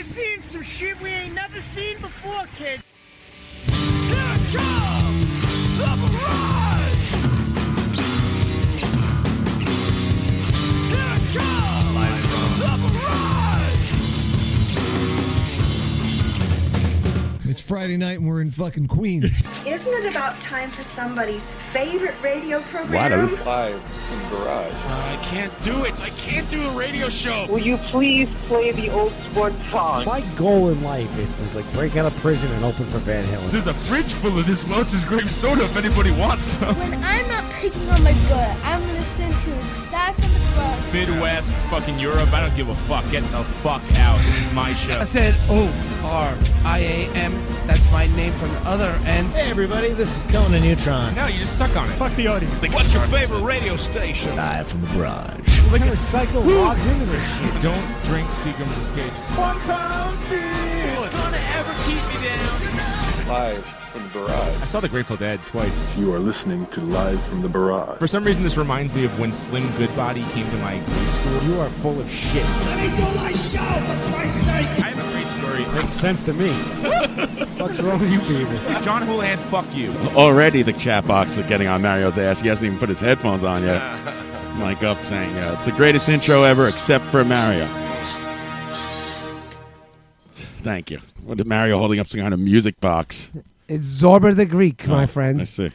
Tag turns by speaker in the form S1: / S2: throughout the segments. S1: seeing some shit we ain't never seen before, kid.
S2: Here comes the barrage! Here comes the barrage!
S3: It's Friday night and we're in fucking Queens.
S4: Isn't it about time for somebody's favorite radio program?
S5: Live from the garage.
S6: I can't do it. I can't do a radio show.
S7: Will you please play the old sport song?
S8: My goal in life is to like break out of prison and open for Van Halen.
S6: There's a fridge full of this Welch's grape soda if anybody wants some.
S9: When I'm not picking on my butt, I'm listening to Live from the Garage.
S6: Midwest, fucking Europe. I don't give a fuck. Get the fuck out. This is my show.
S10: I said O R I A M. That's my name from the other end.
S8: Hey everybody, this is Conan Neutron.
S6: No, you just suck on it. Fuck the audience.
S2: What's your favorite radio station?
S8: Live from the garage. Look at the cycle logs into this shit.
S6: Don't drink Seagram's Escapes.
S2: One pound feet!
S6: gonna ever keep me down.
S5: Live from the garage.
S6: I saw The Grateful Dead twice.
S11: You are listening to Live from the Barrage.
S6: For some reason, this reminds me of when Slim Goodbody came to my grade school.
S8: You are full of shit.
S2: Let me do my show, for Christ's sake!
S6: I have a great story.
S8: Makes sense to me. What's wrong with you people?
S6: John Houlihan, fuck you.
S12: Already the chat box is getting on Mario's ass. He hasn't even put his headphones on yet. Mike up saying, yeah, it's the greatest intro ever except for Mario. Thank you. What did Mario holding up some kind of music box?
S10: It's Zorba the Greek,
S6: Oh.
S10: my friend.
S12: I see.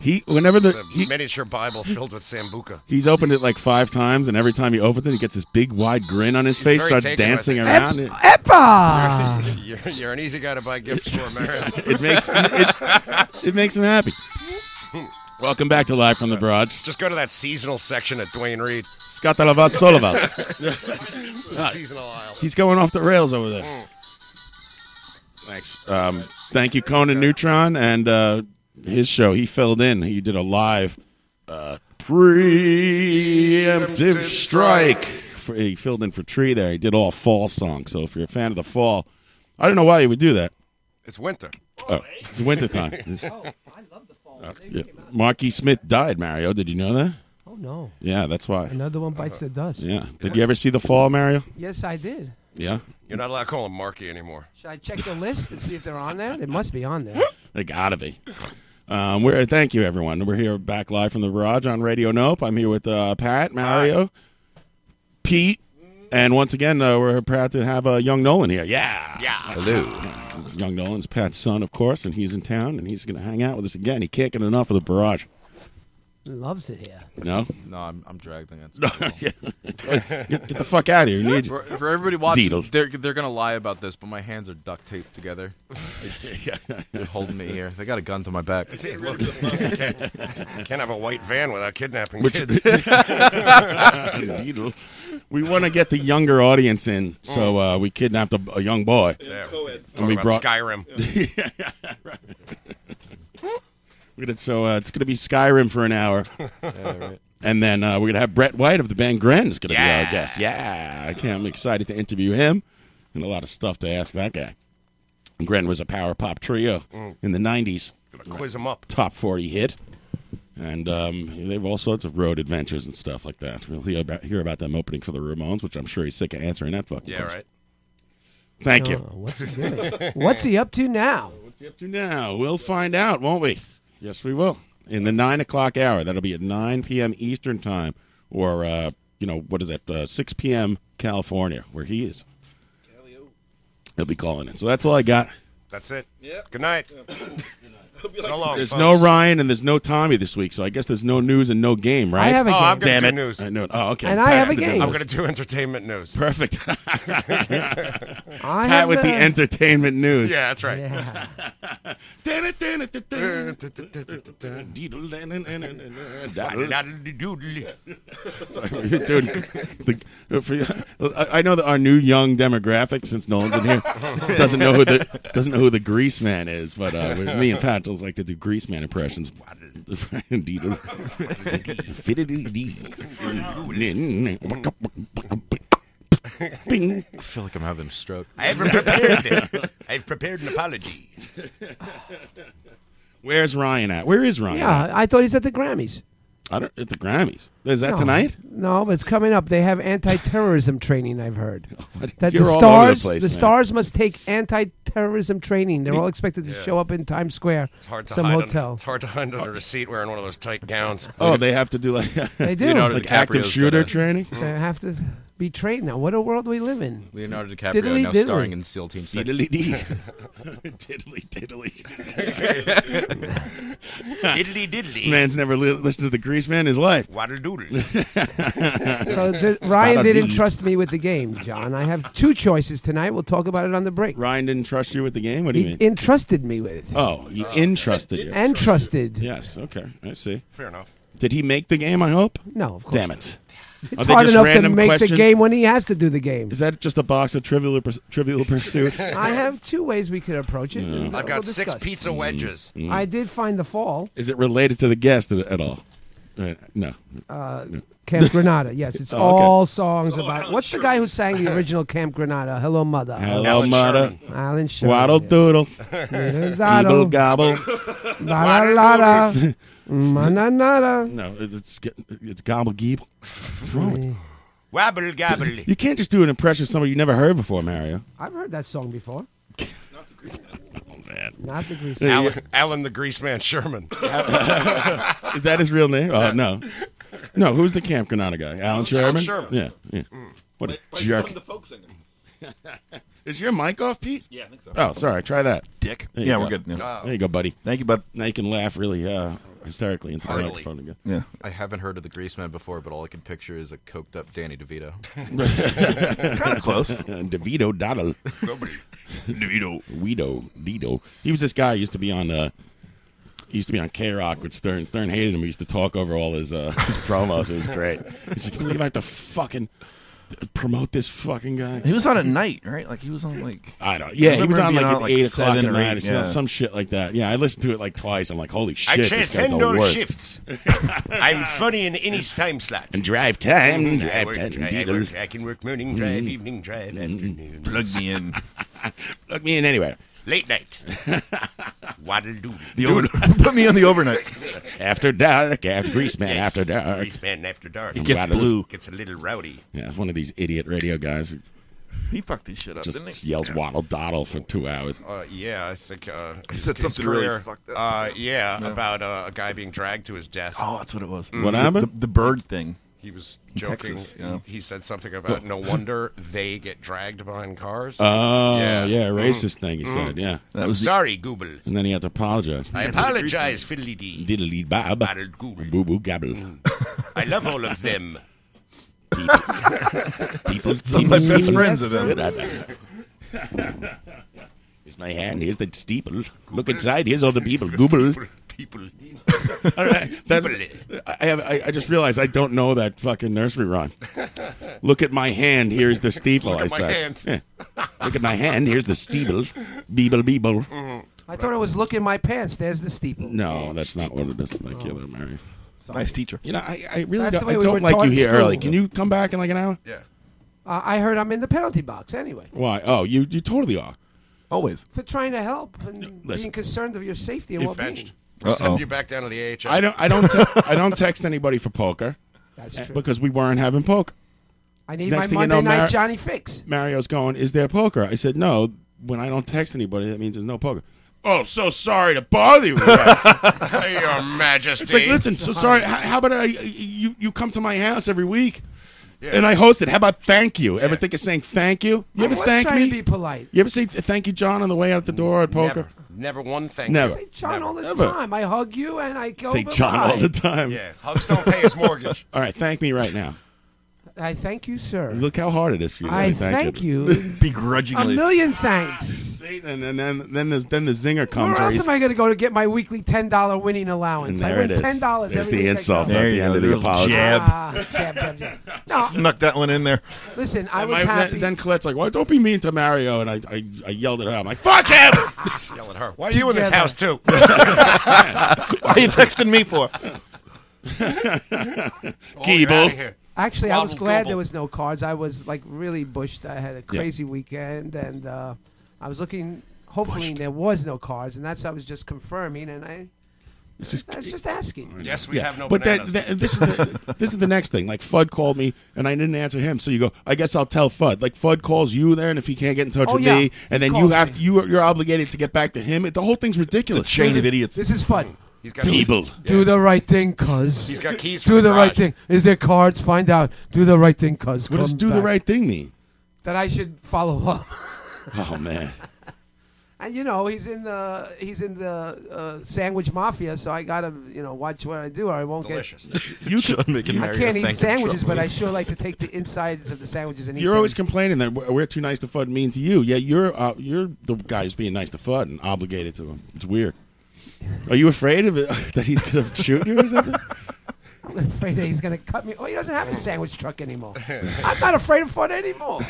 S12: He whenever the
S5: It's a
S12: he,
S5: miniature Bible filled with Sambuca.
S12: he's opened it like five times, and every time he opens it, he gets this big wide grin on his face,
S5: very
S12: starts
S5: taken with
S12: dancing
S5: it.
S12: around. It,
S10: Epa!
S5: You're, you're an easy guy to buy gifts for, Mario.
S12: it makes it, it makes him happy. Welcome back to Live from
S5: Uh,
S12: the Barrage.
S5: Just go to that seasonal section at Dwayne Reed.
S12: Skatalavas Solovas.
S5: The seasonal aisle.
S12: He's going off the rails over there. Thanks. Um, thank you, Conan Neutron, and uh, his show. He filled in. He did a live uh, preemptive strike. For, he filled in for Tree there. He did all fall songs. So if you're a fan of the fall, I don't know why he would do that.
S5: It's winter.
S12: Oh, it's wintertime. oh, I love the fall. yeah. Marky Smith died, Mario. Did you know that?
S10: Oh no,
S12: Yeah, that's why.
S10: another one bites the dust.
S12: Yeah. Did you ever see the fall, Mario?
S10: Yes, I did.
S12: Yeah.
S5: You're not allowed to call him Marky anymore.
S10: Should I check the list and see if they're on there? They must be on there.
S12: They gotta be. Um, we're thank you everyone. We're here back live from the garage on Radio Nope. I'm here with uh, Pat, Mario, Pete, and once again uh, we're proud to have uh, young Nolan here. Yeah,
S5: Yeah.
S12: hello. Young Nolan's Pat's son, of course, and he's in town, and he's going to hang out with us again. He can't get enough of the barrage.
S10: Loves it here.
S12: No,
S6: No, I'm, I'm dragged against
S12: Yeah. get, get the fuck out of here. We need you.
S7: For, for everybody watching,
S12: Deedle.
S7: they're they're gonna lie about this, but my hands are duct taped together. They're holding me here. They got a gun to my back.
S5: Hey, look, look, can't, can't have a white van without kidnapping kids.
S12: Beetle. We want to get the younger audience in, so uh, we kidnapped a, a young boy.
S5: Yeah.
S12: And
S5: Talk
S12: we
S5: about
S12: brought-
S5: Skyrim.
S12: We're gonna, so uh, it's going to be Skyrim for an hour. And then uh, we're going to have Brett White of the band Gren is going to be
S5: Yeah.
S12: our guest. Yeah. I can't, I'm excited to interview him and a lot of stuff to ask that guy. Gren was a power pop trio
S5: Mm.
S12: in the 90s,
S5: Gonna quiz him up.
S12: top 40 hit. And um, they have all sorts of road adventures and stuff like that. We'll hear about, hear about them opening for the Ramones, which I'm sure he's sick of answering that fucking
S5: Yeah,
S12: question.
S5: right.
S12: Thank
S10: Oh,
S12: you.
S10: what's he doing? What's he up to now?
S12: What's he up to now? We'll find out, won't we? Yes, we will. In the nine o'clock hour, that'll be at nine p.m. Eastern time, or uh, you know what is that? Uh, Six p.m. California, where he is. He'll be calling in. So that's all I got.
S5: That's it. Yeah. Good night. So long,
S12: There's
S5: folks.
S12: no Ryan and there's no Tommy this week, so I guess there's no news and no game, right?
S10: I have a
S5: Oh, I'm
S10: game.
S5: gonna
S12: Damn
S5: do
S12: it!
S5: news.
S12: I know it. Oh, okay.
S10: And I have a
S12: gonna do
S10: game.
S5: I'm
S12: news.
S5: gonna do entertainment news.
S12: Perfect.
S10: I
S12: Pat
S10: have
S12: with the entertainment news.
S5: Yeah, that's right.
S10: Yeah.
S12: Dude, the, for, I I know that our new young demographic, since Nolan's in here, doesn't know who the doesn't know who the Grease Man is. But uh, we- me and Pat just like to do Grease Man impressions. Indeed. Bing.
S7: I feel like I'm having a stroke.
S5: I have prepared it. I've prepared an apology.
S12: Where's Ryan at? Where is Ryan?
S10: Yeah, I thought he's at the Grammys.
S12: I don't at the Grammys. Is that
S10: No.
S12: tonight?
S10: No, but it's coming up. They have anti-terrorism training. I've heard that
S12: You're
S10: the
S12: all over the
S10: stars,
S12: place,
S10: the
S12: man.
S10: stars must take anti-terrorism training. They're all expected to
S5: Yeah.
S10: show up in Times Square,
S5: It's hard to
S10: some
S5: hide.
S10: hotel.
S5: Under, it's hard to hide under a seat wearing one of those tight gowns.
S12: Oh, they have to do like
S10: They do.
S12: like active shooter training.
S10: They have to be trained now. What a world we live in.
S13: Leonardo DiCaprio now starring in SEAL Team Six.
S10: Diddly dee.
S12: diddly
S13: diddly.
S5: diddly diddly.
S12: Man's never li- listened to the Grease Man in his life.
S5: Waddle doodle.
S10: So the, Ryan didn't trust me with the game, John. I have two choices tonight. We'll talk about it on the break.
S12: Ryan didn't trust you with the game. What do you
S10: he
S12: mean?
S10: Entrusted me with.
S12: Oh, he
S10: Uh,
S12: entrusted you.
S10: And trusted.
S12: Yes. Okay. I see.
S5: Fair enough.
S12: Did he make the game? I hope.
S10: No. Of course.
S12: Damn it. Are
S10: It's
S12: they
S10: hard
S12: just
S10: enough to
S12: random
S10: make the
S12: questions?
S10: game when he has to do the game.
S12: Is that just a box of Trivial Purs- Trivial Pursuit?
S10: I have two ways we could approach it.
S12: Yeah.
S10: and
S5: I've
S10: we'll
S5: got six
S10: discuss.
S5: pizza wedges.
S12: Mm.
S10: I did find the fall.
S12: Is it related to the guest at, at all? Uh, no.
S10: Uh,
S12: No.
S10: Camp Granada. Yes, it's
S12: Oh, okay.
S10: all songs
S5: Oh,
S10: about. What's the guy who sang the original Camp Granada? Hello, mother.
S12: Hello, mother.
S10: Alan Sherman.
S12: Waddle doodle.
S10: Diddle
S12: Gobble
S10: daddle.
S12: gobble.
S10: La la la la. Ma na na na.
S12: No, it's it's gobble gobble. What's wrong with you?
S5: Wabble gabble.
S12: You can't just do an impression of somebody you never heard before, Mario.
S10: I've heard that song before.
S12: Oh,
S10: Not the grease.
S12: Yeah, yeah.
S5: Alan, Alan the Grease Man Sherman.
S12: Is that his real name? Oh no, no. Who's the Camp Granada guy? Alan Sherman.
S5: Sherman.
S12: Yeah, yeah.
S14: Mm.
S12: What a jerk. Is your mic off, Pete?
S14: Yeah, I think so. Oh.
S12: Oh, sorry. Try that.
S3: Dick.
S12: There you
S3: Yeah,
S12: go.
S3: we're good now.
S12: There you go, buddy.
S3: Thank you, bud.
S12: Now you can laugh really uh, hysterically into the
S13: Heartily.
S12: microphone again.
S13: I haven't heard of the Grease Man before, but all I can picture is a coked up Danny DeVito.
S12: Kinda DeVito Dottle. DeVito. Weedo. Dido. He was this guy who used to be on uh he used to be on K Rock with Stern. Stern hated him. He used to talk over all his uh, his promos. It was great. He's like, "Can you believe I have to fucking promote this fucking guy?"
S3: He was on at night, right? Like he was on like
S12: I don't. Yeah,
S3: I
S12: he was
S3: remember
S12: on
S3: being
S12: like at eight o'clock at
S3: seven or
S12: night or
S3: eight,
S12: some-
S3: yeah.
S12: some shit like that. Yeah, I listened to it like twice. I'm like, "Holy
S5: I
S12: shit!" this
S5: chase
S12: guy's the
S5: handle
S12: worst.
S5: shifts. I'm funny in any time slot.
S12: And drive time,
S5: I,
S12: drive
S5: work,
S12: time,
S5: I,
S12: diddle.
S5: work- I can work morning drive,
S12: Mhm.
S5: evening drive, afternoon.
S3: Plug me in.
S12: Plug me in anyway.
S5: Late night. Waddle doodle.
S3: The over- put me on the overnight.
S12: After dark, after Grease Man, after dark.
S5: Grease man after dark.
S12: It gets Waddle. blue.
S5: Gets a little rowdy.
S12: Yeah, it's one of these idiot radio guys who
S3: He fucked this shit up,
S12: just
S3: didn't he?
S12: yells waddle doddle for two hours.
S5: Uh, yeah, I think uh, his,
S3: said
S5: his
S3: something really
S5: career.
S3: fucked
S5: Uh, yeah, about uh, a guy being dragged to his death.
S3: Oh, that's what it was.
S12: What
S3: The-
S12: happened?
S3: The, the bird thing.
S5: He was
S3: In
S5: joking.
S3: Texas, yeah.
S5: he, he said something about no wonder they get dragged behind cars.
S12: Oh, yeah, racist
S5: Mm.
S12: thing he
S5: Mm.
S12: said, yeah.
S5: I'm sorry, Gooble.
S12: And then he had to apologize.
S5: I apologize, Fiddly Dee.
S12: Diddly bob.
S5: Waddle Google.
S12: Boo boo gabble.
S5: I love all of them.
S12: People,
S5: Some of my
S12: people-
S5: best friends are them.
S12: Here's my hand. Here's the steeple. Look inside. Here's all the people. Google.
S5: People.
S12: All right. That, I, have, I, I just realized I don't know that fucking nursery rhyme. Look at my hand. Here's the steeple.
S5: Look at
S12: I
S5: my
S12: said.
S5: hand.
S12: Yeah. Look at my hand. Here's the steeple. Beeble, beeble.
S10: Mm. I thought it was look in my pants. There's the steeple.
S12: No, that's not what it is. Thank you, there, Mary.
S3: Nice teacher.
S12: You know, I, I really
S10: Oh. That's
S12: don't,
S10: the way
S12: I
S10: we
S12: don't
S10: were
S12: like
S10: taught
S12: you
S10: in
S12: here
S10: school.
S12: early. Can you come back in like an hour?
S10: Uh, I heard I'm in the penalty box anyway
S12: Why? Oh, you you totally are.
S3: Always.
S10: for trying to help and
S12: listen.
S10: being concerned of your safety and
S5: You
S10: well-being.
S5: benched.
S12: Uh-oh.
S5: Send you back down to the AHL.
S12: I don't I don't te- I don't text anybody for poker.
S10: That's
S12: eh,
S10: true.
S12: Because we weren't having poker.
S10: I need
S12: Next
S10: my
S12: thing you know,
S10: Monday night
S12: Mar-
S10: Johnny fix.
S12: Mario's going, "Is there poker?" I said, "No." When I don't text anybody, that means there's no poker. Oh, so sorry to bother you.
S5: Your Majesty.
S12: It's like, listen, so sorry. How, how about I, you you come to my house every week,
S5: Yeah.
S12: and I host it? How about thank you? Ever think of saying thank you? You
S10: I
S12: ever
S10: was
S12: thank
S10: trying to
S12: me?
S10: be polite.
S12: You ever say th- thank you, John, on the way out the door at poker?
S5: Never, never one thing.
S12: Never.
S10: Say John all the
S12: Never.
S10: time. I hug you and I go.
S12: Say John all
S10: "Bye-bye."
S12: the time.
S5: Yeah, hugs don't pay his mortgage.
S12: All right, thank me right now.
S10: I thank you, sir.
S12: Look how hard it is for you to
S10: I
S12: say thank,
S10: thank
S12: you.
S10: you. A
S3: Begrudgingly.
S10: million thanks.
S12: See, and then then then the, then the zinger comes.
S10: Where else
S12: he's-
S10: am I going to go to get my weekly ten dollar winning allowance?
S12: and there
S10: I win
S12: it is.
S10: ten dollars
S12: There's
S10: every
S12: the
S10: week I
S12: insult at
S10: go.
S3: There
S12: the
S3: you
S12: end
S3: go,
S12: of the
S3: little
S12: apology.
S3: jab.
S10: Ah, jab, jab, jab. No,
S3: Snuck that one in there.
S10: listen, I
S12: And my-
S10: was
S12: then-
S10: happy.
S12: Then Colette's like, "Well, don't be mean to Mario," and I, I, I yelled at her. I'm like, "Fuck him!"
S5: Yell at her. Why are you in this
S10: Together.
S5: house too?
S3: Why are you texting me for?
S5: Keeble.
S10: Actually, I was
S5: Wobble,
S10: glad
S5: gobble.
S10: there was no cards. I was like really bushed. I had a
S12: Yeah.
S10: crazy weekend, and uh, I was looking. Hopefully, there was no cards, and that's I was just confirming. And I
S12: This is
S10: I was just asking.
S6: Yes, we have no
S12: But that,
S6: bananas.
S12: that- this is the, this is the next thing. Like Fudd called me and I didn't answer him, so you go. I guess I'll tell Fudd. Like Fudd calls you there, and if he can't get in touch
S10: Oh,
S12: with
S10: yeah.
S12: me, and
S10: He
S12: then you
S10: calls
S12: have to, you are- you're obligated to get back to him. It, the whole thing's ridiculous.
S11: chain of idiots.
S10: This is fun.
S6: He's
S12: people.
S10: Do the right thing, cuz.
S6: He's got keys for
S10: Do
S6: the
S10: the right
S6: garage.
S10: thing. Is there cards? Find out. Do the right thing, cuz.
S12: What does
S10: Come
S12: do the
S10: back.
S12: right thing mean?
S10: That I should follow up.
S12: Oh man.
S10: And you know he's in the he's in the uh, sandwich mafia, so I gotta you know watch what I do, or I won't get.
S12: You should make
S10: I can't eat sandwiches, but I sure like to take the insides of the sandwiches and eat.
S12: You're
S10: them.
S12: always complaining that we're we're too nice to Fudd. Mean to you? Yeah, you're uh, you're the guy who's being nice to Fudd and obligated to him. It's weird. Are you afraid of it, that he's gonna shoot you or something?
S10: I'm afraid that he's gonna cut me. Oh, he doesn't have a sandwich truck anymore. I'm not afraid of fun anymore.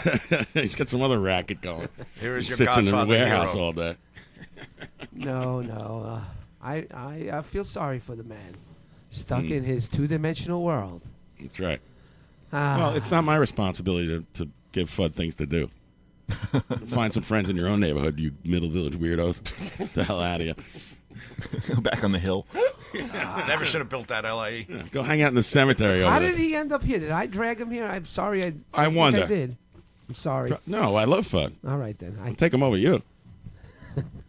S12: he's got some other racket going.
S6: Here is
S12: He
S6: your
S12: sits in the
S6: Godfather
S12: warehouse
S6: hero.
S12: all day.
S10: No, no. Uh, I, I I feel sorry for the man, stuck
S12: Hmm.
S10: in his two-dimensional world.
S12: That's right.
S10: Ah.
S12: Well, it's not my responsibility to, to give Fudd things to do. Find some friends in your own neighborhood, you middle village weirdos. the hell out of you. Back on the hill.
S6: Never should have built that LAE.
S12: Go hang out in the cemetery over
S10: How
S12: there.
S10: did he end up here? Did I drag him here? I'm sorry. I
S12: I
S10: think
S12: wonder.
S10: I did. I'm sorry.
S12: No, I love Fudd.
S10: All right then. I,
S12: I'll take him over you.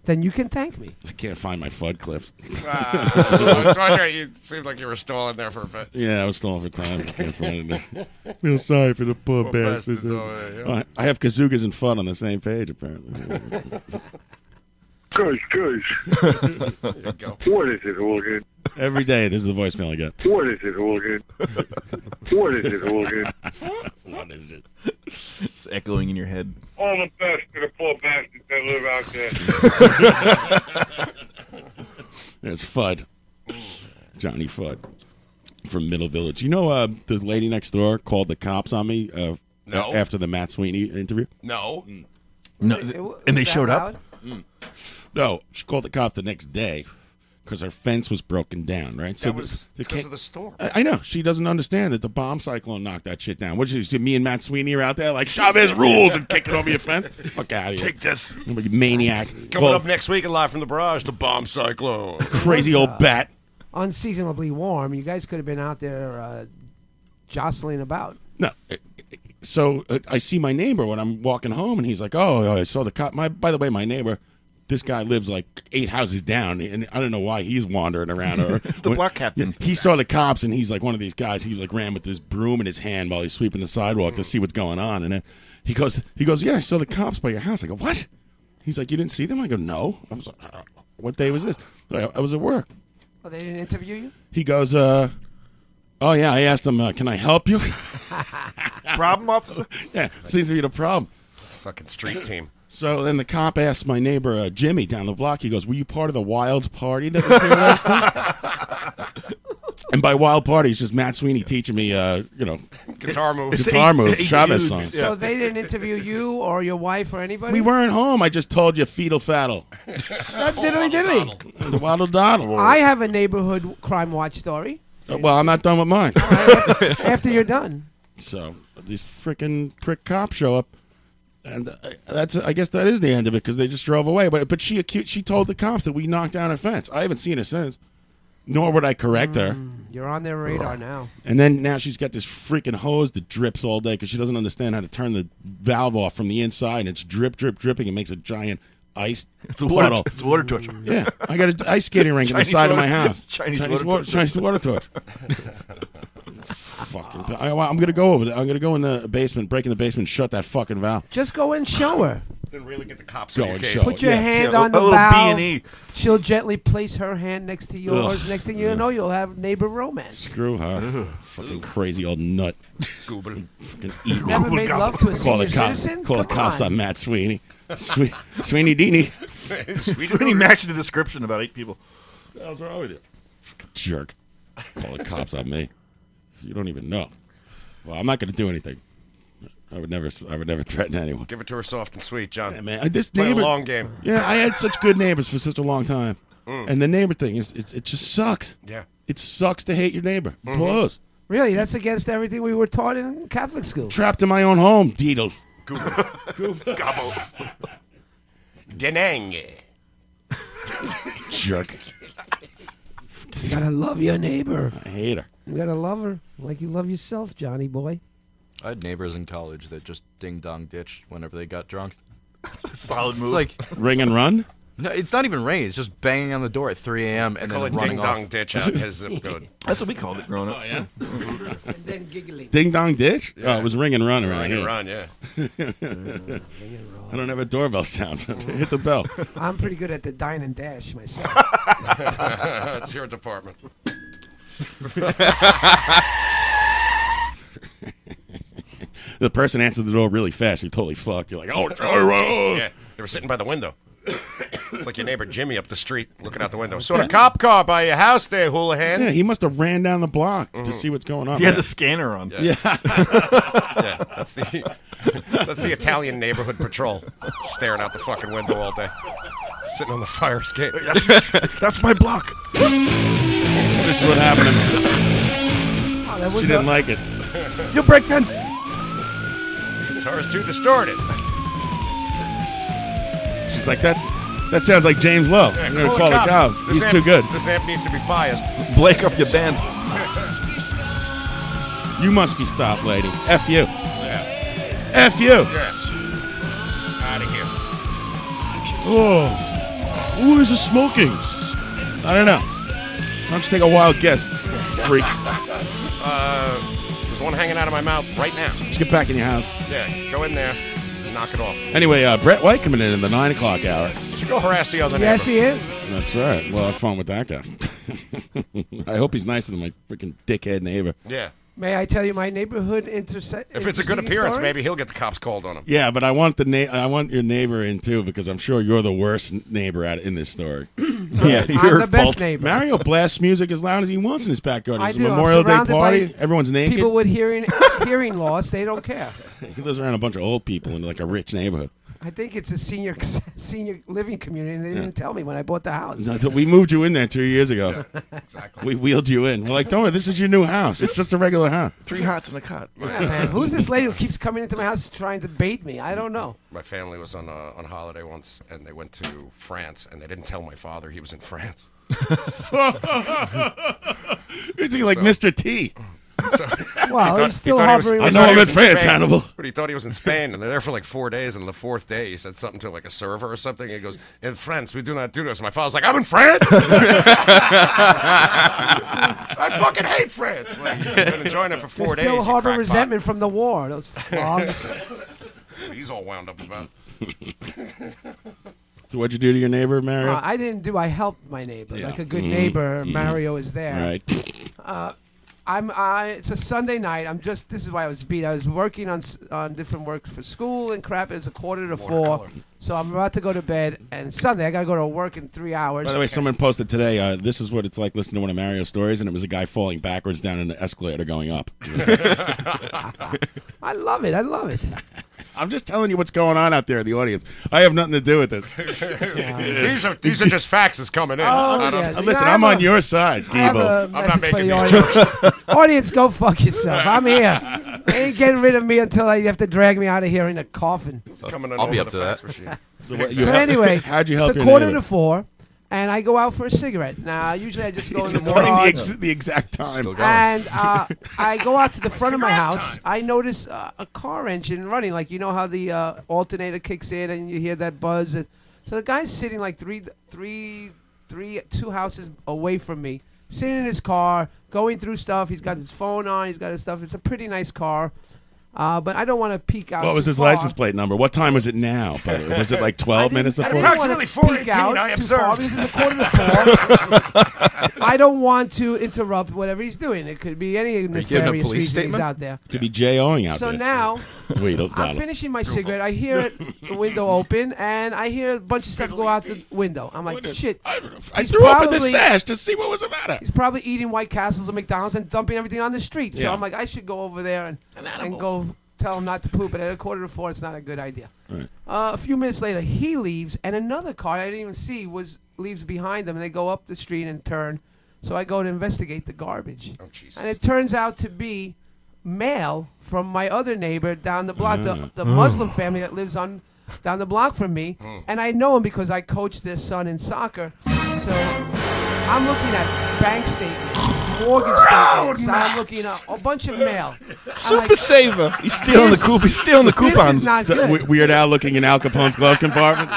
S10: then you can thank me.
S12: I can't find my Fudd clips.
S6: Ah, I was wondering, you seemed like you were stalling there for a bit.
S12: Yeah, I was stalling for time. I can't find it. Feel sorry for the poor
S6: Poor
S12: bastards.
S6: bastards over there, yeah.
S12: I- I have Kazoogas and Fudd on the same page, apparently.
S15: Guys, guys. What is it, Hooligan?
S12: Every day, this is the voicemail I get.
S15: What is it, Hooligan? What is it, Hooligan?
S12: What is it?
S11: It's echoing in your head.
S15: All the best to the poor bastards that live out there.
S12: There's Fudd. Johnny Fudd from Middle Village. You know, uh, the lady next door called the cops on me uh,
S6: No.
S12: a- after the Matt Sweeney interview.
S6: No.
S12: No,
S6: It- it-
S12: th-
S6: and they was that showed up?
S12: No, she called the cops the next day because her fence was broken down. Right,
S6: That was
S12: the
S6: because
S12: ca-
S6: of the storm.
S12: I I know she doesn't understand that the bomb cyclone knocked that shit down. What did you see? Me and Matt Sweeney are out there like Chavez rules and kicking over your fence. Fuck out of here!
S6: Take this.
S12: You maniac.
S6: Coming
S12: Well,
S6: up next week, and live from the barrage, the bomb cyclone.
S12: crazy old bat.
S10: Unseasonably warm. You guys could have been out there uh, jostling about.
S12: No. So uh, I see my neighbor when I'm walking home, and he's like, "Oh, I saw the cop." My, by the way, my neighbor, this guy lives like eight houses down, and I don't know why he's wandering around. Or the block captain. He saw the cops, and he's like one of these guys. He like ran with his broom in his hand while he's sweeping the sidewalk to see what's going on, and then he goes, "He goes, yeah, I saw the cops by your house." I go, "What?" He's like, "You didn't see them?" I go, "No." I was like, "Uh, "What day was this?" I, I was at work.
S10: Oh, they didn't interview you.
S12: He goes, uh, "Oh yeah," I asked him, uh, "Can I help you?"
S11: Problem officer.
S12: yeah, seems to be the problem.
S6: Fucking street team.
S12: So then the cop asked my neighbor uh, Jimmy down the block. He goes, "Were you part of the wild party that was here last night?" and by wild party, it's just Matt Sweeney teaching me, uh, you know,
S6: Guitar moves.
S12: guitar
S6: It's eight-
S12: moves,
S6: eight dudes.
S12: Chavez songs.
S10: So they didn't interview you or your wife or anybody.
S12: We weren't home. I just told you, fetal faddle,
S10: That's diddly diddly.
S12: the waddle doddle.
S10: I have a neighborhood crime watch story.
S12: Uh, well, I'm not done with mine.
S10: After you're done,
S12: So these freaking prick cops show up, and uh, that's I guess that is the end of it because they just drove away. But but she acute she told the cops that we knocked down her fence. I haven't seen her since, nor would I correct her.
S10: you're on their radar now.
S12: And then now she's got this freaking hose that drips all day because she doesn't understand how to turn the valve off from the inside, and it's drip, drip, dripping. It makes a giant ice
S11: It's a water.
S12: puddle.
S11: It's a water torture.
S12: Yeah, I got an ice skating rink on the
S11: Chinese
S12: side of my
S11: water-
S12: house.
S11: Chinese water torture.
S12: Chinese water torch. fucking, I, am gonna go over. There. I'm gonna go in the basement, break in the basement, shut that fucking valve.
S10: Just go and show her.
S6: Then really get the cops
S12: Go
S6: on your
S12: and
S6: case.
S12: show it.
S10: Put your
S12: Yeah.
S10: hand
S12: Yeah,
S10: on
S12: a
S10: the
S12: little
S10: valve.
S12: B&E.
S10: She'll gently place her hand next to yours.
S12: Ugh.
S10: Next thing you know, you'll have neighbor romance.
S12: Screw her. Fucking crazy old nut.
S6: Goober.
S12: Fucking evil.
S10: Never made love to a
S12: Call the
S10: senior
S12: cops.
S10: citizen?
S12: Call the
S10: Come
S12: cops
S10: on.
S12: on Matt Sweeney. Swe- Sweeney Dini.
S11: Sweeney matched the description about eight people.
S12: How's wrong with you? jerk. Call the cops on me. You don't even know. Well, I'm not going to do anything. I would never. I would never threaten anyone.
S6: Give it to her soft and sweet, John.
S12: Uh, This
S6: Play
S12: neighbor,
S6: a long game.
S12: Yeah, I had such good neighbors for such a long time,
S6: Mm.
S12: and the neighbor thing is it, it just sucks.
S6: Yeah.
S12: it sucks to hate your neighbor.
S5: Mm-hmm.
S10: Mhm.
S12: Blows.
S10: Really, that's against everything we were taught in Catholic school.
S12: Trapped in my own home, Deedle.
S6: Gobble. Denang.
S12: Jerk.
S10: You gotta love your neighbor.
S12: I hate her.
S10: You gotta love her like you love yourself, Johnny boy.
S6: I had neighbors in college that just ding dong ditched whenever they got drunk. That's a
S11: solid
S6: It's like
S12: ring and run.
S6: no, it's not even rain. It's just banging on the door at 3 a.m. and
S5: Call
S6: then
S5: it
S6: running
S5: ding dong
S6: off.
S5: ditch out his zip code.
S11: That's what we called it growing up.
S5: Oh, yeah.
S10: and then giggling.
S12: Ding dong ditch.
S5: Yeah.
S12: Oh, it was ring and run around
S5: Ring and
S12: here.
S5: run, yeah.
S12: I don't have a doorbell sound. but Hit the bell.
S10: I'm pretty good at the dine and dash myself.
S5: it's your department.
S12: The person answered the door really fast. You're totally fucked. You're like, oh, Johnny, run.
S5: Yeah, they were sitting by the window. It's like your neighbor Jimmy up the street looking out the window. Sort of cop car by your house there, Houlihan.
S12: Yeah, he must have ran down the block to
S5: Mhm.
S12: see what's going on.
S11: Mm-hmm. He had
S12: man.
S11: the scanner on.
S12: Yeah.
S5: yeah, that's the that's the Italian neighborhood patrol staring out the fucking window all day, sitting on the fire escape. That's,
S11: my block.
S12: this is what happened.
S10: Oh, that
S12: she didn't like it.
S11: You break fence.
S5: Guitar's too distorted.
S12: She's like, that's that sounds like James Love.
S5: Yeah,
S12: I'm gonna call the cops.
S5: This
S12: He's
S5: amp-
S12: too good.
S5: This amp needs to be biased.
S11: Blake up your band.
S12: You must be stopped, lady. F you.
S5: Yeah.
S12: F you.
S5: Out of here.
S12: Oh, who is this smoking? I don't know. Why don't you take a wild guess, freak?
S5: Uh, there's one hanging out of my mouth right now.
S12: Just get back in your house.
S5: Yeah, go in there, knock it off.
S12: Anyway, uh, Brett White coming in in the nine o'clock hour.
S5: You should go harass the other
S10: Yes,
S5: neighbor.
S10: he is.
S12: That's right. Well, have fun with that guy. I hope he's nicer than my freaking dickhead neighbor.
S5: Yeah.
S10: May I tell you my neighborhood intersect?
S5: If it's a good appearance, maybe he'll get the cops called on him.
S12: Yeah, but I want the na- I want your neighbor in too because I'm sure you're the worst n- neighbor out in this story.
S10: Yeah, I'm you're the best fault. neighbor.
S12: Mario blasts music as loud as he wants in his backyard.
S10: I
S12: It's a
S10: do. I'm
S12: Memorial Day
S10: surrounded by
S12: party. Everyone's naked.
S10: People with hearing hearing loss, they don't care.
S12: he lives around a bunch of old people in like a rich neighborhood.
S10: I think it's a senior senior living community, and they didn't tell me when I bought the house.
S12: No, th- We moved you in there two years ago.
S5: exactly.
S12: We wheeled you in. We're like, don't worry, this is your new house. It's just a regular house.
S11: Three hots and a cot.
S10: Yeah, man. Who's this lady who keeps coming into my house trying to bait me? I don't know.
S5: My family was on uh, on holiday once, and they went to France, and they didn't tell my father he was in France.
S12: It's like
S5: So-
S12: Mr. T.
S5: So,
S10: Wow,
S5: he
S10: he's
S5: he
S10: still
S5: thought he was-
S10: hovering
S5: he
S10: with
S12: I
S5: thought
S12: know
S5: he
S12: I'm
S5: was
S12: in France,
S5: Spain,
S12: Hannibal.
S5: But he thought he was in Spain, and they're there for like four days. And on the fourth day, he said something to like a server or something. He goes, "In France, we do not do this." My father's like, "I'm in France. I fucking hate France. Like, I've been enjoying it for
S10: They
S5: four
S10: still
S5: days." you
S10: harbor
S5: crackpot."
S10: resentment from the war. Those frogs.
S5: He's all wound up about.
S12: So what'd you do to your neighbor, Mario?
S10: Uh, I didn't do. I helped my neighbor,
S12: Yeah.
S10: like a good
S12: Mhm,
S10: neighbor.
S12: mhm.
S10: Mario is there.
S12: Right.
S10: Uh, I'm. I, it's a Sunday night. I'm just. This is why I was beat. I was working on s- on different work for school and crap. It was a quarter to four, so I'm about to go to bed. And Sunday, I gotta go to work in three hours.
S12: By the way, someone posted today. Uh, this is what it's like listening to one of Mario's stories, and it was a guy falling backwards down an escalator going up.
S10: I love it. I love it.
S12: I'm just telling you what's going on out there in the audience. I have nothing to do with this.
S5: these are these are just faxes coming in.
S10: Oh,
S5: I don't-
S10: yes.
S12: Uh, Listen,
S10: Yeah,
S12: I'm
S10: I
S12: on
S10: know.
S12: your side,
S10: I have a
S12: Debo.
S5: not
S10: message for
S5: making
S10: the
S5: these
S10: audience. audience, go fuck yourself. I'm here. You ain't getting rid of me until you have to drag me out of here in a coffin.
S5: coming in
S6: I'll be
S5: over
S6: up to
S5: the fax
S6: that.
S5: machine.
S12: So what- you
S10: But
S12: help-
S10: anyway,
S12: how'd you help
S10: it's a
S12: your
S10: quarter
S12: neighbor?
S10: to four, and I go out for a cigarette. Now, usually I just go in the
S12: It's telling the,
S10: morning.
S12: ex- the exact time.
S10: And uh, I go out to the front of my house. I notice uh, a car engine running. Like you know how the uh, alternator kicks in and you hear that buzz. And so the guy's sitting like three, three, three, two houses away from me, sitting in his car, going through stuff. He's got his phone on. He's got his stuff. It's a pretty nice car, uh, but I don't want to peek out.
S12: What was
S10: too
S12: his
S10: far.
S12: license plate number? What time was it now? by the way? Was it like 12 minutes
S10: I
S12: before?
S10: didn't wanna
S5: Approximately
S10: peek
S5: 4:18,
S10: out
S5: I
S10: too far
S5: observed.
S10: because it's a quarter to four. I don't want to interrupt whatever he's doing. It could be any
S12: you giving a
S10: nefarious
S12: police
S10: reason he's
S12: statement?
S10: out there.
S12: Could be J.O.ing out
S10: So
S12: there.
S10: now,
S12: Wait, hold
S10: I'm
S12: on.
S10: finishing my cigarette. I hear it, the window open, and I hear a bunch of stuff go out the window. I'm like, shit.
S12: I
S10: he's
S12: threw open the sash to see what was the matter.
S10: He's probably eating White Castles or McDonald's and dumping everything on the street. So
S12: Yeah.
S10: I'm like, I should go over there and, and go tell him not to poop. But at a quarter to four, it's not a good idea.
S12: Right.
S10: Uh, a few minutes later, he leaves, and another car I didn't even see was leaves behind them, and they go up the street and turn. So I go to investigate the garbage, oh,
S5: Jesus.
S10: and it turns out to be mail from my other neighbor down the block,
S12: Ah.
S11: Mm.
S10: the, the Muslim family that lives on down the block from me, and I know him because I coached their son in soccer. So I'm looking at bank statements, mortgage statements. I'm looking at a bunch of mail. I'm
S11: Oh, Super
S10: like,
S11: saver. He's stealing the coup. He's stealing the
S10: This is
S11: coupons.
S10: not good.
S12: we- Weird Al looking in Al Capone's glove compartment.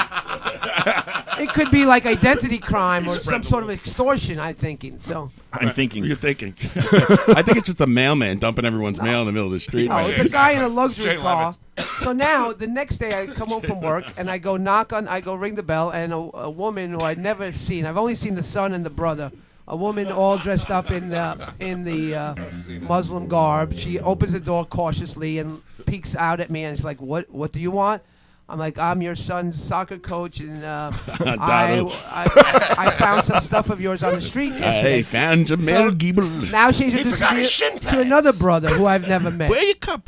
S10: It could be like identity crime or some sort of extortion. I'm thinking. So
S12: I'm thinking. You're thinking. I think it's just a mailman dumping everyone's mail in the middle of the street.
S10: No, Oh, it's a guy in a luxury car. So now the next day I come home from work and I go knock on, I go ring the bell, and a, a woman who I'd never seen, I've only seen the son and the brother, a woman all dressed up in the in the uh, Muslim garb. She opens the door cautiously and peeks out at me, and she's like, "What? What do you want?" I'm like, "I'm your son's soccer coach, and uh, I,
S12: Donald.
S10: I I found some stuff of yours on the street yesterday."
S12: I found a Mel
S10: So
S12: Gibble.
S10: Now she
S12: He
S10: introduces
S12: forgot
S10: me
S12: his shin
S10: to another brother who I've never met.
S12: Where
S10: you come?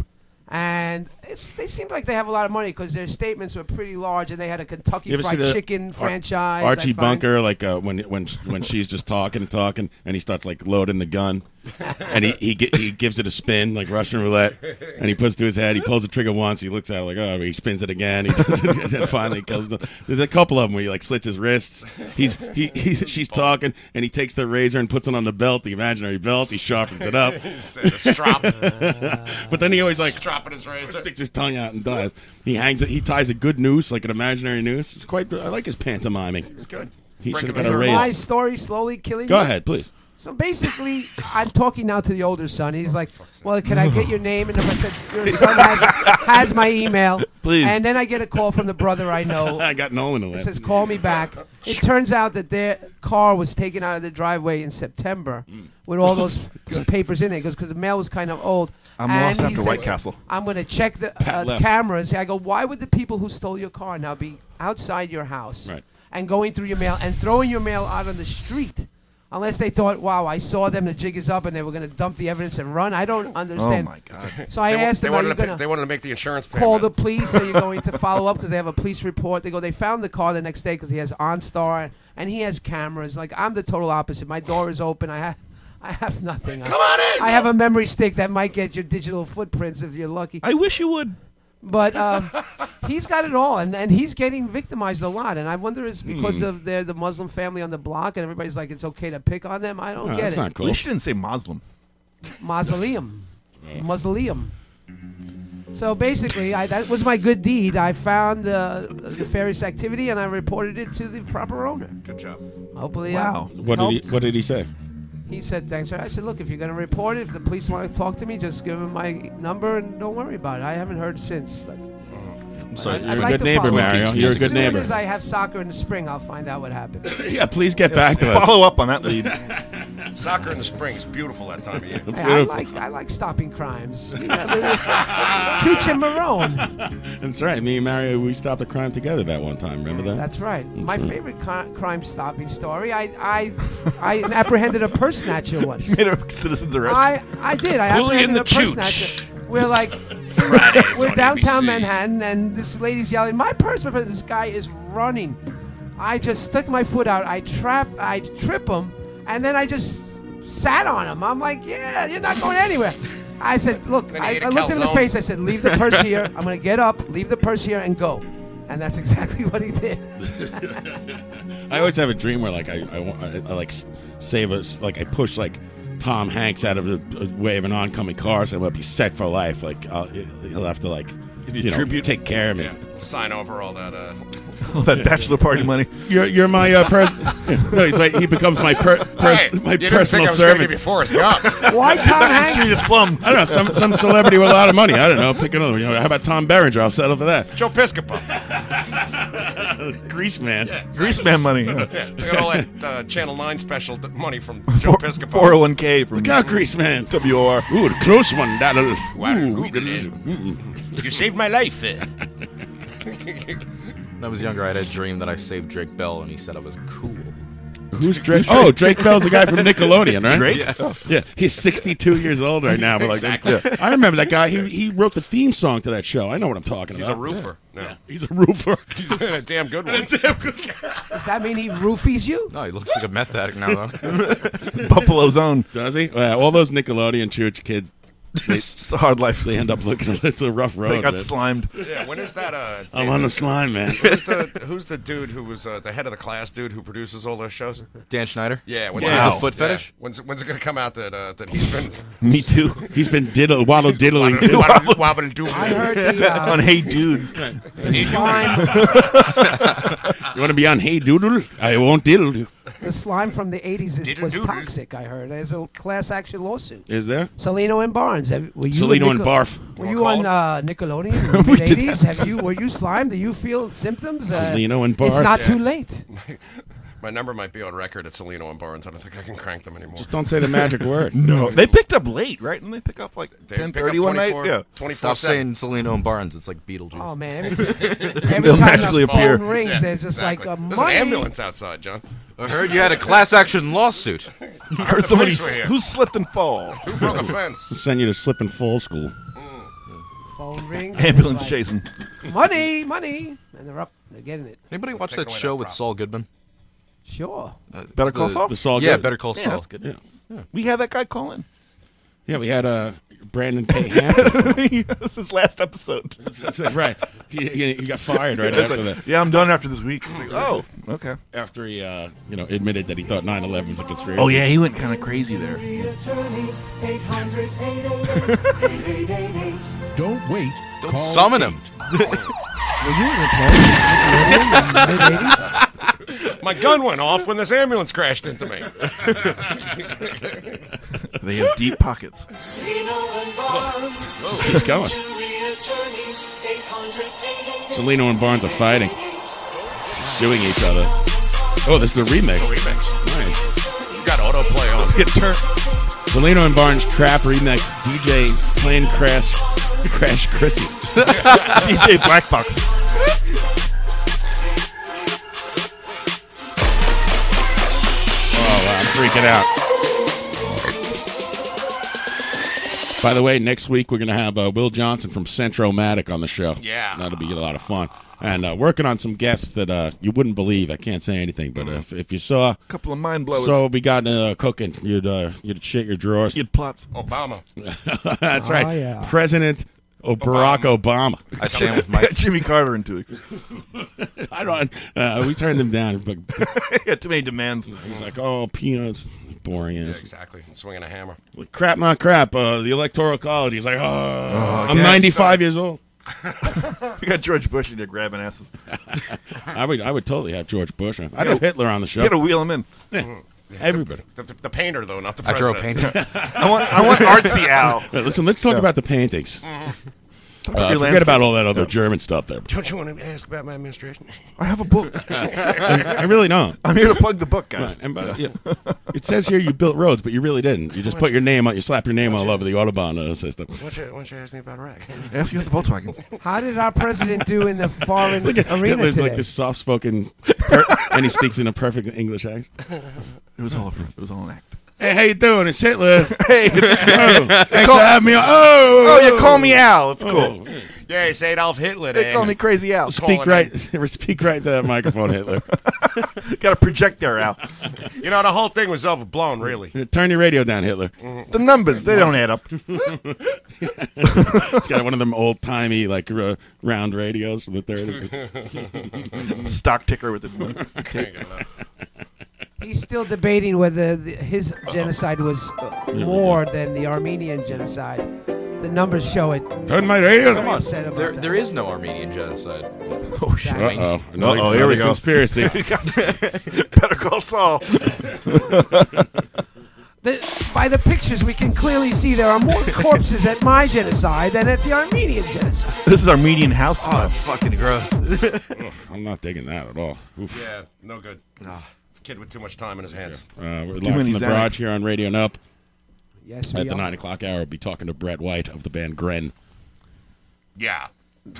S10: And it's, they seemed like they have a lot of money because their statements were pretty large, and they had a Kentucky
S12: You ever see
S10: Fried
S12: the
S10: Chicken
S12: Ar-
S10: franchise. I
S12: Archie
S10: find-
S12: Bunker, like uh, when when when she's just talking and talking, and he starts like loading the gun, and he he, gi- he gives it a spin like Russian roulette, and he puts it to his head, he pulls the trigger once, he looks at it like oh, he spins it again, he does it again, and finally kills. The, there's a couple of them where he like slits his wrists. He's he, he she's talking, and he takes the razor and puts it on the belt, the imaginary belt. He sharpens it up,
S6: The strop.
S12: but then he always like
S6: Stropping his razor.
S12: sticks his tongue out and dies. He hangs it. He ties a good noose, like an imaginary noose. It's quite. I like his pantomiming. It's
S6: good.
S12: He should
S6: Breaking
S12: have
S6: the
S12: got a
S6: third
S10: My
S12: raise.
S10: story slowly killing
S12: Go
S10: you?
S12: ahead, please.
S10: So basically, I'm talking now to the older son. He's like, "Well, can I get your name?" And if I said, "Your son has, has my email,"
S12: Please.
S10: and then I get a call from the brother I know.
S12: I got Nolan in
S10: It
S12: that.
S10: says, "Call me back." It turns out that their car was taken out of the driveway in September
S11: Mm.
S10: with all those papers in there because the mail was kind of old.
S11: I'm
S10: And
S11: lost
S10: he
S11: after White
S10: says,
S11: Castle.
S10: I'm going to check the
S11: Pat
S10: uh,
S11: left.
S10: cameras. I go, "Why would the people who stole your car now be outside your house
S12: Right.
S10: and going through your mail and throwing your mail out on the street?" Unless they thought, "Wow, I saw them. The jig is up," and they were going to dump the evidence and run. I don't
S11: Oh
S10: understand.
S6: my God.
S10: So I
S6: they, wa-
S10: asked
S6: they
S10: them, "Are
S6: wanted
S10: you
S6: to pay-
S10: gonna-
S6: They wanted to make the insurance payment.
S10: call the police. Are you going to follow up because they have a police report? They go, they found the car the next day because he has OnStar and he has cameras. Like I'm the total opposite. My door is open. I have, I have nothing. Come on in. I have a memory stick that might get your digital footprints if you're lucky. I wish you would. But um, he's got it all, and, and he's getting victimized a lot. And I wonder it's because
S11: Hmm.
S10: of their the Muslim family on the block, and everybody's like, it's okay to pick on them. I don't get it.
S11: At least you didn't say Muslim.
S10: Mausoleum, mausoleum. So basically, I, that was my good deed. I found the nefarious activity and I reported it to the proper owner.
S6: Good job.
S10: Hopefully, I
S12: What did he
S10: helped.
S12: What did he say?
S10: He said, "Thanks." sir." I said, "Look, if you're going to report it, if the police want to talk to me, just give them my number and don't worry about it." I haven't heard since. But
S12: I'm sorry,
S10: I'd
S12: you're a
S10: like
S12: good
S10: to
S12: neighbor,
S10: follow up.
S12: Mario. You're a good
S10: as soon
S12: neighbor.
S10: As I have soccer in the spring, I'll find out what happened.
S12: Yeah, please get back to us.
S11: Follow up on that lead.
S6: Soccer in the spring is beautiful that time of year.
S10: Hey, I like I like stopping crimes. You know, Chooch and Marone.
S12: That's right. Me and Mario, we stopped a crime together that one time. Remember that?
S10: That's right. My
S12: right.
S10: favorite cri- crime stopping story. I I I apprehended a purse snatcher once.
S11: You made a citizen's arrest.
S10: I, I did. I
S11: Hooligan
S10: apprehended
S11: the
S10: a purse
S11: Chooch.
S10: snatcher. We're like, we're
S11: on
S10: downtown
S11: ABC.
S10: Manhattan, and this lady's yelling, "My purse!" My purse! This guy is running. I just stuck my foot out. I trap. I trip him, and then I just sat on him. I'm like, "Yeah, you're not going anywhere." I said, "Look,"
S6: Then he
S10: I,
S6: ate a
S10: I looked him in the
S6: calzone.
S10: face. I said, "Leave the purse here. I'm gonna get up, leave the purse here, and go." And that's exactly what he did.
S12: I always have a dream where like I I, wa- I, I like s- save us like I push like Tom Hanks out of the uh, way of an oncoming car, so I'm gonna be set for life. Like I'll, he'll have to like
S11: you
S12: you know,
S11: tribute.
S12: take care of me.
S6: Sign over all that. Uh,
S11: All that bachelor party money.
S12: You're you're my uh, person. no, he's like he becomes my per- pers-
S6: Hey,
S12: my
S6: you didn't
S12: personal
S6: think I was gonna
S12: servant.
S6: give you Forrest Gump.
S10: Why Tom
S11: That's
S10: Hanks?
S11: serious plum.
S12: I don't know some some celebrity with a lot of money. I don't know. Pick another. one. You know, how about Tom Berenger? I'll settle for that.
S6: Joe Piscopo.
S12: Grease man.
S11: Grease man money.
S6: yeah,
S11: yeah.
S6: I got all that uh, Channel 9 special d- money from Joe Piscopo.
S11: 401k from
S12: Look out, Grease man. WR. Ooh, the close one. That'll.
S6: Wow,
S12: Ooh,
S6: who did it? You saved my life. eh?
S7: When I was younger, I had a dream that I saved Drake Bell, and he said I was cool.
S12: Who's Drake? Oh, Drake Bell's the guy from Nickelodeon, right?
S7: Drake?
S12: Yeah. Yeah. He's 62 years old right now. But like,
S6: Exactly.
S12: yeah. I remember that guy. He, he wrote the theme song to that show. I know what I'm talking
S6: He's a
S12: about.
S6: roofer. No.
S12: He's a roofer.
S6: a damn good one.
S10: Does that mean he roofies you?
S7: No, he looks like a meth addict now, though.
S12: Buffalo's own. Does he? Yeah, all those Nickelodeon church kids
S3: it's a hard life.
S12: They end up looking. It's a rough road.
S3: They got
S12: man.
S3: slimed.
S5: Yeah, when is that? Uh,
S12: I'm on the slime, man.
S5: who's the Who's the dude who was uh, the head of the class? Dude who produces all those shows?
S6: Dan Schneider.
S5: Yeah, when's
S6: He
S5: it-
S6: has a foot
S5: yeah.
S6: fetish.
S5: When's When's it gonna come out that uh, that he's been
S12: Me too. He's been diddle, waddle diddling.
S5: wobble, wobble doodle?
S12: I heard the, uh, On Hey Dude.
S5: Hey Dude.
S12: you want to be on Hey Doodle? I won't diddle you.
S10: The slime from the 80s is, was toxic, I heard. There's a class action lawsuit.
S12: Is there?
S10: Salino and Barnes. Have, were you
S12: Salino and
S10: Nico-
S12: Barf.
S10: Were you on uh, Nickelodeon in the
S12: We did
S10: 80s? Have you, were you slime? Do you feel symptoms? Uh,
S12: Salino and
S10: It's
S12: Barf.
S10: not
S12: Yeah.
S10: too late.
S5: My number might be on record at Salino and Barnes. I don't think I can crank them anymore.
S12: Just don't say the magic word.
S3: No, they picked up late, right? And they pick up like
S5: They pick
S3: ten
S5: up
S3: thirty one night.
S5: 24
S3: Yeah,
S5: 24
S6: Stop saying Salino and Barnes. It's like Beetlejuice.
S10: Oh, man. Every, every
S6: They'll
S10: time
S6: magically
S10: the phone
S6: appear.
S10: rings,
S6: Yeah,
S10: there's just like a
S5: There's
S10: money.
S5: an ambulance outside, John.
S6: I heard you had a
S2: Oh.
S6: class action lawsuit. I
S5: heard somebody s- who
S3: slipped and fall.
S5: Who broke a fence?
S12: We'll send you to slip and fall school.
S10: Phone rings. and
S3: Ambulance
S10: it's like,
S3: chasing.
S10: Money, money. And they're up. They're getting it.
S6: Anybody watch that show with Saul Goodman?
S10: Sure.
S6: Uh,
S12: Better
S6: the-
S12: Call Saul? The Saul
S6: yeah,
S12: Goodman.
S6: Better Call
S12: Yeah,
S6: Saul.
S12: that's good. Yeah.
S3: We had that guy call in.
S12: Yeah, we had uh, Brandon K. Hampton.
S3: it was his last episode.
S12: right. He, he, he got fired right
S3: It's
S12: after
S3: like,
S12: that.
S3: Yeah, I'm done after this week. It's like, oh, okay.
S12: After he, uh, you know, admitted that he thought 9/11 was a conspiracy.
S3: Oh yeah, he went kind of crazy there.
S16: Don't wait.
S6: Don't summon him.
S10: Were you an employee?
S5: My gun went off when this ambulance crashed into me.
S3: They have deep pockets.
S12: Just keeps going. Salino and Barnes are fighting, suing each other. Oh, this is a remix.
S5: It's a remix. Nice. You got autoplay on.
S3: Get turned.
S12: Salino and Barnes trap remix. DJ Plan Crash Crash Chrissy.
S3: DJ Black Box.
S12: Oh, wow, I'm freaking out. By the way, next week we're going to have uh, Will Johnson from Centromatic on the show.
S5: Yeah.
S12: That'll be a lot of fun. And uh, working on some guests that uh, you wouldn't believe. I can't say anything, but if, if you saw.
S3: Couple of mind blowers.
S12: So we got uh, cooking. You'd, uh, you'd shit your drawers.
S3: You'd plots.
S5: Obama.
S12: That's right.
S3: Oh, yeah.
S12: President o- Barack Obama.
S3: I stand with Mike. Jimmy Carter in two weeks.
S12: I don't. Uh, we turned him down. But
S3: yeah, too many demands.
S12: He's like, oh, peanuts. Boring
S5: Yeah,
S12: ass.
S5: exactly. Swinging a hammer.
S12: crap, not crap. Uh, the Electoral College. He's like, oh,
S3: Oh,
S12: I'm
S3: yeah.
S12: 95 years old.
S3: we got George Bush in there grabbing asses.
S12: I would, I would totally have George Bush. on. I'd
S3: Get a-
S12: have Hitler on the show.
S3: Get a wheel him in.
S12: Everybody.
S5: The, the, the painter, though, not the
S6: I drew
S5: president.
S6: a painter. I want- I want artsy Al.
S12: Right, listen, let's talk about the paintings. Uh,
S5: about your
S12: forget about
S5: landscapes.
S12: all that other German stuff there.
S5: Don't you want to ask about my administration?
S3: I have a book.
S12: I, I really don't.
S3: I'm here to plug the book, guys.
S12: Right, and by- yeah. It says here you built roads, but you really didn't. You just put your name on, you slap your name all over the autobahn uh, system.
S5: Why don't, you, why don't you ask me about Iraq?
S3: Ask you at the Volkswagen.
S10: How did our president do in the foreign
S12: Look at
S10: arena
S12: Hitler's
S10: today?
S12: like this soft-spoken, per- and he speaks in a perfect English accent.
S3: It was all a front. It was all an act.
S12: Hey, how you doing? It's Hitler.
S3: hey, They
S12: oh, thanks
S3: call-
S12: for having me. on- Oh,
S3: Oh, you call me Al. It's cool.
S5: yeah, it's Adolf Hitler.
S3: Oh. They
S5: eh?
S3: call me Crazy Al.
S12: Speak right, speak right to that microphone, Hitler.
S3: Got a projector, Al.
S5: You know, the whole thing was overblown, really.
S12: Turn your radio down, Hitler.
S3: The numbers, they don't add up.
S12: It's got one of them old timey like r- round radios from the 30s.
S3: Stock ticker with the.
S10: He's still debating whether the, his genocide was uh,
S12: we
S10: more than the Armenian genocide. The numbers show it.
S12: Turn my radio.
S10: Very
S6: Come on.
S10: upset about
S6: There,
S10: that.
S6: there is no Armenian genocide.
S3: Oh, shit.
S12: Uh-oh. Another- Uh-oh, here we another go. conspiracy.
S3: Better call Saul.
S10: The- by the pictures, we can clearly see there are more corpses at my genocide than at the Armenian genocide.
S3: This is our median house.
S6: Oh, it's fucking gross.
S12: I'm not digging that at all. Oof.
S5: Yeah, no good.
S3: Ah.
S5: It's a kid with too much time in his hands.
S12: Uh, we're
S3: Too
S12: live
S3: many
S12: from the barrage
S3: Xanax.
S12: here on Radio Nup.
S10: Yes,
S12: At
S10: we
S12: the
S10: are.
S12: nine o'clock hour, we'll be talking to Brett White of the band Gren.
S5: Yeah.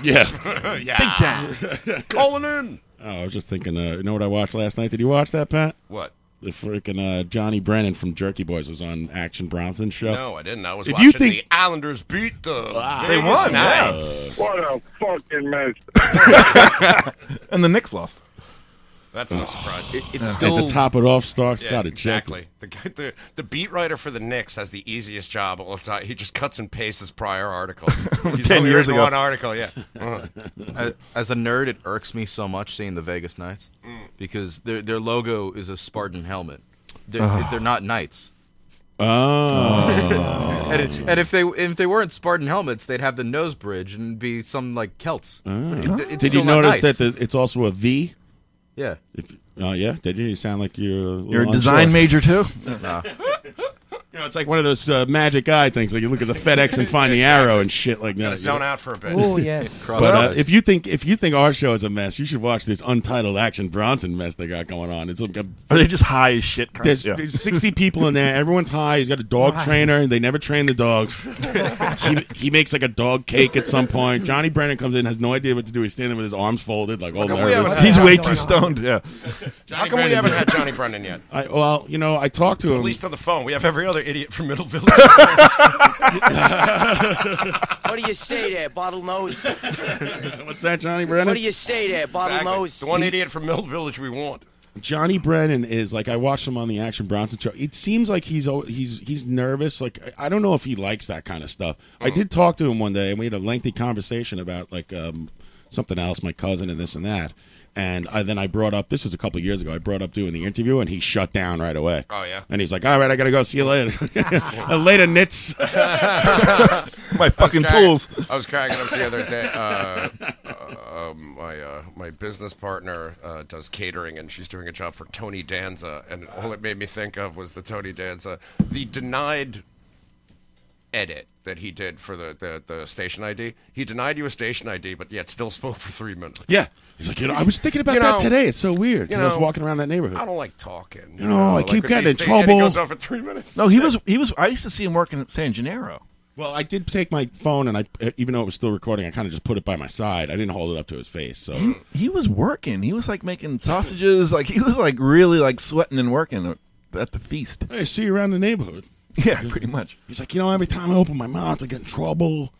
S12: Yeah.
S5: yeah. Calling in.
S12: Oh, I was just thinking. Uh, you know what I watched last night? Did you watch that, Pat?
S5: What?
S12: The freaking uh, Johnny Brennan from Jerky Boys was on Action Bronson show.
S5: No, I didn't. I was
S12: If
S5: watching
S12: you think
S5: the Islanders beat the
S3: they
S5: Vegas
S3: won, yeah.
S5: Knights.
S11: What a fucking mess.
S3: and the Knicks lost.
S5: That's no surprise.
S6: It- it's
S12: And
S6: still
S12: to top it off, Stark's
S5: Yeah,
S12: got a
S5: exactly. The, guy- the the beat writer for the Knicks has the easiest job all the time. He just cuts and pastes prior articles. He's
S6: Ten
S5: only
S6: years
S5: written
S6: ago.
S5: one article. Yeah. Uh.
S6: as, as a nerd, it irks me so much seeing the Vegas Knights because their their logo is a Spartan helmet. They're,
S12: Ah.
S6: they're not knights.
S12: Oh.
S6: and, it- and if they if they weren't Spartan helmets, they'd have the nose bridge and be some like Celts.
S12: Oh.
S6: It- it's
S12: Did you
S6: still not
S12: notice
S6: knights.
S12: that the, it's also a V?
S6: Yeah.
S12: If- Oh yeah. Did you sound like you're? little
S11: You're a
S12: unsure.
S11: design major, too?
S12: Nah. You know, it's like one of those uh, magic eye things. Like you look at the FedEx and find the arrow and shit like that.
S5: Gotta
S12: you
S5: zone
S12: know?
S5: out for a bit.
S10: Oh, yes. Cross
S12: but uh,
S10: eyes.
S12: if you think if you think our show is a mess, you should watch this Untitled Action Bronson mess they got going on. It's like a,
S11: Are they just high as shit? Carl?
S12: There's,
S11: Yeah.
S12: there's 60 people in there. Everyone's high. He's got a dog
S11: Right.
S12: trainer, and they never train the dogs. he, he makes like a dog cake at some point. Johnny Brennan comes in, has no idea what to do. He's standing with his arms folded, like all
S5: How come we haven't
S12: nervous.
S5: had Johnny Brennan? How
S12: Johnny
S5: come we
S12: Brennan
S5: haven't
S12: just-
S5: had Johnny Brennan yet?
S12: I, well, you know, I talked to him.
S5: At least on the phone. We have every other idiot from Middle Village.
S17: What do you say there, bottle nose?
S12: What's that, Johnny Brennan?
S17: What do you say there, bottle
S5: Exactly.
S17: nose?
S5: The one idiot from Middle Village we want.
S12: Johnny Brennan is like I watched him on the Action Bronson show. It seems like he's al- he's he's nervous. Like I I don't know if he likes that kind of stuff. I
S5: Uh-huh.
S12: did talk to him one day, and we had a lengthy conversation about like um, something else, my cousin, and this and that. And I, then I brought up this was a couple of years ago. I brought up doing the interview, and he shut down right away.
S5: Oh, yeah?
S12: And he's like, "All right, I gotta go. See you later. later, nits.
S5: I
S12: my
S5: was
S12: fucking
S5: cracking-
S12: tools."
S5: I was cracking up the other day. Uh, uh, uh, my uh, my business partner uh, does catering, and she's doing a job for Tony Danza. And all it made me think of was the Tony Danza, the denied edit that he did for the, the, the station ID. He denied you a station ID, but yet still spoke for three minutes.
S12: Yeah. He's like, you know, I was thinking about
S5: You
S12: that
S5: know,
S12: today. It's so weird.
S5: you
S12: 'cause I was
S5: know,
S12: walking around that neighborhood.
S5: I don't like talking.
S12: You know, I
S5: like
S12: keep
S5: with
S12: getting
S5: these
S12: in
S5: things- and he
S12: trouble.
S5: goes on for three minutes.
S11: No, he was he was. I used to see him working at San Gennaro.
S12: Well, I did take my phone, and I uh, even though it was still recording, I kind of just put it by my side. I didn't hold it up to his face. So
S11: He, he was working. He was like making sausages. Like he was like really like sweating and working at the feast.
S12: I see you around the neighborhood.
S11: Yeah, pretty much.
S12: He's like, you know, every time I open my mouth, I get in trouble.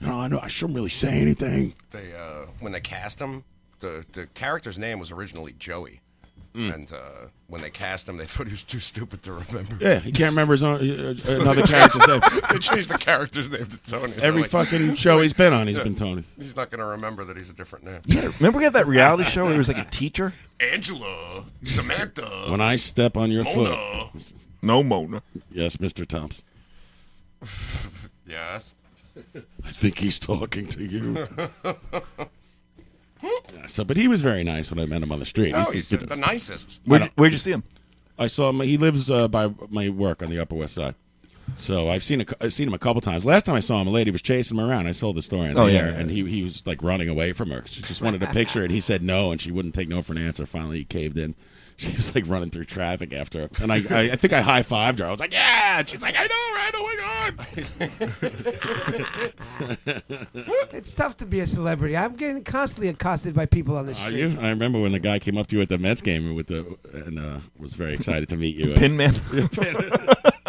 S12: You know, I know I shouldn't really say anything.
S5: They uh, when they cast him, the the character's name was originally Joey,
S11: Hmm.
S5: and uh, when they cast him, they thought he was too stupid to remember.
S12: Yeah, he can't remember his own uh,
S5: So
S12: uh, another
S5: they
S12: character's name.
S5: changed- they changed the character's name to Tony. They're
S12: Every
S5: like-
S12: fucking show he's been on, he's been Tony.
S5: He's not going to remember that he's a different name.
S11: Yeah, remember we had that reality show where he was like a teacher.
S5: Angela, Samantha.
S12: When I step on your
S5: Mona.
S12: foot,
S11: no Mona.
S12: Yes, Mister Thompson.
S5: Yes.
S12: I think he's talking to you. so, but he was very nice when I met him on the street.
S5: No,
S12: He's-
S5: Oh, he's
S12: you
S5: the-
S12: know.
S5: the nicest.
S12: I
S11: Where'd you,
S12: don't-
S11: where'd you see him?
S12: I saw him. He lives uh, by my work on the Upper West Side, so I've seen a, cou- I've seen him a couple times. Last time I saw him, a lady was chasing him around. I told the story on
S11: Oh,
S12: the
S11: yeah,
S12: air,
S11: yeah,
S12: and he he was like running away from her. She just wanted a picture, and he said no, and she wouldn't take no for an answer. Finally, he caved in. She was like running through traffic after him, and I I, I think I high fived her. I was like, yeah. She's like, I Oh know, right? Oh my god.
S10: It's tough to be a celebrity. I'm getting constantly accosted by people on the
S12: Are
S10: street.
S12: you? I remember when the guy came up to you at the Mets game with the and uh, was very excited to meet you.
S11: Pin man.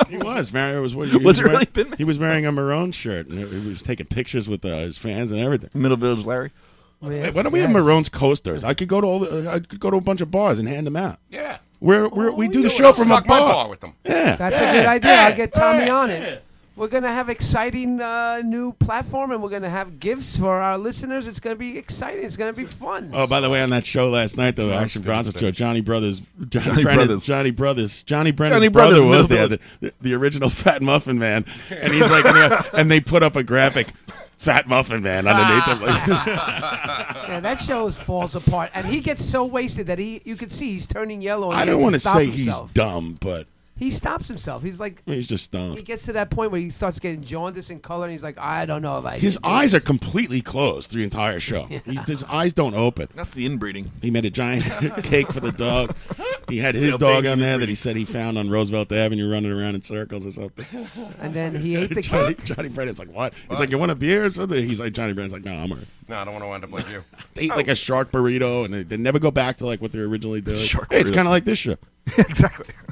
S12: he was. Mario was. What,
S11: Was
S12: he
S11: it
S12: wearing,
S11: really
S12: He was wearing a maroon shirt and he was taking pictures with uh, his fans and everything.
S11: Middle Village Larry.
S12: Hey, why don't we have Maroon's coasters? I could go to all. The, uh, I could go to a bunch of bars and hand them out. Yeah, we're, we're, we do the show
S5: I'll
S12: from a
S5: stock my
S12: bar.
S5: bar with them.
S12: Yeah,
S10: That's a good idea. I'll get Tommy on it. We're gonna have exciting uh, new platform, and we're gonna have gifts for our listeners. It's gonna be exciting. It's gonna be fun.
S12: Oh, by the way, on that show last night, the
S11: Yeah,
S12: Action
S11: it's
S12: Bronson
S11: good
S12: show,
S11: stuff.
S12: Johnny Brothers, Johnny,
S11: Johnny
S12: Brennan,
S11: Brothers.
S12: Johnny Brothers, Johnny Brennan's
S11: Johnny
S12: brother
S11: Brothers,
S12: was
S11: Middle
S12: there, the, the, original Fat Muffin Man, and he's like, and they put up a graphic, Fat Muffin Man underneath him.
S11: Ah.
S10: yeah, that show is- falls apart, and he gets so wasted that he—you can see he's turning yellow. And
S12: I
S10: he
S12: don't
S10: has
S12: want to
S10: stop
S12: say he's
S10: himself.
S12: dumb, but
S10: He stops himself. He's like,
S12: he's just dumb.
S10: he gets to that point where he starts getting jaundice in color, and he's like, I don't know if I.
S12: His
S10: can do
S12: eyes
S10: this."
S12: are completely closed the entire show. He, his eyes don't open.
S11: That's the inbreeding.
S12: He made a giant cake for the dog. He had his
S11: Little
S12: dog
S11: baby
S12: on there that he said he found on Roosevelt Avenue running around in circles or something.
S10: And then he ate the
S12: Johnny,
S10: cake.
S12: Johnny Brennan's like, what? Oh. He's like, you want a beer or something? He's like, Johnny Brennan's like, no, I'm all right.
S5: No, I don't want to wind up like you.
S12: They eat like a shark burrito and they, they never go back to like what they originally doing.
S5: Shark
S12: hey, it's
S5: burrito.
S12: kind of like this show.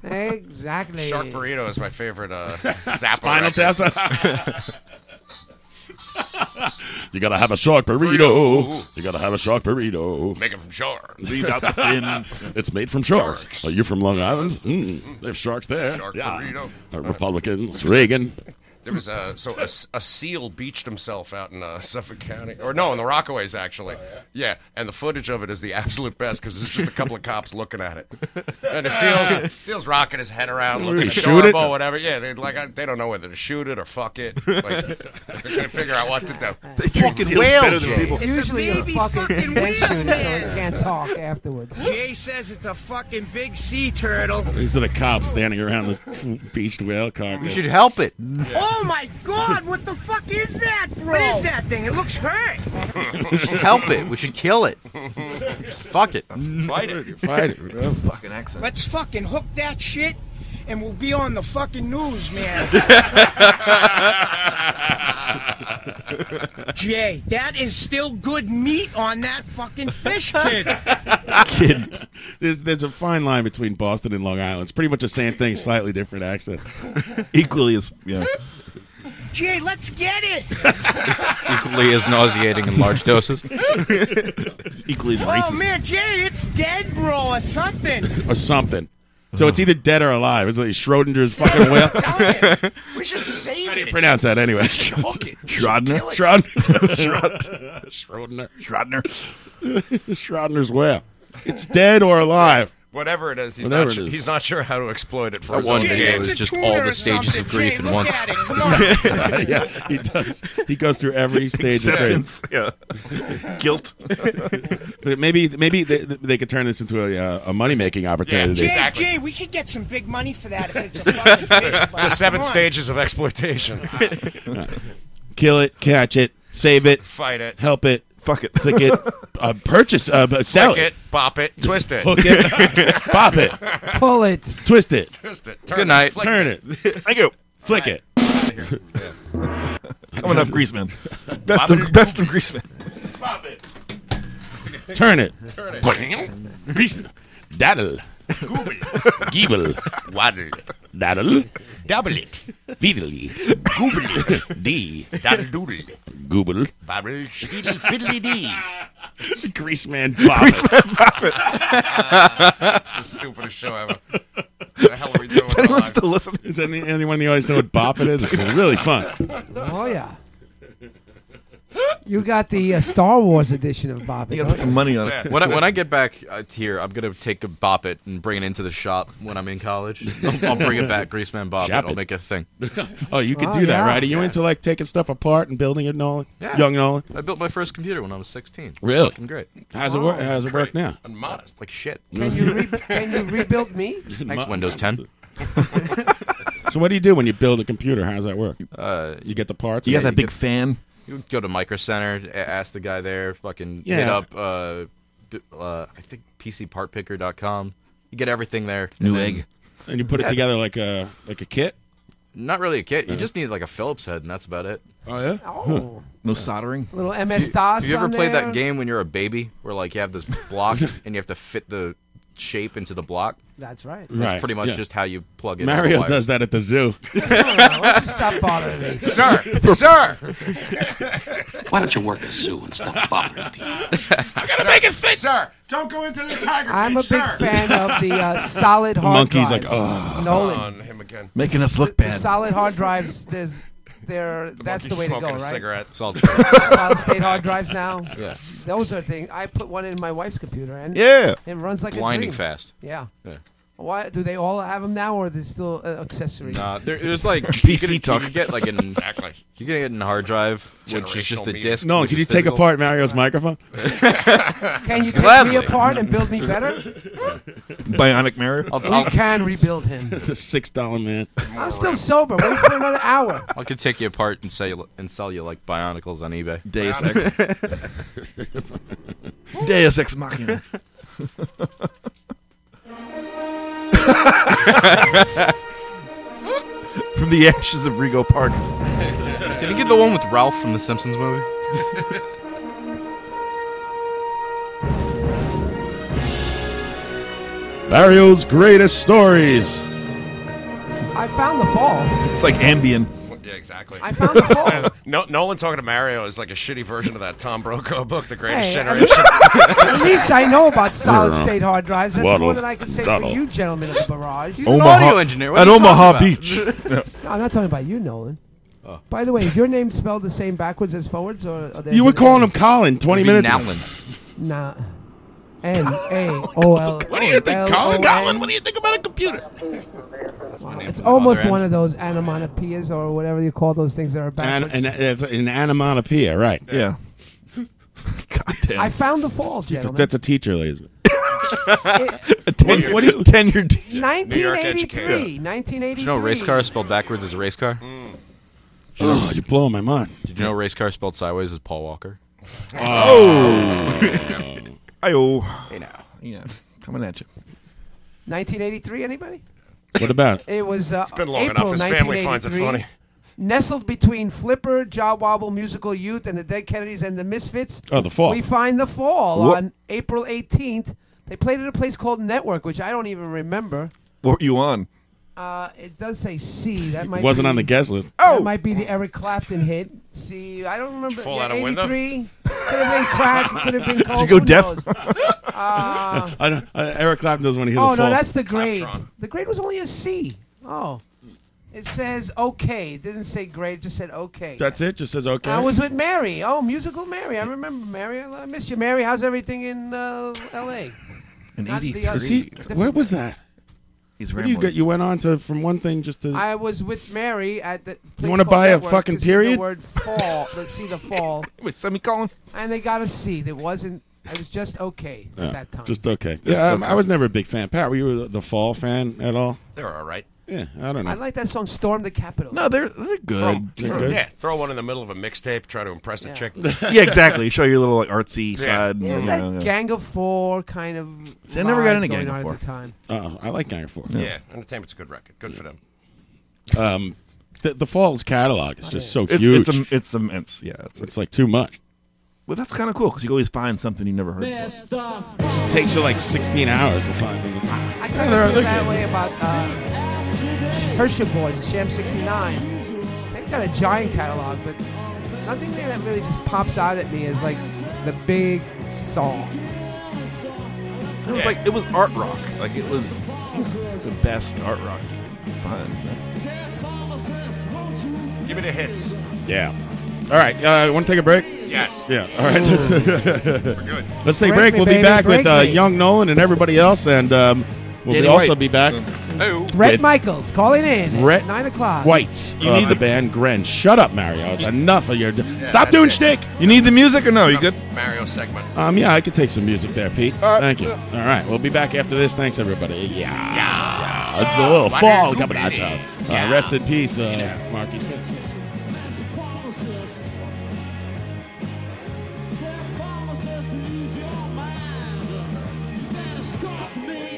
S10: Exactly.
S5: Shark burrito is my favorite. Uh, Zappa
S12: Spinal
S5: record.
S12: Tap's- You gotta have a shark burrito. You gotta have a shark burrito.
S5: Make it from shark.
S12: Leave out the fin. It's made from sharks. Are you from Long Island? Mm, they have sharks there.
S5: Shark
S12: yeah.
S5: burrito.
S12: Uh, Republicans. Reagan.
S5: There was a so a, s- a seal beached himself out in uh, Suffolk County, or no, in the Rockaways actually. yeah. and the footage of it is the absolute best because it's just a couple of cops looking at it, and the seals seals rocking his head around, looking
S12: Really shoot it?
S5: adorable, whatever. Yeah, they like I, they don't know whether to shoot it or fuck it. Like, they're gonna figure out what to do. It's a fucking whale, Jay.
S10: Usually
S6: baby
S10: you're fucking,
S6: fucking
S10: mentioned, so
S6: whale.
S10: you can't talk afterwards.
S6: Jay says it's a fucking big sea turtle.
S12: These are the cops standing around the beached whale car.
S6: We
S18: should help it.
S6: Oh my god, what the fuck is that, bro? What is that thing? It looks hurt.
S18: We should help it. We should kill it. Just fuck it.
S5: Fight it.
S12: Fight it.
S18: Fucking accent.
S6: Let's fucking hook that shit and we'll be on the fucking news, man. Jay, that is still good meat on that fucking fish, kid.
S12: Kid. There's, there's a fine line between Boston and Long Island. It's pretty much the same thing, slightly different accent. Equally as yeah.
S6: Jay, let's get it.
S18: Equally as nauseating in large doses.
S12: Equally
S6: oh man, Jay, it's dead, bro, or something.
S12: or something. So it's either dead or alive. It's like Schrodinger's fucking whale.
S6: We should save
S12: How do you pronounce that anyway? Schrodner.
S19: kill it.
S12: Schrodner. Schrodner. Schrodner. Schrodner's whale. It's dead or alive.
S5: Whatever it is, he's
S12: Whatever
S5: not
S12: it
S5: su-
S12: is.
S5: he's not sure how to exploit it for
S18: That
S5: his
S18: one
S5: own
S18: video
S5: gain.
S18: is It's a just all tuna the or stages of something, grief Jay, at look once. at it, come on.
S12: yeah, he does. He goes through every stage
S3: Acceptance,
S12: of
S3: yeah. Guilt.
S12: But maybe maybe they, they could turn this into a, uh, a money making opportunity.
S6: Jay, Jay, we could get some big money for that if it's a fucking fish.
S5: the
S6: bro.
S5: seven
S6: Come on.
S5: stages of exploitation.
S12: Kill it, catch it, save it,
S5: Fight it.
S12: help it, fuck it, sick it, uh, purchase, uh, b- sell
S5: Lick it, bop it, twist it,
S12: Hook it, pop it,
S10: pull it,
S12: twist it,
S5: twist it.
S18: Good night.
S5: flick
S12: turn
S5: it.
S12: it. Thank you. Flick it.
S3: Coming up, Greaseman. Best
S12: Bop
S3: of
S12: it.
S3: best of Greaseman.
S12: Turn it.
S3: Turn
S12: it. Greaseman. Daddle. Geeble.
S5: Waddle.
S12: Daddle.
S5: Double it.
S12: Fiddly.
S5: Gooble it.
S12: D.
S5: Daddle doodle.
S12: Gooble.
S5: Bobble steedle fiddly dee.
S12: Greaseman Bob.
S5: Greaseman Bob. It's the stupidest show ever. What the hell are we doing? with our lives?
S12: listening? Does any, anyone in the audience know what bop it is? It's really fun.
S10: Oh yeah. You got the uh, Star Wars edition of Bobby. don't you?
S18: When I, when I get back uh, here, I'm gonna take a bop it and bring it into the shop when I'm in college. I'll, I'll bring it back, Greaseman Bop. It.
S12: Shop
S18: I'll
S12: it.
S18: make a thing.
S12: Oh, you could
S18: Oh,
S12: do that,
S18: yeah.
S12: right? Are you into like taking stuff apart and building it, Nolan?
S18: Yeah.
S12: Young Nolan.
S18: I built my first computer when I was 16.
S12: Really?
S18: Fucking great.
S12: How's it work? How's it work now?
S5: I'm modest.
S18: Like shit.
S10: Can you re- can you rebuild me?
S18: Thanks, Windows 10.
S12: So what do you do when you build a computer? How does that work?
S18: Uh,
S12: you get the parts.
S18: yeah, you get-
S3: fan.
S18: You go to Micro Center, a- ask the guy there, fucking hit
S3: Yeah.
S18: up, uh, b- uh, I think PCPartPicker.com. You get everything there. and
S12: New
S18: then-
S12: egg. And you put it
S18: Yeah.
S12: together like a like a kit.
S18: Not really a kit. You
S12: Uh.
S18: just need like a Phillips head, and that's about it.
S12: Oh yeah.
S10: Oh.
S3: No soldering.
S10: Little
S18: Have
S10: MS
S18: you-
S10: DOS.
S18: Have you ever
S10: on
S18: played
S10: there?
S18: that game when you're a baby, where like you have this block and you have to fit the shape into the block?
S10: That's right.
S12: Right,
S18: That's pretty much
S12: yeah.
S18: just how you plug it.
S12: Mario
S18: otherwise.
S12: does that at the zoo.
S10: Stop bothering me.
S5: Sir, sir.
S19: Why don't you work a zoo and stop bothering people?
S5: I gotta make it fit, sir. Don't go into the tiger.
S10: I'm a
S5: cage,
S10: big
S5: sir.
S10: fan of the uh, solid hard
S3: Monkey's like,
S10: drives.
S3: "Ugh."
S10: Nolan.
S5: On him again.
S3: Making us look
S10: The
S3: bad.
S10: solid hard drives, there's, they're, that's the
S5: monkey's
S10: way to go,
S5: smoking
S10: right?
S5: a cigarette.
S18: Solid
S10: solid state hard drives now.
S18: Yeah.
S10: Those are things. I put one in my wife's computer, and
S18: Yeah.
S10: it runs like
S18: Blinding
S10: a dream.
S18: fast.
S10: Yeah.
S18: Yeah.
S10: Why do they all have them now, or are they still uh, accessory?
S18: Nah, there, there's like you
S3: PC
S18: can, you
S3: talk.
S18: can get like an exactly. You can get an hard drive, which is
S5: Generational
S18: just the
S5: media.
S18: disc.
S12: Nolan,
S18: which
S12: can
S18: is
S12: you take
S18: physical.
S12: apart Mario's microphone?
S10: Can you take
S18: Gladly.
S10: me apart and build me better?
S3: Bionic Mario.
S18: I'll-
S10: we can rebuild him.
S12: the six dollar man.
S10: I'm still sober. Wait for another hour.
S18: I could take you apart and sell you and sell you like Bionicles on eBay.
S3: Deus Ex. Deus Ex Machina. From the ashes of Rigo Park.
S18: Did you get the one with Ralph from the Simpsons movie?
S12: Mario's greatest stories.
S10: I found the ball.
S3: It's like Ambien.
S5: Yeah, exactly.
S10: I found the ball.
S6: No, Nolan talking to Mario is like a shitty version of that Tom Brokaw book, The Greatest
S10: Hey, at
S6: Generation.
S10: At least I know about solid state hard drives. That's
S6: Waddle,
S10: more than I can say
S6: daddle.
S10: for you, gentlemen of the barrage.
S12: Oh.
S6: He's an Omaha- audio engineer. What at are you Omaha talking about? Beach.
S10: no, I'm not talking about you, Nolan.
S12: Oh.
S10: By the way, is your name spelled the same backwards as forwards, or are there
S12: You were calling him Colin 20
S10: It'd
S12: minutes
S10: be Nah. N A O L.
S12: What do you think, Colin? Colin, what do you think about a computer?
S10: It's almost one of those onomatopoeias or whatever you call those things that are
S12: An,
S10: backwards.
S12: an, it's an onomatopoeia, right? Yeah.
S10: I found the fall,
S12: That's a,
S10: gentlemen.
S12: that's a teacher, ladies.
S7: a
S12: tenured- what do you-
S7: tenured
S12: teacher.
S10: 1983. 1983.
S7: Did you know race car is spelled backwards as race car?
S12: Oh, you're blowing my mind.
S7: Did you know race car spelled sideways is Paul Walker?
S11: Oh. Ayo.
S7: Hey now.
S11: Yeah, coming at you.
S10: 1983. Anybody?
S12: What about?
S10: It was. Uh,
S6: It's been long
S10: April
S6: enough. His family finds it
S10: 1983.
S6: funny.
S10: Nestled between Flipper, Job Wobble, Musical Youth, and the Dead Kennedys and the Misfits.
S12: Oh, The Fall.
S10: We find the fall
S11: Wha-
S10: on April 18th. They played at a place called Network, which I don't even remember.
S11: What were you on?
S10: Uh, it does say C. That might
S12: Wasn't
S10: be- Oh.
S12: on the guest list.
S10: That might be the Eric Clapton hit. See, I don't remember.
S6: fall
S10: yeah,
S6: out a window?
S10: 83. Could have been crack. Could have been
S12: Did
S10: coke.
S12: you go
S10: who
S12: deaf?
S10: knows? Uh,
S12: I don't, uh, Eric Clapton doesn't want to hear
S10: oh
S12: the
S10: no,
S12: fall.
S10: that's the grade. The grade was only a C. Oh, it says okay. It didn't say grade. it Just said okay.
S12: That's it. Just says okay.
S10: I was with Mary. Oh, musical Mary. I remember Mary. I I miss you, Mary. How's everything in uh, L.A.?
S11: In
S10: Not the
S12: Is he?
S10: other-
S12: Where was that?
S11: He's
S12: What do you
S11: rambling.
S12: get? You went on to from one thing just to.
S10: I was with Mary at the.
S12: You wanna buy a fucking
S10: The
S12: period?
S10: word fall. Let's see the fall.
S11: With semicolon.
S10: And they got a C. There wasn't. I was just okay
S12: Yeah,
S10: at that time.
S12: Just uh, okay.
S11: Just
S12: Yeah,
S11: okay.
S12: I, I was never a big fan. Pat, were you the, the fall fan at all?
S6: They're all right.
S12: Yeah, I don't know.
S10: I like that song, "Storm the Capitol."
S11: No, they're they're good.
S6: From,
S11: They're
S6: from-
S11: good.
S6: yeah, throw one in the middle of a mixtape, try to impress a chick.
S11: yeah, exactly. Show your little like artsy
S6: Yeah.
S11: side.
S6: Yeah,
S10: It was
S11: you
S10: that
S11: know, yeah.
S10: Gang of Four kind of.
S11: See, I never got
S10: vibe
S11: into
S10: going
S11: Gang of
S10: on
S11: Four.
S10: At the time.
S12: Uh, I like Gang Four.
S6: Yeah. Entertainment's a good record. Good for them.
S12: Um, the, the Falls catalog is just so
S11: It's-
S12: huge.
S11: it's im- it's immense. Yeah, it's,
S12: like too much.
S11: Well, that's kind of cool because you always find something you never heard.
S12: It takes you like 16 hours to find it.
S10: I kind
S12: they're-
S10: of
S12: they're
S10: feel that
S12: good.
S10: way about uh, Hershey Boys, Sham '69. They've got a giant catalog, but nothing there that really just pops out at me is like the big song.
S11: It was like it was art rock. Like it was the best art rock you could find.
S6: Give me the hits.
S12: Yeah. All right. Uh, want to take a break?
S6: Yes.
S12: Yeah. All right.
S6: We're good.
S12: Let's take a
S6: Break
S12: break.
S6: me,
S12: we'll
S6: baby,
S12: be back
S6: break
S12: with uh,
S6: me.
S12: Young Nolan and everybody else, and um, we'll
S10: Danny
S12: be also
S10: White.
S12: be back.
S10: Brett Michaels calling in
S12: Brett
S10: at nine o'clock.
S12: Whites. You
S10: Uh,
S12: need the band Gren. Shut up, Mario. It's enough of your. Stop
S6: that's
S12: doing
S6: it.
S12: shtick. You need the music or no? Oh, You good?
S6: Mario segment.
S12: Um, yeah, I could take some music there, Pete.
S6: Uh,
S12: Thank you.
S6: uh,
S12: All right, we'll be back after this. Thanks, everybody. Yeah,
S11: Ah.
S6: yeah.
S12: it's a little
S6: Why
S12: fall
S6: not?
S12: coming out. y'all. Uh, rest in peace, uh, Marky Smith.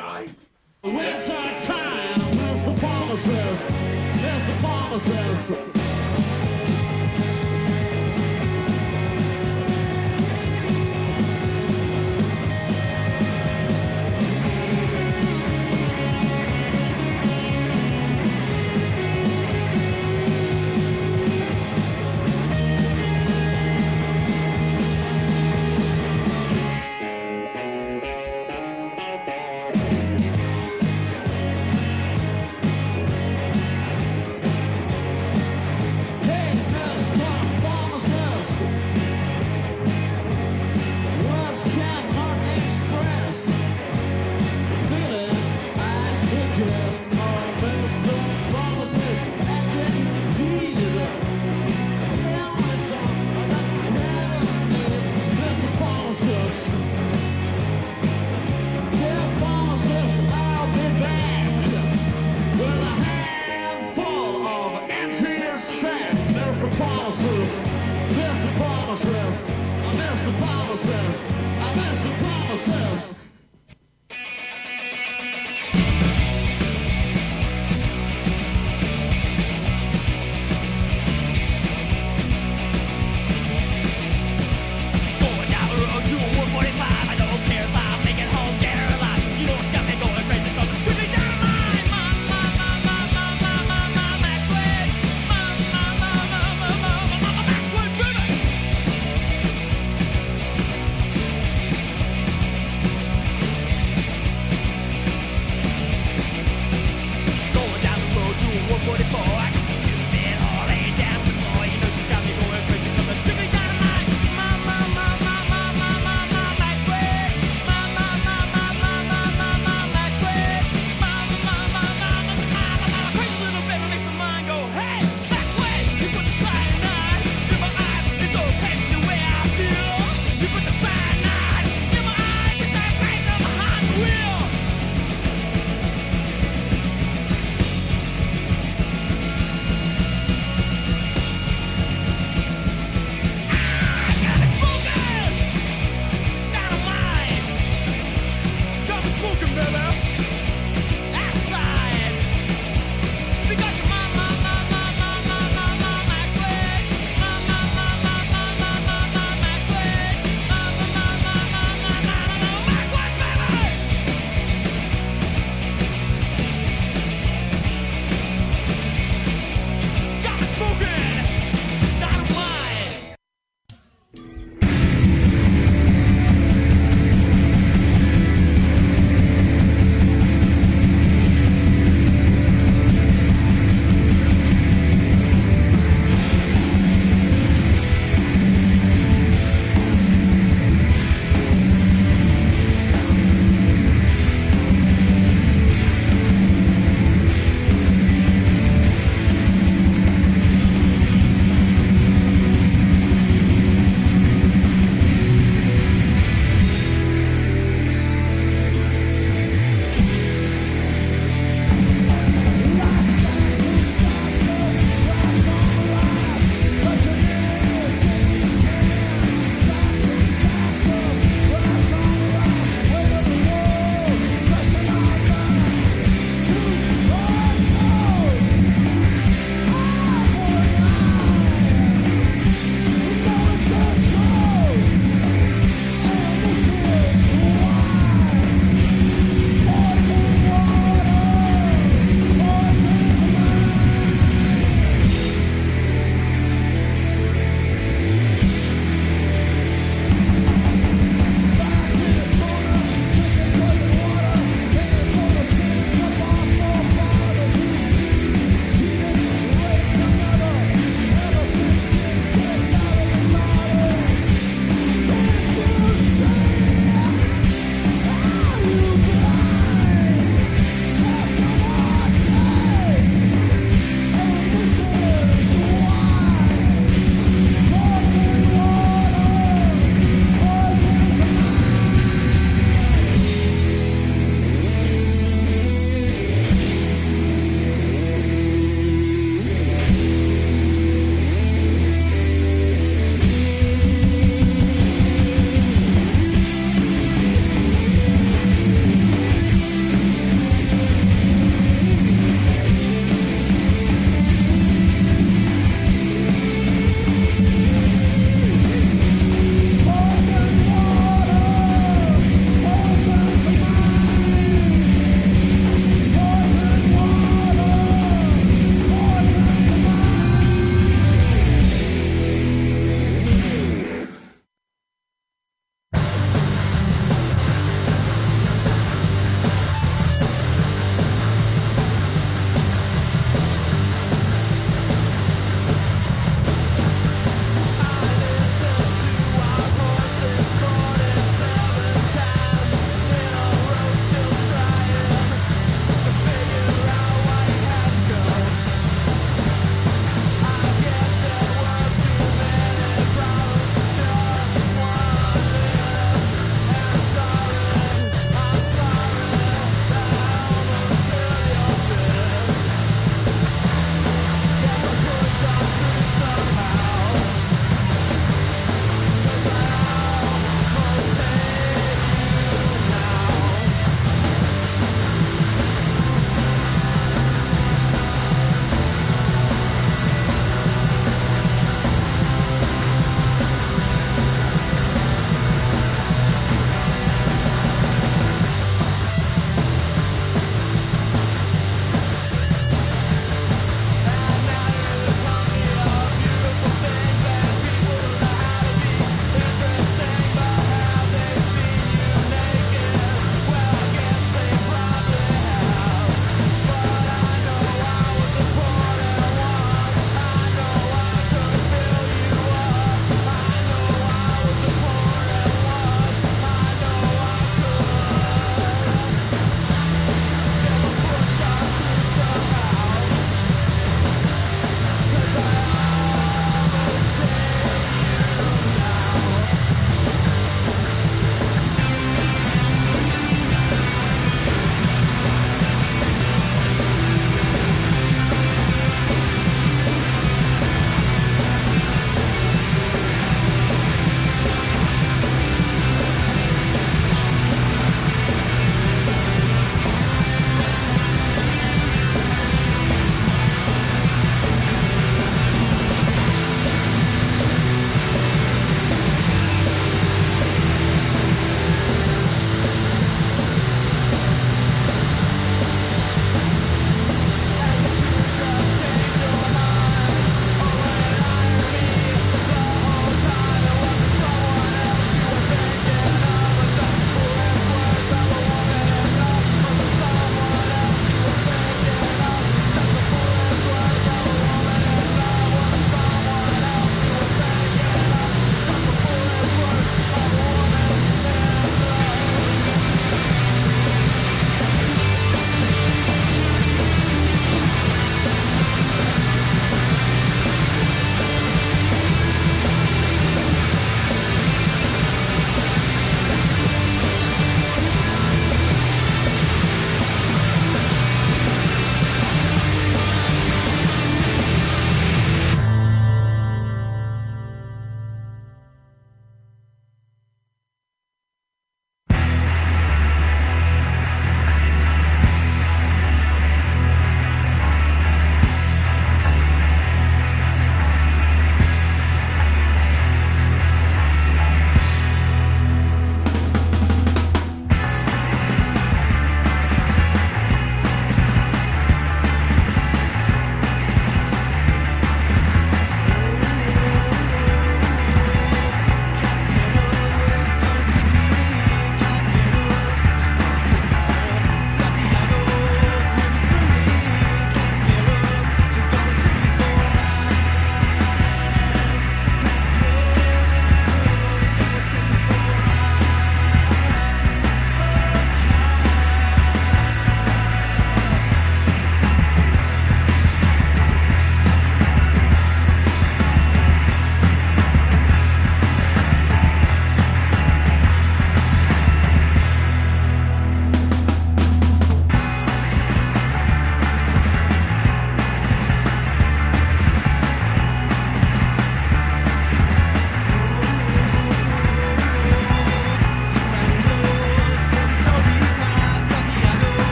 S4: Where's our time? Where's the pharmacist? There's the pharmacist.
S5: Thank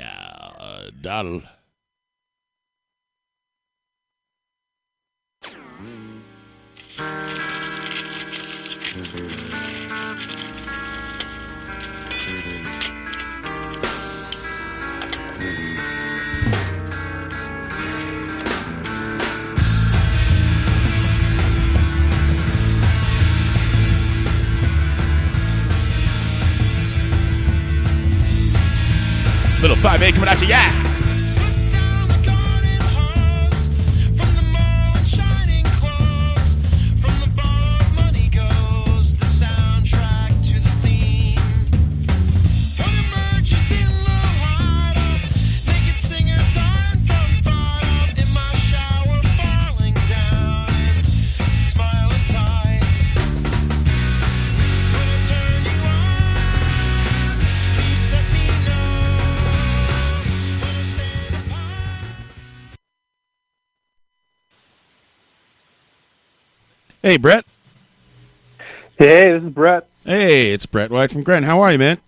S12: uh, Doddle. Little 5A coming out to ya. Hey, Brett.
S10: Hey, this is Brett.
S12: Hey, it's Brett White from Grant. How are you, man?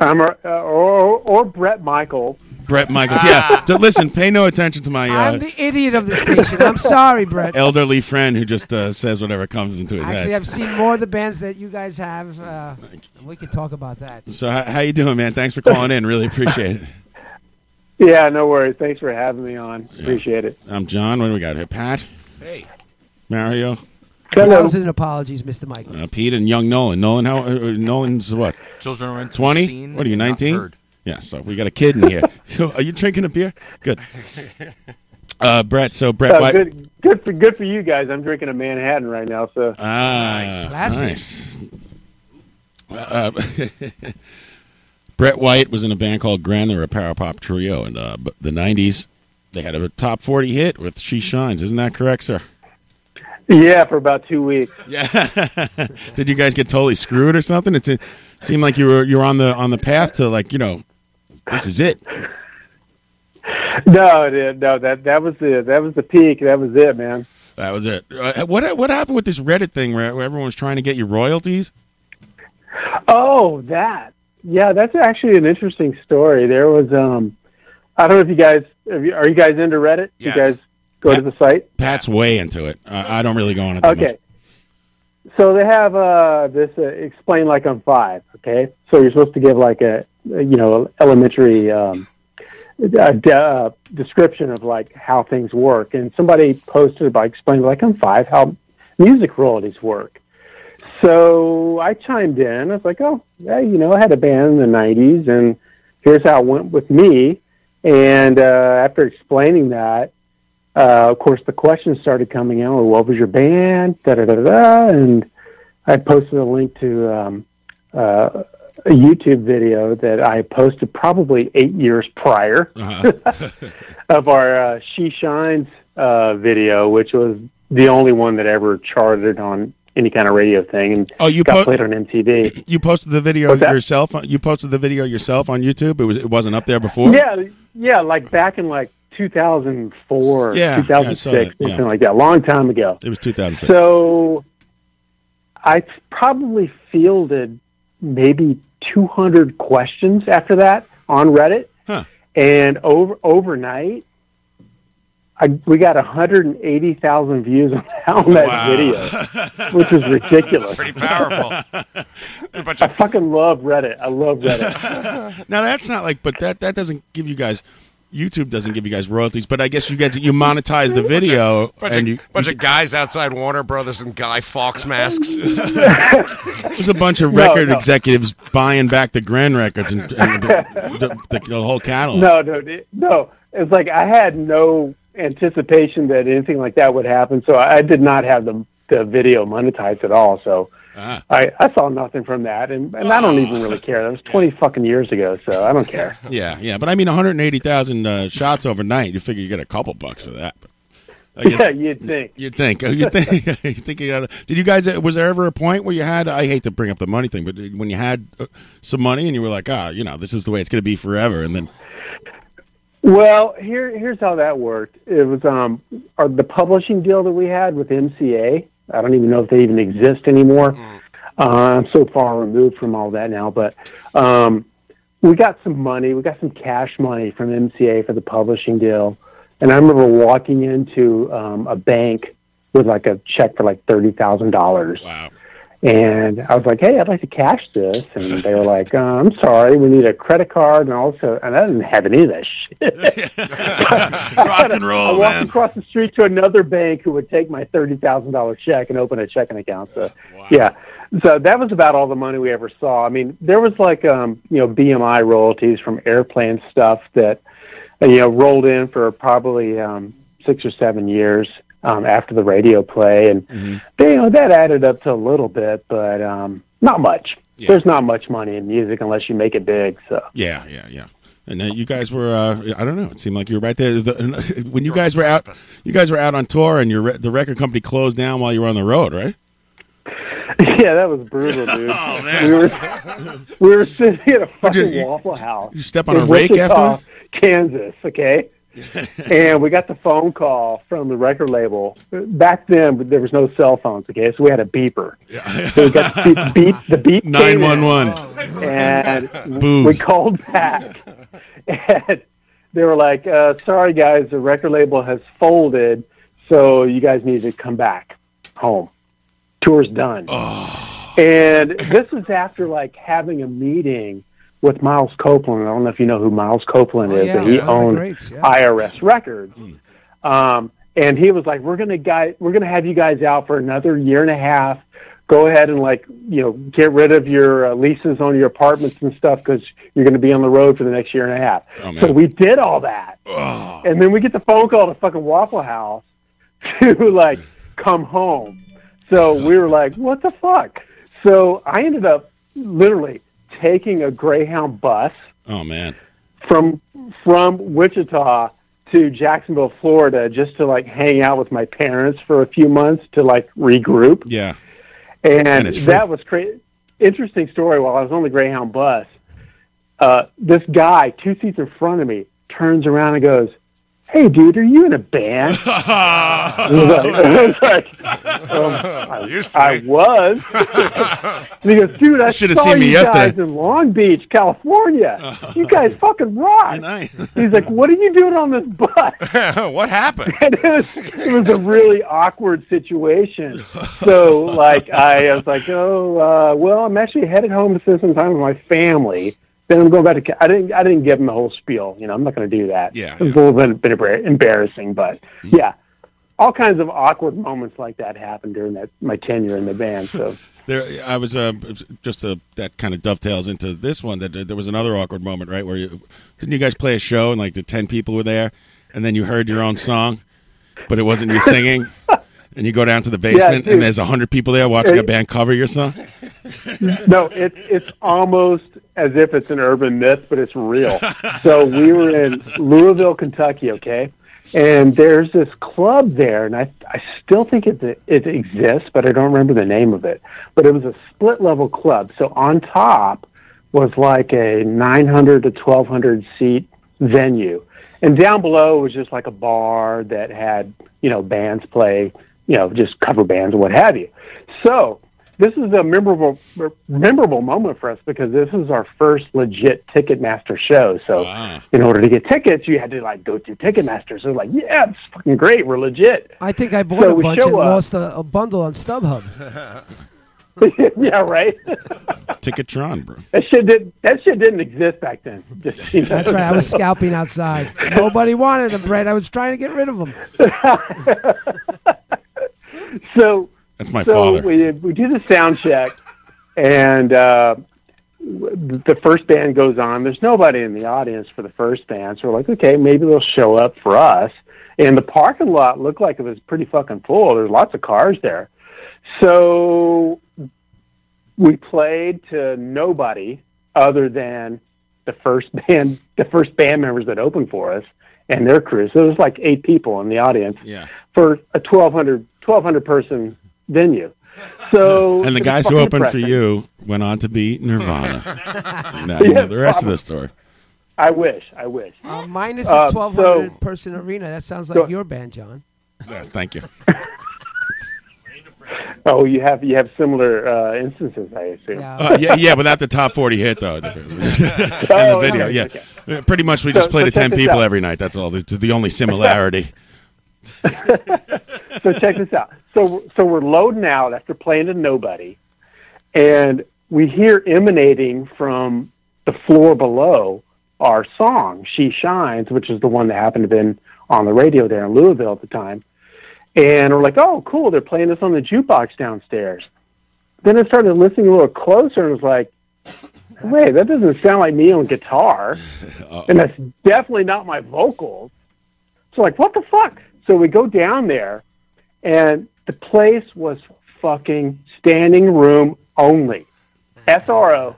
S10: I'm, uh, or, or Brett Michael.
S12: Brett Michaels. Yeah. D- listen, pay no attention to my
S20: I'm
S12: uh,
S20: the idiot of the station. I'm sorry, Brett.
S12: elderly friend who just uh, says whatever comes into his
S20: Actually,
S12: head.
S20: I've seen more of the bands that you guys have. Uh, we could talk about that.
S12: So, how, how you doing, man? Thanks for calling in. Really appreciate it.
S10: Yeah, no worries. Thanks for having me on. Appreciate it.
S12: I'm John. What do we got here? Pat,
S10: Hey.
S12: Mario,
S20: Thousands and apologies, Mr. Michaels.
S12: uh, Pete, and young Nolan. Nolan, how? Uh, Nolan's what?
S6: Children are into the
S12: Twenty?
S6: scene
S12: What are you?
S6: and not
S12: Nineteen?
S6: heard.
S12: Yeah. So we got a kid in here. Yo, are you drinking a beer? Good. Uh, Brett. So Brett
S10: Uh,
S12: White.
S10: good, good for good for you guys. I'm drinking a Manhattan right now, so
S12: Ah,
S10: Classy.
S12: nice. Uh, Brett White was in a band called Grand. They were a power pop trio in uh, b- the '90s. They had a top 40 hit with "She Shines." Isn't that correct, sir?
S10: yeah, for about two weeks.
S12: Yeah. Did you guys get totally screwed or something? It's- It seemed like you were you were on the on the path to like you know, this is it.
S10: no, dude, no, that that was the that was the peak. That was it, man.
S12: That was it. Uh, what what happened with this Reddit thing where everyone was trying to get you royalties?
S10: Oh, that. Yeah, that's actually an interesting story. There was um I don't know if you guys have you, are you guys into Reddit?
S12: Yes.
S10: You guys go to the site?
S12: Pat's way into it. I, I don't really go on it. That
S10: Okay. So they have uh, this uh, explain like I'm five. Okay, so you're supposed to give like a uh, you know elementary um, uh de- uh, description of like how things work, and somebody posted by explaining like I'm five how music royalties work. So I chimed in. I was like, oh, yeah, you know, I had a band in the '90s, and here's how it went with me. And uh, after explaining that, uh, of course, the questions started coming out. Well, what was your band? Da da da da. And I posted a link to um, uh, a YouTube video that I posted probably eight years prior
S12: Uh-huh.
S10: of our uh, "She Shines" uh, video, which was the only one that ever charted on any kind of radio thing and
S12: Oh, you
S10: got
S12: po-
S10: played on MTV.
S12: You posted the video
S10: What's that?
S12: yourself. You posted the video yourself on YouTube. It was it wasn't up there before.
S10: Yeah, yeah, like back in like 2004,
S12: Yeah, yeah, I saw
S10: 2006,
S12: that, yeah.
S10: something like that, long time ago.
S12: It was 2006.
S10: So I probably fielded maybe 200 questions after that on Reddit, and over overnight. I, we got 180,000 views on, on that
S5: Wow.
S10: video, which is ridiculous.
S5: Pretty powerful.
S10: I fucking love Reddit. I love Reddit.
S12: now that's not like, but that that doesn't give you guys. YouTube doesn't give you guys royalties, but I guess you guys you monetize the video
S5: Bunch,
S12: and
S5: of,
S12: you.
S5: bunch of guys outside Warner Brothers and Guy Fawkes masks.
S12: There's a bunch of
S5: No,
S12: record
S5: no.
S12: executives buying back the Grand Records and, and the, the, the whole catalog.
S10: No, no, it- no. It's like I had no anticipation that anything like that would happen, so I did not have the the video monetized at all. So I, I saw nothing from that, and, and I don't even really care. That was twenty fucking years ago, so I don't care.
S12: Yeah, yeah, but I mean, 180,000 uh, shots overnight. You figure you get a couple bucks for that. But I guess-
S10: yeah, you'd think.
S12: You'd think. You think? you think you gotta, did you guys? Was there ever a point where you had? I hate to bring up the money thing, but when you had uh, some money and you were like, ah, you know, this is the way it's going to be forever, and then
S10: Well, here here's how that worked. It was um our, the publishing deal that we had with MCA. I don't even know if they even exist anymore. Uh, I'm so far removed from all that now, but um,
S5: we got some money. We got some cash money from MCA for the publishing deal. And I remember walking into um, a bank with like a check for like thirty thousand dollars. Wow. And I was like, "Hey, I'd like to cash this," and they were like, uh, "I'm sorry, we need a credit card." And also, and I didn't have any of that shit.
S4: Rock and
S5: I
S4: roll,
S5: walked
S4: man.
S5: across the street to another bank who would take my thirty thousand dollar check and open a checking account. So, yeah, so that was about all the money we ever saw. I mean, there was like um, you know BMI royalties from airplane stuff that uh, you know rolled in for probably um, six or seven years um, after the radio play, and they, you know that added up to a little bit, but um, not much. There's not much money in music unless you make it big. So.
S12: Yeah, yeah, yeah. And uh, you guys were, uh, I don't know, it seemed like you were right there. The, when you guys were out, you guys were out on tour and your re- the record company closed down while you were on the road, right?
S5: Yeah, that was brutal, dude. We were we were sitting at a
S12: What'd you-
S5: fucking
S12: you-
S5: Waffle House.
S12: you step on a
S5: in
S12: rake
S5: Wichita,
S12: after?
S5: Kansas, okay. and we got the phone call from the record label. Back then, there was no cell phones, okay, so we had a beeper. So we got the beep, beep the beep. came in.
S12: 911.
S5: And
S12: Boobs.
S5: we called back, and they were like, uh, "Sorry, guys, the record label has folded, so you guys need to come back home. Tour's done." And this is after like having a meeting with Miles Copeland. I don't know if you know who Miles Copeland is,
S10: yeah, Oh,
S5: but
S10: one
S5: he
S10: of the
S5: owned
S10: greats, yeah.
S5: IRS Records.
S6: Hmm.
S5: Um, and he was like, "We're gonna guy, we're gonna have you guys out for another year and a half. Go ahead and like, you know, get rid of your uh, leases on your apartments and stuff because you're gonna be on the road for the next year and a half."
S6: Oh,
S5: so we did all that, and then we get the phone call to fucking Waffle House to like come home. So we were like, "What the fuck?" So I ended up literally taking a Greyhound bus
S12: Oh man,
S5: from from Wichita to Jacksonville, Florida, just to like hang out with my parents for a few months to like regroup.
S12: yeah.
S5: And,
S12: And it's free.
S5: that was crazy. Interesting story. While I was on the Greyhound bus, uh, this guy two seats in front of me turns around and goes, "Hey, dude, are you in a band?" I was like- I was like, um, I- I was. and he goes, "Dude, I
S12: Should've
S5: saw
S12: seen me
S5: you guys
S12: yesterday."
S5: in Long Beach, California. You guys fucking rock." He's like, "What are you doing on this bus?"
S6: what happened?
S5: it, was, it was a really awkward situation. So, like, I, was like, "Oh, uh, well, I'm actually headed home to spend some time with my family." Then I'm going back to. Ca- I didn't. I didn't give him the whole spiel. You know, I'm not going to do that.
S12: Yeah,
S5: it was a little bit, bit embar- embarrassing, but yeah, all kinds of awkward moments like that happened during that my tenure in the band. So.
S12: There, I was uh, just uh that kind of dovetails into this one. That uh, there was another awkward moment, right? Where you didn't you guys play a show and like the ten people were there, and then you heard your own song, but it wasn't you singing, and you go down to the basement
S5: dude.
S12: and there's hundred people there watching
S5: Hey.
S12: a band cover your song.
S5: no, it's it's almost as if it's an urban myth, but it's real. so we were in Louisville, Kentucky, okay, and there's this club there, and I I still think it it exists, but I don't remember the name of it. But it was a split level club, so on top was like a 900 to 1200 seat venue, and down below was just like a bar that had you know bands play, you know just cover bands and what have you. So this is a memorable memorable moment for us because this is our first legit Ticketmaster show. So in order to get tickets, you had to like go through Ticketmaster. So like, yeah, it's fucking great. We're legit.
S10: I think I bought
S5: So
S10: a
S5: we
S10: bunch
S5: show
S10: and
S5: up.
S10: lost a, a bundle on StubHub.
S5: yeah, right.
S12: Ticketron, bro.
S5: That shit did that shit didn't exist back then. Just, you know,
S10: That's right. I was
S5: so-
S10: scalping outside. Nobody wanted them, Brett. I was trying to get rid of them.
S5: so
S12: That's my
S5: so
S12: father.
S5: We, we do the sound check, and uh, w- the first band goes on. There's nobody in the audience for the first band, so we're like, okay, maybe they'll show up for us. And the parking lot looked like it was pretty fucking full. There's lots of cars there, so we played to nobody other than the first band, the first band members that opened for us and their crew. So there was like eight people in the audience
S12: Yeah.
S5: for a 1200, 1200 person venue. So
S12: And the
S5: it was
S12: guys who
S5: fucking
S12: opened for
S5: depressing.
S12: you went on to be Nirvana. now
S5: Yeah,
S12: you know the rest of
S5: probably.
S12: the story.
S5: I wish. I wish.
S10: Uh, minus
S5: Uh,
S10: the 1,200
S5: so-
S10: person arena. That sounds
S5: so-
S10: like your band, John.
S12: Yeah, thank you.
S5: Oh, you have you have similar uh, instances, I assume.
S12: Uh, yeah, yeah, without the top 40 hit, though, in the
S5: Oh,
S12: video.
S5: okay,
S12: Yeah. Uh, Pretty much we
S5: So-
S12: just play
S5: so
S12: to 10
S5: check this
S12: people
S5: out.
S12: every night. That's all. It's the only similarity.
S5: so check this out. So so we're loading out after playing to nobody, and we hear emanating from the floor below our song "She Shines," which is the one that happened to been on the radio there in Louisville at the time. And we're like, "Oh, cool! They're playing this on the jukebox downstairs." Then I started listening a little closer, and was like, "Wait, that doesn't sound like me on guitar." and that's definitely not my vocals. So like, what the fuck? So we go down there, and the place was fucking standing room only, SRO,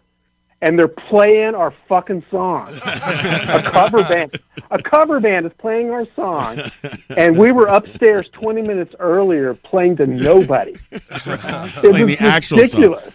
S5: and they're playing our fucking song. a cover band, a cover band is playing our song, and we were upstairs 20 minutes earlier playing to nobody. It
S12: Playing the
S5: was
S12: actual song.
S5: ridiculous.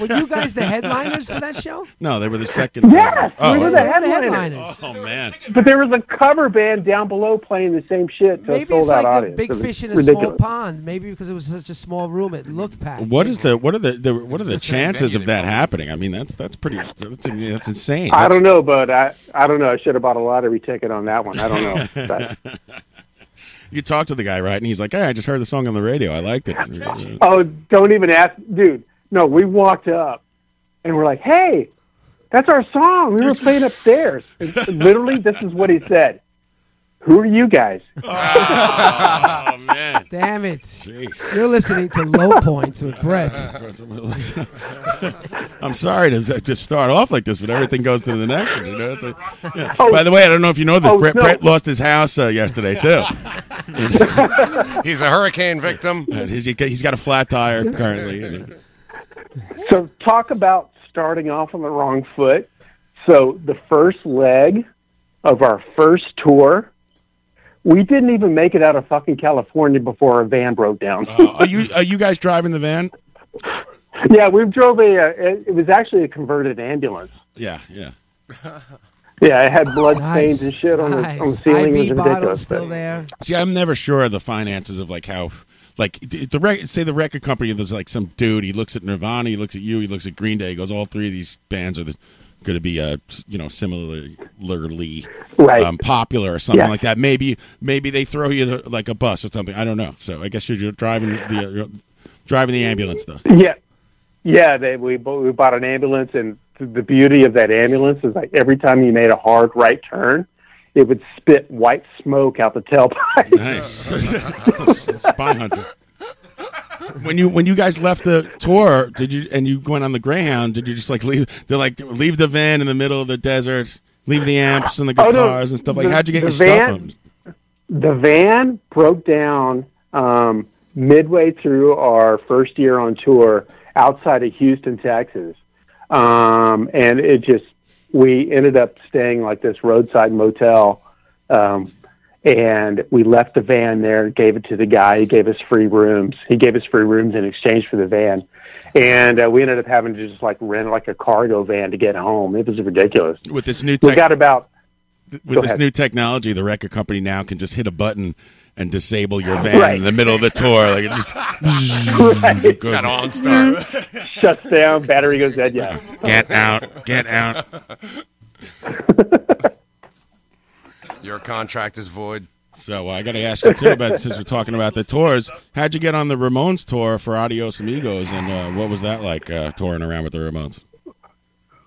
S10: Were you guys the headliners for that show?
S12: No, they were the second.
S5: Yes,
S12: Oh.
S5: we were the
S10: They were the
S5: headliners.
S12: Oh, man.
S5: But there was a cover band down below playing the same shit to a
S10: Maybe it's
S5: sold
S10: like
S5: out
S10: a
S5: audience.
S10: big
S5: It was
S10: fish in a small
S5: ridiculous.
S10: pond. Maybe because it was such a small room, it looked packed.
S12: What is the what are the, the what are the,
S10: the same
S12: chances
S10: venue
S12: of that happening? I mean, that's that's pretty that's that's insane.
S5: I
S12: That's-
S5: don't know, but I I don't know. I should have bought a lottery ticket on that one. I don't know. But-
S12: You talk to the guy, right? And he's like, "Hey, I just heard the song on the radio. I liked it."
S5: oh, don't even ask, dude. No, we walked up and we're like, "Hey, that's our song. We were playing upstairs." And literally, this is what he said. Who are you guys?
S10: oh man! Damn it! You're listening to Low Points with Brett.
S12: I'm sorry to to start off like this, but everything goes to the next one. You know, it's like, yeah. By the way, I don't know if you know that
S6: Oh,
S12: Brett,
S6: no.
S12: Brett lost his house uh, yesterday too.
S6: He's a hurricane victim.
S12: And Uh, he's, he's got a flat tire currently.
S5: So talk about starting off on the wrong foot. So the first leg of our first tour, we didn't even make it out of fucking California before our van broke down.
S12: Uh, Are you are you guys driving the van?
S5: yeah, we drove a, uh it it was actually a converted ambulance.
S12: Yeah, yeah.
S5: Yeah, it had blood stains
S12: Nice,
S5: and shit on,
S10: nice.
S5: the, on the
S10: IV
S5: ceiling. it was
S10: bottles
S5: ridiculous.
S10: still there.
S12: See, I'm never sure of the finances of like how, like the the rec- say the record company. There's like some dude. He looks at Nirvana. He looks at you. He looks at Green Day. He goes, all three of these bands are the, going to be uh s- you know similarly
S5: right.
S12: um, popular or something
S5: Yeah.
S12: like that. Maybe maybe they throw you the, like a bus or something. I don't know. So I guess you're, you're driving the uh, you're driving the ambulance though.
S5: Yeah, yeah. They we bo- we bought an ambulance, and th- the beauty of that ambulance is like every time you made a hard right turn, it would spit white smoke out the tailpipe.
S12: Nice. That's a s- spy hunter. When you when you guys left the tour, did you and you went on the Greyhound? Did you just like leave? They like leave the van in the middle of the desert, leave the amps and the
S5: Oh, no.
S12: guitars and stuff. Like,
S5: The-
S12: how'd you get
S5: the
S12: your stuff?
S5: van-
S12: Up?
S5: The van broke down um, midway through our first year on tour outside of Houston, Texas, um, and it just we ended up staying like this roadside motel. Um, and we left the van there, gave it to the guy. He gave us free rooms. He gave us free rooms in exchange for the van. And uh, we ended up having to just like rent like a cargo van to get home. It was ridiculous.
S12: With this new
S5: we
S12: tech-
S5: got about
S12: With
S5: Go
S12: this
S5: ahead.
S12: new technology, the record company now can just hit a button and disable your van
S5: Right.
S12: in the middle of the tour. Like it just
S5: Right.
S12: It's got OnStar.
S5: Shuts down, battery goes dead. Yeah.
S12: get out, get out.
S6: Your contract is void.
S12: So uh, I got to ask you too about since we're talking about the tours. How'd you get on the Ramones tour for Adios Amigos, and uh, what was that like uh, touring around with the Ramones?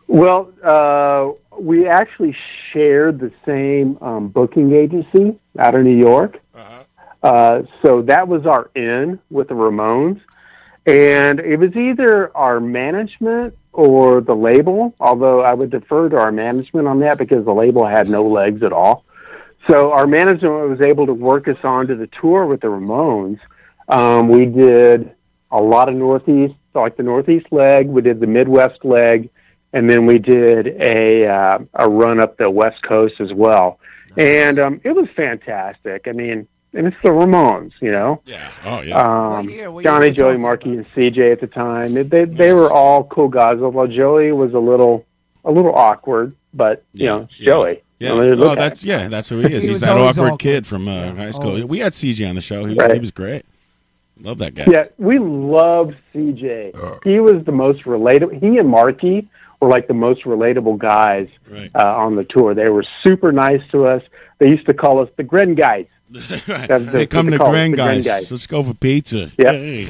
S5: Well, uh, we actually shared the same um, booking agency out of New York.
S12: Uh-huh.
S5: Uh, so that was our in with the Ramones. And it was either our management or the label, although I would defer to our management on that because the label had no legs at all. So our management was able to work us onto the tour with the Ramones. Um, we did a lot of Northeast, like the Northeast leg. We did the Midwest leg, and then we did a uh, a run up the West Coast as well. And um, it was fantastic. I mean, and it's the Ramones, you know.
S12: Yeah. Oh
S5: yeah. Um,
S10: what year
S5: Johnny,
S10: were we
S5: Joey,
S10: talking
S5: Markey, and CJ at the time. They they, they were all cool guys. Although Joey was a little a little awkward, but you know, it's Joey.
S12: Yeah.
S5: I mean, look
S12: Oh,
S5: at
S12: that's
S5: him.
S12: yeah. That's who he is. He's
S5: He was
S12: that
S5: always
S12: awkward
S5: awkward.
S12: kid from uh, high school.
S5: always.
S12: We had CG on the show. He was, he was great. Love that guy.
S5: Yeah, we loved CJ. He was the most relatable. He and Marky were like the most relatable guys uh, on the tour. They were super nice to us. They used to call us the Grin guys. That's
S12: They
S5: what
S12: come to
S5: call us,
S12: Grand
S5: the Grin
S12: guys. Let's go for pizza.
S5: Yeah.
S12: Hey.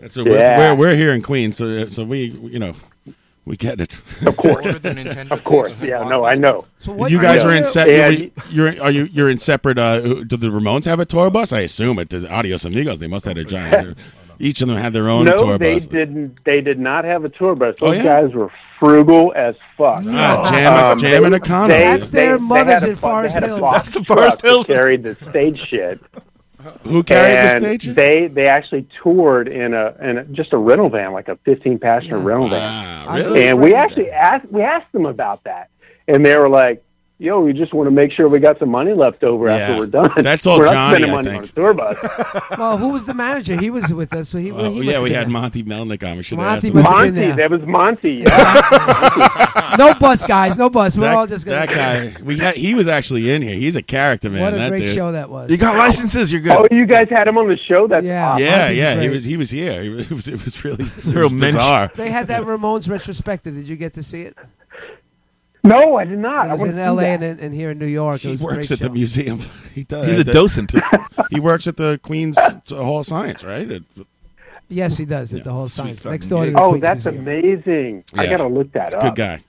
S12: That's what we're,
S5: Yeah.
S12: we're, we're here in Queens, so uh, so we you know we get it. Of
S5: Of course. Yeah, no, I know.
S10: So
S12: you guys are in
S5: set.
S12: separate. You're, in- are you you're in separate? Uh, who- do the Ramones have a tour bus? I assume it. The Adios Amigos. They must have a giant. each of them had their own
S5: no,
S12: tour
S5: they
S12: bus. Oh,
S5: didn't. They did not have a tour bus. Those guys were frugal as fuck.
S12: Ah, jam- jam
S5: they-
S12: and economy.
S10: That's their mothers
S5: had a
S10: in
S5: fo- they
S10: Forest
S5: had a
S10: Hills.
S5: box
S10: That's the
S5: truck
S10: Forest
S5: that
S10: Hills.
S5: Carried the stage shit.
S12: Who carried the stage shit?
S5: They they actually toured in a in a, just a rental van, like a fifteen passenger rental van.
S12: Ah, really?
S5: And we actually asked we asked them about that, and they were like. Yo, we just want to make sure we got some money left over after
S12: Yeah.
S5: we're done.
S12: That's all
S5: we're not
S12: Johnny,
S5: spending
S12: I
S5: money
S12: think.
S5: on a tour bus.
S10: well, who was the manager? He was with us, so he.
S12: Oh,
S10: he must
S12: yeah, we
S10: have
S12: had
S10: been
S12: Monty Melnick on. We should have asked
S10: Monty
S12: him.
S10: must have been
S5: Monty,
S10: there.
S5: that was Monty. yeah.
S10: there. No bus, guys. No bus. We're
S12: That-
S10: all just gonna.
S12: that guy. We had, he was actually in here. He's a character man.
S10: What a
S12: that
S10: great
S12: dude.
S10: show that was.
S12: You're good.
S5: Oh, you guys had him on the show. That's awesome.
S12: yeah, yeah. He was he was here. He was, it was it was really it was
S5: mensch.
S12: bizarre.
S10: They had that Ramones retrospective. Did you get to see it?
S5: No, I did not.
S10: It
S5: I
S10: was
S5: wanna
S10: in
S5: see
S10: L.A.
S5: that.
S10: And, and here in New York. It
S12: He
S10: was a
S12: works
S10: great
S12: at the
S10: show.
S12: museum. He does.
S11: He's a
S12: The-
S11: docent.
S12: he works at the Queen's Hall of Science, right? It-
S10: Yes, he does. At the whole science next door.
S12: yeah.
S10: To the
S5: Oh,
S10: Queens
S5: that's
S10: Museum.
S5: amazing. I
S12: Yeah.
S5: gotta look that
S12: He's a
S5: up.
S12: good guy.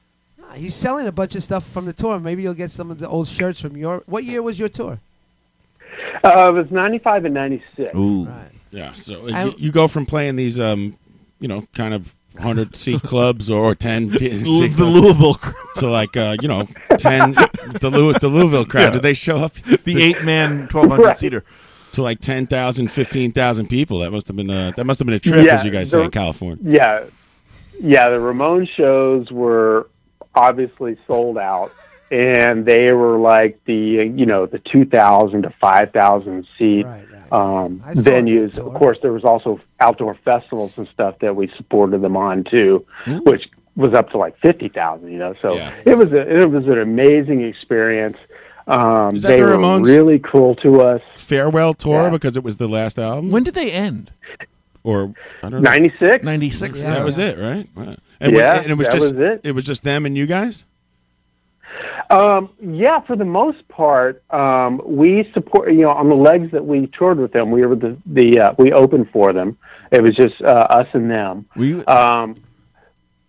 S10: He's selling a bunch of stuff from the tour. Maybe you'll get some of the old shirts from your. What year was your tour?
S5: Uh, it was '95 and '96.
S12: Ooh. Yeah. So
S10: I-
S12: you, you go from playing these, um, you know, kind of hundred seat clubs or ten seat
S11: Lou- the
S12: Louisville to like uh, you know ten the Lou, the Louisville crowd.
S11: Yeah.
S12: Did they show up?
S11: The eight-man, 1,200 Right. seater.
S12: To like 10,000, 15,000 people. That must have been a, that must have been a trip, as you guys say
S5: the-
S12: in California.
S5: Yeah, yeah. The Ramon shows were obviously sold out, and they were like the you know the two thousand to five thousand seat Um,
S10: saw the
S5: venues. Of course, there was also outdoor festivals and stuff that we supported them on too,
S12: Hmm.
S5: which was up to like fifty thousand. You know, so it was a, it was an amazing experience. Um,
S12: Is that
S5: they
S12: the
S5: were
S12: Ramones?
S5: really cool to us.
S12: Farewell tour because it was the last album. When did they end? Or I don't know.
S5: 96?
S12: 96.
S5: Yeah.
S12: that was it, right? Wow. And,
S5: Yeah,
S12: when- and it was
S5: that
S12: just
S5: was it.
S12: was just them and you guys.
S5: Um, yeah, for the most part, um, we support. You know, on the legs that we toured with them, we were the the uh, we opened for them. It was just uh, us and them. um,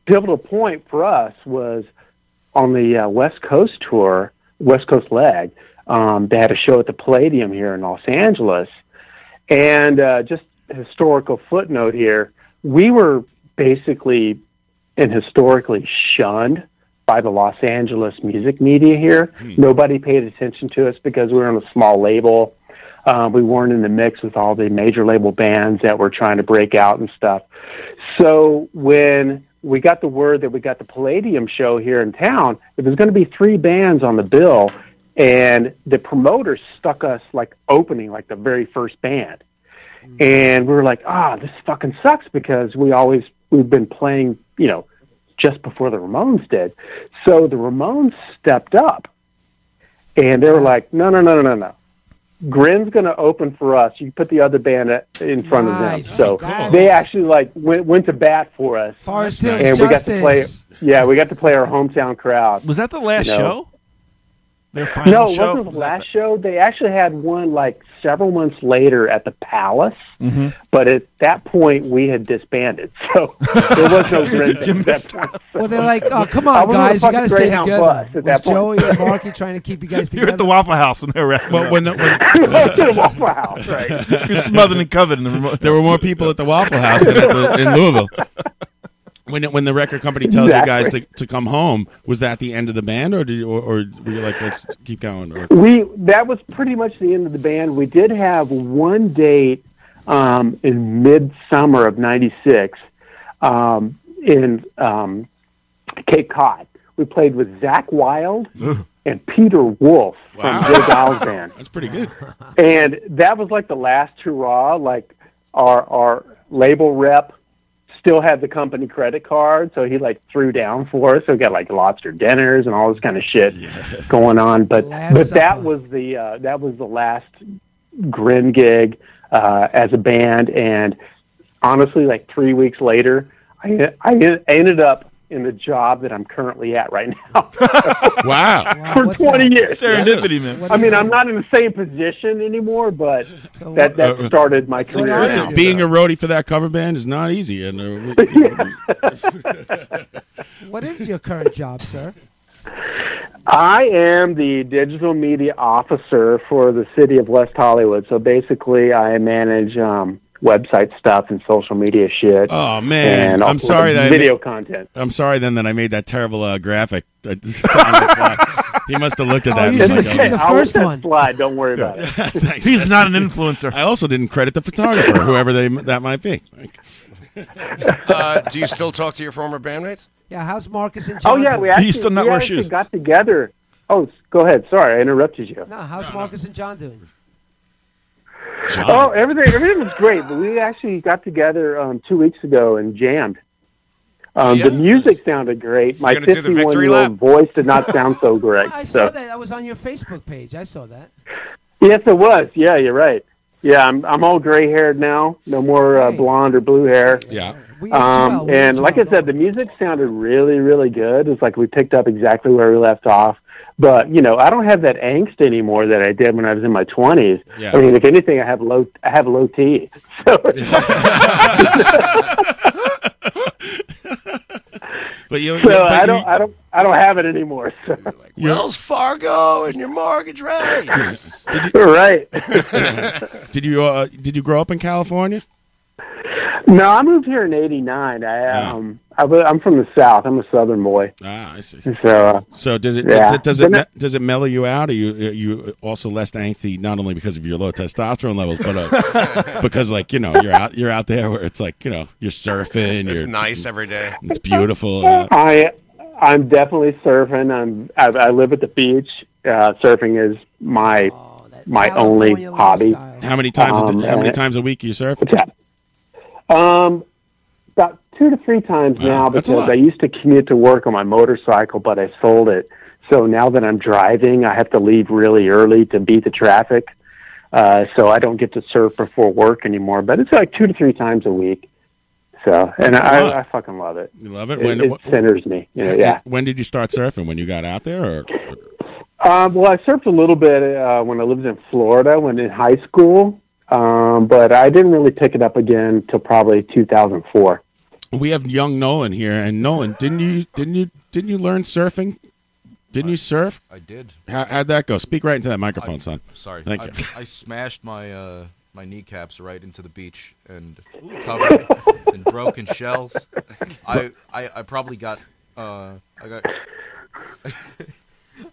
S5: pivotal point for us was on the uh, West Coast tour, West Coast leg. Um, they had a show at the Palladium here in Los Angeles, and uh, just a historical footnote here: we were basically and historically shunned by the Los Angeles music media here. Nobody paid attention to us because we were on a small label. Um, we weren't in the mix with all the major label bands that were trying to break out and stuff. So when we got the word that we got the Palladium show here in town, it was going to be three bands on the bill, and the promoter stuck us like opening, like the very first band. And we were like, ah, this fucking sucks because we always, we've been playing, you know, just before the Ramones did. So the Ramones stepped up and they were like, no, no, no, no, no, no. Grin's going to open for us. You put the other band at- in front
S10: Nice.
S5: of them. So they actually like went, went to bat for us.
S10: Forest
S5: and
S10: Hills
S5: we got to play.
S10: Justice.
S5: Yeah, we got to play our hometown crowd.
S11: Was that the last
S5: you know?
S11: show? Their final
S5: no, it
S11: show.
S5: wasn't the last show. They actually had one like several months later at the Palace.
S11: Mhm.
S5: But at that point, we had disbanded, so there was no Grin band at that point.
S10: Well, they're like, oh, come
S5: I
S10: on,
S5: was on a
S10: guys, you got to
S5: fucking
S10: stay
S5: Greyhound
S10: together.
S5: bus at
S10: was
S5: that point.
S10: Joey and Marky trying to keep you guys
S11: You're at
S10: together?
S11: the Waffle House when they were wrapping
S12: But
S11: up.
S12: when, the, when
S11: You're smothered and covered in the remote.
S12: there were more people at the Waffle House than at the, in Louisville. When it, when the record company tells you guys to, to
S5: Exactly.
S12: come home, was that the end of the band, or did you, or, or were you like, let's keep going? Or,
S5: We that was pretty much the end of the band. We did have one date um, in midsummer of '96 um, in um, Cape Cod. We played with Zach Wild and Peter Wolf from Joe Giles Band.
S12: That's pretty good.
S5: and that was like the last hurrah. Like our our label rep still had the company credit card, so he like threw down for us. So we got like lobster dinners and all this kind of shit going on. But
S10: Last
S5: but that
S10: supper.
S5: was the uh, that was the last grin gig. Uh, uh, as a band. And honestly, like three weeks later, I, I ended up in the job that I'm currently at right now.
S12: wow.
S5: For 20 years.
S11: Serendipity, man.
S5: I mean, I'm not in the same position anymore, but that, that
S12: Uh,
S5: started my career.
S12: Listen,
S5: now.
S12: being a roadie for that cover band is not easy. And uh, we-
S10: What is your current job, sir?
S5: I am the digital media officer for the city of West Hollywood. So basically, I manage um, website stuff and social media shit.
S12: Oh man,
S5: and
S12: I'm
S5: also
S12: sorry that I
S5: video
S12: ma-
S5: content.
S12: I'm sorry then that I made that terrible uh, graphic. I just- he must have looked at that. and been like, "Oh,
S5: I'll let that Slide. Don't worry about it.
S12: He's not an influencer. "Oh, I also didn't credit the photographer, whoever they that might be.
S6: Uh, do you still talk to your former bandmates?
S10: Yeah, how's Marcus and
S5: Oh
S10: Jonathan?
S5: yeah, we actually, we actually got together. Oh, go ahead. Sorry, I interrupted you.
S10: No, how's Marcus and John doing?
S5: Oh, everything everything was great, but we actually got together um, two weeks ago and jammed. Um, The music sounded great. My
S10: You're gonna do the victory
S5: 51 year
S10: lap?
S5: old voice did not sound so great.
S10: I saw
S5: so
S10: that. That was on your Facebook page. I saw that.
S5: yes, it was. Yeah, you're right. Yeah, I'm I'm all gray haired now. No more uh, blonde or blue hair.
S12: Yeah.
S5: Um, and like I said, the music sounded really, really good. It's like we picked up exactly where we left off. But you know, I don't have that angst anymore that I did when I was in my twenties.
S12: Yeah.
S5: I mean, if anything, I have low, I have low T. So
S12: But you,
S5: so
S12: but
S5: I
S12: you-
S5: don't, I don't, I don't have it anymore. So.
S6: Wells Fargo and your mortgage rates.
S5: right.
S12: did you uh, did you grow up in California?
S5: no, I moved here in '89. I, um, I, wa- I'm from the South. I'm a Southern boy.
S12: Ah, I see.
S5: So, uh,
S12: So did it
S5: Yeah.
S12: does, does it
S5: Then
S12: me-
S5: I-
S12: does it mellow you out? Are you are you also less angsty not only because of your low testosterone levels, but uh, because like you know you're out you're out there where it's like you know you're surfing.
S6: It's
S12: you're,
S6: nice every day.
S12: It's beautiful. uh,
S5: I, I'm definitely surfing. I'm, I, I live at the beach. Uh, surfing is my,
S10: Oh,
S5: my only hobby.
S12: how many times a
S5: Um,
S12: d- how many
S5: and-
S12: times a week you surf?
S5: Um, about two to three times now
S12: that's a
S5: because
S12: lot.
S5: I used to commute to work on my motorcycle, but I sold it. So now that I'm driving, I have to leave really early to beat the traffic. Uh, so I don't get to surf before work anymore, but it's like two to three times a week. So, and I, I fucking love it.
S12: You love it.
S5: It, it centers me. You know, yeah.
S12: When did you start surfing? When you got out there? Or?
S5: Um, well, I surfed a little bit uh, when I lived in Florida when in high school, um, but I didn't really pick it up again until probably 2004.
S12: We have young Nolan here, and Nolan, didn't you didn't you didn't you learn surfing? Didn't you surf?
S7: I did.
S12: How, how'd that go? Speak right into that microphone, son.
S7: Sorry.
S12: Thank
S7: I,
S12: you.
S7: I smashed my uh, my kneecaps right into the beach and covered in broken shells. I, I, I probably got uh, I got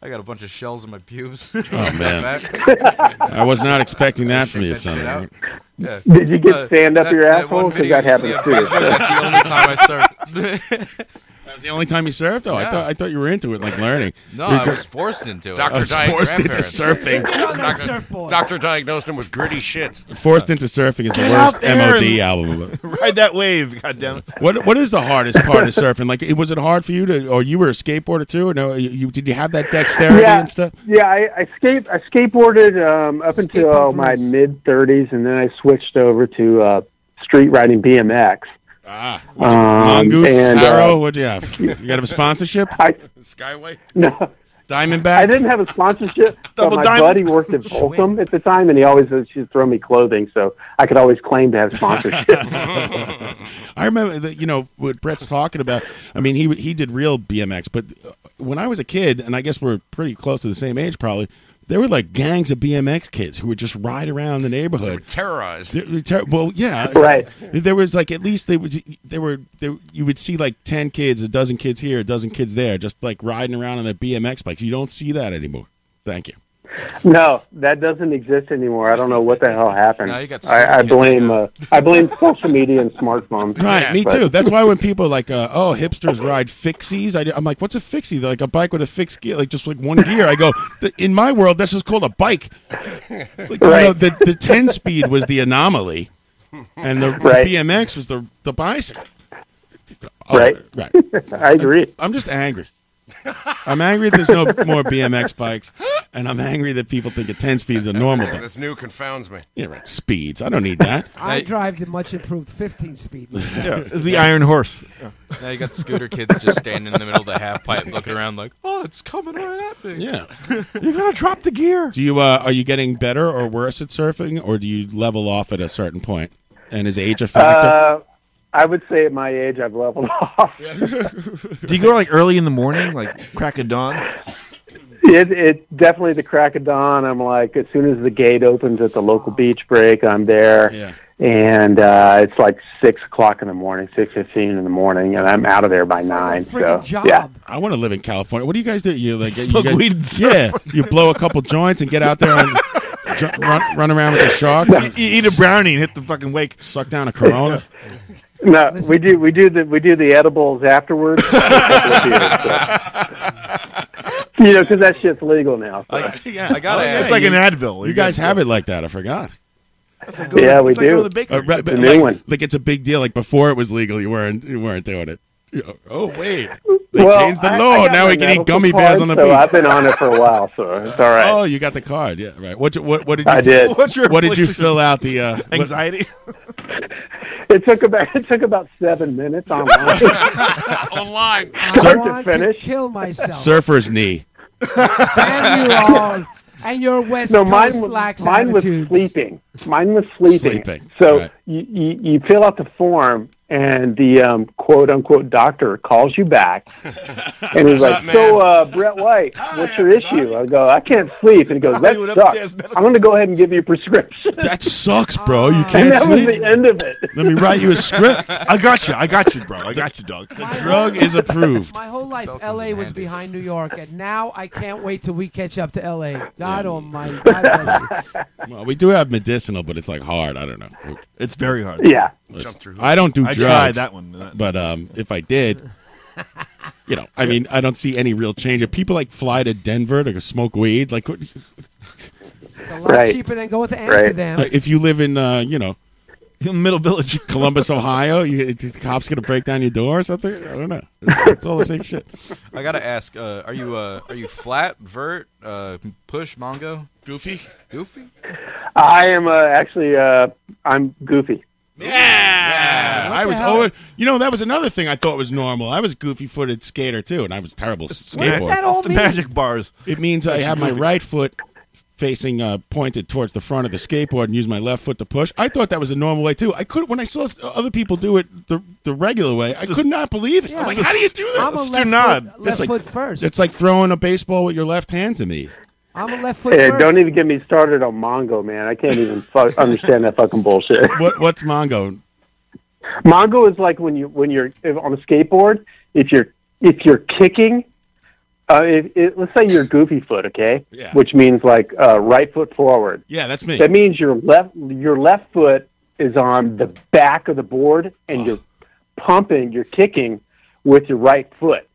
S7: I got a bunch of shells in my pubes.
S12: Oh man,
S7: That-
S12: I was not expecting that from you,
S7: shit
S12: son.
S7: out. Yeah.
S5: Did you get
S7: Uh,
S5: sand up
S7: that-
S5: your
S7: that
S5: asshole?
S7: one
S5: Because
S7: video
S5: that
S7: you see
S5: happens
S7: on
S5: too.
S7: Facebook, That's the only time I surfed.
S12: That was the only time you surfed. Oh, I
S7: Yeah.
S12: thought I thought you were into it, like learning.
S7: No,
S12: You're
S7: I
S12: go-
S7: was forced into it.
S12: I
S6: Doctor
S12: was forced into surfing.
S6: Doctor, doctor diagnosed him with gritty shit.
S12: Forced into surfing is the
S6: Get
S12: worst
S6: out there
S12: MOD
S6: and-
S12: album.
S11: Ride that wave, goddammit.
S12: What what is the hardest part of surfing? Like, it- was it hard for you to, or you were a skateboarder too? Or no, you, you did you have that dexterity
S5: yeah,
S12: and stuff?
S5: Yeah, I, I skate. I skateboarded um, up until my mid thirties, and then I switched over to uh, street riding BMX.
S12: Ah,
S5: um,
S12: Mongoose,
S5: and, uh,
S12: Arrow. What do you have? You got a sponsorship?
S5: I,
S6: Skyway.
S5: no,
S12: Diamondback.
S5: I didn't have a sponsorship, but
S12: Double
S5: my
S12: diamond.
S5: buddy worked at Volcom at the time, and he always said she'd throw me clothing, so I could always claim to have sponsorship.
S12: I remember that you know what Brett's talking about. I mean, he he did real BMX, but uh, when I was a kid, and I guess we're pretty close to the same age, probably. There were like gangs of BMX kids who would just ride around the neighborhood.
S6: Terrorized.
S12: They- they ter- well, yeah,
S6: Right.
S12: There was like at least they would there were there you would see like ten kids, a dozen kids here, a dozen kids there, just like riding around on their BMX bikes. You don't see that anymore. Thank you.
S5: no, that doesn't exist anymore. I don't know what the hell happened.
S12: Now you got
S5: I, I
S12: smart kids,
S5: blame uh, I blame social media and smartphones.
S12: Right, me
S5: But-
S12: too. That's why when people are like, uh, "Oh, hipsters ride fixies," I, am like, "What's a fixie? They're like a bike with a fixed gear, like just like one gear." I go, "Th- "In my world, this is called a bike." Like, you know,
S5: Right.
S12: the the ten speed was the anomaly, and the
S5: Right.
S12: BMX was the the bicycle.
S5: Right.
S12: right.
S5: I agree.
S12: I'm just angry. I'm angry that there's no more BMX bikes, and I'm angry that people think a 10 speed is a normal bike.
S6: This new confounds me.
S12: Yeah, right. Speeds. I don't need that.
S10: I drive the much improved 15 speed.
S12: Yeah, the Iron Horse.
S7: Now you got scooter kids just standing in the middle of the half pipe looking around like, oh, it's coming right at me.
S12: Yeah.
S11: You gotta drop the gear.
S12: Do you uh, are you getting better or worse at surfing, or do you level off at a certain point? And is age a factor?
S5: Uh, I would say at my age, I've leveled off.
S11: Do you go like early in the morning, like crack of dawn?
S5: It, it definitely the crack of dawn. I'm like, as soon as the gate opens at the local beach break, I'm there,
S12: Yeah.
S5: and uh, it's like six o'clock in the morning, six fifteen in the morning, and I'm out of there by nine. so yeah,
S12: I want to live in California. What do you guys do? You like
S5: Smoke
S12: you guys,
S5: weed and surf.
S12: Yeah, you blow a couple joints and get out there and dr- run, run around with a shark. You,
S11: eat a brownie and hit the fucking wake.
S12: Suck down a Corona.
S5: no, we do we do the we do the edibles afterwards. you know, because that shit's legal now. so.
S11: yeah, I gotta ask you-
S12: You, guys have it like that. I forgot.
S5: yeah, we do.
S12: Uh, right, but
S5: the new
S12: like,
S5: one.
S12: Like it's a big deal. Like before it was legal, you weren't you weren't doing it. You- Oh wait, they
S5: Well,
S12: changed the
S5: I- I
S12: law.
S5: got
S12: now
S5: my
S12: we can eat
S5: medical
S12: gummy
S5: card,
S12: bears on the
S5: so
S12: beach.
S5: I've been on it for a while, so it's all right.
S12: Oh, you got the card. Yeah, right. What what what did you
S5: I did.
S12: What
S5: What's your
S12: did you
S5: affliction?
S12: fill out the uh, what-
S11: Anxiety.
S5: It took about it took about seven minutes online.
S6: online,
S10: I
S12: Sir-
S10: want to kill myself.
S12: surfer's knee?
S10: Damn you all. And your West
S5: no, mine,
S10: Coast
S5: was-
S10: lax
S5: mine was
S10: attitudes.
S5: sleeping. Mine was sleeping.
S12: Sleeping,
S5: So you, you, you fill out the form, and the um, quote unquote doctor calls you back, and
S4: What's
S5: he's like,
S4: up, man?
S5: "So, uh, Brett White, what's your issue?" I go, "I can't sleep," and he goes, "That
S4: You went upstairs,
S5: sucks. I'm going to go ahead and give you a prescription."
S12: That sucks, bro. You
S5: and
S12: can't
S5: that was
S12: sleep.
S5: the end of it.
S12: Let me write you a script. I got you. I got you, bro.
S11: I got you, dog.
S12: The drug is approved.
S10: My whole life, L.A. was behind New York, and now I can't wait till we catch up to L.A. God Almighty, God bless you.
S12: Well, we do have medicinal, but it's like hard. I don't know.
S11: It's very hard.
S5: Yeah.
S12: Listen,
S11: Jump through hoops.
S12: I don't do
S11: I
S12: drugs.
S11: tried that one.
S12: But um, if I did, you know, I mean, I don't see any real change. If people like fly to Denver to smoke weed, like, what-
S10: It's a lot
S12: Right.
S10: cheaper than going to Amsterdam.
S12: like, if you live in, uh, you know,
S11: Middle Village,
S12: Columbus, Ohio, you, the cops gonna break down your door or something? I don't know. It's all the same shit.
S7: I gotta ask, uh, are you uh, are you flat, vert, uh, push, mongo,
S12: goofy,
S7: goofy?
S5: I am uh, actually uh, I'm goofy.
S12: I was always, you know, that was another thing I thought was normal. I was goofy footed skater too, and I was terrible skateboarder.
S11: What does that all It's the mean? magic bars.
S12: It means I
S11: That's
S12: have my
S11: goofy.
S12: right foot facing uh, pointed towards the front of the skateboard and use my left foot to push. I thought that was a normal way too. I could when I saw s- other people do it the the regular way, I could not believe it. I'm like,
S10: Yeah.
S12: how do you do this?
S10: I'm a
S12: It's
S10: left
S12: too nod.
S10: foot-
S12: It's
S10: left
S12: like-
S10: foot first.
S12: It's like throwing a baseball with your left hand to me.
S10: I'm a left foot
S5: Hey,
S10: first.
S5: don't even get me started on Mongo, man. I can't even fu- understand that fucking bullshit.
S12: What what's Mongo?
S5: Mongo is like when you when you're if- on a skateboard. If you're if you're kicking, uh, if, if, let's say you're goofy foot, okay,
S12: Yeah.
S5: which means like uh, right foot forward.
S12: Yeah, that's me.
S5: That means your left your left foot is on the back of the board, and
S12: Oh.
S5: you're pumping, you're kicking with your right foot.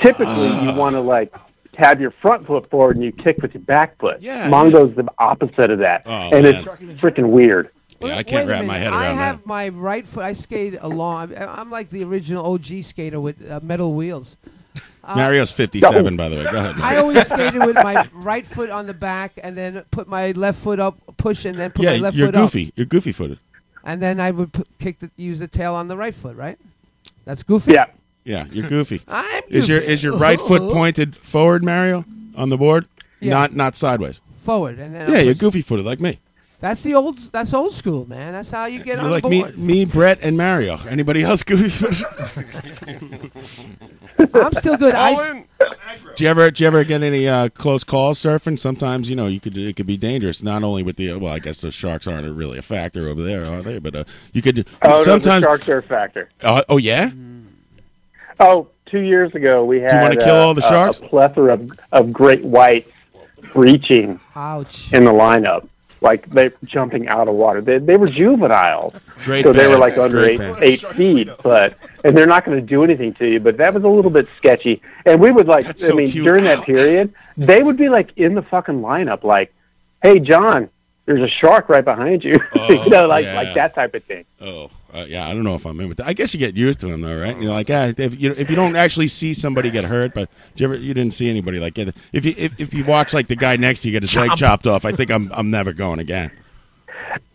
S5: Typically,
S12: Ah.
S5: you want to like have your front foot forward and you kick with your back foot.
S12: Yeah,
S5: Mongo's the opposite of that,
S12: Oh,
S5: and
S12: man.
S5: it's freaking weird.
S12: Yeah, I can't
S10: Wait a
S12: wrap my
S10: minute,
S12: head
S10: I
S12: around that.
S10: have my right foot. I skate along. I'm, I'm like the original OG skater with uh, metal wheels. Uh,
S12: Mario's fifty seven, by the way. Go ahead.
S10: I
S12: Mario.
S10: always skated with my right foot on the back and then put my left foot up, push, and then put my
S12: yeah,
S10: left
S12: you're
S10: foot
S12: goofy.
S10: up.
S12: You're goofy footed.
S10: And then I would p- kick the, use the tail on the right foot, right? That's goofy.
S5: Yeah.
S12: Yeah, you're goofy.
S10: I'm
S12: is your
S10: goofy.
S12: is your right foot pointed forward, Mario, on the board?
S10: Yeah.
S12: Not not sideways.
S10: Forward, and then
S12: yeah,
S10: I'll
S12: you're
S10: push.
S12: goofy footed like me.
S10: That's the old. That's old school, man. That's how you get
S12: You're
S10: on
S12: like me,
S10: board.
S12: me, Brett, and Mario. Anybody else goofy footed?
S10: I'm still good. I s-
S12: do you ever do you ever get any uh, close calls surfing? Sometimes you know you could it could be dangerous. Not only with the well, I guess the sharks aren't really a factor over there, are they? But uh, you could
S5: Oh,
S12: sometimes.
S5: no, the sharks are a factor.
S12: Uh, oh yeah,
S5: Oh, two years ago we had.
S12: you wanna kill
S5: uh,
S12: all the
S5: a-
S12: sharks?
S5: A, plethora of, of great whites breaching
S10: Ouch.
S5: in the lineup, like they jumping out of water. They, they were juveniles,
S12: Great
S5: so they were
S12: band.
S5: like under
S12: Great
S5: eight,
S12: band.
S5: eight feet. But and they're not going to do anything to you. But that was a little bit sketchy. And we would like,
S12: That's
S5: I
S12: so
S5: mean,
S12: cute.
S5: during that period, they would be like in the fucking lineup, like, "Hey, John, there's a shark right behind you,"
S12: Oh,
S5: you know, like
S12: yeah.
S5: like that type of thing.
S12: Oh, Uh, yeah, I don't know if I'm in with that. I guess you get used to them though, right? You're like, yeah, if you if you don't actually see somebody get hurt, but did you ever you didn't see anybody like get if you if, if you watch like the guy next to you get his leg
S5: Chop.
S12: chopped off, I think I'm I'm never going again.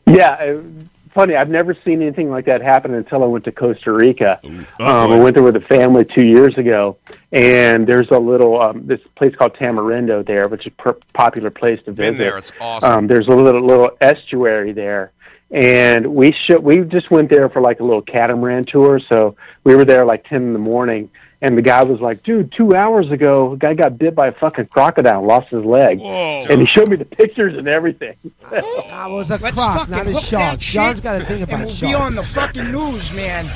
S5: Yeah, it- funny. I've never seen anything like that happen until I went to Costa Rica. Um, I went there with a family two years ago, and there's a little um, this place called Tamarindo there, which is a popular place to visit.
S6: Been there, it's awesome.
S5: Um, there's a little little estuary there, and we should we just went there for like a little catamaran tour. So we were there like ten in the morning. And the guy was like, "Dude, two hours ago, a guy got bit by a fucking crocodile, and lost his leg, and he showed me the pictures and everything."
S10: I was a
S1: Let's
S10: croc,
S1: fucking
S10: not a
S1: hook
S10: shark.
S1: that shit,
S10: John's got to think about
S1: and we'll
S10: sharks.
S1: be on the fucking news, man.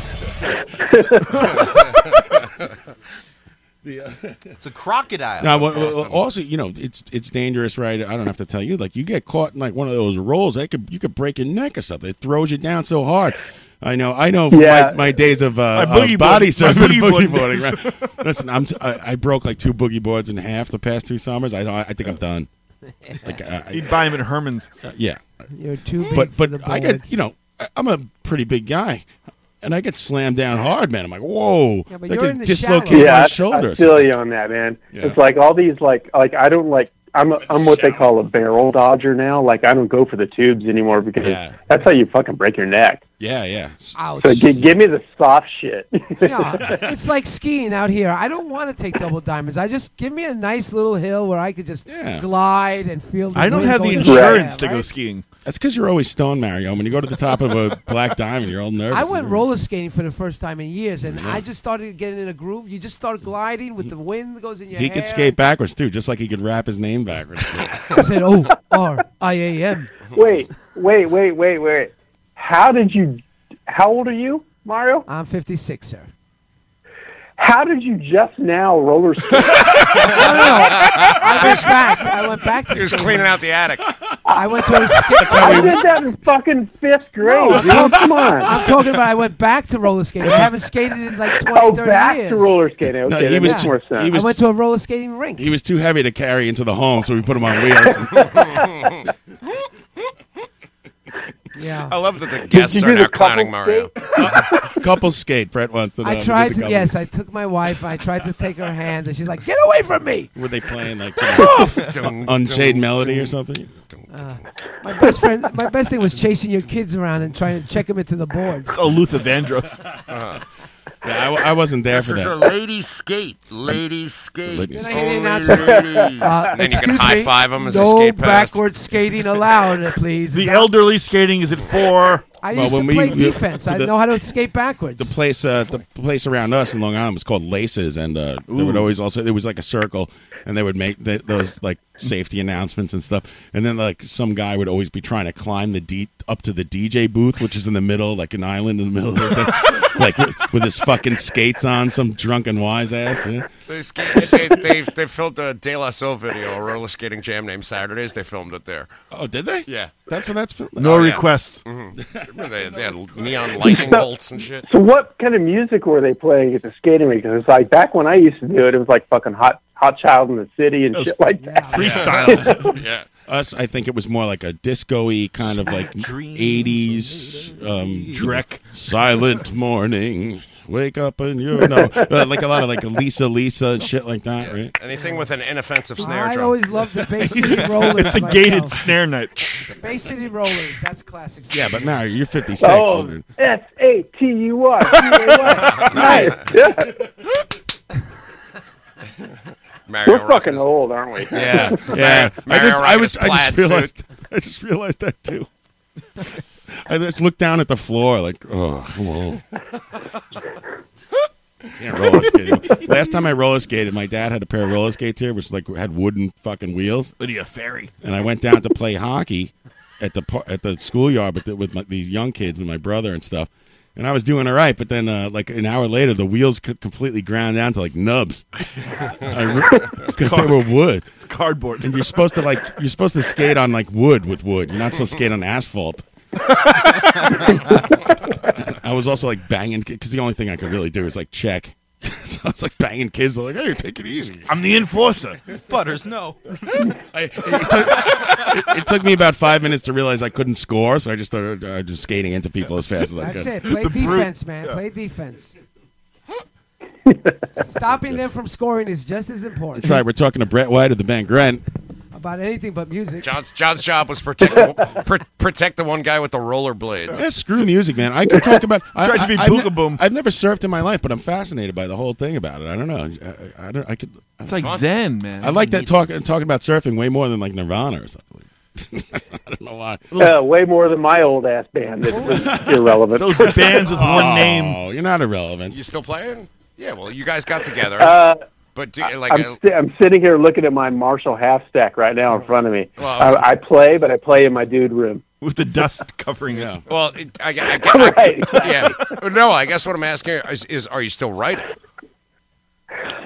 S7: It's a crocodile.
S12: Now, what- what- also, you know, it's it's dangerous, right? I don't have to tell you. Like, you get caught in like one of those rolls, that could you could break your neck or something. It throws you down so hard. I know, I know. From
S5: Yeah.
S12: my, my days of
S5: My
S12: uh,
S5: boogie
S12: uh, body
S5: board-
S12: surfing,
S5: my
S12: and
S5: boogie
S12: boogie
S5: board
S12: boarding. Right? Listen, I'm t- I, I broke like two boogie boards in half the past two summers. I don't. I think I'm done. Like, I, I-
S11: You'd buy him at Herman's.
S12: Uh, yeah.
S10: You're too big
S12: but
S10: for
S12: but
S10: the
S12: I
S10: board.
S12: get you know I- I'm a pretty big guy, and I get slammed down hard, man. I'm like, whoa,
S10: Yeah,
S12: that could dislocate
S5: yeah,
S12: my
S5: I-
S12: shoulder.
S5: I feel you on that, man.
S12: Yeah.
S5: It's like all these like like I don't like I'm a, I'm what they call a barrel dodger now. Like I don't go for the tubes anymore because that's how you fucking break your neck.
S12: Yeah, yeah.
S10: Ouch.
S5: So g- give me the soft shit.
S10: Yeah, it's like skiing out here. I don't want to take double diamonds. I just give me a nice little hill where I could just glide and feel. The
S11: I don't
S10: wind
S11: have the
S10: going-
S11: insurance to
S10: Yeah,
S11: go
S10: right?
S11: skiing.
S12: That's because you're always stoned, Mario. When you go to the top of a black diamond, you're all nervous.
S10: I went roller skating for the first time in years, and I just started getting in a groove. You just start gliding with the wind that goes in your
S12: He
S10: hair.
S12: could skate backwards too, just like he could rap his name backwards.
S10: I said, "Oh, R I A M."
S5: wait, wait, wait, wait, wait. How did you? How old are you, Mario?
S10: I'm 56, sir.
S5: How did you just now roller skate?
S10: I went back. I went back. To
S6: He was
S10: skating.
S6: cleaning out the attic.
S10: I went to a skate.
S5: I did that in fucking fifth grade.
S10: No, I'm,
S5: dude.
S10: talking-
S5: Come on.
S10: I'm talking about I went back to roller skating. I haven't skated in like 20,
S5: Oh,
S10: 30
S5: back
S10: years.
S5: to roller skating. Okay,
S12: No, he
S5: that
S12: was
S5: makes
S12: too-
S5: more sense.
S12: he was
S10: I went to a roller skating rink.
S12: he was too heavy to carry into the home, so we put him on wheels.
S10: Yeah.
S6: I love that the
S12: Did
S6: guests
S12: you
S6: are
S12: do the
S6: now clowning
S12: couple
S6: Mario.
S12: couple skate. Brett wants to know.
S10: I
S12: We
S10: tried.
S12: did uh, the
S10: To,
S12: couple.
S10: yes, I took my wife. I tried to take her hand, and she's like, "Get away from me!"
S12: Were they playing like
S10: off!
S12: Unchained Melody or something?
S10: My best friend. My best thing was chasing your kids around and trying to check them into the boards.
S11: Oh, Luther Vandross.
S12: Yeah, I, w- I wasn't there for
S21: This is a
S12: that.
S21: lady skate. Lady skate.
S12: ladies'
S21: Only
S12: skate. Then I hear the
S21: ladies.
S10: Uh,
S6: Then you can
S10: excuse me,
S6: high-five 'em as they
S10: no
S6: skate past.
S10: backwards skating allowed, please.
S11: The elderly skating is at four.
S10: I
S12: Well,
S10: used
S12: when
S10: to
S12: we-
S10: play
S12: we-
S10: defense. I
S12: the-
S10: know how to skate backwards.
S12: The place, uh, the place around us in Long Island was called Laces, and uh, they would
S11: Ooh.
S12: always also there was like a circle, and they would make th those like safety announcements and stuff. And then like some guy would always be trying to climb the D- up to the DJ booth, which is in the middle, like an island in the middle of the thing, like with, with his fucking skates on, some drunken wise ass. Yeah.
S6: They, skate, they, they, they filmed the De La Soul video, a roller skating jam named Saturdays. They filmed it there.
S12: Oh, did they?
S6: Yeah.
S12: That's what that's Mm-hmm. filmed.
S11: No
S6: Oh, yeah.
S11: requests.
S6: Mhm. Remember they, they had neon lightning
S5: So-
S6: bolts and shit.
S5: So what kind of music were they playing at the skating rink? 'Cause it's like back when I used to do it, it was like fucking hot hot child in the city and shit like that.
S6: yeah.
S12: Us, I think it was more like a disco-y kind of like eighties um, Drek. Silent morning, wake up and you know, uh, like a lot of like Lisa, Lisa and shit like that, right?
S6: Anything with an inoffensive snare
S10: I
S6: drum.
S10: always loved the Bay City Rollers.
S11: It's a
S10: myself.
S11: gated snare night.
S10: Bay City Rollers. That's classic.
S12: Yeah, but Mario, you're 56.
S5: Oh,
S12: dude.
S5: S A T U R T A Y. Nice. Yeah.
S6: Mario
S5: We're fucking old, aren't we?
S12: Yeah, yeah.
S6: Mario- Mario
S12: I
S6: rocking
S12: just,
S6: his
S12: I was, I just
S6: plaid
S12: realized, I just realized that too. I just looked down at the floor, like, oh, I'm old. Can't roller skate anymore. Last time I roller skated, my dad had a pair of roller skates here, which like had wooden fucking wheels.
S11: Lydia Ferry.
S12: and I went down to play hockey at the par- at the schoolyard with the, with my, these young kids with my brother and stuff. And I was doing all right, but then uh, like an hour later, the wheels co- completely ground down to like nubs because they were wood. It's
S11: cardboard,
S12: and you're supposed to like you're supposed to skate on like wood with wood. You're not supposed to skate on asphalt. I was also like banging because the only thing I could really do is like check. Sounds like banging kids. They're like, hey, take it easy.
S11: I'm the enforcer.
S7: Butters, no.
S12: It, it took me about five minutes to realize I couldn't score, so I just started uh, just skating into people as fast as I
S10: That's
S12: could.
S10: it. Play defense, man. Play defense. Stopping them from scoring is just as important.
S12: That's right. We're talking to Brett White of the band Gren.
S10: About anything but music.
S6: John's John's job was protect pr- protect the one guy with the rollerblades.
S12: Yeah, Eh, screw music, man. I could talk about. I,
S6: Tries to be
S12: I- I've ne-
S6: Booga Boom.
S12: I've never surfed in my life, but I'm fascinated by the whole thing about it. I don't know. I, I- I don't. I could.
S11: It's like Fun. Zen, man.
S12: I like that talk, talking about surfing way more than like Nirvana or something. I don't know why.
S5: Uh, way more than my old ass band that was irrelevant.
S12: one
S5: one
S12: Oh, you're not irrelevant.
S6: You still playing? Yeah. Well, you guys got together.
S5: Uh,
S6: but do, like, uh,
S5: I'm, si- I'm sitting here looking at my Marshall half stack right now in front of me.
S6: Wow.
S5: I, I play, but I play in my dude room
S11: with the dust covering it.
S6: well, it, I, I, I,
S5: Right.
S6: yeah. No, I guess what I'm asking is, is are you still writing?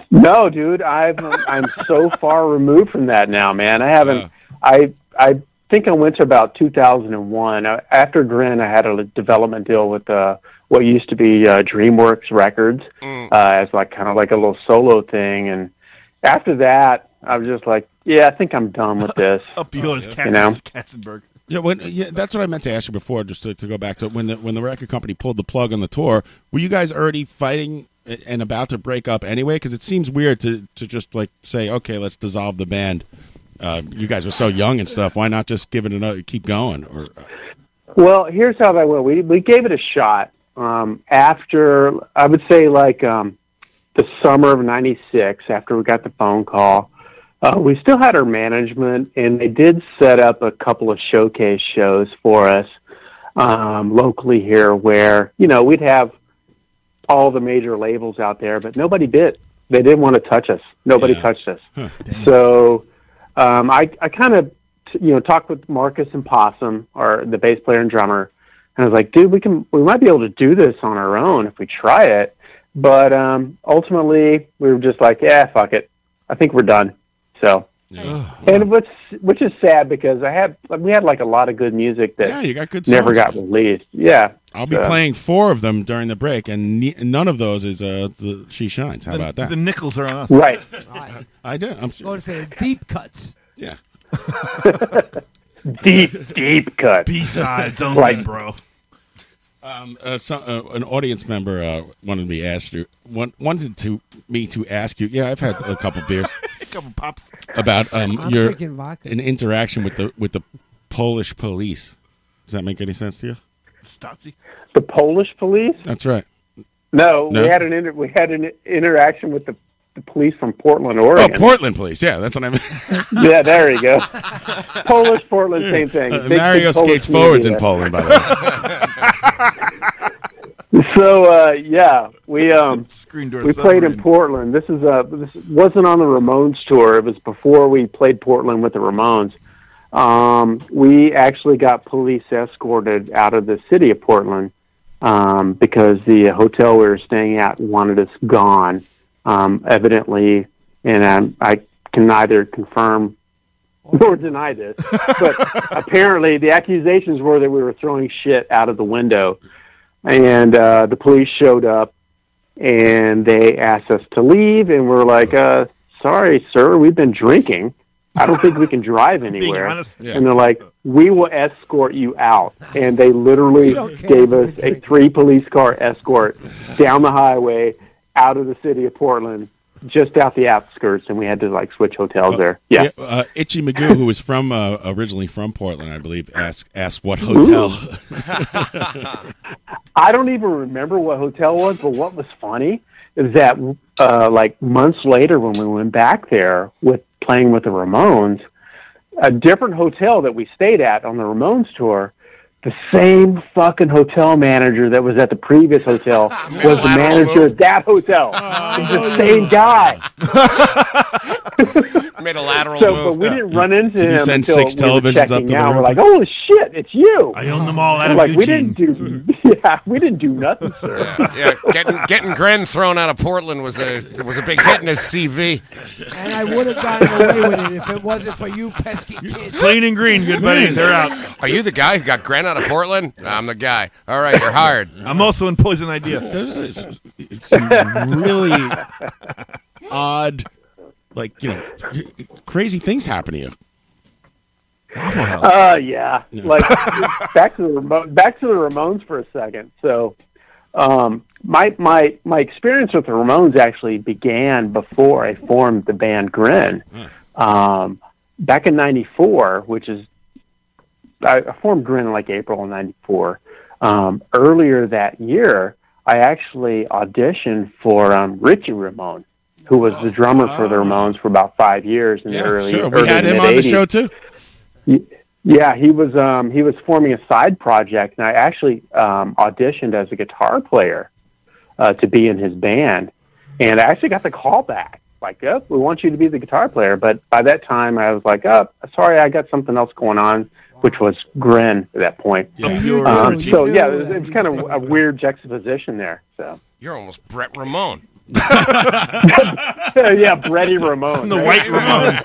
S5: No, dude, I'm I'm so far removed from that now, man. I haven't. I I think I went to about 2001. Uh, After Grin, I had a development deal with uh, what used to be uh, DreamWorks Records
S6: Mm.
S5: uh, as like kind of like a little solo thing, and after that, I was just like, yeah, I think I'm done with this.
S11: Up yours,
S5: You know?
S11: Katzenberg.
S12: Yeah, when, yeah, that's what I meant to ask you before, just to, to go back to it. when the when the record company pulled the plug on the tour. Were you guys already fighting a- and about to break up anyway? Because it seems weird to to just like say, okay, let's dissolve the band. Uh, you guys were so young and stuff. Why not just give it another, keep going? Or uh,
S5: Well, here's how that went. We we gave it a shot um, after I would say like um, the summer of '96. After we got the phone call, uh, we still had our management, and they did set up a couple of showcase shows for us um, locally here, where you know we'd have all the major labels out there, but nobody bid. They didn't want to touch us. Nobody touched us. So um, I, I kind of, you know, talked with Marcus and Possum, or the bass player and drummer, and I was like, dude, we can, we might be able to do this on our own if we try it. But um, ultimately, we were just like, yeah, fuck it. I think we're done. So, and what's which is sad because I had we had like a lot of good music that
S12: Yeah, you got good
S5: never
S12: songs.
S5: got released. Yeah,
S12: I'll be
S5: So-
S12: playing four of them during the break, and ne- none of those is uh, the, she shines. How about that?
S11: The nickels are on us.
S5: Right.
S12: I did. I'm
S10: Go to the deep cuts.
S12: Yeah.
S5: deep, deep cut.
S11: B-sides only,
S12: Like-
S11: bro.
S12: Um, uh, so, uh, an audience member uh, wanted me asked you want, wanted to me to ask you. Yeah, I've had a couple beers
S11: A couple pops.
S12: about um
S11: I'm
S12: your
S11: drinking vodka.
S12: an interaction with the with the Polish police. Does that make any sense to you?
S11: Stotzi.
S5: The Polish police?
S12: That's right.
S5: No,
S12: No?
S5: we had an inter- we had an interaction with the, the police from Portland,
S12: Oh,
S5: Oregon.
S12: Portland police. Yeah, that's what I meant.
S5: yeah, there you go. Polish, Portland, same thing.
S12: Uh,
S5: Big,
S12: Mario
S5: big Polish
S12: skates forwards in Poland,
S5: community
S12: by the way.
S5: there. So uh, yeah, we um
S11: Screen door
S5: we played in Portland. This is uh this wasn't on the Ramones tour. It was before we played Portland with the Ramones. Um, we actually got police escorted out of the city of Portland um, because the hotel we were staying at wanted us gone. Um, evidently, and um, I can neither confirm nor deny this, but apparently the accusations were that we were throwing shit out of the window, and uh, the police showed up and they asked us to leave, and we're like, uh, "Sorry, sir, we've been drinking. I don't think we can drive anywhere."
S11: honest. Yeah.
S5: And they're like, "We will escort you out," and they literally gave us a three police car escort down the highway out of the city of Portland. Just out the outskirts, and we had to like switch hotels there. Yeah.
S12: uh, Itchy Magoo, who was from uh, originally from Portland, I believe, asked asked what hotel.
S5: I don't even remember what hotel it was, but what was funny is that uh, like months later when we went back there with playing with the Ramones, a different hotel that we stayed at on the Ramones tour, the same fucking hotel manager that was at the previous hotel was the manager at that hotel. It's the same guy.
S6: Made a lateral
S5: So,
S6: move.
S5: but we didn't run into
S12: Did you
S5: him
S12: send
S5: until
S12: six
S5: we were
S12: televisions up
S5: checking
S12: to the
S5: out. We're
S12: room?
S5: like, "Holy shit, it's you!"
S11: I own them all out
S5: I'm
S11: of
S5: like,
S11: Eugene.
S5: we didn't do yeah, we didn't do nothing, sir.
S6: yeah, getting getting Gren thrown out of Portland was a was a big hit in his CV.
S10: And I would have gotten away with it if it wasn't for you pesky kids.
S6: Clean and green,
S10: good buddy. They're out.
S6: Are you the guy who got Gren out of Portland? I'm the guy. All right, you're hired.
S11: I'm also in Poison Idea.
S12: Those is- some really odd, like you know, crazy things happen to you.
S5: Uh, yeah. Like back to the Ramo- back to the Ramones for a second. So, um, my my my experience with the Ramones actually began before I formed the band Grin. Um, back in '94, which is I I formed Grin in like April of '94. Um, earlier that year, I actually auditioned for um, Richie Ramone, who was the drummer for the Ramones for about five years in
S12: Oh, Yeah,
S5: the early.
S12: sure. We
S5: early
S12: had him on the
S5: mid-eighties.
S12: show too.
S5: Yeah, he was um, he was forming a side project, and I actually um, auditioned as a guitar player uh, to be in his band, and I actually got the call back. Like, yep, we want you to be the guitar player. But by that time, I was like, oh, sorry, I got something else going on, which was Grin at that point.
S6: pure
S5: Um,
S6: Richie.
S5: so yeah, it was, it was kind of a weird juxtaposition there. So
S6: You're almost Brett Ramone.
S5: yeah, Brady Ramone,
S6: The
S5: right?
S6: White Ramone.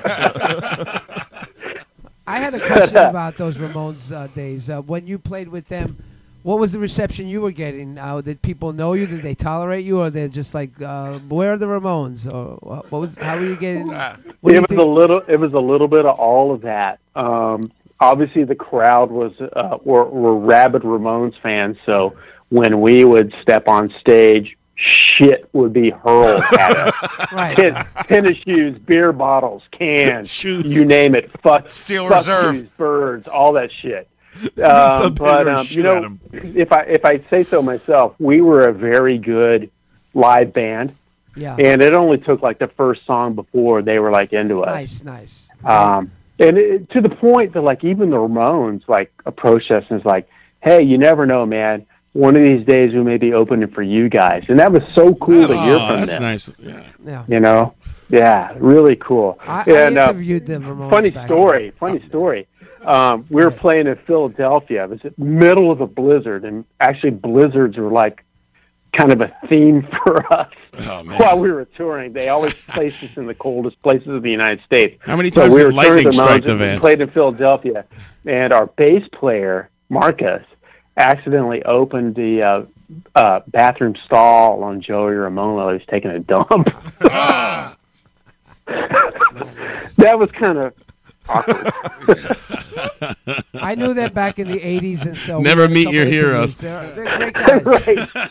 S10: I had a question about those Ramones uh, days. Uh, when you played with them, what was the reception you were getting? Uh, did people know you? Did they tolerate you, or they're just like, uh, "Where are the Ramones?" Or wha- what was? How were you getting? What do you
S5: it was
S10: think-
S5: a little. It was a little bit of all of that. Um, obviously, the crowd was uh, were, were rabid Ramones fans, so when we would step on stage, shit would be hurled at us.
S10: right.
S5: tennis shoes, beer bottles, cans,
S4: Shoes.
S5: you name it. Fuck
S4: Steel
S5: fuck
S4: Reserve.
S5: yous, birds, all that shit.
S4: Some
S5: Um, but
S4: people
S5: um,
S4: shoot
S5: you
S4: at
S5: know,
S4: 'em.
S5: if I if I say so myself, we were a very good live band.
S10: Yeah.
S5: And it only took like the first song before they were like into
S10: nice,
S5: us.
S10: nice.
S5: Um, and it, to the point that like even the Ramones like approached us and was like, "Hey, you never know, man. One of these days we may be opening for you guys." And that was so cool to hear
S12: Aw, Oh,
S5: from
S12: that's
S5: them.
S12: nice. Yeah.
S10: Yeah.
S5: You know, yeah, really cool.
S10: I,
S5: and
S10: I
S5: uh,
S10: interviewed the Ramones.
S5: funny
S10: back
S5: story, funny story. Um, we were playing in Philadelphia. It was the middle of a blizzard, and actually blizzards were like kind of a theme for us
S12: Oh man.
S5: while we were touring. They always placed us in the coldest places of the United States.
S12: How many
S5: So
S12: times
S5: we
S12: did
S5: were touring
S12: lightning
S5: the
S12: strike the
S5: mountains and
S12: van?
S5: Played in Philadelphia, and our bass player Marcus accidentally opened the uh, uh, bathroom stall on Joey Ramone while he was taking a dump. that was kind of awkward.
S10: I knew that back in the '80s, and so
S12: Never meet
S10: we did a couple
S12: your
S10: interviews.
S12: heroes.
S10: They're, they're great guys.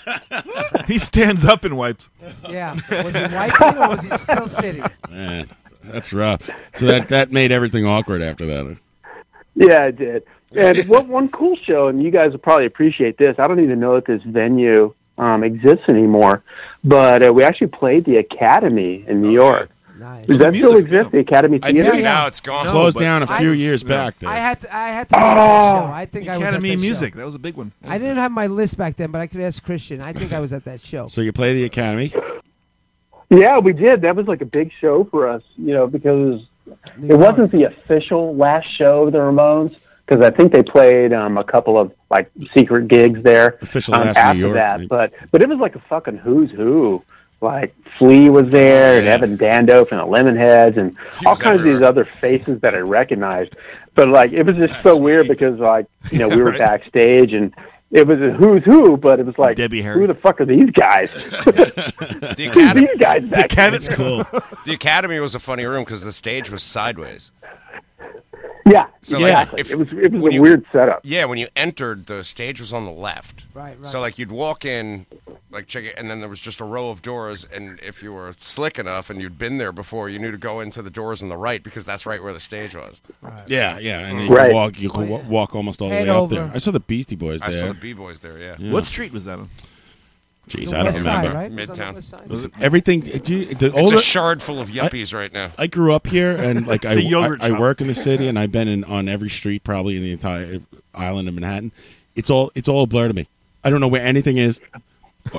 S11: he stands up and wipes.
S10: Yeah. Was he wiping or was he still sitting?
S12: Man, that's rough. So that that made everything awkward after that.
S5: Yeah, I did. And one, one cool show, and you guys will probably appreciate this. I don't even know if this venue um, exists anymore, but uh, we actually played the Academy in New York. Does that still exist? The Academy
S12: I
S5: Theater?
S12: think now it's gone. Closed down a few years back there.
S10: I had to. I had to. make
S5: Oh.
S10: that show. I think I was at
S11: Academy
S10: that
S11: of
S10: show.
S11: Music. That was a big one.
S10: I didn't have my list back then, but I could ask Christian. I think I was at that show.
S12: So you play the Academy.
S5: Yeah, we did. That was like a big show for us, you know, because it wasn't the official last show of the Ramones, because I think they played um, a couple of like secret gigs there
S12: Official
S5: um,
S12: last New
S5: after
S12: York,
S5: that.
S12: right?
S5: But but it was like a fucking who's who. Like Flea was there, and Evan Dando from the Lemonheads, and all kinds of these other faces that I recognized. But like, it was just so weird because like, you know, we were
S11: Right.
S5: backstage, and it was a who's who, but it was like,
S11: Debbie Harry.
S5: who the fuck are these guys?
S6: The
S5: Who's
S6: Academy,
S5: these guys back there?
S6: The Academy was a funny room because the stage was sideways.
S5: Yeah,
S6: So, like,
S5: exactly.
S6: if-
S5: it was it was
S6: when
S5: a
S6: you-
S5: weird setup.
S6: Yeah, when you entered, the stage was on the left. Right, right. So like you'd walk in, like check it, and then there was just a row of doors. And if you were slick enough and you'd been there before, you knew to go into the doors on the right because that's right where the stage was.
S12: Yeah, yeah, and you
S11: Right.
S12: can walk. You can wa- walk almost all the
S6: Head
S12: way up
S6: over.
S12: there. I saw the Beastie Boys
S6: I
S12: there.
S6: saw the B boys there. Yeah.
S11: What street was that on?
S12: Jeez,
S6: The
S12: I don't
S6: west side,
S12: remember.
S6: right? It was on the Midtown. west side.
S12: Was it everything? Do you, the
S6: It's a
S12: older-
S6: shard full of
S12: I-
S6: yuppies right now.
S12: I grew up here, and like
S6: It's
S12: I,
S6: a yogurt
S12: I, I
S6: shop.
S12: work in the city, and I've been in on every street probably in the entire island of Manhattan. It's all it's all a blur to me. I don't know where anything is.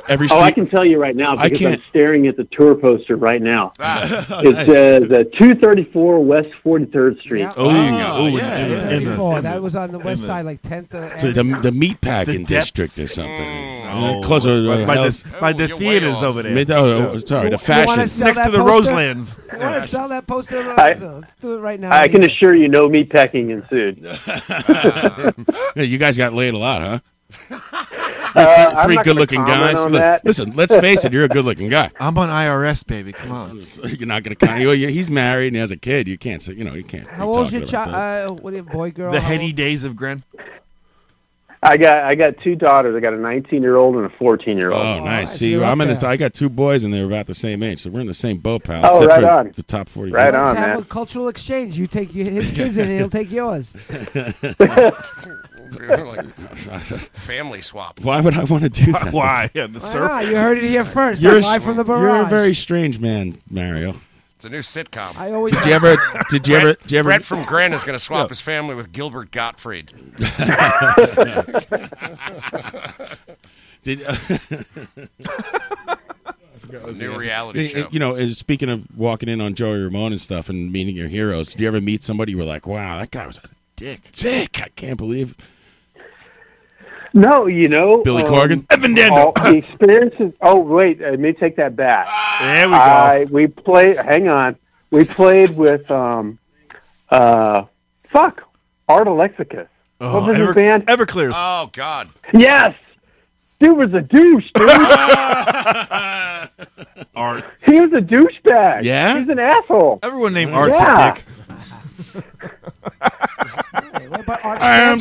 S12: Every
S5: Oh, I
S12: street-
S5: can tell you right now
S12: I
S5: because I'm
S12: can't-
S5: staring at the tour poster right now.
S12: Ah.
S5: it
S12: Nice.
S5: says uh, 234 West 43rd Street.
S12: Oh, there you go. Oh, yeah,
S5: yeah.
S12: yeah.
S10: Before, that was on the west side, like 10th. or-
S12: to the the meat packing
S10: The depths.
S12: district or something.
S11: Mm.
S10: Oh,
S12: closer
S10: by-
S12: to
S10: by the-
S12: by
S6: Oh,
S12: the
S11: theaters over there.
S12: Mid- oh, oh, sorry,
S10: You-
S12: the
S10: you wanna
S12: fashion
S10: sell that poster? You want to sell that poster?
S5: I-
S10: Let's do it right now.
S5: I can assure you, no meat packing ensued. uh,
S12: Yeah, you guys got laid a lot, huh?
S5: I'm
S12: Three
S5: not gonna
S12: good-looking
S5: comment
S12: guys.
S5: on
S12: Look,
S5: that.
S12: listen, let's face it, you're a good-looking guy. I'm on IRS, baby. Come on. You're not gonna count. you- you- He's married and he has a kid. You can't say. You know, you can't.
S10: How
S12: be
S10: old's
S12: talking
S10: your
S12: about this.
S10: child? Uh, what do you, boy, girl?
S11: The
S10: How
S11: heady
S10: old-
S11: days of Gren.
S5: I got I got two daughters. I got a 19 year old and a 14 year old.
S12: Oh, nice. See, I'm in this. I got two boys, and they're about the same age, so we're in the same boat, pal.
S5: Oh,
S12: except
S5: right
S12: for
S5: on.
S12: The top forty.
S5: Right
S10: Let's
S5: on,
S10: have a cultural exchange. You take your, his kids and he'll take yours.
S6: like family swap.
S12: Why would I want to do that?
S6: Why?
S11: Yeah, the
S10: Why not? You heard it here first.
S12: You're
S10: You're
S12: a
S10: live from the
S12: s- You're a
S10: barrage.
S12: very strange man, Mario.
S6: It's a new sitcom.
S10: I always.
S12: Did you ever? Did you ever? Did you ever?
S6: Brett from Gran is going to swap his family with Gilbert Gottfried.
S12: Did, uh,
S6: a new reality
S12: Uh, uh,
S6: show.
S12: You know, uh, speaking of walking in on Joey Ramone and stuff and meeting your heroes, did you ever meet somebody you were like, wow, that guy was a dick? Dick! I can't believe.
S5: No, you know uh,
S12: Billy Corgan? Evan Dando.
S5: all the experiences. Oh wait, let me take that back.
S11: There
S5: we go. I, we played. Hang on. We played with um, uh, fuck, Art Alexicus.
S11: Oh,
S5: what was his band?
S11: Everclears.
S6: Oh God.
S5: Yes, dude was a douche. Dude.
S11: Art.
S5: he was a douchebag.
S11: Yeah?
S5: he's an asshole.
S11: Everyone named Art's
S5: yeah.
S11: a dick.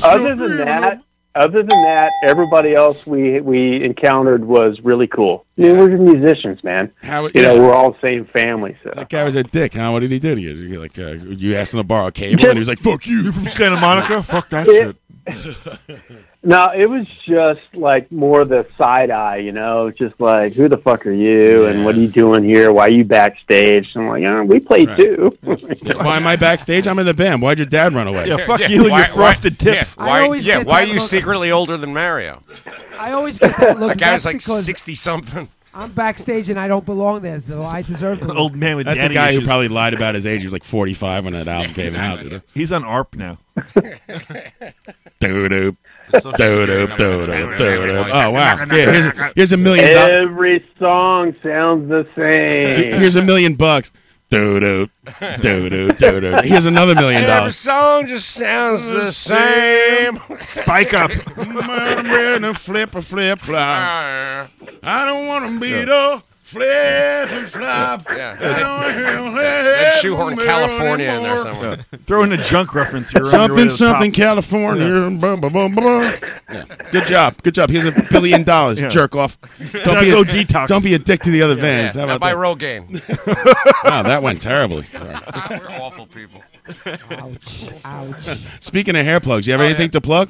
S5: other than that, other than that, everybody else we we encountered was really cool. I mean, we're musicians, man.
S12: How-
S5: you know,
S12: yeah.
S5: we're all the same family. So
S12: That guy was a dick. Huh? What did he do to you? Did you like, uh, you asked him to borrow a cable, and he was like, "Fuck you." You from
S11: Santa Monica? Fuck that
S5: It- no, it was just like more the side eye, you know, just like who the fuck are you and what are you doing here? Why are you backstage? And I'm like, uh, we played
S12: Right.
S5: too.
S12: Why am I backstage? I'm in the band. Why'd your dad run away?
S6: why- why- Yeah, why,
S10: always
S6: yeah,
S10: get
S6: why are
S10: that
S6: you
S10: look-
S6: secretly older than Mario?
S10: I always get that look.
S6: That guy was
S10: That's
S6: like
S10: because
S6: sixty something.
S10: I'm backstage and I don't belong there, so I deserve to.
S11: Old man with
S12: That's a
S11: daddy
S12: guy who
S11: issues.
S12: probably lied about his age. He was like 45 when that album came out. dude.
S11: He's on ARP now.
S12: Doo-doop.
S11: Social
S12: Doo-doop,
S11: Security
S12: doo-doop,
S11: number.
S12: doo-doop. Oh, wow. Yeah, here's, a, here's a million dollars.
S5: Every song sounds the same.
S12: Here's a million bucks. Doo-doop, doo-doop, doo-doop. Here's another million
S11: Uh,
S6: Every
S12: dollars.
S6: song just sounds the same.
S11: Spike up.
S12: I'm ready to flip a flip
S6: Ah.
S12: flop. I don't want to beat up. Flip and flop.
S6: Yeah.
S12: That
S6: shoehorn California in there somewhere.
S11: Throw in a junk reference here. on your way to
S12: Something,
S11: the
S12: something,
S11: top.
S12: California. Blah, blah, blah, blah. Good job. Good job. Here's a billion dollars,
S11: Yeah.
S12: jerk off.
S11: Now
S12: be,
S11: go
S12: a,
S11: detox.
S12: don't be a dick to the other vans. How
S6: Now
S12: about
S6: by
S12: that?
S6: Rogaine.
S12: wow, that went terribly.
S6: Ah, We're awful people.
S10: Ouch! Ouch!
S12: Speaking of hair plugs, you
S6: Oh,
S12: have anything to plug?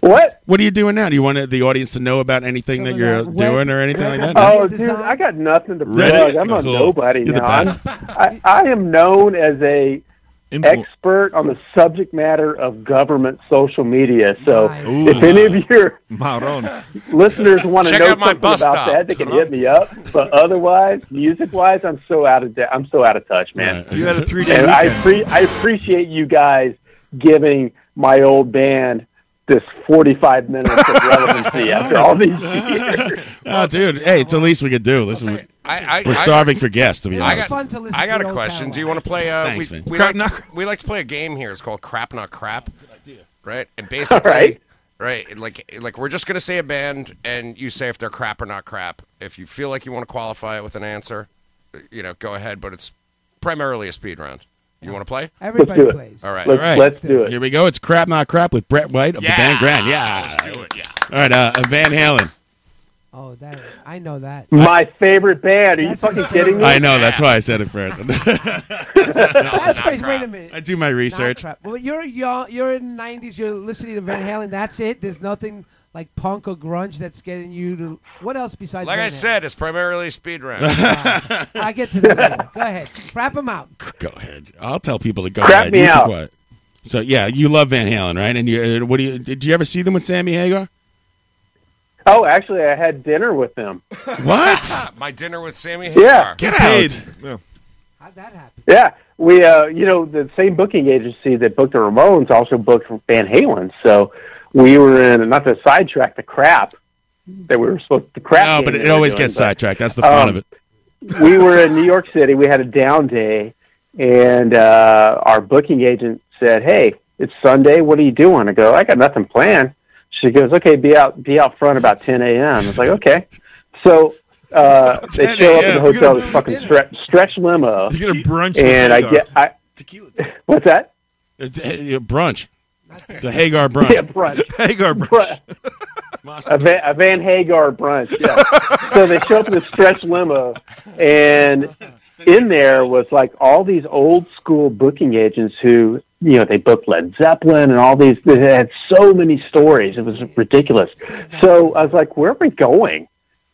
S5: What?
S12: What are you doing now? Do you want the audience to know about anything that you're doing or anything like that?
S5: Oh, dude, I got nothing to
S12: Really?
S5: plug. I'm a
S12: Cool.
S5: nobody
S12: You're the
S5: now. I'm-
S12: best.
S5: I, I am known as a expert on the subject matter of government social media. So if any of your listeners want to
S6: Check
S5: know
S6: out my
S5: something about
S6: bus stop.
S5: that, they can hit me up. But otherwise, music-wise, I'm so out of da- I'm so out of touch, man.
S11: You had a three-day
S5: And I,
S11: weekend.
S5: appre- I appreciate you guys giving my old band this 45 minutes of relevancy after all these years.
S12: Oh, dude. Hey, it's the least we could do. Listen, we-
S6: I- I-
S12: we're
S6: I-
S12: starving for guests, to be
S6: I
S12: honest.
S6: got, I got a question. Do you want to play? Uh,
S12: Thanks,
S6: we,
S12: man.
S6: we,
S12: Crap,
S6: like, we like to play a game here. It's called Crap Not Crap. Right? And basically,
S5: All
S6: right.
S5: right.
S6: like like we're just gonna say a band, and you say if they're crap or not crap. If you feel like you want to qualify it with an answer, you know, go ahead. But it's primarily a speed round. You want to play?
S10: Everybody Let's do it. plays.
S6: All right.
S12: All right. Here we go. It's Crap Not Crap with Brett White of the band Grand. Yeah.
S6: Let's do it. Yeah.
S12: All right, uh, Van Halen.
S10: Oh, that I know that.
S5: My favorite band. Are you fucking kidding me?
S12: I know. That's why I said it first.
S10: That's crazy. Wait a minute.
S12: I do my research.
S10: Crap. Well, you're young. You're in the '90s. You're listening to Van Halen. That's it. There's nothing like punk or grunge that's getting you to. What else besides?
S6: Like
S10: Van
S6: I
S10: Halen?
S6: said, it's primarily a speed round.
S10: I get to that. later. Go ahead. Wrap them out.
S12: Go ahead. I'll tell people to go
S10: Crap
S12: ahead.
S10: me
S12: You can
S10: out.
S12: quiet. So yeah, you love Van Halen, right? And you, uh, what do you? Did you ever see them with Sammy Hagar?
S5: Oh, actually, I had dinner with them.
S12: What?
S6: My dinner with Sammy Hagar.
S5: Yeah. Yeah, we uh, you know the same booking agency that booked the Ramones also booked Van Halen, so we were in not to sidetrack the crap that we were supposed to crap.
S12: No, but
S5: game
S12: it
S5: that
S12: always
S5: we're doing,
S12: gets sidetracked. That's the fun
S5: Um,
S12: of it.
S5: but we were in New York City. We had a down day, and uh, our booking agent said, "Hey, it's Sunday. What are you doing?" I go, "I got nothing planned." She goes, "Okay, be out be out front about ten a.m." I was like, "Okay," so. Uh, they
S10: 10
S5: show up at the
S10: a.m., you're
S5: hotel.
S10: gonna
S5: This fucking stretch, stretch limo.
S10: You're gonna brunch with
S5: and I
S10: Hagar.
S5: get I. What's that?
S12: It's, uh, brunch. The Hagar brunch.
S5: Yeah, brunch.
S12: Hagar
S5: brunch. a, Van, a Van Hagar brunch. Yeah. so they show up in the stretch limo, and in there was like all these old school booking agents who, you know, they booked Led Zeppelin and all these. They had so many stories. It was ridiculous. So I was like, where are we going?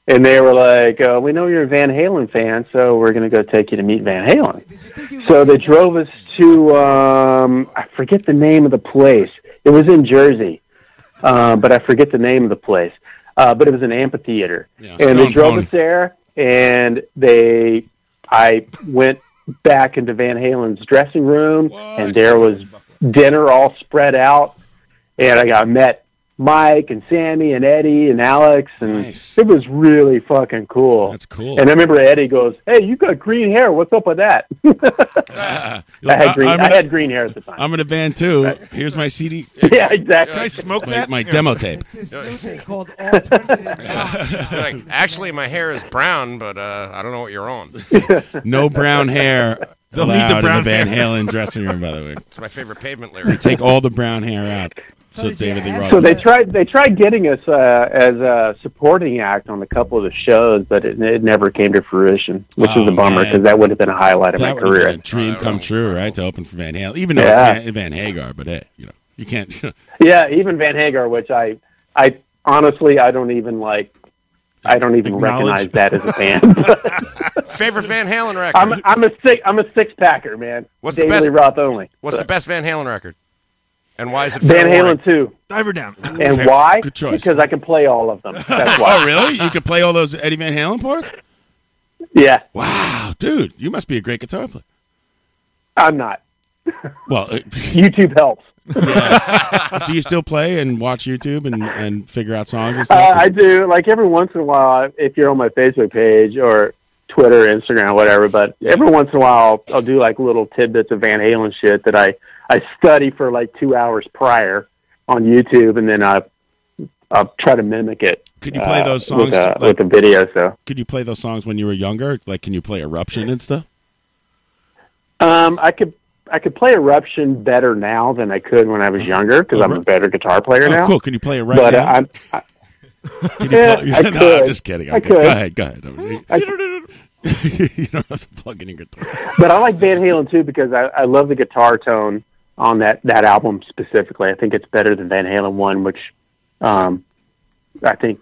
S5: And they were like, uh, we know you're a Van Halen fan, so we're going to go take you to meet Van Halen. So they drove us to um, I forget the name of the place. It was in Jersey, uh, but I forget the name of the place. Uh, but it was an amphitheater, and they
S10: Stone
S5: drove
S10: Pony.
S5: us there. And they, I went back into Van Halen's dressing room, and there was dinner all spread out. And I got met Mike and Sammy and Eddie and Alex, and it was really fucking cool. That's
S12: cool.
S5: And I remember Eddie goes, "Hey, you got green hair. What's up with that?" I had green.
S12: I'm
S5: I
S12: gonna-
S5: had green hair at the time.
S12: I'm in a band too. Here's my CD.
S5: Yeah, exactly. Can I
S6: smoke
S12: my,
S6: that?
S12: My
S6: Here.
S12: demo tape.
S10: This new thing called alternative
S6: like, actually, my hair is brown, but uh, I don't know what you're on.
S12: No brown hair
S6: They'll need the
S12: allowed
S6: brown
S12: in the Van
S6: hair.
S12: Halen dressing room. By the way,
S6: It's my favorite pavement lyric.
S12: they take all the brown hair out. So David Lee Roth.
S5: So they tried. They tried getting us uh, as a supporting act on a couple of the shows, but it, it never came to fruition, which is
S12: Oh,
S5: a bummer
S12: man.
S5: because that would have been a highlight of
S12: that
S5: my
S12: would've been
S5: career.
S12: a dream come true, right? To open for Van Halen, even though
S5: Yeah.
S12: it's Van, Van Hagar. But hey, you know you can't.
S5: Yeah, even Van Hagar, which I, I honestly, I don't even like. I don't even recognize
S12: Acknowledge.
S5: that as a band.
S6: Favorite Van Halen record?
S5: I'm, I'm a six. I'm a six packer, man.
S6: What's the
S5: Daily
S6: best-
S5: Roth only.
S6: What's the best Van Halen record? And why is it
S5: Van
S6: Fair Warning?
S5: Halen too.
S10: Diver down.
S5: And
S12: Fair-
S5: why?
S12: good choice.
S5: Because I can play all of them. That's why.
S12: oh, really? You could play all those Eddie Van Halen parts? Oh.
S5: Yeah.
S12: Wow, dude, you must be a great guitar player.
S5: I'm not.
S12: Well, uh,
S5: YouTube helps.
S12: do you still play and watch YouTube and, and figure out songs and
S5: Uh,
S12: stuff?
S5: I do. Like every once in a while, if you're on my Facebook page or Twitter, Instagram, whatever. But every once in a while, I'll do like little tidbits of Van Halen shit that I I study for like two hours prior on YouTube, and then I I try to mimic it.
S12: Could you play
S5: uh,
S12: those
S5: with
S12: songs,
S5: a,
S12: like-
S5: with a video? So
S12: Could you play those songs when you were younger? Like, can you play Eruption and stuff?
S5: um, I could. I could play Eruption better now than I could when I was younger because I'm a better guitar player
S12: Oh,
S5: now.
S12: cool. Can you play it right
S5: but,
S12: now?
S5: Uh, I'm, I,
S12: Can you
S5: Yeah,
S12: play-
S5: I
S12: no, I'm
S5: could.
S12: just kidding. I'm
S5: I
S12: kidding.
S5: could.
S12: Go ahead. Go ahead.
S5: I-
S12: you don't have to plug in your guitar.
S5: but I like Van Halen too because I, I love the guitar tone on that that album specifically. I think it's better than Van Halen one, which um, I think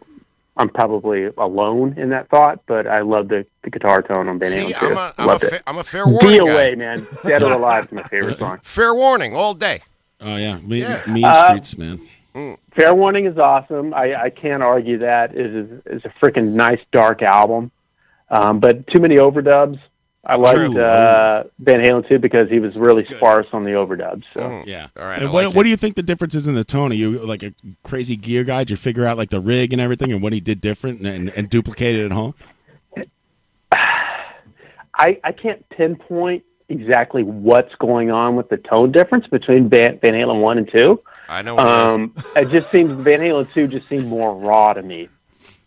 S5: I'm probably alone in that thought. But I love the, the guitar tone on Van
S6: See,
S5: Halen too.
S6: I'm a, I'm, a
S5: Loved
S6: fa-
S5: it.
S6: I'm a fair warning.
S5: Be
S6: guy.
S5: away, man. Dead or alive is my favorite song.
S6: Fair warning all day.
S12: Oh yeah, me,
S6: Yeah.
S12: mean
S5: Uh,
S12: streets, man.
S5: Fair Warning is awesome. I, I can't argue that. It is it's a freaking nice dark album, um, but too many overdubs. I liked
S12: True.
S5: uh, Van Halen too because he was really sparse on the overdubs. So
S12: yeah,
S6: all right.
S12: And what what do you think the difference is in the tone? Are you like a crazy gear guy? Did you figure out like the rig and everything and what he did different and, and, and duplicated at home?
S5: I, I can't pinpoint exactly what's going on with the tone difference between Van, Van Halen 1 and 2.
S6: I know what it is.
S5: Um, it just seems Van Halen 2 just seemed more raw to me.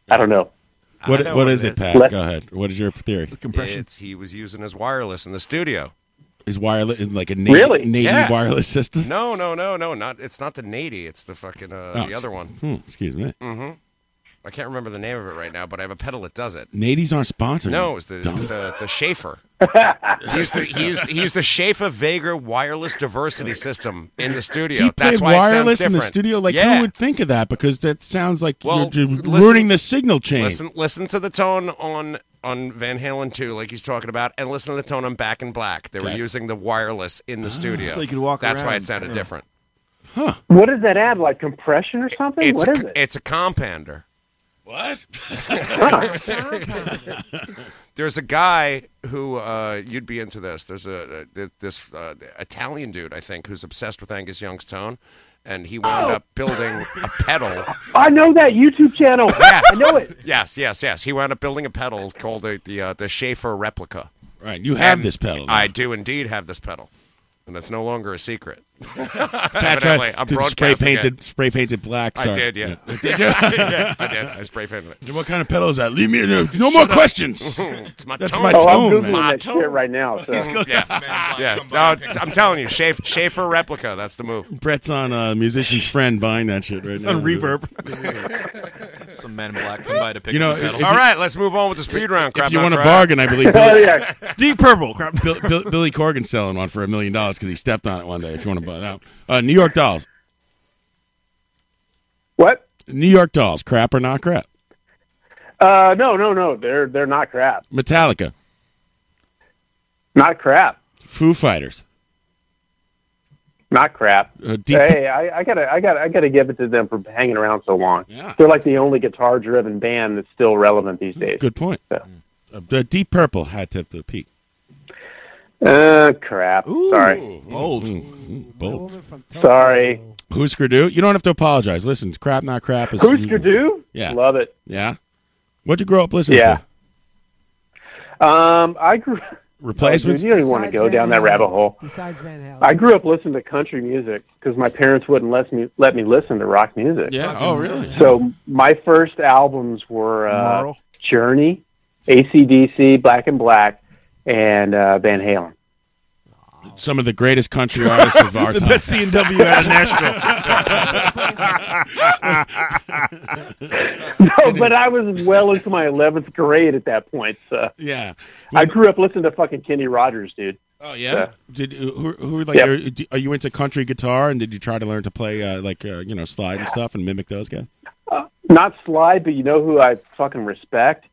S5: I don't know.
S12: What
S6: know
S12: what
S6: what
S12: is
S6: it
S12: it,
S6: is.
S12: Pat?
S5: Let-
S12: Go ahead. What is your theory?
S6: It's, he was using his wireless in the studio.
S12: Is wireless is like a Navy,
S6: Really?
S12: Navy
S6: Yeah.
S12: wireless system?
S6: No, no, no, no. Not it's not the Nady. It's the fucking uh,
S12: Oh,
S6: the other one.
S12: hmm, excuse me.
S6: Mm-hmm. I can't remember the name of it right now, but I have a pedal that does it.
S12: Nadies aren't sponsored.
S6: No, it's the it
S12: Dumb.
S6: was the the Schaefer. he used the he used, he used the Schaefer Vega wireless diversity system in the studio.
S12: He
S6: That's
S12: played
S6: why it sounds
S12: wireless in
S6: different.
S12: the studio. Like
S6: yeah.
S12: who would think of that? Because that sounds like
S6: Well,
S12: you're, you're
S6: listen-
S12: ruining the signal chain.
S6: Listen, listen to the tone on on Van Halen too, like he's talking about, and listen to the tone on Back in Black. They were
S12: Okay.
S6: using the wireless in the studio,
S5: Ah, So you could walk
S6: That's why
S5: around.
S6: it sounded
S5: Yeah.
S6: different.
S5: What does that add? Like compression or something?
S6: It's
S5: What
S6: a,
S5: is
S6: c-
S5: it?
S6: It's a compounder.
S12: What?
S6: There's a guy who uh, you'd be into this. There's a, a this uh, Italian dude I think who's obsessed with Angus Young's tone, and he wound up building a pedal.
S5: Oh. I know that YouTube channel.
S6: Yes.
S5: I know it.
S6: Yes, yes, yes. He wound up building a pedal called the the, uh, the Schaefer replica.
S12: Right, you have this pedal now.
S6: I do indeed have this pedal, and it's no longer a secret.
S12: Pat
S6: Evidently,
S12: tried
S6: I'm
S12: to spray
S6: broadcasting it.
S12: painted, spray painted black.
S6: I
S12: sorry.
S6: did, yeah.
S12: Did you?
S6: yeah, I did. I spray painted it.
S12: What kind of pedal is that? Leave me. No, no more
S6: Shut up.
S12: questions.
S6: it's my
S12: That's
S6: tone.
S12: my tone,
S5: Oh, I'm Googling
S12: man.
S5: that shit right now. So.
S6: yeah, yeah. No, I'm telling you, Schaefer, Schaefer replica. That's the move.
S12: Brett's on uh, musician's friend buying that shit right now.
S7: Some men in black come by to pick
S12: You
S11: Uh,
S12: know,
S7: up the pedal.
S12: if
S6: All right, let's move on with the speed round. Crap,
S12: if you
S6: not
S12: want to
S6: crap.
S12: bargain, I believe.
S5: Oh,
S12: Billy,
S11: Deep purple. Crap.
S12: Bill, Bill, Billy Corgan's selling one for a million dollars because he stepped on it one day. If you want to buy that, uh, New York Dolls.
S5: What?
S12: New York Dolls. Crap or not crap?
S5: Uh, no, no, no. They're they're not crap.
S12: Metallica.
S5: Not crap.
S12: Foo Fighters.
S5: Not crap.
S12: Uh, deep.
S5: Hey, I, I gotta, I gotta, I gotta give it to them for hanging around so long.
S12: Yeah.
S5: They're like the only guitar-driven band that's still relevant these days.
S12: Good point. Uh, the Deep Purple had to the peak.
S5: Uh, crap. Sorry.
S12: Bold. bold.
S5: Sorry.
S12: Who's Skidoo? You don't have to apologize. Listen, crap not crap is
S5: Who's Skidoo?
S12: Yeah.
S5: Love it.
S12: Yeah. What'd you grow up listening
S5: Yeah.
S12: to?
S5: Um, I grew.
S12: Replacements?
S5: Oh, dude, you don't even want to go
S10: Besides
S5: down
S10: Van
S5: that rabbit
S10: Halen.
S5: hole.
S10: Besides Van Halen.
S5: I grew up listening to country music because my parents wouldn't let me let me listen to rock music.
S12: Yeah. Oh, really?
S5: So my first albums were uh,
S12: Merle.
S5: Journey, ACDC, Black and Black, and uh, Van Halen.
S12: Some of the greatest country artists of our
S11: the
S12: time.
S11: best CNW out of Nashville.
S5: No, but I was well into my 11th grade at that point. So
S12: yeah,
S5: I grew up listening to fucking Kenny Rogers, dude.
S12: Oh yeah. Did who, who were like?
S5: Yep.
S12: Are, do- are you into country guitar? And did you try to learn to play uh, like uh, you know slide and stuff and mimic those guys?
S5: Not Sly, but you know who I fucking respect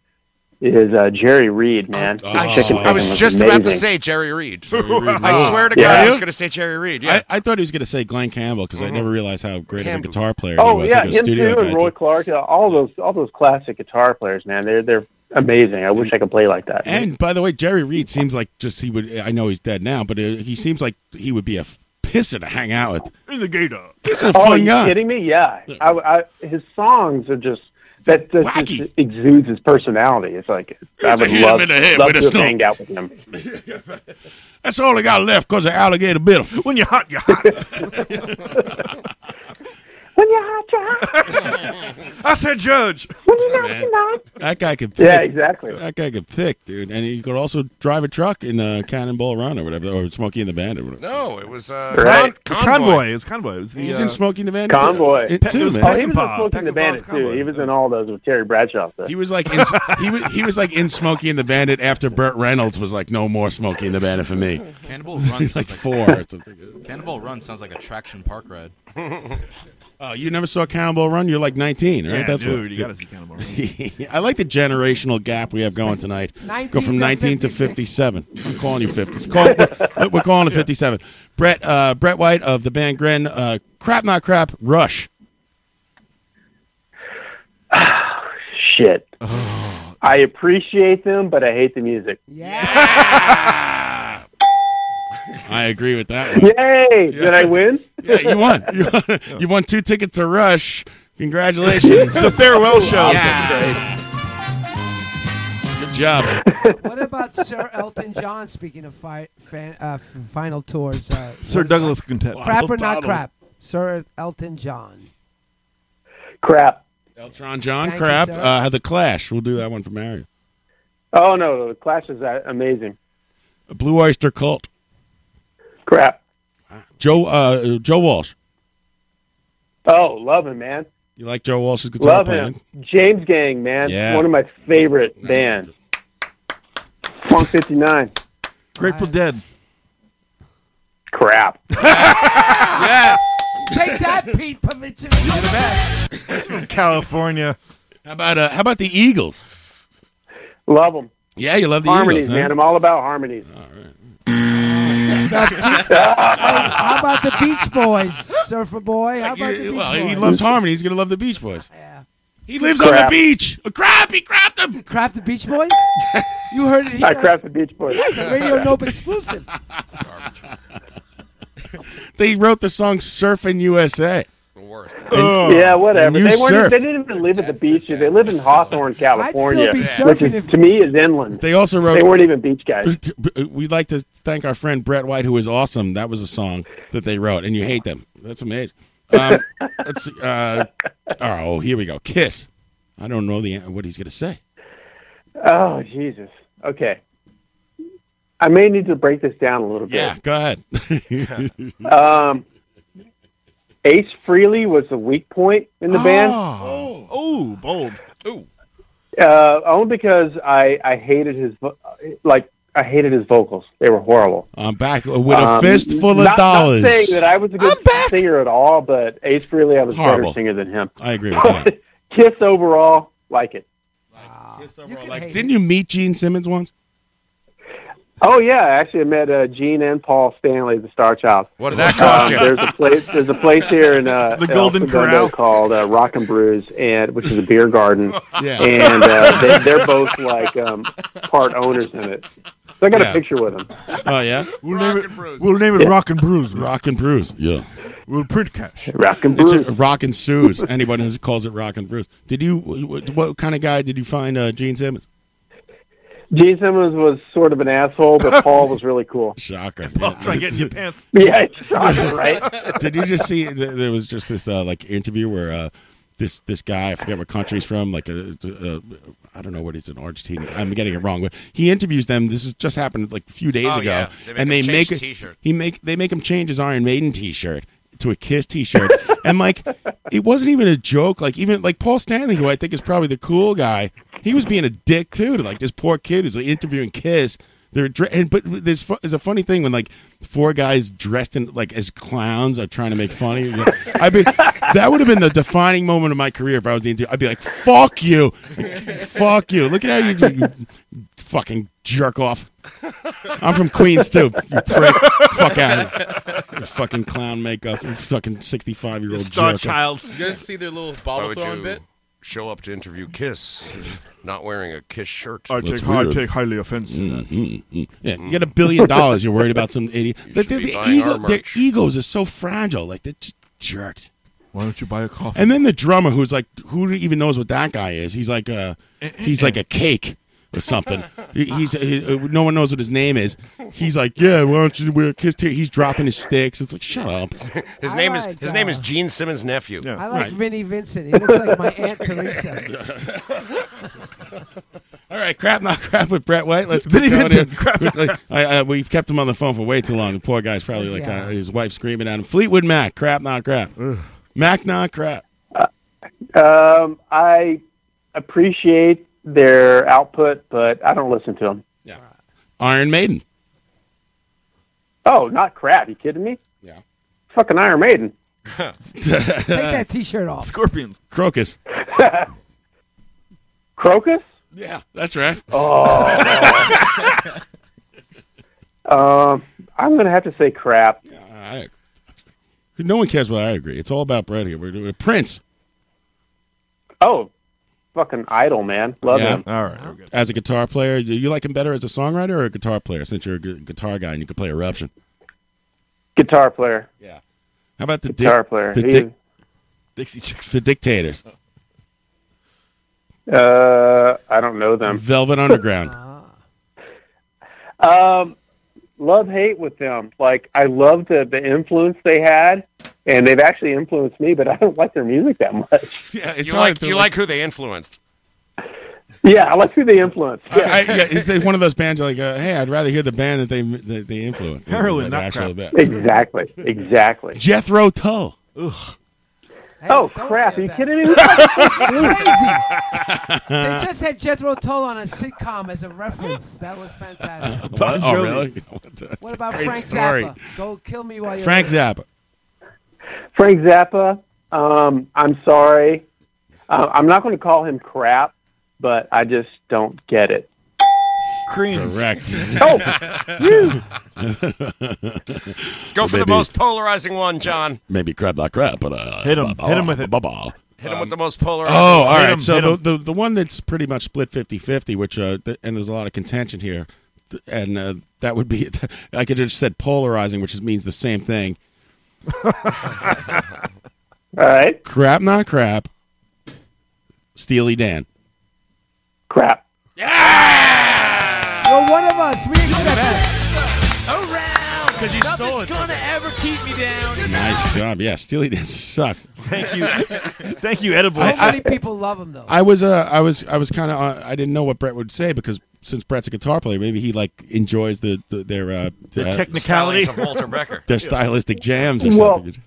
S5: is uh, Jerry Reed, man.
S6: I,
S5: His chicken
S6: Oh, I was
S5: fucking was
S6: just about to
S5: amazing.
S6: say Jerry Reed.
S12: Reed,
S6: I
S12: wow.
S6: swear to God,
S12: Yeah.
S6: I
S12: You?
S6: was going to say Jerry Reed. Yeah. Mm-hmm.
S12: I, I thought he was going to say Glenn Campbell because I never realized how great of a
S6: Campbell.
S12: guitar player
S5: Oh
S12: he was.
S5: yeah,
S12: like a
S5: him
S12: studio
S5: too, and
S12: guy,
S5: Roy Clark. uh, All those, all those classic guitar players, man. They're they're amazing. I wish I could play like that.
S12: And by the way, Jerry Reed seems like just he would. I know he's dead now, but uh, he seems like he would be a f- pisser to hang out with.
S11: He's a gator.
S12: He's a
S5: oh, are
S12: fun
S5: you
S12: guy.
S5: kidding me? Yeah, I, I, his songs are just that that just exudes his personality. It's like I
S12: It's a
S5: would
S12: hit
S5: love,
S12: him in the head
S5: love
S12: with
S5: to
S12: a
S5: have
S12: snow.
S5: hanged out with him.
S12: That's all I got left because the alligator bit him.
S11: When you're hot, you're hot.
S5: When you're hot, you're
S11: I said, Judge.
S12: That guy could. Pick.
S11: Yeah, exactly.
S12: That guy could pick, dude, and he could also drive a truck in uh, Cannonball Run or whatever, or Smokey and the Bandit. Or whatever.
S6: no, it was uh,
S11: Right.
S6: Con- Convoy.
S11: The convoy. It was convoy. It was the,
S12: He's
S11: uh,
S12: in Smoking the Bandit.
S5: Convoy.
S12: It, too, man.
S5: oh, he was in Smoking the Bandit too. He was in all those with Terry Bradshaw. So.
S12: He was like in, he was he was like in Smokey and the Bandit after Burt Reynolds was like, no more Smokey and the Bandit for me.
S7: Cannibal Run
S12: He's
S7: sounds
S12: like
S7: like-
S12: four or something.
S7: Cannonball Run sounds like a traction park ride.
S12: Oh, you never saw Cannonball Run? You're like 19, right?
S11: Yeah,
S12: what-
S11: dude, you gotta see Cannonball
S12: I like the generational gap we have going tonight. Go
S11: 19
S12: from
S11: to
S12: 19 to 57. I'm calling you 50. Call, we're, we're calling it 57. Brett uh, Brett White of the band Gren. Uh, crap, not crap. Rush.
S5: Shit.
S12: Oh.
S5: I appreciate them, but I hate the music.
S12: I agree with that. One.
S5: Yay! Did I win?
S12: Yeah, you won. You won, you won two tickets to Rush. Congratulations.
S11: The farewell show.
S12: Yeah. Good job.
S10: what about Sir Elton John? Speaking of fi- fan, uh, f- final tours, uh,
S11: Sir
S10: what is-
S11: Douglas Quintet.
S10: Crap or not
S11: Donald.
S10: crap? Sir Elton John.
S5: Crap.
S12: Eltron John
S10: Thank you,
S12: Crap.
S10: sir.
S12: Uh, the Clash. We'll do that one for Mario.
S5: Oh no, the Clash is uh, amazing.
S12: Blue Oyster Cult.
S5: Crap.
S12: Joe uh, Joe Walsh.
S5: Oh, love him, man.
S12: You like Joe Walsh's guitar
S5: Love
S12: playing?
S5: him. James Gang, man.
S12: Yeah.
S5: One of my favorite bands. Funk 59.
S11: Grateful Dead.
S5: Crap.
S11: yes.
S10: Take that, Pete Pavicevic. You're the best.
S11: From California.
S12: How about uh, how about the Eagles?
S5: Love them.
S12: Yeah, you love the
S5: harmonies,
S12: Eagles, huh?
S5: man. I'm all about harmonies.
S10: Oh, How about the Beach Boys, Surfer Boy? How about the Beach
S12: Well,
S10: Boys?
S12: he loves harmony. He's gonna love the Beach Boys. He lives on the
S10: Crap.
S12: beach. A crap. He crapped him.
S10: Crap the Beach Boys? you heard it. here.
S12: I crapped the Beach Boys.
S10: That's a Radio Nope exclusive.
S12: They wrote the song "Surfing USA."
S6: The worst.
S12: Oh,
S5: yeah, whatever.
S12: You
S5: They weren't.
S12: surf.
S5: They didn't even live at the beach. They live in Hawthorne, California,
S12: be
S5: which
S12: surfing
S5: is, to me is inland.
S12: They also wrote.
S5: They weren't even beach guys.
S12: We'd like to thank our friend Brett White, who is awesome. That was a song that they wrote, and you hate them. That's amazing. Um, let's see. Uh, oh, here we go. Kiss. I don't know the what he's going to say.
S5: Oh Jesus. Okay. I may need to break this down a little bit.
S12: Yeah, go ahead.
S5: Um, Ace Freely was the weak point in the band.
S11: Oh, oh, bold. Ooh.
S5: Uh, only because I, I hated his vo- like I hated his vocals. They were horrible.
S12: I'm back with a
S5: Um,
S12: fistful of
S5: not- not
S12: dollars.
S5: saying that I was a good singer at all, but Ace Frehley, I was
S12: Horrible. Oh,
S5: a better singer than him.
S12: I agree with that.
S5: Kiss overall, like it.
S12: Like, didn't you meet Gene Simmons once?
S5: Oh yeah, actually, I met uh, Gene and Paul Stanley, the Star Child. Um,
S6: What did that cost you?
S5: Uh, There's a place. There's a place here in uh,
S6: The
S5: in
S6: Golden
S5: El Segundo
S6: Corral?
S5: called uh, Rock and Brews, and which is a beer garden.
S12: Yeah.
S5: And uh, they, they're both like um, part owners in it. So I got
S12: Yeah.
S5: a picture with them.
S12: Oh yeah,
S22: We'll name it. We'll name it
S12: Yeah.
S22: Rock and Brews. man.
S12: Rock and Bruce. Yeah.
S22: We'll print cash.
S5: Rock and
S12: It's
S5: Brews.
S12: a- rock and Sue's. Anyone who calls it Rock and Brews. Did you? What, what kind of guy did you find uh, Gene Simmons?
S5: Gene Simmons was sort of an asshole, but Paul was really cool.
S12: Shocker.
S22: Try getting your pants.
S5: Yeah, it's shocking, right?
S12: Did you just see? th- There was just this uh, like interview where uh, this this guy I forget what country he's from. Like a, a, I don't know what he's in Argentina. I'm getting it wrong. But he interviews them. This has just happened like a few days
S6: Oh,
S12: ago,
S6: yeah. They make him
S12: and they
S6: change
S12: make
S6: his t-shirt.
S12: he make they make him change his Iron Maiden T-shirt to a Kiss T-shirt, and like it wasn't even a joke. Like even like Paul Stanley, who I think is probably the cool guy, he was being a dick too to like this poor kid who's like interviewing Kiss. They're dre- and but there's fu- there's a funny thing when like four guys dressed in like as clowns are trying to make funny. I mean, that would have been the defining moment of my career if I was the interview. I'd be like, "Fuck you, fuck you! Look at how you, you fucking jerk off." I'm from Queens too. You prick. Fuck out of here. You fucking clown makeup. You fucking 65 year old jerk.
S7: You guys see their little
S6: Why
S7: bottle
S6: would
S7: throwing
S6: you
S7: bit?
S6: show up to interview Kiss, not wearing a Kiss shirt?
S22: I take, I take highly offense to
S3: Mm.
S22: that.
S12: Yeah, you got a billion dollars. You're worried about some idiot. But their,
S22: should be
S12: their
S22: buying
S12: ego,
S22: our
S12: their
S22: merch.
S12: egos are so fragile. Like they're just jerks.
S22: Why don't you buy a coffee?
S12: And then the drummer, who's like, who even knows what that guy is? He's like a, he's like a cake or something. He- He's he, uh, no one knows what his name is. He's like, yeah, why don't you wear a kiss? T-? He's dropping his sticks. It's like, shut up.
S6: His
S10: I
S6: name is
S10: like,
S6: his name is
S10: uh,
S6: Gene Simmons' nephew.
S10: I like Vinnie Vincent. He looks like my Aunt Teresa.
S12: All right, crap, not crap with Brett White. Let's
S22: Vinny
S12: keep going
S22: Vincent,
S12: in
S22: crap, not
S12: quickly. I, I, we've kept him on the phone for way too long. The poor guy's probably like
S22: Yeah.
S12: uh, his wife screaming at him. Fleetwood Mac, crap, not crap. Mac, not crap.
S5: Um, I appreciate their output, but I don't listen to them.
S12: Iron Maiden.
S5: Oh, not crap. You kidding me?
S12: Yeah.
S5: Fucking Iron Maiden.
S10: Take that T-shirt off.
S11: Scorpions.
S12: Crocus.
S5: Crocus?
S12: Yeah, that's right.
S5: Oh. um, I'm going to have to say crap.
S12: I, no one cares what I agree. It's all about Brett here. We're doing Prince.
S5: Oh, fucking idol, man. Love
S12: Yeah.
S5: him.
S22: All right.
S12: As a guitar player, do you like him better as a songwriter or a guitar player since you're a gu- guitar guy and you can play Eruption?
S5: Guitar player.
S12: Yeah. How about the
S5: Guitar
S12: dic-
S5: player.
S12: The,
S5: He-
S12: dic-
S11: Dixie Chicks.
S12: the Dictators.
S5: Uh, I don't know them.
S12: Velvet Underground.
S5: Um, love hate with them. Like I love the the influence they had, and they've actually influenced me. But I don't like their music that much.
S12: Yeah,
S6: it's you like you like who they influenced.
S5: Yeah, I like who they influenced.
S12: I, I, yeah, it's like one of those bands like, uh, hey, I'd rather hear the band that they that they influence.
S5: Heroin,
S12: Like
S5: not
S12: actual
S5: crap.
S12: band.
S5: Exactly, exactly.
S12: Jethro Tull.
S5: oh crap! Are you kidding me?
S10: They just had Jethro Tull on a sitcom as a reference. That was fantastic.
S12: What? Oh, really? the-
S10: What about
S12: Great
S10: Frank
S12: story.
S10: Zappa? Go kill me while you're
S12: Frank
S10: there.
S12: Zappa.
S5: Frank Zappa. Um, I'm sorry. Uh, I'm not going to call him crap, but I just don't get it.
S11: Cream.
S12: Correct.
S5: Oh,
S6: Go for the
S12: Maybe-
S6: most polarizing one, John.
S12: Maybe crap, not crap, but uh,
S6: Hit 'em. Hit 'em with
S12: it. Blah, blah.
S6: Hit him with the most polar.
S12: Oh, all right. So the, the the one that's pretty much split 50-50, which uh, th- and there's a lot of contention here, th- and uh, that would be I could have just said polarizing, which is- means the same thing.
S5: All right.
S12: Crap, not crap. Steely Dan.
S5: Crap.
S10: Well, one of us. We accept this.
S23: Around, because you
S11: Oh.
S23: stole it. gonna ever keep me down.
S12: Nice job. Yeah, Steely Dan sucks.
S23: Thank you.
S3: Thank you, Edible.
S10: So many people love him, though.
S12: I was uh, I was I was kind of uh, I didn't know what Brett would say because since Brett's a guitar player, maybe he like enjoys the, the their uh,
S3: The
S12: uh,
S3: technicality.
S6: of Walter Becker.
S12: their stylistic jams or
S5: Well,
S12: something.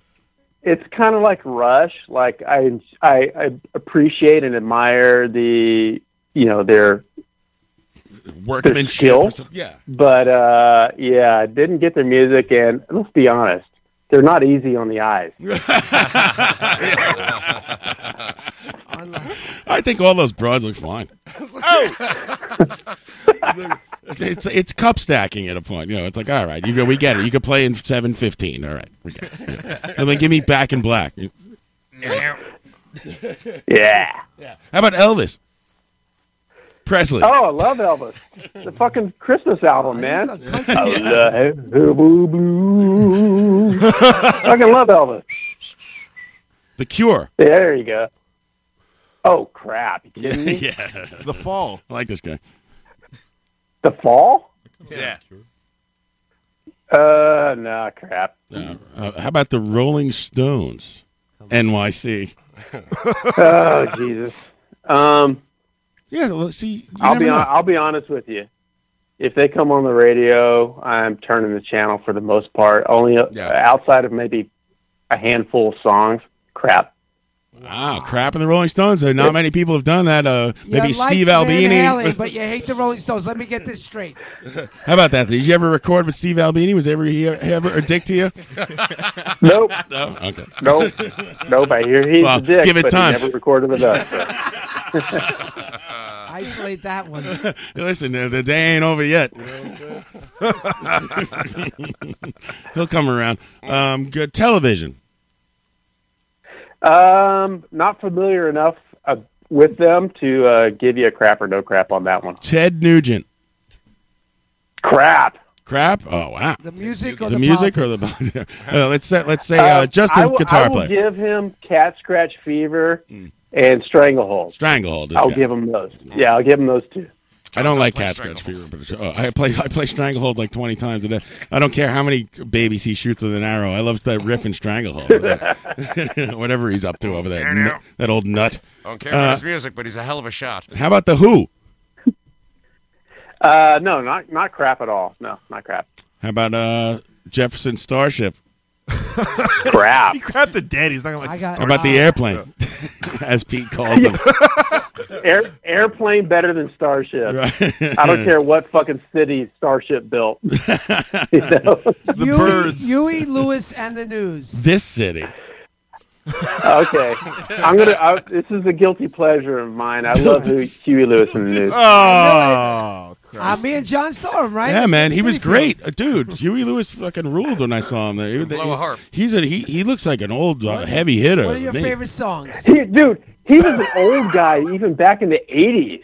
S5: it's kind of like Rush. Like I, I, I appreciate and admire the, you know, their their
S12: Workmanship
S5: skill.
S12: or something. Yeah.
S5: But uh, yeah, I didn't get their music, and let's be honest, they're not easy on the eyes.
S12: I think all those broads look fine. Oh! It's it's cup stacking at a point. You know, it's like all right, you go, we get it. You can play in seven fifteen. All right, we get it. Yeah. And then give me back in black.
S5: Yeah.
S12: How about Elvis Presley?
S5: Oh, I love Elvis. The fucking Christmas album, man. I love Blue. fucking love Elvis.
S12: The Cure.
S5: There you go. Oh crap! You kidding me?
S12: The Fall. I like this guy.
S5: The fall?
S6: Yeah.
S5: Uh, no crap.
S12: Uh, how about the Rolling Stones? NYC.
S5: oh Jesus. Um.
S12: Yeah. Well, see, you
S5: I'll
S12: never
S5: be
S12: know.
S5: on, I'll be honest with you. If they come on the radio, I'm turning the channel for the most part. Only uh outside of maybe a handful of songs. Crap.
S12: Wow, Ah, crap in the Rolling Stones. Though not many people have done that. Uh,
S10: You
S12: maybe
S10: like
S12: Steve
S10: Van
S12: Albini.
S10: Halen, but you hate the Rolling Stones. Let me get this straight.
S12: How about that? Did you ever record with Steve Albini? Was ever he ever a dick to you?
S5: Nope.
S12: No. Okay.
S5: Nope. nope. I hear he's
S12: Well,
S5: a dick,
S12: give it
S5: but
S12: time.
S5: he never recorded with us. so.
S10: Isolate that one.
S12: Listen, uh, the, the day ain't over yet. He'll come around. Um, good television.
S5: Um, not familiar enough uh, with them to uh, give you a crap or no crap on that one.
S12: Ted Nugent.
S5: Crap.
S12: Crap. Oh wow.
S10: The music
S12: The,
S10: or the,
S12: music
S10: politics?
S12: or the uh, let's say, let's say uh, just the
S5: Um, I will-
S12: guitar
S5: I will
S12: player. Hmm.
S5: give him Cat Scratch Fever and Stranglehold.
S12: Stranglehold.
S5: I'll
S12: yeah.
S5: give him those. Yeah, I'll give him those two.
S12: I don't like cat scratch fever, but oh, I play I play Stranglehold like twenty times a day. I don't care how many babies he shoots with an arrow. I love that riff in Stranglehold. It's like- whatever he's up to over there, nut- that old nut.
S6: I don't care
S12: Uh,
S6: about his music, but he's a hell of a shot.
S12: how about the Who?
S5: Uh, no, not not crap at all. No, not crap.
S12: How about uh, Jefferson Starship?
S5: Crap.
S3: he grabbed the dead. He's not gonna like. I
S12: How about the airplane, as Pete calls them?
S5: Air, airplane better than Starship.
S12: Right.
S5: I don't care what fucking city Starship built. You know?
S10: Huey, Huey Lewis and the News.
S12: This city.
S5: okay, I'm gonna. I, this is a guilty pleasure of mine. I love who, Huey Lewis and the News.
S12: Oh,
S10: Uh, me and John saw him, right?
S12: yeah, man, he was
S10: City
S12: great, Uh, dude. Huey Lewis fucking ruled when I saw him there. He-
S6: blow a harp.
S12: He's a, he he looks like an old uh, heavy hitter.
S10: What are your
S12: Man.
S10: favorite songs?
S5: He, dude, he was an old guy even back in the '80s.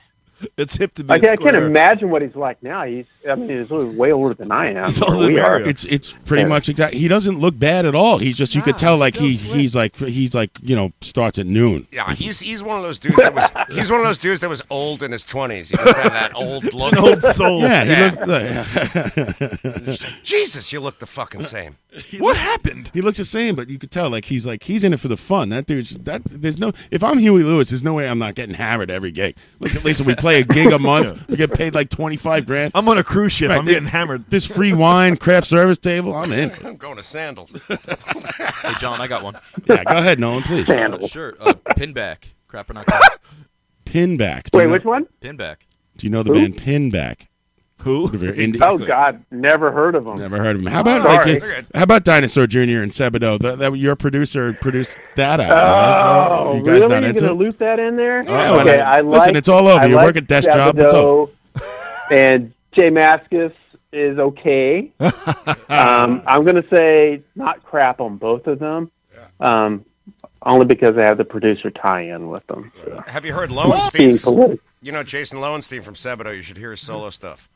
S3: It's hip to be.
S5: Like,
S3: a
S5: I can't
S3: square.
S5: imagine what he's like now. He's, I mean, he's way older than I am. or we are.
S12: It's it's pretty much exact. He doesn't look bad at all. He's just you could tell like he he's like he's like you know starts at noon.
S6: Yeah, he's he's one of those dudes that was he's one of those dudes that was old in his twenties. He just had that old look,
S12: Yeah, he
S6: Yeah.
S12: looked. like-
S6: He's like, Jesus, you look the fucking same.
S12: what happened? He looks the same, but you could tell like he's like he's in it for the fun. That dude's that. There's no. If I'm Huey Lewis, there's no way I'm not getting hammered every gig. Look, at least if we play a gig a month, we get paid like twenty five grand.
S3: I'm on a cruise ship. I'm
S12: this-
S3: getting hammered.
S12: This free wine, craft service table. I'm in.
S6: I'm going to sandals.
S7: Hey, John, I got one.
S12: Yeah, go ahead, Nolan, please.
S7: Uh, sure. Uh, pinback. Crap or not crap?
S12: Pinback. Do
S5: Wait,
S12: you know-
S5: which one?
S7: Pinback.
S12: Do you know the
S5: Who?
S12: band Pinback? Who?
S5: Oh God, never heard of him.
S12: Never heard of him. How about
S5: Sorry.
S12: like how about Dinosaur Jr. and Sebadoh? That, that your producer produced that
S5: Oh,
S12: out. right? you guys
S5: really?
S12: not
S5: You're
S12: into
S5: gonna
S12: it?
S5: loop that in there?
S12: Yeah, why
S5: okay,
S12: not?
S5: I like.
S12: Listen, it's all over.
S5: I
S12: You
S5: like
S12: work a desk job, it's
S5: Shabado, and Jay Maskus is okay. um, I'm gonna say not crap on both of them. Um,
S24: only because they have the producer tie-in with them. So.
S6: Have you heard
S24: Being
S6: Lowenstein's?
S24: politi-
S6: You know Jason Lowenstein from Sebado. You should hear his solo stuff.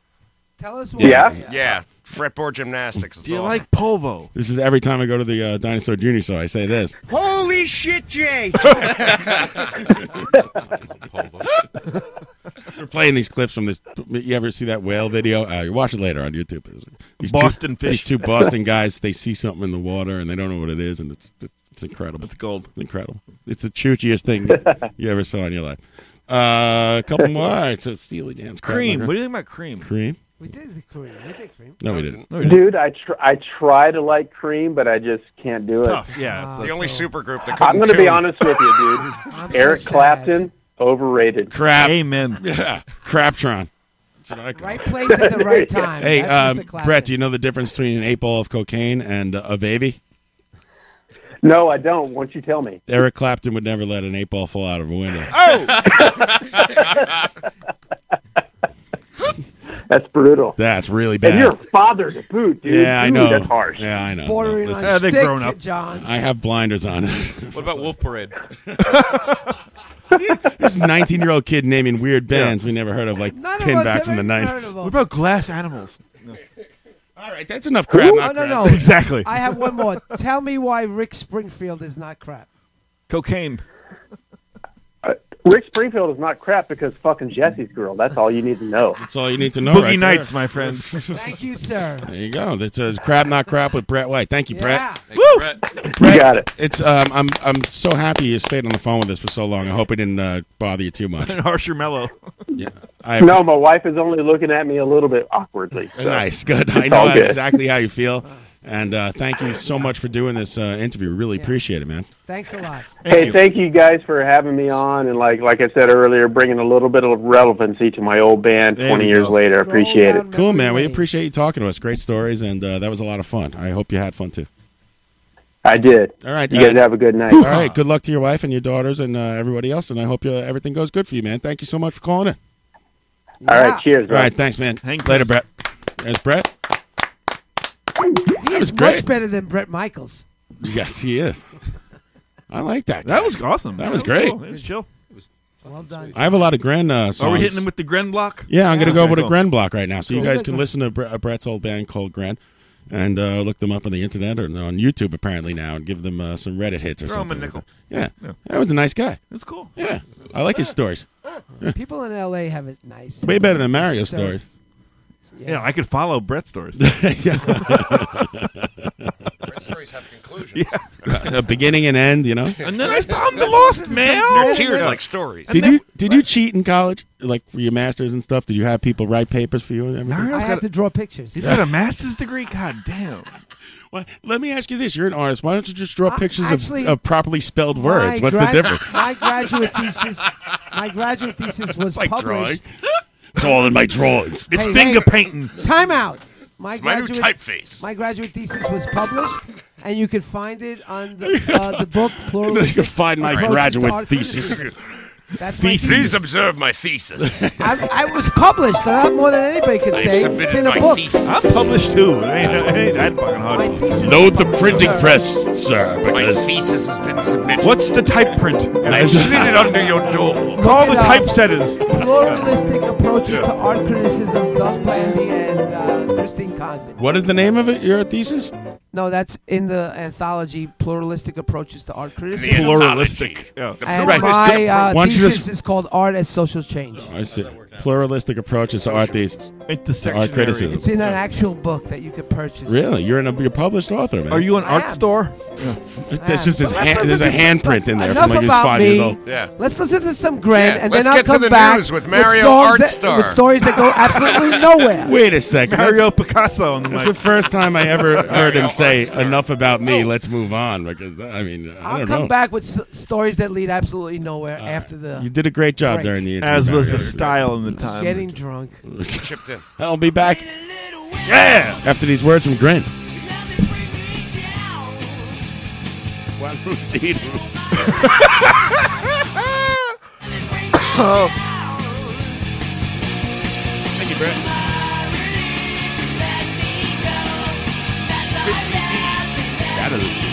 S10: Tell us
S24: Yeah?
S6: Yeah, fretboard gymnastics. It's
S3: Do you
S6: awesome.
S3: like Polvo?
S12: This is every time I go to the uh, Dinosaur Junior show. I say this.
S1: Holy shit, Jay!
S12: We're playing these clips from this. You ever see that whale video? Uh, you watch it later on YouTube. It was- these
S3: Boston
S12: two,
S3: fish.
S12: These two Boston guys, they see something in the water and they don't know what it is, and it's it's incredible. It's gold. incredible. It's the choochiest thing you ever saw in your life. Uh, a couple more. All right, so Steely Dan's
S11: Cream. What do you think about cream?
S12: Cream.
S10: We did the cream. We did cream.
S12: No, we didn't.
S24: Dude, I tr- I try to like Cream, but I just can't do it.
S12: Ah.
S6: the only super group that
S24: I'm
S6: couldn't
S24: going to be
S6: tune.
S24: honest with you, dude.
S6: so
S24: Eric
S6: sad.
S24: Clapton, overrated.
S12: Crap.
S11: Amen.
S12: Yeah. Craptron.
S10: Right place at the right time.
S12: Hey,
S10: That's Mr.
S12: um,
S10: Clapton.
S12: Brett, do you know the difference between an eight ball of cocaine and uh, a baby?
S24: No, I don't. Won't you tell me?
S12: Eric Clapton would never let an eight ball fall out of a window.
S24: Ah! That's brutal.
S12: That's really bad.
S24: And you're a father to boot, dude.
S12: Yeah, I
S24: Ooh,
S12: know.
S24: That's harsh.
S12: Yeah, I know.
S10: Bordering
S12: No,
S10: on
S12: listen.
S10: stick, John.
S12: I have blinders on.
S7: What about Wolf Parade?
S12: this 19 year old kid naming weird bands we never heard of, like pinned back from the 90s.
S22: What about glass animals?
S12: All right, that's enough crap.
S10: No,
S12: not
S10: no,
S12: crap.
S10: no.
S3: Exactly.
S10: I have one more. Tell me why Rick Springfield is not crap.
S11: Cocaine.
S24: Rick Springfield is not crap because fucking Jesse's girl. That's all you need to know.
S12: That's all you need to know.
S24: Boogie
S12: right
S24: Nights,
S12: there.
S24: my friend.
S10: Thank you, sir.
S12: There you go. That's a crap not crap with Brett White. Thank you, Brett.
S11: Thank you, Brett.
S12: You got it. It's um, I'm I'm so happy you stayed on the phone with us for so long. I hope it didn't uh, bother you too much.
S24: And
S12: harsher mellow. Yeah. I,
S24: No, my wife is only looking at me a little bit awkwardly. so
S12: Nice, good.
S24: it's
S12: I
S24: all
S12: know
S24: good.
S12: exactly how you feel, and uh, thank you so much for doing this uh, interview. Really appreciate it, man.
S10: Thanks a lot.
S24: hey, thank you guys for having me on, and like like I said earlier, bringing a little bit of relevancy to my old band.
S12: There
S24: Twenty
S12: we
S24: years
S12: go.
S24: later, appreciate it.
S12: Cool, man. We appreciate you talking to us. Great stories, and uh, that was a lot of fun. I hope you had fun too.
S24: I did.
S12: All right,
S24: you
S12: uh,
S24: guys have a good night.
S12: All right, good luck to your wife and your daughters and uh, everybody else, and I hope you, everything goes good for you, man. Thank you so much for calling in.
S24: All right, cheers.
S12: All
S24: man.
S12: right, thanks, man. Later, Brett. There's Brett.
S10: He
S12: was
S10: is
S12: great.
S10: much better than Brett Michaels.
S12: Yes, he is. I like that.
S11: That was awesome.
S12: That was great.
S11: It was chill.
S10: Well done.
S12: I have a lot of Gren uh, songs.
S11: Are we hitting him with the Gren block?
S12: Yeah, I'm going to go
S11: Okay,
S12: with a
S11: cool.
S12: Gren block right now. So you
S11: Cool.
S12: guys can listen to Bre- uh, Brett's old band called Gren and uh, look them up on the internet or on YouTube apparently now and give them uh, some Reddit hits or
S11: Throw him a
S12: something. like
S11: nickel.
S12: that. Yeah.
S11: Yeah.
S12: That was a nice guy.
S11: That's cool.
S12: Yeah. I like his stories. Yeah.
S10: People in L.A. have it nice.
S12: Way better than Mario's
S10: So-
S12: stories.
S10: Yeah.
S3: Yeah, I could follow Brett's stories.
S12: Brett's
S6: stories have conclusions.
S12: A Uh, beginning and end, you know?
S11: And then I found the lost mail.
S6: They're tiered like stories.
S12: Did you did you cheat in college, like for your masters and stuff? Did you have people write papers for you and everything?
S10: I have to draw pictures.
S12: He's got a
S11: master's degree. God damn.
S12: Well, let me ask you this: You're an artist. Why don't you just draw pictures
S10: actually-
S12: of, of properly spelled
S10: My
S12: words? What's
S10: grad-
S12: the difference?
S10: My graduate thesis, my graduate thesis was
S12: like
S10: published.
S12: It's all in my drawings.
S10: Hey, hey, Time out. My
S6: It's my new typeface.
S10: My graduate thesis was published, and you can find it on the, uh, the book
S12: You can
S10: Pluralistic
S12: find my
S10: Approaches to
S12: graduate
S10: Art
S12: thesis.
S10: Criticism. That's my
S6: Please,
S10: thesis.
S6: observe my thesis.
S10: I, I was published. A lot more than anybody could
S6: I've
S10: say. It's
S6: submitted
S10: in a
S6: my
S10: book.
S6: thesis.
S3: I'm published too. It ain't, it ain't that fucking hard.
S12: Load the printing press, sir,
S6: My
S12: because
S6: thesis has been submitted.
S3: What's the type print?
S6: And I slid it under your door.
S3: Call the
S10: Look it up.
S3: typesetters.
S10: Pluralistic approaches to art criticism. Doug Blandy and uh, Christine Condon.
S12: what is the name of it? Your thesis?
S10: No, that's in the anthology "Pluralistic Approaches to Art Criticism."
S3: Pluralistic. Yeah.
S10: And
S12: Right.
S10: my
S12: Why
S10: uh,
S12: don't you
S10: thesis
S12: just- Oh,
S10: is called "Art as Social Change."
S12: I see. Pluralistic approaches to art thesis, to art
S11: Intersectionary.
S12: criticism.
S10: uh, It's in an actual book that you could purchase.
S12: Really, you're an, you're a published author, man.
S11: Are you an
S10: I
S11: art
S10: am.
S11: store?
S12: There's just his
S10: But let's
S12: hand,
S10: listen
S12: there's a
S10: to some-
S12: handprint in there
S10: Enough
S12: from like he's
S10: about
S12: five
S10: me.
S12: years old.
S6: Yeah.
S10: Let's listen to some Gren,
S6: Yeah,
S10: and
S6: let's
S10: then I'll
S6: get to
S10: come
S6: the
S10: back
S6: news with Mario
S10: songs
S6: Art
S10: that-
S6: Star.
S10: with stories that go absolutely nowhere.
S12: Wait a second.
S11: Mario Picasso on the
S12: That's
S11: mic.
S12: the first time I ever heard him say enough about me. Let's move on because I mean I
S10: I'll
S12: don't
S10: come
S12: know.
S10: back with s- stories that lead absolutely nowhere after the.
S12: You did a great job
S10: Right.
S12: during the interview.
S11: As was
S12: Mario.
S11: the style in the time.
S10: Getting drunk.
S6: Chipped in.
S12: I'll be back
S11: Yeah.
S12: after these words from Grin.
S11: Thank you, Brett.
S4: That'll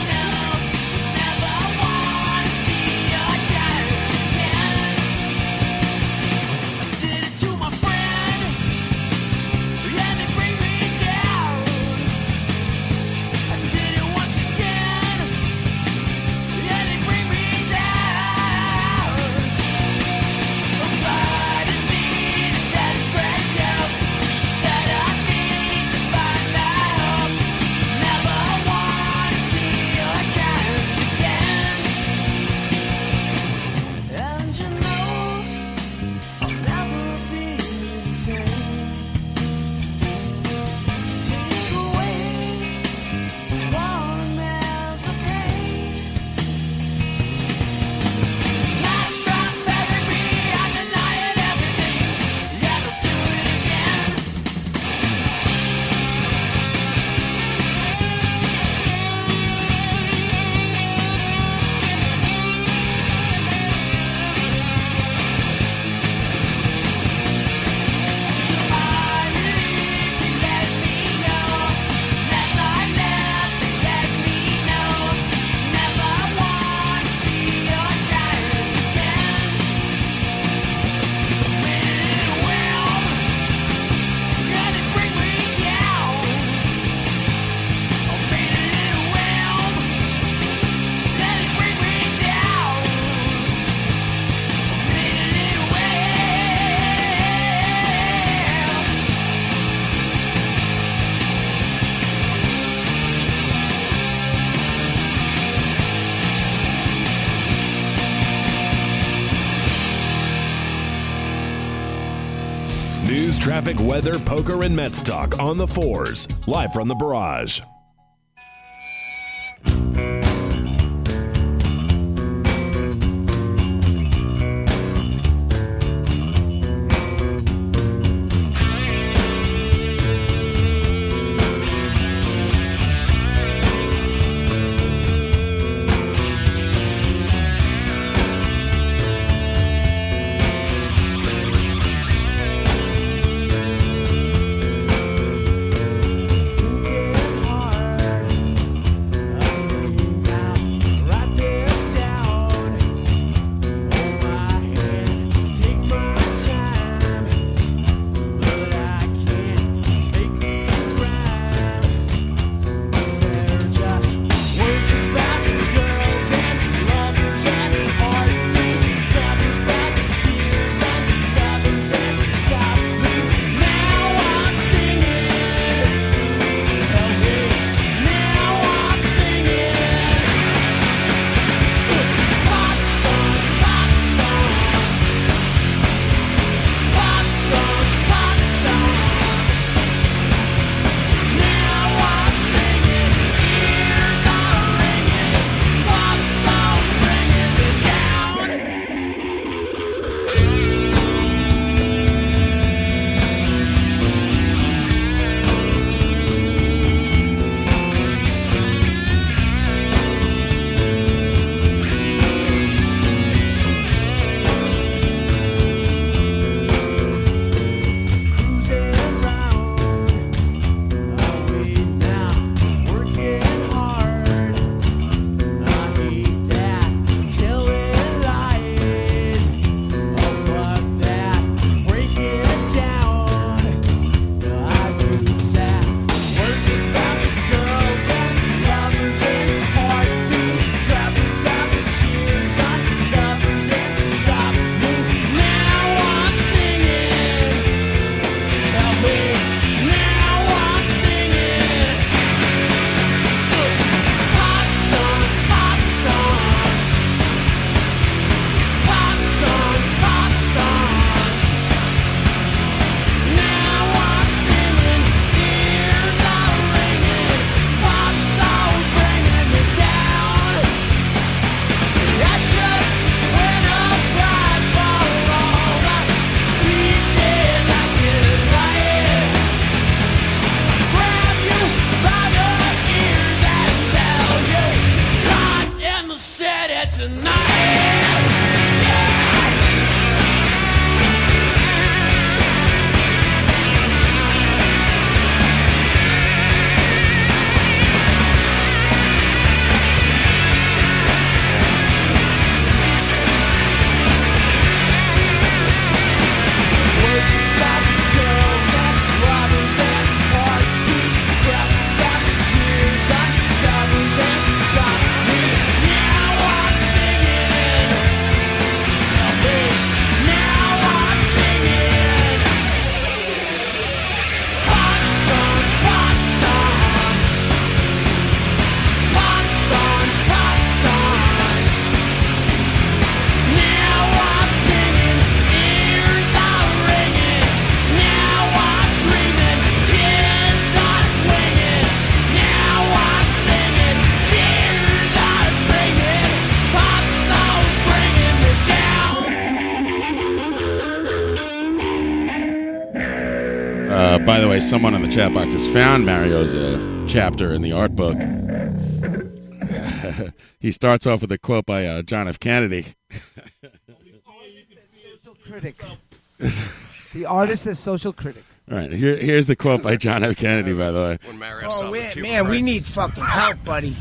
S11: Traffic, weather, poker, and Mets talk on the fours, live from the barrage.
S6: Uh, by the way, someone on the chat box just found Mario's uh, chapter in the art book. he starts off with a quote by uh, John F. Kennedy.
S10: Critic. the artist is social critic.
S6: All right, here, here's the quote by John F. Kennedy, by the way.
S12: Oh, we- man, we need fucking help, buddy.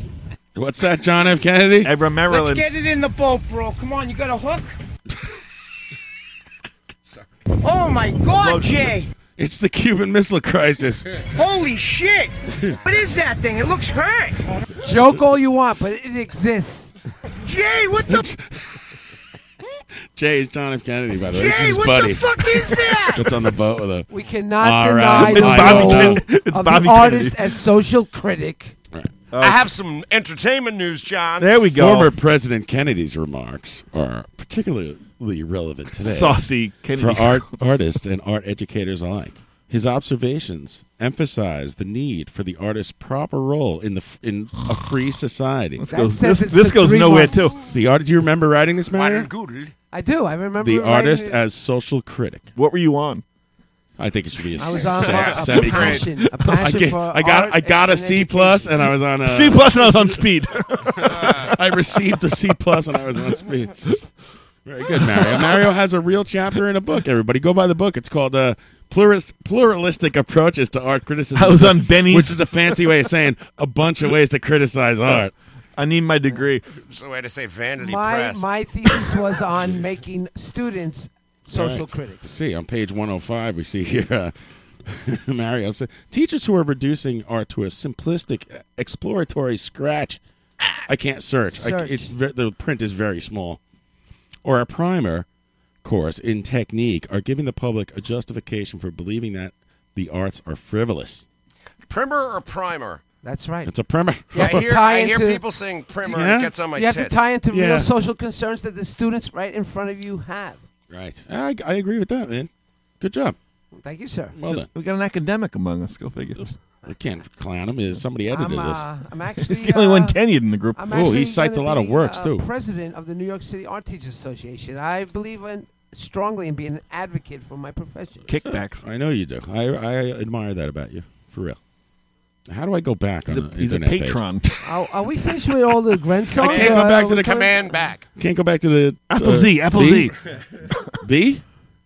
S6: What's that, John F. Kennedy? Ever
S12: Let's get it in the boat, bro. Come on, you got a hook? oh my God, Jay!
S6: It's the Cuban Missile Crisis.
S12: Holy shit! What is that thing? It looks hurt.
S10: Joke all you want, but it exists.
S12: Jay, what the?
S6: Jay is John F. Kennedy, by the way. This
S10: Jay,
S6: is his
S10: what the
S6: buddy.
S10: fuck is that?
S6: That's on the boat with him.
S10: We cannot
S6: All
S10: deny
S6: right.
S10: the
S6: It's Bobby
S10: role
S6: Kennedy. It's
S10: of
S6: Bobby
S10: the artist
S6: Kennedy.
S10: as social critic.
S6: I have some entertainment news, John.
S3: There we go.
S12: Former President Kennedy's remarks are particularly relevant today.
S3: Saucy Kennedy.
S12: For art artists and art educators alike. His observations emphasize the need for the artist's proper role in the f- in a free society.
S10: That goes- this- sentence this took goes three nowhere, months. too.
S12: The art. Do you remember writing this, Mario?
S10: I do. I remember
S12: The
S10: writing
S12: artist
S10: it-
S12: as social critic.
S11: What were you on?
S12: I think it should be a
S10: I was on
S12: se-
S10: a- a
S12: semicolon.
S10: passion- a passion
S12: I, get-
S10: for
S12: I got
S10: art
S12: I got a
S10: and
S12: C plus, and I was on a
S11: Uh,
S3: C plus and I was on speed.
S12: I received a C plus and I was on speed. Very good, Mario. Mario has a real chapter in a book. Everybody, go buy the book. It's called uh, Plurist, "Pluralistic Approaches to Art Criticism."
S11: I was on Benny's-
S12: which is a fancy way of saying a bunch of ways to criticize art.
S11: I need my degree.
S6: It's a way to say Vanity
S10: my
S6: Press.
S10: my thesis was on making students social
S12: Right.
S10: critics.
S12: See, on page 105, we see here uh, Mario said, teachers who are reducing art to a simplistic uh, exploratory scratch. I can't search. I,
S10: Search.
S12: it's ve- the print is very small. Or a primer course in technique are giving the public a justification for believing that the arts are frivolous.
S6: primer or primer?
S10: That's right.
S12: It's a primer.
S6: Yeah, I hear,
S10: Tie
S6: I hear
S10: into-
S6: people saying primer
S12: Yeah.
S6: and it gets on my
S10: you have
S6: tits.
S10: to tie into
S12: Yeah.
S10: real social concerns that the students right in front of you have.
S12: Right. I, I agree with that, man. Good job.
S10: Thank you, sir.
S12: Well done.
S11: We got an academic among us. Go figure.
S12: I can't clown him. Is Somebody edited
S10: I'm,
S12: this.
S10: uh, I'm actually.
S11: He's the only one
S10: uh,
S11: tenured in the group.
S10: I'm
S12: Oh, he
S10: actually
S12: cites
S10: gonna
S12: a lot of
S10: be,
S12: works,
S10: uh,
S12: too.
S10: President of the New York City Art Teachers Association. I believe in strongly in being an advocate for my profession.
S11: Kickbacks.
S12: I know you do. I, I admire that about you, for real. How do I go back
S11: He's
S12: on
S11: a-
S12: the
S11: he's a
S12: internet page?
S11: patron.
S10: Are, are we finished with all the Gren songs?
S6: can't go
S10: or
S6: back to
S10: are we
S6: the
S10: coming-
S6: command back.
S12: Can't go back to the uh,
S11: Apple Z, Apple
S12: B?
S11: Z.
S12: B,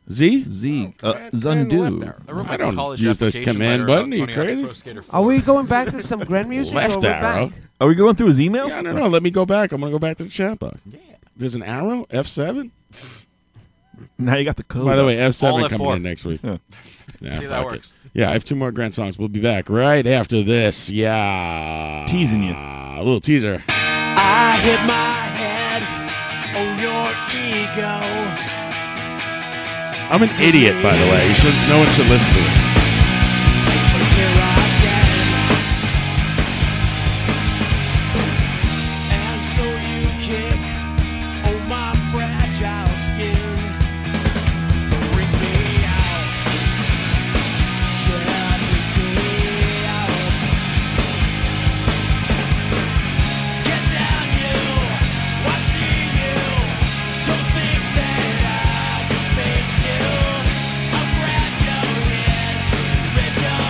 S12: Z,
S11: Z, uh, Zundu.
S12: I, don't use this command button. Are you crazy?
S10: Are we going back to some Gren music? or
S12: Left
S10: we're
S12: arrow.
S10: back?
S11: Are we going through his emails?
S12: Yeah, I don't know. Let me go back. I'm gonna go back to the chat box. Yeah. There's an arrow. F seven.
S11: Now you got the code.
S12: By the way, F
S11: All
S12: seven
S11: F4.
S12: coming in next week.
S11: Yeah.
S12: Nah,
S11: See, that
S12: fuck it.
S11: works.
S12: Yeah, I have two more grand songs. We'll be back right after this. Yeah, teasing you. A little teaser.
S4: I hit my head on your ego.
S12: I'm an idiot, by the way. You should, no one should listen to it.
S4: And so you kick on my fragile skin. Brings me out. Yeah, brings me out. Get down, you. I see you. Don't think that I can face you. I'll grab your head.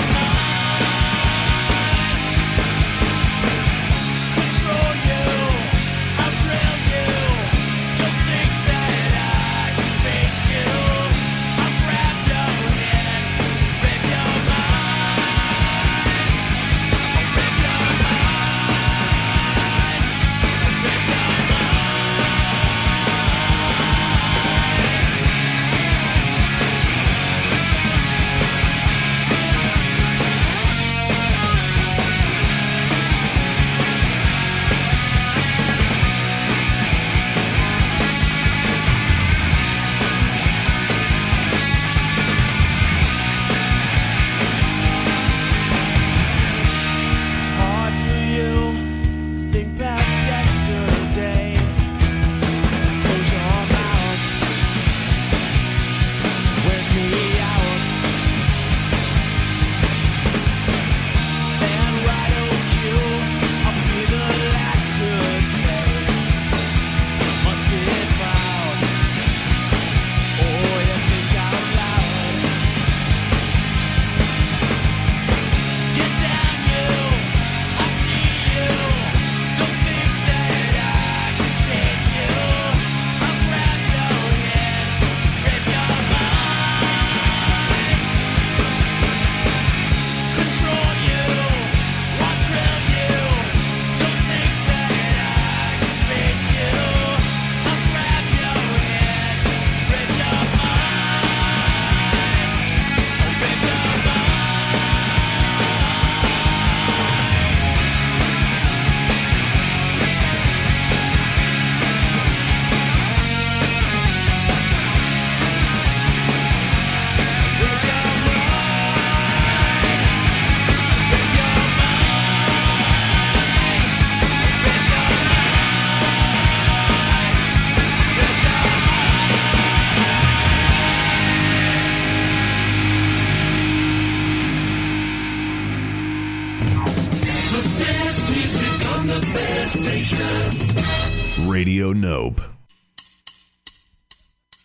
S6: Oh,
S4: the best station.
S25: Radio Nope.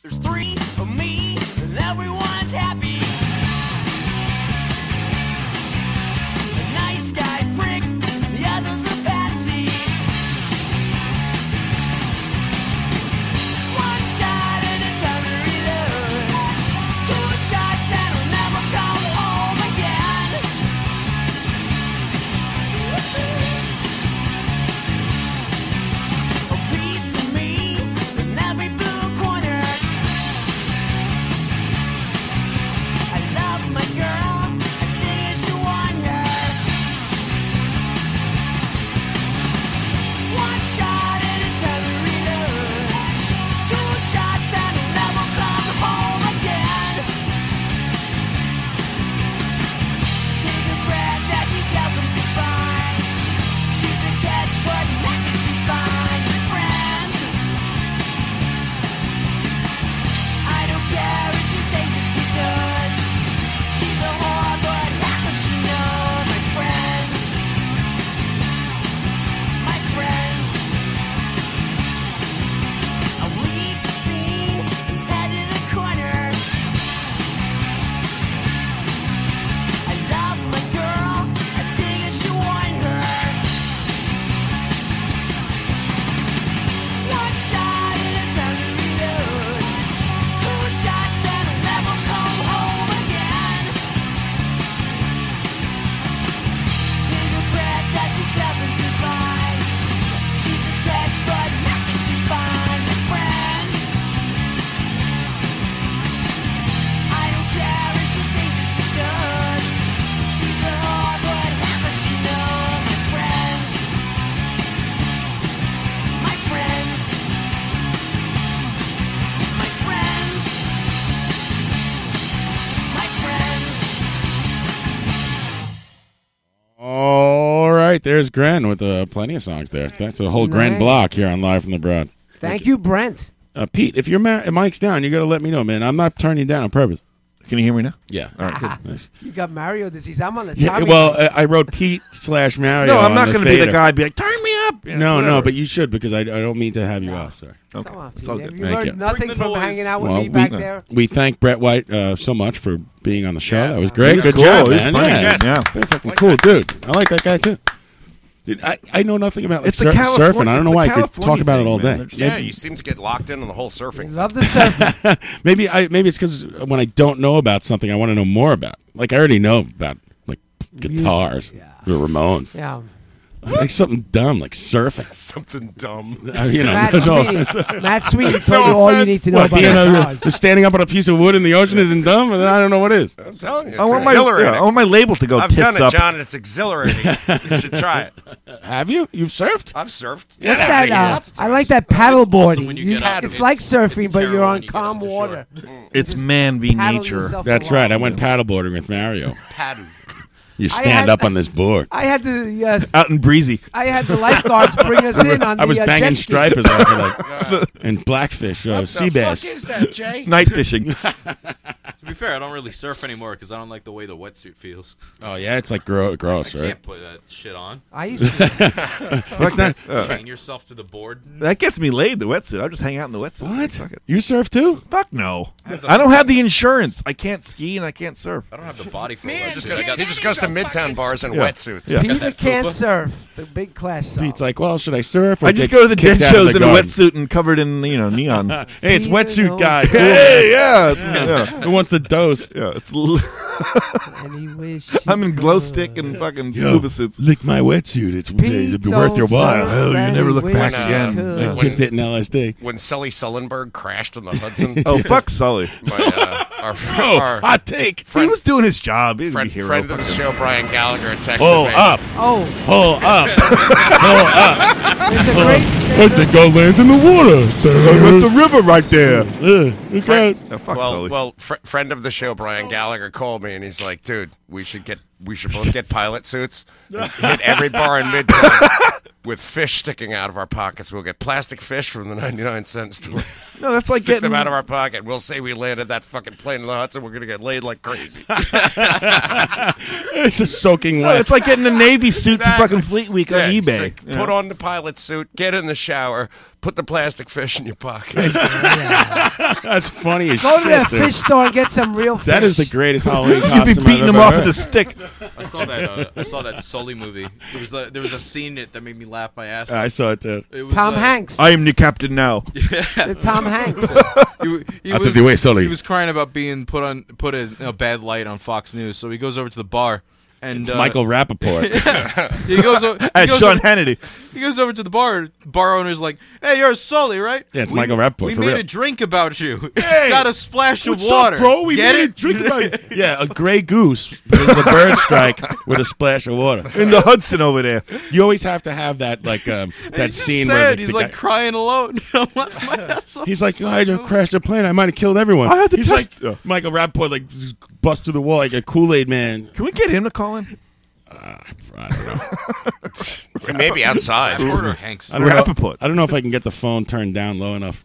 S4: There's three of me, and everyone's happy. A nice guy prick, the other's a patsy. One shot and it's time to reload. Two shots and I'll never go home again. A piece of me in every blue corner. I love my girl. I think you want her. One shot and it's time to reload. Two shots and I'll never come home again. Take a breath as she tells him goodbye. She's the catch, but not does she find friends. I don't care if she says that she does. She's a whore, but how could she know? My friends, my friends. I leave the scene and head to the corner. I love my girl. I think I should want her. One shot and it's time to reload. Two shots and I'll never come home again. Take a breath as she tells him goodbye. She's a catch, but not that she find her friends. I don't care if she stays or she does. She's a whore, but how could she know? My friends, my friends, my friends, my friends.
S12: All right, there's Gren with uh, plenty of songs there. That's a whole Gren
S10: Nice.
S12: block here on Live from the Broad.
S10: Thank you, Brent.
S12: Uh, Pete, if your ma- mic's down, you got to let me know, man. I'm not turning you down on purpose. Can you hear me now? Yeah. All right. Good. Nice.
S10: You got Mario disease. I'm on the
S12: Ah. Yeah,
S10: top.
S12: well, uh, I- I wrote Pete slash Mario.
S11: No, I'm
S12: on
S11: not
S12: the
S11: gonna be the
S12: fader.
S11: guy be like, "Turn me up!" You know,
S12: no, no,
S11: whatever.
S12: but you should because I, I don't mean to have you off. Sorry.
S11: Okay.
S10: Come on,
S11: It's
S10: Pete.
S11: all
S10: Have
S11: good.
S10: you
S12: Thank
S10: learned
S12: you.
S10: nothing from hanging out with
S12: Well,
S10: me back
S12: we,
S10: there?
S12: we thank Brett White uh, so much for being on the show. that was great.
S11: He's
S12: Good
S11: cool.
S12: job,
S11: He's
S12: man.
S11: funny.
S12: Yeah,
S11: Yeah.
S12: Very fucking cool dude. I like that guy too. Dude, I, I know nothing about like,
S6: It's a
S12: sur-
S6: California-
S12: surfing. I don't
S6: it's
S12: know
S6: a
S12: why I could
S6: California
S12: talk about it
S6: thing,
S12: all
S6: man.
S12: day.
S6: Yeah, you seem to get locked in on the whole surfing.
S10: Love the surf.
S12: maybe I maybe it's because when I don't know about something, I want to know more about. Like I already know about like guitars, the Ramones.
S10: Yeah.
S12: like something dumb, like surfing.
S6: Something dumb.
S12: Uh, you know,
S10: Matt
S12: no
S10: Sweeney.
S12: offense.
S10: Matt Sweeney told you all you need to know
S12: What,
S10: about
S12: being a-
S10: guitars.
S12: standing up on a piece of wood in the ocean isn't dumb, then I don't know what is.
S6: I'm telling you, it's
S11: I want my-
S6: exhilarating.
S11: yeah, I want my label to go
S6: I've
S11: tits
S6: done it,
S11: up.
S6: John. It's exhilarating. you should try it.
S12: Have you? You've surfed?
S6: I've surfed.
S10: What's
S6: Yeah,
S10: that?
S6: I mean,
S10: Uh,
S6: lots of
S10: I like that paddle boarding. You-
S11: get out.
S10: it's like surfing, but you're on calm water.
S11: It's man v
S10: paddle
S11: nature.
S10: yourself
S12: That's right. I went paddleboarding with Mario.
S6: Paddle.
S12: You
S10: I
S12: stand
S10: had-
S12: up on this board.
S10: I had the yes.
S11: Out in breezy.
S10: I had the lifeguards bring us in on
S12: I was
S10: the uh,
S12: banging
S10: jet ski.
S12: stripers off of, like, and blackfish, uh, sea bass,
S6: is that, Jay?
S12: night fishing.
S9: To be fair, I don't really surf anymore because I don't like the way the wetsuit feels.
S12: oh yeah, it's like gro- gross,
S9: I
S12: right?
S9: can't put that shit on.
S10: I
S11: used to.
S12: it's not.
S11: Uh,
S9: chain yourself to the board.
S11: That gets me laid. The wetsuit. I'll just hang out in the wetsuit. What? Fuck it.
S12: You surf too?
S11: Fuck no.
S9: I have the-
S11: I don't have the insurance. I can't ski and I can't surf.
S9: I don't have the body for
S6: Man,
S9: a
S6: he just
S9: wetsuit.
S6: goes-
S9: I got-
S6: he just goes to midtown bars in
S11: Yeah.
S6: wetsuits.
S11: Yeah.
S10: Peter
S11: That
S10: can't
S11: fupa.
S10: surf. The big clash. song.
S12: Pete's like, well, should I surf? Or
S11: I just
S12: get
S11: go to the
S12: kicked
S11: dead
S12: out of
S11: shows
S12: the
S11: in a
S12: garden?
S11: wetsuit and covered in you know neon.
S12: Hey, it's wetsuit guy. Cool.
S11: Hey, yeah, it's-
S12: Yeah.
S11: yeah.
S12: Who wants the dose?
S11: Yeah, it's. L- I'm in glow stick and fucking
S12: Yo,
S11: scuba suits.
S12: Lick my wetsuit. It's
S11: Pete
S12: it'd be worth your
S11: don't
S12: while.
S11: surf Oh, you never look when back you again. could.
S12: I dipped it in LSD.
S6: When Sully Sullenberg crashed on the Hudson.
S11: Oh, fuck Sully.
S6: My, uh, our,
S11: Oh,
S6: our
S11: hot take. he was doing his job. He didn't
S6: friend,
S11: be a hero.
S6: friend of the show, Brian Gallagher, texted
S11: Pull
S6: me.
S11: up.
S10: Oh.
S12: Pull up. Pull up.
S11: I
S12: think I'll land in the water.
S11: Look at the river right there.
S12: Look out.
S6: well, well, fr- friend of the show, Brian Gallagher called me and he's like, "Dude, we should get, we should both get pilot suits, and hit every bar in Midtown,
S5: with fish sticking out of our pockets. We'll get plastic fish from the 99 cent store.
S11: No, that's like
S5: Stick them
S11: getting-
S5: out of our pocket. We'll say we landed that fucking plane in the Hudson. We're going to get laid like crazy.
S12: it's just soaking
S11: No,
S12: wet.
S11: it's like getting a Navy suit for fucking Fleet Week
S5: Yeah,
S11: on
S5: just
S11: eBay.
S5: like,
S11: Yeah.
S5: Put on the pilot suit, get in the shower, put the plastic fish in your pocket.
S12: That's funny as
S10: Go
S12: shit.
S10: to that
S12: dude.
S10: fish store and get some real fish.
S12: That is the greatest Halloween
S11: You'd be
S12: costume I've
S11: beating them
S12: ever
S11: off
S12: heard.
S11: with a stick.
S6: I saw that. Uh, I saw that Sully movie. There was a, there was a scene in it that made me laugh my
S11: Uh,
S6: ass. off.
S26: I saw it too.
S6: was, uh,
S26: I am the captain now.
S6: Yeah.
S10: Tom Hanks.
S27: he, he
S26: Out of
S27: was,
S26: the way, Sully.
S27: He was crying about being put on put in a bad light on Fox News, so he goes over to the bar. And
S12: It's
S27: uh,
S12: Michael Rappaport.
S27: he goes o- he
S12: As
S27: goes
S12: Sean
S27: over-
S12: Hannity.
S27: He goes over to the bar. Bar owner's like, "Hey, you're Sully, right?
S12: Yeah, it's
S27: We-
S12: Michael Rappaport,
S27: We
S12: for
S27: made
S12: real."
S27: a drink about you.
S12: Hey,
S27: it's got a splash of
S12: what's up,
S27: water,
S12: bro? We
S27: Get
S12: made a
S27: it?
S12: drink about you. yeah, a gray goose with the bird strike with a splash of water
S26: in the Hudson over there.
S12: You always have to have that like um, that scene where
S27: Sad.
S12: the-
S27: He's
S12: the
S27: like
S12: guy-
S27: crying alone. I'm like, "My ass off."
S12: He's like, "Oh, I just crashed a plane. I might have killed everyone.
S26: I had to
S12: He's
S26: test-
S12: like, Michael Rappaport, like, just bust through the wall like a Kool Aid man.
S11: Can we get him to call in?
S12: I don't know.
S5: Maybe outside.
S6: Rappaport or Hanks?
S12: I don't, know, I don't know if I can get the phone turned down low enough.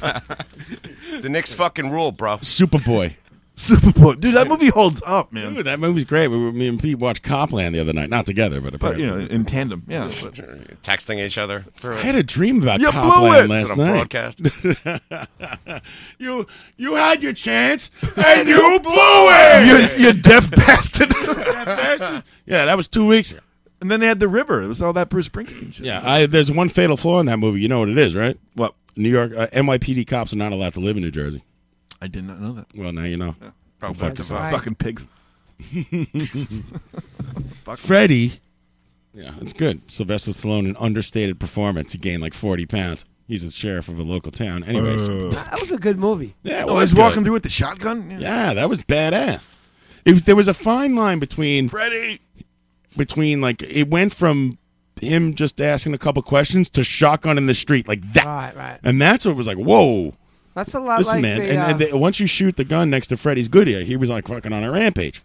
S5: the Knicks fucking rule, bro.
S12: Superboy.
S11: Superboy. Dude, that movie holds up, man.
S12: Dude, that movie's great. We were, me and Pete watched Copland the other night. Not together, but,
S11: But, you know,
S12: apparently.
S11: in tandem. Yeah. but-
S5: Texting each other. Through
S12: I had a dream about
S11: You blew
S12: Copland
S11: it!
S12: last
S5: Is it on
S12: night.
S5: broadcast?
S12: you you had your chance and you blew it.
S11: You, you deaf bastard.
S12: yeah, that was two weeks ago.
S11: And then they had The River. It was all that Bruce Springsteen shit.
S12: Yeah, I, there's one fatal flaw in that movie. You know what it is, right? What? New York uh, NYPD cops are not allowed to live in New Jersey.
S11: I did not know that.
S12: Well, now you know.
S11: Oh,
S12: Fuck
S11: that's
S12: the
S11: right. Fucking pigs.
S12: fuck. Freddy. Yeah, it's good. Sylvester Stallone, an understated performance. He gained like 40 pounds. He's the sheriff of a local town. Anyways.
S10: That was a good movie.
S12: Yeah, it
S11: Uh, Oh,
S12: was
S11: he's walking
S12: good.
S11: through with the shotgun?
S12: Yeah, that was badass. It, was- there was a fine line between Freddy. Between like it went from him just asking a couple questions to shotgun in the street like that,
S10: Right, right.
S12: and that's what was like, whoa.
S10: That's a lot
S12: Listen,
S10: like
S12: man,
S10: the.
S12: and,
S10: uh,
S12: and they, once you shoot the gun next to Freddy's Goodyear, he was like fucking on a rampage.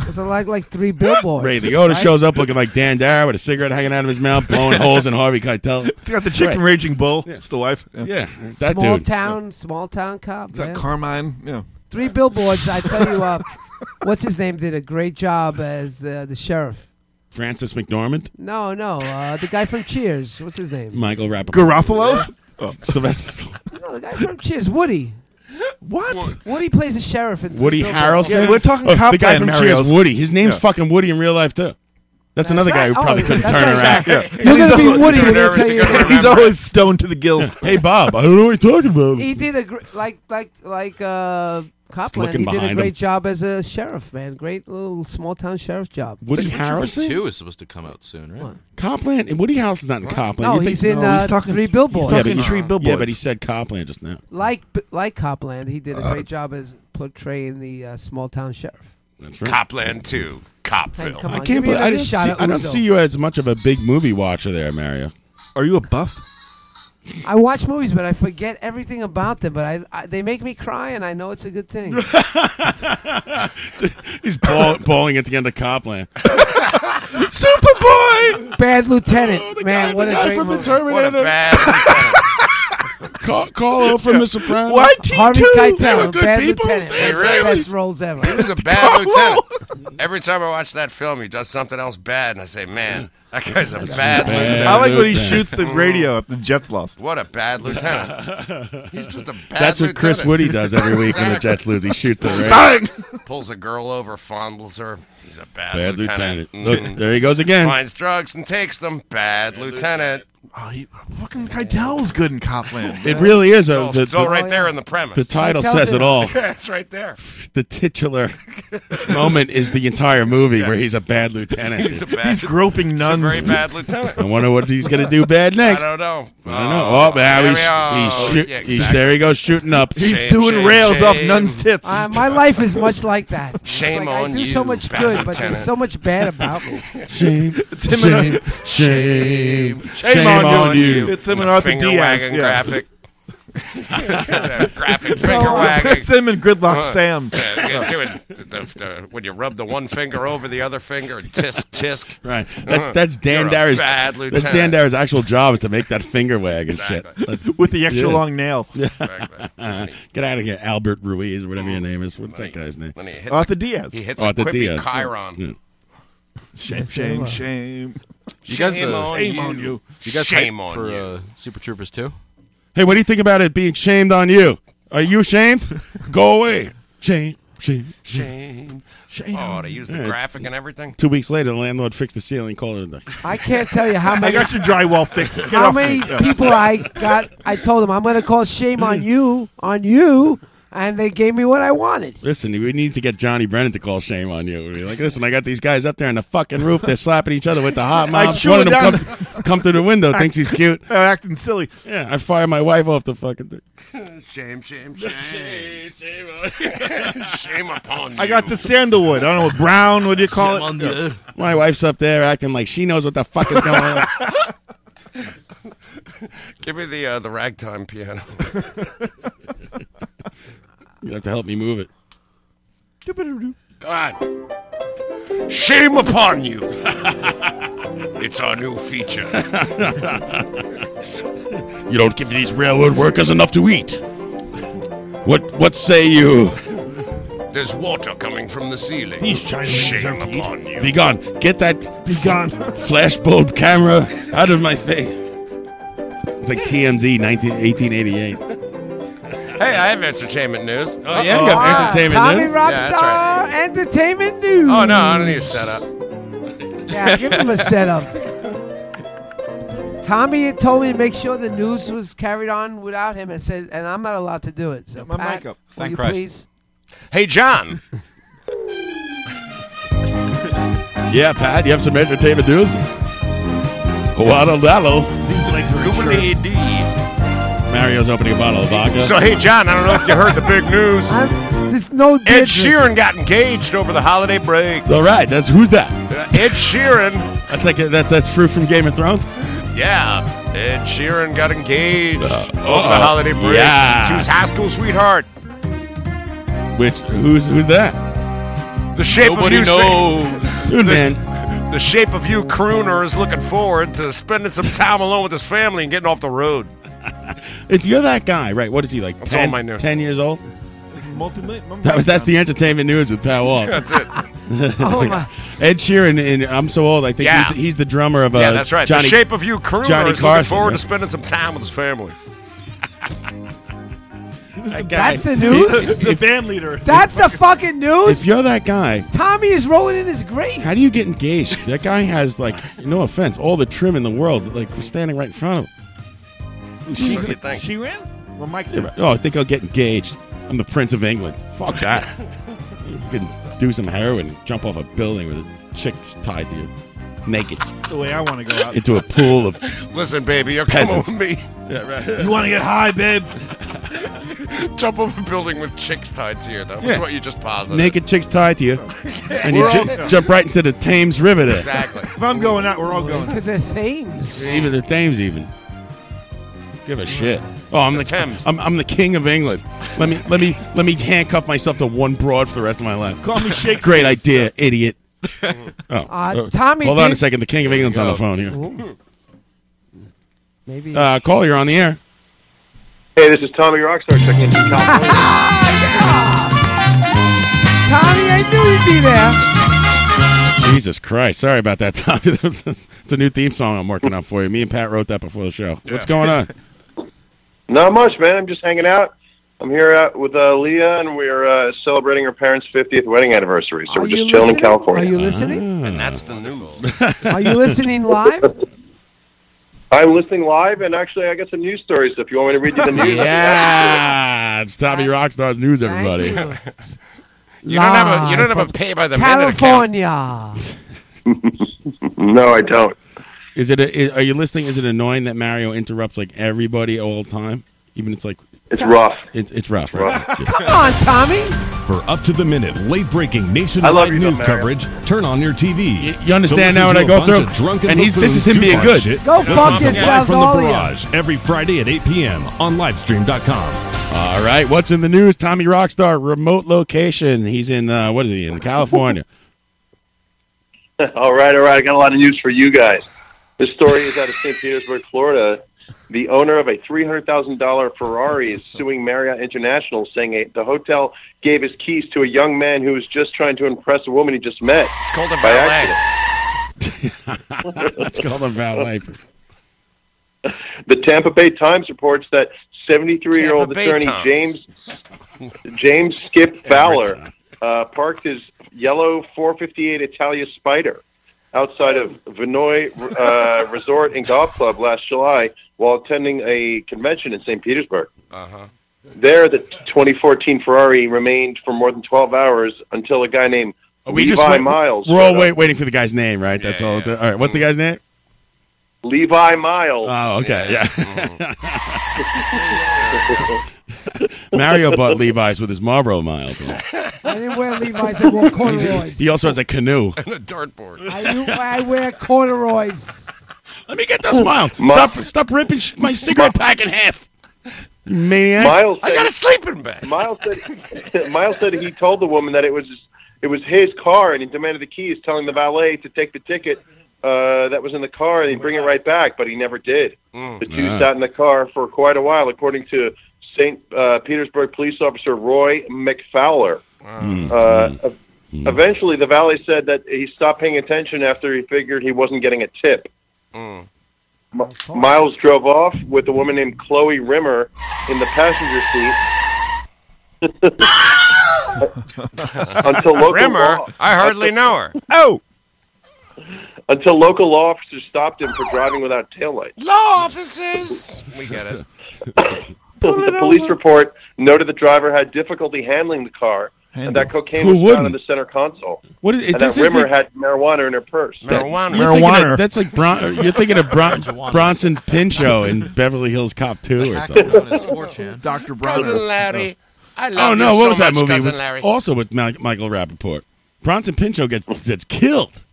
S10: It's a lot like three billboards.
S12: Ray Liotta
S10: right?
S12: shows up looking like Dan Dara with a cigarette hanging out of his mouth, blowing holes in Harvey Keitel.
S11: He's got the chicken raging bull. It's the wife.
S12: Yeah, that
S10: small
S12: dude.
S10: town, small town cop.
S11: Is that
S10: man.
S11: Carmine? Yeah.
S10: Three billboards. I tell you, uh, what's his name did a great job as uh, the sheriff.
S12: Francis McDormand,
S10: No, no, uh, the guy from Cheers. What's his name?
S12: Michael Rappaport.
S11: Garofalo's?
S12: Oh. Sylvester Stallone.
S10: No, the guy from Cheers, Woody.
S11: What?
S10: Woody plays the sheriff in Three
S12: Woody
S10: Billboards.
S12: Harrelson.
S11: talking
S12: oh,
S11: Copland,
S12: The guy from Cheers,
S11: Mario's.
S12: Woody. His name's
S11: Yeah.
S12: fucking Woody in real life too. That's another guy who
S10: right.
S12: probably
S10: Oh,
S12: couldn't
S10: that's
S12: turn
S10: right.
S12: around.
S10: You're gonna be Woody when they tell you
S11: He's always stoned to the gills.
S12: Hey Bob, I don't know what you're talking about.
S10: He did a gr- like like like uh, Copland.
S12: looking
S10: He did a
S12: behind
S10: great
S12: him.
S10: job as a sheriff, man. Great little small town sheriff job.
S12: Woody Harrelson?
S6: Two is supposed to come out soon, right?
S12: Copland and Woody Harrelson's not in Copland.
S10: No,
S12: You think-
S10: he's in uh, Three Billboards.
S12: Yeah, but he-
S11: Three Billboards.
S12: Yeah, but he said Copland just now.
S10: like like Copland, he
S12: Uh,
S10: did a great job as portraying the uh, small town sheriff.
S12: That's right.
S5: Copland
S10: Hey,
S5: 2, Copville.
S10: come
S12: I
S10: on,
S12: can't
S10: give me
S12: believe I,
S10: another
S12: didn't see,
S10: shot at
S12: I don't
S10: Uzo.
S12: see you as much of a big movie watcher there, Mario.
S11: Are you a buff?
S10: I watch movies, but I forget everything about them. But I, I they make me cry, and I know it's a good thing.
S12: He's ball, bawling at the end of Copland.
S11: Superboy! Oh,
S10: Bad Lieutenant, man, what a great movie.
S5: What a bad.
S12: Call, call from The Sopranos.
S10: Harvey Keitel,
S12: good
S10: Bad
S12: people.
S10: Lieutenant,
S5: They
S10: one of
S5: really-
S10: the best roles
S5: He
S10: ever.
S5: was a bad lieutenant. Every time I watch that film, he does something else bad, and I say, man, that guy's a bad lieutenant.
S11: I like when he
S12: Lieutenant.
S11: shoots the radio up. The Jets lost.
S5: What a bad lieutenant. He's just a bad
S12: That's what Chris
S5: lieutenant.
S12: Woody does every week when the
S5: Exactly.
S12: Jets lose. He shoots the
S5: Pulls-
S12: radio.
S5: Pulls a girl over, fondles her. He's a bad,
S12: Bad
S5: lieutenant.
S12: lieutenant. Look,
S5: Mm.
S12: there he goes again.
S5: Finds drugs and takes them. Bad, lieutenant.
S11: Oh, he, fucking Keitel's good in Copland.
S12: It really is.
S5: It's
S12: a-
S5: all,
S12: the,
S5: it's all
S12: the-
S5: right there in the premise.
S12: The title says it all.
S5: it's right there.
S12: The titular moment is the entire movie where he's a bad lieutenant.
S5: He's a bad.
S11: He's groping
S5: he's a
S11: nuns.
S5: very bad lieutenant.
S12: I wonder what he's going to do bad next.
S5: I don't know.
S12: I don't know. Oh, now
S5: there
S12: he's,
S5: we are.
S12: he's, shoot,
S5: Yeah,
S12: he's
S5: exactly.
S12: there. He goes shooting up.
S11: He's doing
S5: shame,
S11: rails off
S5: shame.
S11: nuns' tits.
S10: Uh, my life is much like that. It's
S5: Shame
S10: like
S5: on
S10: I do so
S5: you,
S10: much
S5: Bad
S10: good, but
S5: Lieutenant.
S10: there's so much bad about me.
S12: shame,
S11: him
S12: shame,
S11: and
S12: shame,
S5: Shame
S12: on you.
S11: It's him and
S5: The
S11: Arthur
S5: finger
S11: Diaz,
S5: wagon
S11: yeah.
S5: graphic.
S6: That graphic
S11: So-
S6: finger wagging.
S11: That's him in Gridlock
S5: Uh.
S11: Sam.
S6: Yeah, yeah, doing the, the- when you rub the one finger over the other finger, tisk tisk.
S12: Right.
S6: Uh,
S12: That's, that's Dan
S6: you're a
S12: Darra's.
S6: Bad lieutenant.
S12: That's Dan Darra's actual job is to make that finger wag and shit. That's-
S22: With the extra long nail.
S12: Yeah. Get out of here, Albert Ruiz or whatever your
S6: Mm.
S12: name is. What's that guy's name?
S6: When he hits
S22: Arthur
S6: a-
S22: Diaz.
S6: He hits a
S12: Arthur
S6: quippy
S12: Diaz.
S6: Chiron.
S12: Yeah.
S22: Shame,
S12: shame,
S11: shame.
S7: You guys,
S6: Shame
S7: uh,
S6: on
S7: shame
S6: you.
S7: on you. You guys
S6: Shame
S7: hyped
S6: on
S7: for
S6: you.
S7: Uh, Super Troopers 2?
S12: Hey, what do you think about it being shamed on you? Are you shamed? Go away. Shame. Shame.
S6: Shame. Oh, they use the
S12: Yeah.
S6: graphic and everything.
S12: Two weeks later, the landlord fixed the ceiling, called it a day.
S10: I can't tell you how
S12: I
S10: many.
S12: got your drywall fixed. Get
S10: how
S12: off
S10: many
S12: me. Yeah.
S10: people I got? I told them I'm going to call shame on you, on you, and they gave me what I wanted.
S12: Listen, we need to get Johnny Brennan to call shame on you. We're like, listen, I got these guys up there on the fucking roof. They're slapping each other with the hot
S22: I
S12: mops.
S22: chew
S12: One of
S22: it
S12: them
S22: down.
S12: come, come through the window, thinks he's cute.
S22: They're acting silly.
S12: Yeah, I fire my wife off the fucking thing.
S6: Shame, shame, shame. Shame upon you.
S22: I got the sandalwood. I don't know, what brown, what do you call it? Yeah.
S12: My wife's up there acting like she knows what the fuck is going on.
S6: Give me the uh, the ragtime piano.
S12: You have to help me move it.
S6: God. Shame upon you. it's our new feature.
S12: You don't give these railroad workers enough to eat. What what say you?
S6: There's water coming from the ceiling.
S22: These Chinese
S6: Shame
S22: are
S6: upon you.
S12: Be gone. Get that be gone flashbulb camera out of my face. It's like TMZ 19, 1888.
S6: Hey, I have entertainment news.
S12: Oh, yeah, you have Ah, entertainment
S10: Tommy
S12: news?
S10: Rockstar
S6: Yeah, that's right.
S10: Entertainment News.
S6: Oh, no, I don't need a setup.
S10: Yeah, give him a setup. Tommy had told me to make sure the news was carried on without him, and said, and I'm not allowed to do it. So
S11: my
S10: Pat,
S11: mic up.
S10: will
S6: Thank
S10: you
S6: Christ.
S10: Please.
S6: Hey, John.
S12: Yeah, Pat, you have some entertainment news? Guadalajara. Mario's opening a bottle of vodka.
S6: So, hey, John, I don't know if you heard the big news.
S10: There's no
S6: Ed Sheeran got engaged over the holiday break.
S12: All right, that's who's that?
S6: Uh, Ed Sheeran.
S12: That's like that's that's fruit from Game of Thrones.
S6: Yeah, Ed Sheeran got engaged over the
S12: Uh, uh-oh.
S6: holiday break
S12: Yeah.
S6: to his high school sweetheart.
S12: Which who's who's that?
S6: The shape
S12: Nobody
S6: of you
S12: knows. Dude,
S6: the,
S12: man.
S6: the shape of you crooner is looking forward to spending some time alone with his family and getting off the road.
S12: If you're that guy, right? What is he like?
S6: That's all
S12: 10,
S6: my news.
S12: 10 years old.
S22: Multi-
S12: That was that's the entertainment news with Pat Wall.
S6: That's it.
S10: Oh, my.
S12: Ed Sheeran and I'm so old. I think
S6: Yeah.
S12: he's, he's the drummer of uh,
S6: yeah, that's right.
S12: Johnny,
S6: the shape of you crooner
S12: Johnny
S6: is looking
S12: Carson,
S6: forward to
S12: right?
S6: spending some time with his family.
S12: That guy-
S10: That's the news.
S22: the band leader.
S10: That's the fucking news.
S12: If you're that guy,
S10: Tommy is rolling in his grave.
S12: how do you get engaged? That guy has like no offense, all the trim in the world. Like we're standing right in front of him.
S6: That's what you think.
S22: She rans? Well, Mike's
S12: Yeah, but- Oh, I think I'll get engaged. I'm the Prince of England. Fuck that. you can do some heroin and jump off a building with a chick tied to you, naked,
S22: the way I want to go out.
S12: into a pool of.
S6: Listen, baby, you're coming
S12: Peasants.
S6: with me.
S12: Yeah, right.
S22: You want to get high, babe?
S6: Jump off a building with chicks tied to you. That was
S12: Yeah.
S6: what you just posited.
S12: Naked chicks tied to you, and you
S22: We're
S12: ju-
S22: all-
S12: jump right into the Thames River there.
S6: Exactly.
S22: If I'm going out, we're all going.
S10: To the things.
S12: Even the Thames, even. Give
S22: Mm.
S12: a shit. Oh, I'm the,
S6: Thames.
S12: I'm, I'm the king of England. Let me let me let me handcuff myself to one broad for the rest of my life.
S22: Call me Shakespeare.
S12: Great idea, idiot. Oh,
S10: Uh, Tommy
S12: Hold on a
S10: did-
S12: second. The king of England's on the phone here.
S10: Maybe.
S12: Uh, call, you're on the air.
S15: Hey, this is Tommy Rockstar checking in from California.
S10: Tommy, I knew he'd be there.
S12: Jesus Christ. Sorry about that, Tommy. That was- it's a new theme song I'm working on for you. Me and Pat wrote that before the show. What's going on?
S15: Not much, man. I'm just hanging out. I'm here out with uh, Leah, and we're uh, celebrating her parents' 50th wedding anniversary. So
S10: Are
S15: we're just
S10: you
S15: chilling in
S10: listening?
S15: California.
S10: Are you listening?
S12: Ah.
S6: And that's the news.
S10: Are you listening live?
S15: I'm listening live, and actually, I got some news stories. So if you want me to read you the news,
S12: Yeah. It's Tommy Rockstar's News, everybody.
S6: You don't have a you don't have
S10: Live
S6: a
S10: from
S6: pay by the minute account.
S10: California.
S15: no, I don't.
S12: Is it? A, i- are you listening? Is it annoying that Mario interrupts like everybody all the time? Even it's like
S5: It's rough.
S12: It's it's rough.
S10: Come on, Tommy.
S28: For up to the minute, late breaking
S12: I love
S28: nationwide
S12: you,
S28: news
S12: Mario.
S28: coverage, turn on your TV. You,
S12: understand now what I go through? And he's- this is him being good. Go fuck yourselves,
S28: Live from
S12: all
S28: the
S12: of you.
S28: barrage every Friday at 8 p.m. on livestream.com.
S12: All right, what's in the news? Tommy Rockstar remote location. He's in uh, what is he in California?
S5: all right, all right. I got a lot of news for you guys. This story is out of St. Petersburg, Florida. The owner of a $300,000 Ferrari is suing Marriott International, saying a, the hotel gave his keys to a young man who was just trying to impress a woman he just met. It's called a
S12: Let's call him valet.
S5: The Tampa Bay Times reports that 73-year-old
S29: Tampa Bay
S5: attorney
S29: Times.
S5: James James Skip Fowler uh, parked his yellow 458 Italia Spider outside of Vinoy uh, Resort and Golf Club last July while attending a convention in St. Petersburg.
S29: Uh huh.
S5: There, the 2014 Ferrari remained for more than 12 hours until a guy named
S12: Oh,
S5: Levi
S12: wait-
S5: Miles.
S12: We're all
S5: showed up.
S12: wait, waiting for the guy's name, right? That's all. All right, what's the guy's name?
S5: Levi Miles.
S12: Oh, okay, yeah. Mario bought Levi's with his Marlboro miles.
S10: I didn't wear Levi's. I wore corduroys.
S12: He also has a canoe.
S29: And a dartboard.
S10: I, do- I wear corduroys.
S12: Let me get that smile. Stop, stop ripping sh- my cigarette pack in half. You Maniac.
S5: Miles
S12: I
S5: said-
S12: got a sleeping bag.
S5: Miles said, Miles said he told the woman that it was it was his car, and he demanded the keys, telling the valet to take the ticket uh, that was in the car and he'd bring it right back, but he never did.
S12: Mm.
S5: The two
S30: Ah.
S5: sat in the car for quite a while, according to St. Uh, Petersburg police officer Roy McFowler. Uh, Eventually, the valet said that he stopped paying attention after he figured he wasn't getting a tip. Mi- Miles drove off with a woman named Chloe Rimmer in the passenger seat until local
S29: Rimmer?
S5: law-
S29: I hardly
S5: until-
S29: know her.
S5: Oh. Until local law officers stopped him for driving without taillights.
S29: Law officers. We get it.
S5: the police report noted the driver had difficulty handling the car and that cocaine
S12: Who
S5: was found in
S12: wouldn't?
S5: the center console.
S12: What is-
S5: and
S12: this
S5: that
S12: is
S5: Rimmer
S12: the-
S5: had marijuana in her purse.
S12: You're thinking of- that's like Bron- you're thinking of Bron- Bronson Pinchot in Beverly Hills Cop Two or something.
S11: Dr.
S29: Cousin Larry. I love
S12: Oh no!
S29: you
S12: What
S29: so
S12: was that
S29: much,
S12: movie? It
S29: Cousin
S12: was
S29: Larry.
S12: also with Ma- Michael Rappaport. Bronson Pinchot gets gets killed.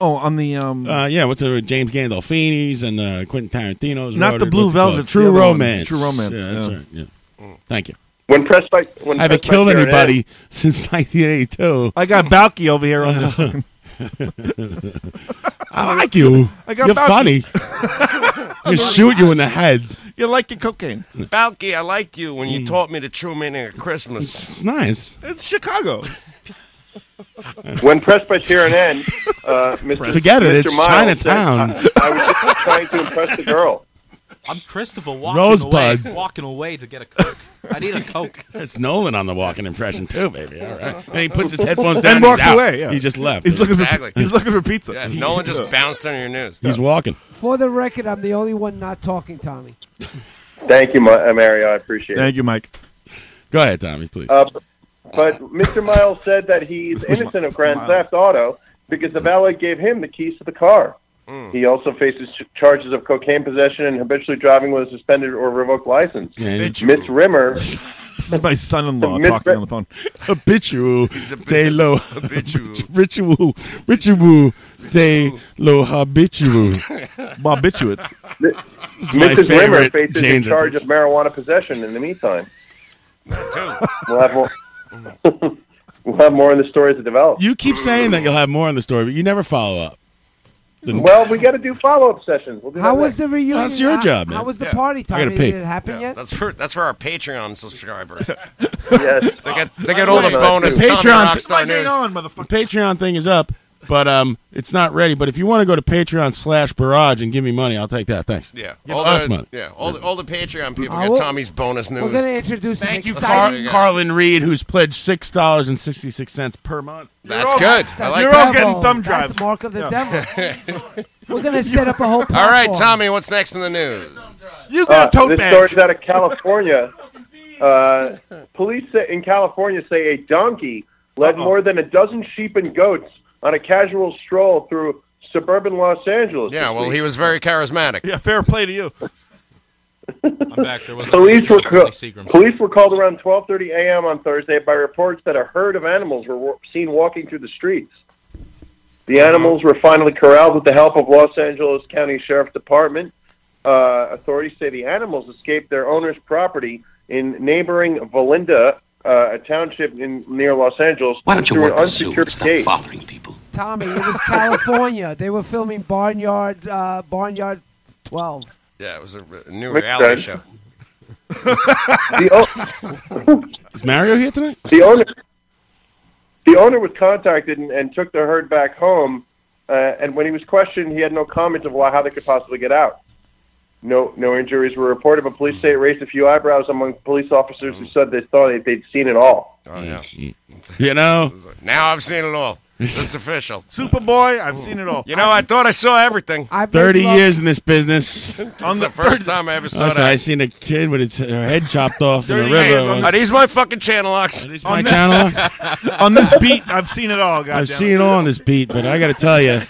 S11: Oh, on the um,
S12: Uh, yeah, what's it? with James Gandolfini's and uh, Quentin Tarantino's.
S11: Not
S12: wrote
S11: the
S12: it.
S11: Blue
S12: What's it called?
S11: Velvet, the
S12: True
S11: other one.
S12: Romance.
S11: True Romance,
S12: Yeah, that's
S11: yeah.
S12: right. Yeah. Thank you.
S5: When pressed by when
S12: I haven't
S5: pressed by
S12: killed
S5: Karen
S12: anybody
S5: Ed-
S12: since 1982.
S11: I got Balky over here on the.
S12: I like you.
S11: I got
S12: You're
S11: Balky.
S12: funny. I shoot you in the head.
S11: You like your cocaine?
S29: Balky, I liked you when
S12: Hmm.
S29: you taught me the true meaning of Christmas.
S12: It's nice.
S11: It's Chicago.
S5: When pressed by Sharon N, uh, Mr.
S12: Forget it,
S5: Mr.
S12: it's
S5: Miles said,
S12: Chinatown.
S5: I, I was just trying to impress the girl.
S6: I'm Christopher walking
S12: Rosebud.
S6: away, walking away to get a coke. I need a coke.
S12: It's Nolan on the walking impression too, baby. All right. And he puts his headphones
S11: And
S12: down.
S11: walks
S12: he's out.
S11: away, yeah.
S12: He just left.
S11: He's looking for-
S29: Exactly.
S11: he's looking for pizza.
S29: Yeah, Nolan just bounced on your news.
S12: He's walking.
S10: For the record, I'm the only one not talking, Tommy.
S5: Thank you, Ma- uh, Mario. I appreciate it.
S11: Thank you, Mike.
S12: Go ahead, Tommy, please.
S5: Uh, but Mr. Miles said that he's
S12: Mr. Mi-
S5: innocent of
S12: Mr.
S5: grand
S12: Miles.
S5: theft auto because the valet gave him the keys to the car.
S29: Hmm.
S5: He also faces ch- charges of cocaine possession and habitually driving with a suspended or revoked license. Miss Rimmer,
S11: This is my son-in-law
S5: Miss
S11: talking
S5: Ra-
S11: on the phone.
S12: Habitual de lo
S29: habitual
S12: ritual ritual de lo habitual
S11: barbiturates.
S12: This is my
S5: Mrs. Rimmer
S12: favorite
S5: faces
S12: Jane's
S5: a charge of marijuana possession in the meantime. we'll have more. we'll have more in the story as it develops.
S12: You keep saying that you'll have more on the story, but you never follow up. The-
S5: Well, we got to do follow-up sessions. We'll do
S10: How
S5: that
S10: was the
S5: next.
S10: reunion?
S12: That's your
S10: How-
S12: job, man.
S10: How was the
S12: Yeah.
S10: party,
S12: I gotta
S10: Tommy?
S12: pee.
S10: Did it happen yet?
S29: That's for that's for our Patreon subscribers.
S5: yes.
S29: They get they get all the
S12: Wait,
S29: bonus
S12: the
S29: Patreon Rockstar news.
S12: the Patreon thing is up, but um, it's not ready. But if you want to go to Patreon slash Barrage and give me money, I'll take that. Thanks.
S29: Yeah,
S12: all us
S29: the,
S12: money.
S29: yeah, all the all the Patreon people
S10: I
S29: get
S10: will-
S29: Tommy's bonus news.
S10: We're going to introduce Thank you,
S12: Car- Carlin Reed, who's pledged six dollars and sixty six cents per month.
S29: That's good. I like
S10: You're
S29: that.
S10: all getting thumb That's drives. the mark of the
S29: devil.
S10: We're going to set up a
S29: all
S10: whole
S29: right,
S10: platform.
S29: Tommy, what's next in the news?
S11: You
S5: Uh, this story's out of California. Uh, police say- in California say a donkey led more than a dozen sheep and goats on a casual stroll through suburban Los Angeles.
S29: Yeah,
S5: this
S29: well,
S5: week.
S29: he was very charismatic.
S11: Yeah, fair play to you.
S31: I'm back. There wasn't
S5: Police were,
S31: Totally
S5: ca-
S31: Seagram.
S5: police were called around 12:30 a.m. on Thursday by reports that a herd of animals were wa- seen walking through the streets. The animals were finally corralled with the help of Los Angeles County Sheriff's Department. Uh, authorities say the animals escaped their owner's property in neighboring Valinda, uh, a township in near Los Angeles,
S32: Why don't you
S5: through
S32: work
S5: an
S32: a zoo
S5: unsecured
S32: and stop
S5: gate.
S32: bothering
S10: Tommy, it was California. they were filming Barnyard uh, Barnyard 12.
S33: Yeah, it was a, a new
S5: Makes
S33: reality
S5: sense.
S33: show.
S5: The o-
S12: Is Mario here tonight?
S5: The owner, the owner was contacted and, and took the herd back home. Uh, and when he was questioned, he had no comment of why, how they could possibly get out. No, no injuries were reported, but police say it raised a few eyebrows among police officers who said they thought they- they'd seen it all.
S33: Oh yeah.
S12: You know,
S33: Now I've seen it all. It's official.
S11: Superboy, I've seen it all.
S33: You know, I thought I saw everything.
S10: I've
S12: 30 years in this business.
S33: On the first time I ever saw
S12: Also, I
S33: that.
S12: seen a kid with his her head chopped off in the
S33: Dirty
S12: river.
S33: hands on
S12: once.
S33: the- Are these my fucking channel locks? Are
S12: these my channel
S11: on this beat, I've seen it all.
S12: I've
S11: Goddamn.
S12: seen it all on this beat, but I got to tell you,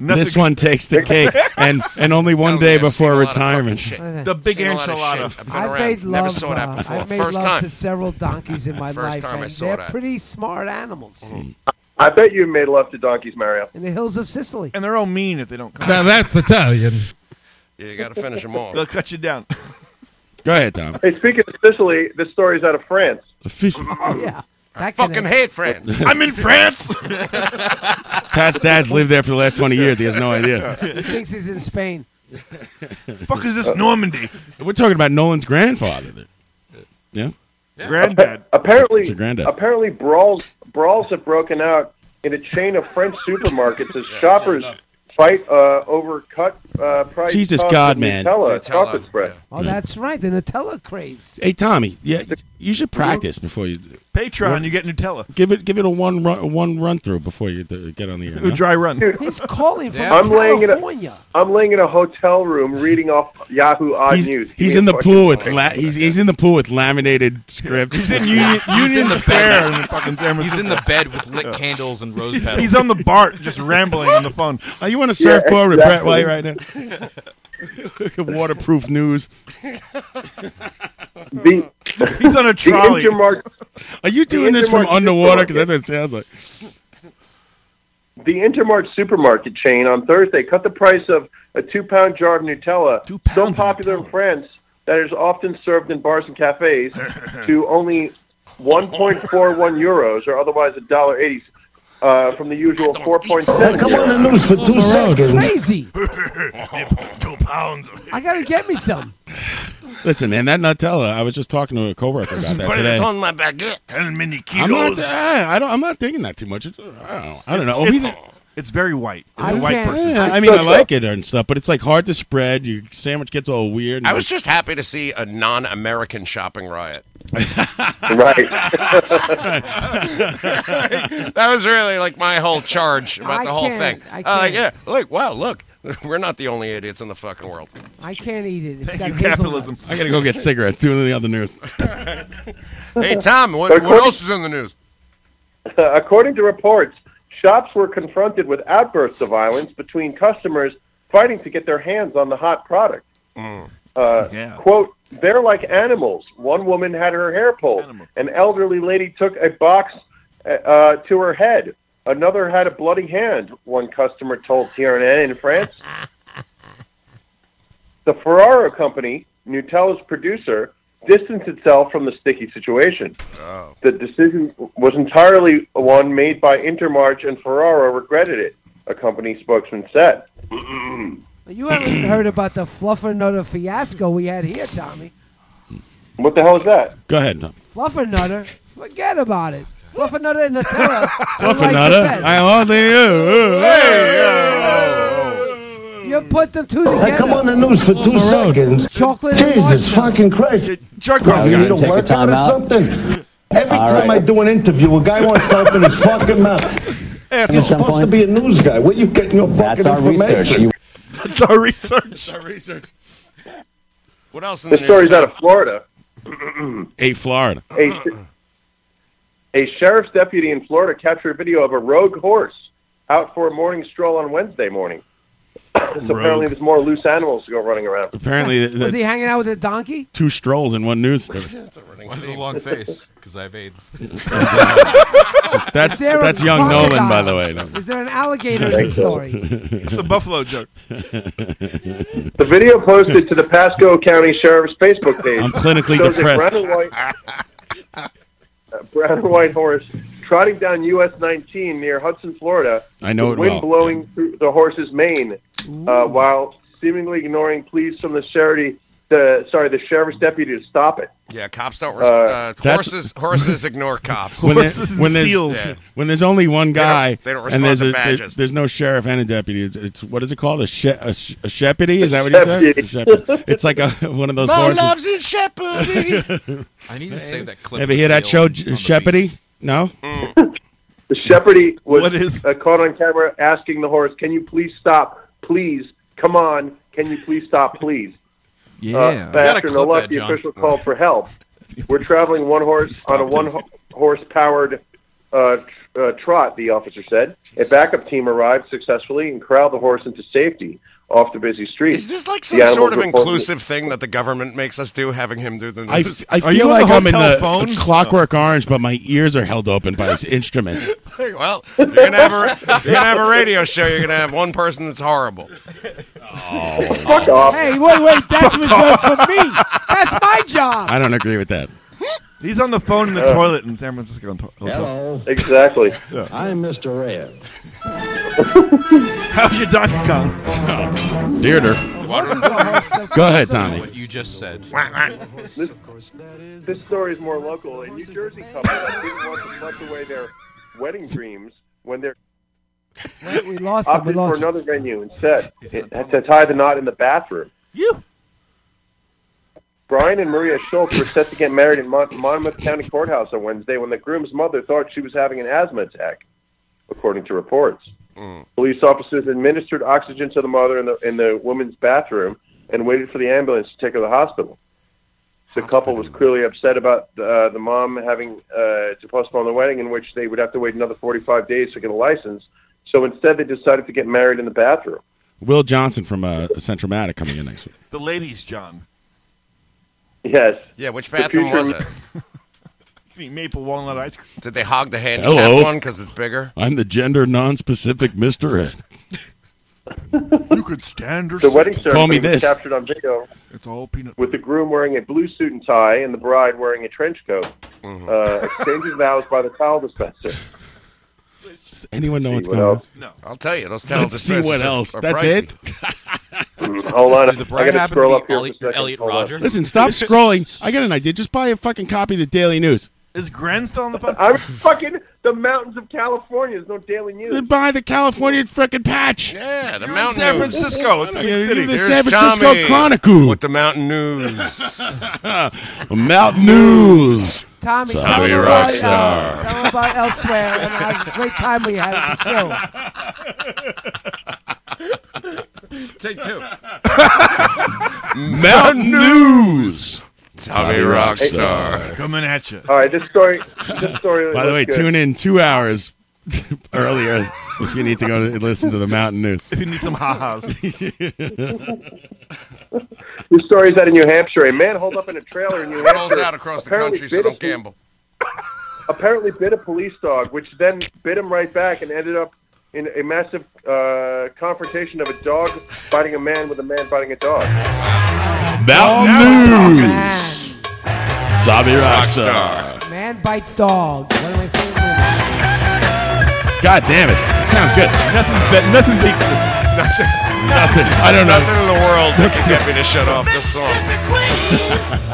S12: this one takes the cake, and and only one day before retirement.
S11: The big
S33: Seen a lot of
S11: enchilada.
S33: shit. I've been
S10: I
S33: around.
S10: made
S33: Never
S10: love,
S33: saw that
S10: uh,
S33: before.
S10: I made
S33: First
S10: love
S33: time.
S10: to several donkeys in my
S33: First
S10: life,
S33: time I
S10: and
S33: saw
S10: they're
S33: that. Hmm.
S10: pretty smart animals.
S5: I bet you made love to donkeys, Mario.
S10: In the hills of Sicily.
S11: And they're all mean if they don't come.
S34: Now that's Italian.
S33: Yeah, you got to finish them all.
S11: They'll cut you down.
S12: Go ahead, Tom.
S5: Hey, speaking of Sicily, this story's out of France.
S10: yeah.
S33: I fucking hate France.
S11: I'm in France.
S12: Pat's dad's lived there for the last twenty years. He has no idea.
S10: he thinks he's in Spain.
S11: Fuck is
S5: Uh,
S11: this Normandy?
S12: We're talking about Nolan's grandfather. Yeah.
S11: Granddad.
S5: Apparently,
S12: It's a granddad.
S5: apparently brawls brawls have broken out in a chain of French supermarkets as shoppers fight uh, over cut uh, price.
S12: Jesus
S5: cost
S12: God,
S5: of
S12: man.
S5: Nutella,
S12: Nutella,
S5: chocolate spread.
S33: Hmm.
S10: Oh, that's right. The Nutella craze.
S12: Hey Tommy, yeah, you should practice before you
S11: Patreon, you get Nutella.
S12: give it give it a one run one run through before you uh, get on the air. no?
S11: run.
S10: He's calling from
S5: I'm laying in
S10: California.
S5: a, I'm laying in a hotel room reading off Yahoo Odd
S12: He's,
S5: News.
S12: he's
S5: He
S12: in the
S5: fucking-
S12: pool with la- he's, he's in the pool with laminated scripts.
S11: He's in Union, Union Square in fucking San Francisco.
S6: He's in the bed with lit candles and rose petals.
S11: He's on the BART, just rambling on the phone.
S12: Oh, you want to surf forward with Brett White right now? Waterproof news.
S5: The,
S11: He's on a trolley.
S5: Intermark-
S12: Are you
S5: the
S12: doing this from
S5: Intermarket
S12: underwater? Because
S5: supermarket-
S12: that's what it sounds like.
S5: The Intermart supermarket chain on Thursday cut the price of a two-pound jar of Nutella, so popular in France that it is often served in bars and cafes, to only 1.41 euros, or otherwise a dollar eighty, uh, from the usual 4.7.
S3: Come on,
S5: euros.
S3: and lose for two
S10: That's
S3: sodas.
S10: crazy.
S11: Two pounds.
S10: I gotta get me some.
S12: Listen, man, that Nutella. I was just talking to a coworker about that today.
S33: my baguette.
S11: Ten mini
S12: I'm not. I, I don't. I'm not thinking that too much. It's, I don't. know. I don't know.
S11: It's,
S12: He's-
S11: it's very white. It's
S12: I
S11: a white
S12: can't-
S11: person.
S12: Yeah, I mean, I like it and stuff, but it's like hard to spread. Your sandwich gets all weird.
S33: I was just happy to see a non-American shopping riot. that was really like my whole charge about
S10: I
S33: the whole
S10: can't,
S33: thing.
S10: I
S33: Uh, like, yeah,
S10: can't.
S33: look, wow, look, we're not the only idiots in the fucking world.
S10: I can't eat it. It's got
S11: you,
S10: capitalism.
S12: I gotta go get cigarettes. Doing the other news.
S33: Hey Tom, what, what else is in the news?
S5: According to reports, shops were confronted with outbursts of violence between customers fighting to get their hands on the hot product.
S33: Mm.
S5: Uh, Quote, they're like animals. One woman had her hair pulled. An elderly lady took a box uh, uh, to her head. Another had a bloody hand, one customer told CNN in France. the Ferraro company, Nutella's producer, distanced itself from the sticky situation. The decision was entirely one made by Intermarch, and Ferraro regretted it, a company spokesman said.
S10: You haven't heard about the fluffernutter fiasco we had here, Tommy.
S5: What the hell is that?
S12: Go ahead. Tom.
S10: Fluffernutter? Forget about it. Fluffernutter and Nutella. are like the
S12: Fluffernutter?
S10: best.
S12: I hardly knew.
S10: You put them two together.
S3: Come on the news for two seconds.
S10: Chocolate.
S3: Jesus fucking Christ. Wow, you need a
S35: Take a
S3: workout
S35: time
S3: or
S35: out.
S3: something? Every
S35: All
S3: time
S35: right.
S3: I do an interview, a guy wants to open his fucking mouth. And you're supposed to be a news guy. Where you getting your fucking
S35: That's our research.
S3: information?
S35: You-
S11: That's our research.
S12: research.
S33: What else in the
S5: This
S33: news?
S5: story's out of Florida.
S12: Hey, Florida.
S5: a, a sheriff's deputy in Florida captured video of a rogue horse out for a morning stroll on Wednesday morning. apparently there's more loose animals to go running around.
S12: Apparently, th-
S10: Was he
S12: that's
S10: hanging out with a donkey?
S12: two strolls in one news story.
S36: One with a long face, because I have AIDS.
S12: that's
S10: Is there a
S12: that's young Nolan,
S10: crocodile?
S12: by the way. No.
S10: Is there an alligator in the story?
S11: It's a buffalo joke.
S5: The video posted to the Pasco County Sheriff's Facebook page.
S12: I'm clinically
S5: shows A
S12: depressed.
S5: brown, and white, a brown and white horse trotting down US 19 near Hudson, Florida.
S12: I know
S5: the
S12: it
S5: wind
S12: well.
S5: blowing through the horse's mane, uh, while seemingly ignoring pleas from the charity. The sorry, the sheriff's deputy to stop it.
S37: Yeah, cops don't. Res-
S5: Uh,
S37: uh,
S12: That's-
S37: horses horses ignore cops.
S12: When, there- when there's
S37: Yeah.
S12: when there's only one guy
S37: they don't respond
S12: and there's
S37: to
S12: a, there-
S37: badges.
S12: there's no sheriff and a deputy. It's, it's what is it called? A, she, a, sh- a shepherdie? Is that what you said?
S37: Shepherdie.
S12: A shepherd. It's like a one of those horses.
S37: his shepherd.
S36: I need to save that clip.
S12: Ever hear that show, J- Shepherdie? No.
S37: Mm-hmm.
S5: The shepherdie was uh, caught on camera asking the horse, "Can you please stop? Please, come on! Can you please stop? Please."
S11: Uh,
S5: Uh,
S38: Yeah. You gotta
S5: faster than
S38: clip
S5: luck,
S38: that,
S5: the
S38: John.
S5: official called for help. We're traveling one horse on a one ho- horse powered uh, tr- uh, trot, the officer said. A backup team arrived successfully and corralled the horse into safety off the busy street.
S37: Is this like
S5: The
S37: some
S5: animals
S37: sort of
S5: reported-
S37: inclusive thing that the government makes us do, having him do the
S12: I, f-
S37: news?
S12: I feel like I'm in the the Clockwork Orange, but my ears are held open by his instruments.
S37: well, you're gonna have a you're gonna have a radio show. You're gonna have one person that's horrible.
S5: Fuck off.
S10: Hey, wait, wait, that's reserved for me. That's my job.
S12: I don't agree with that.
S38: He's on the phone in the
S5: Uh,
S38: toilet in San Francisco. and to- Hello.
S5: Exactly.
S38: I'm Mr. Red. How's your Donkey Kong?
S12: Dearder. Go ahead, Tommy.
S36: What you just said.
S5: This, this story is more local. A New Jersey couple that didn't want to tuck away their wedding dreams when they're
S10: Wait, we lost him. We
S5: opted for
S10: lost him.
S5: another venue instead It- to tie the knot in the bathroom.
S10: You.
S5: Brian and Maria Schultz were set to get married in Mon- Monmouth County Courthouse on Wednesday when the groom's mother thought she was having an asthma attack, according to reports. Police officers administered oxygen to the mother in the, in the woman's bathroom and waited for the ambulance to take her to the hospital. The couple was clearly upset about uh, the mom having uh, to postpone the wedding, in which they would have to wait another 45 days to get a license. So instead, they decided to get married in the bathroom.
S12: Will Johnson from uh, Centromatic coming in next week.
S11: The ladies, John.
S5: Yes.
S37: Yeah, which
S11: The
S37: bathroom was it?
S11: future- Eating maple walnut ice cream.
S37: Did they hog the handicap
S12: Hello.
S37: one because it's bigger?
S12: I'm the gender non-specific Mister Ed.
S11: You could stand or
S5: The wedding
S11: sit.
S5: ceremony was captured on video
S11: It's all peanut.
S5: with the groom wearing a blue suit and tie and the bride wearing a trench coat,
S37: Mm-hmm.
S5: uh, exchanging vows by the towel dispenser.
S12: Does anyone know what's
S5: what
S12: going on?
S5: else?
S37: No, I'll tell you. Those towel
S12: Let's see what
S37: dispensers are-
S12: else.
S37: are
S12: That's
S37: pricey.
S12: it.
S5: Mm-hmm. Hold on,
S36: The
S5: I
S36: bride
S5: got to
S36: happened
S5: scroll
S36: to
S5: up
S36: be
S5: here.
S36: Elliot,
S5: for a second.
S36: Elliot
S5: Hold on.
S36: Roger.
S12: Listen, stop scrolling. I got an idea. Just buy a fucking copy of the Daily News.
S11: Is Gren still on the phone?
S5: I'm fucking the mountains of California. There's no daily news.
S12: Then buy the California frickin' patch.
S37: Yeah, the
S11: You're in
S37: mountain
S11: San
S37: news.
S11: Francisco. It's a big
S12: Yeah,
S11: city.
S12: The
S37: Here's
S12: San Francisco
S37: Tommy
S12: Chronicle.
S37: with the mountain news.
S12: Mountain News. Tommy
S10: Tommy, tell him about,
S12: Rockstar.
S10: Uh, tell him about elsewhere and how great time we had at the show.
S37: Take two.
S12: Mountain News.
S37: Tommy Rockstar.
S11: Coming at you.
S5: All right, this story. This story.
S12: By the way,
S5: looks good.
S12: tune in two hours earlier if you need to go and listen to the Mountain News.
S11: If you need some ha-has.
S5: This story is out of New Hampshire. A man holed up in a trailer in New Hampshire.
S37: Rolls out across the
S5: apparently
S37: country, so
S5: bit a
S37: don't
S5: pol-
S37: gamble.
S5: Apparently bit a police dog, which then bit him right back and ended up in a massive uh, confrontation of a dog biting a man with a man biting a dog.
S12: Mountain
S10: Man,
S12: News. Tommy Rockstar.
S10: man bites dog. One of my favorite movies.
S12: God damn it. That sounds good. Nothing, be- nothing beats it. Nothing. I don't know.
S37: Nothing in the world that can get me to shut off this song.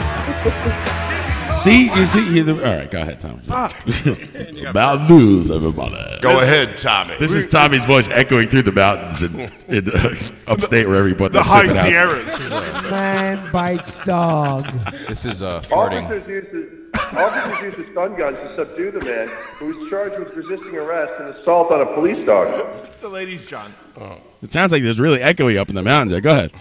S12: See, you see, you, all right, go ahead, Tommy. About news, everybody.
S37: Ah. Go ahead, Tommy.
S12: This is Tommy's voice echoing through the mountains in, in uh, upstate where everybody.
S11: the High
S12: sleeping out.
S11: Sierras.
S10: Man bites dog.
S39: This is uh, farting.
S5: Officers used, the, officers used the stun guns to subdue the man, who was charged with resisting arrest and assault on a police dog.
S11: it's the ladies, John.
S12: It sounds like there's really echoey up in the mountains. There, go ahead.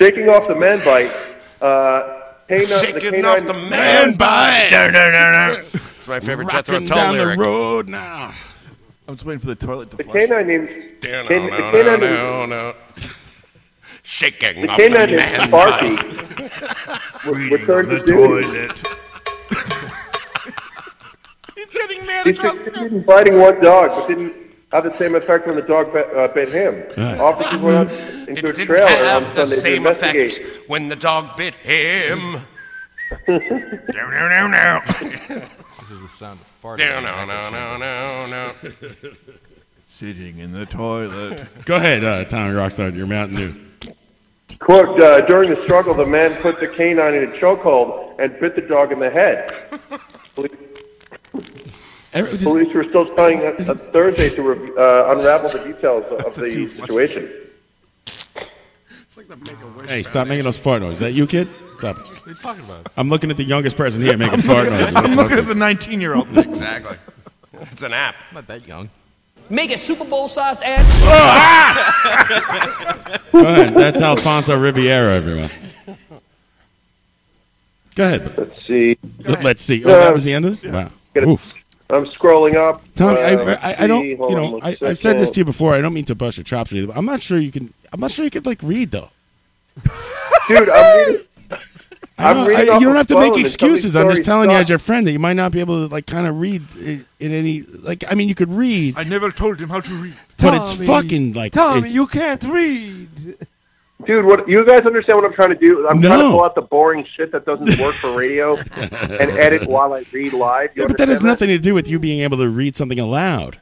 S5: Shaking off the man bite. Uh, canine, the
S37: Shaking
S5: canine,
S37: off the man bite.
S11: No, no, no, no.
S37: It's my favorite Jethro
S12: Rocking
S37: Tull
S12: down
S37: lyric.
S12: the road now.
S11: I'm just waiting for the toilet to
S5: The
S11: flush.
S5: canine named
S40: No,
S5: can-
S40: no,
S5: the
S40: no, no,
S5: canine
S40: no,
S5: named-
S40: no. Shaking
S5: the
S40: of the
S5: canine named
S40: man
S5: Sparky re-
S40: Reading
S5: returned
S40: on
S5: to
S40: the
S5: duty.
S6: He's getting mad
S5: He succeeded in biting one dog, but didn't have the same effect when the dog bit, uh, bit him. Officers went out into a trailer on
S40: have the
S5: Sunday
S40: same
S5: to investigate.
S40: effect when the dog bit him. no, no, no, no.
S41: This is the sound of farting.
S40: No, no, no, no, no, no.
S11: Sitting in the toilet.
S12: Go ahead, uh, Tommy Rockstar, your Mountain Dew.
S5: Quote, uh, during the struggle, the man put the canine in a chokehold and bit the dog in the head. Police, police were still trying on on Thursday to re- uh, unravel the details of the situation.
S12: Hey, stop making those fart noises. Is that you, kid? Stop. it.
S11: What are you talking about?
S12: I'm looking at the youngest person here making fart noises.
S11: I'm looking at the 19 year old.
S40: Exactly. It's an app.
S41: Not that young.
S6: Make a Super Bowl sized ad.
S12: Go ahead. That's Alfonso Riviera, everyone. Go ahead.
S5: Let's see.
S12: Let's see. Oh, that was the end of it? Wow. Oof.
S5: I'm scrolling up.
S12: Tom, I,
S5: Uh,
S12: I, I don't,
S5: see,
S12: you
S5: hold on
S12: know,
S5: one
S12: I, I've said this
S5: second.
S12: to you before. I don't mean to bust your chops or anything, but I'm not sure you can, I'm not sure you could, like, read, though.
S5: Dude, I'm reading.
S12: I
S5: I'm
S12: don't,
S5: reading
S12: I,
S5: off
S12: you don't
S5: a
S12: have to make
S5: phone and
S12: excuses. I'm
S5: somebody's
S12: just telling you
S5: story
S12: as your friend that you might not be able to like kind of read in, in any like. I mean, you could read,
S11: I never told him how to read.
S12: but it's
S5: Tommy,
S12: fucking like
S5: Tommy,
S12: it-
S10: You can't read.
S5: Dude, what you guys understand what I'm trying to do? I'm trying
S12: No.
S5: to pull out the boring shit that doesn't work for radio and edit while I read live. You
S12: Yeah, but that has
S5: understand
S12: nothing to do with you being able to read something aloud,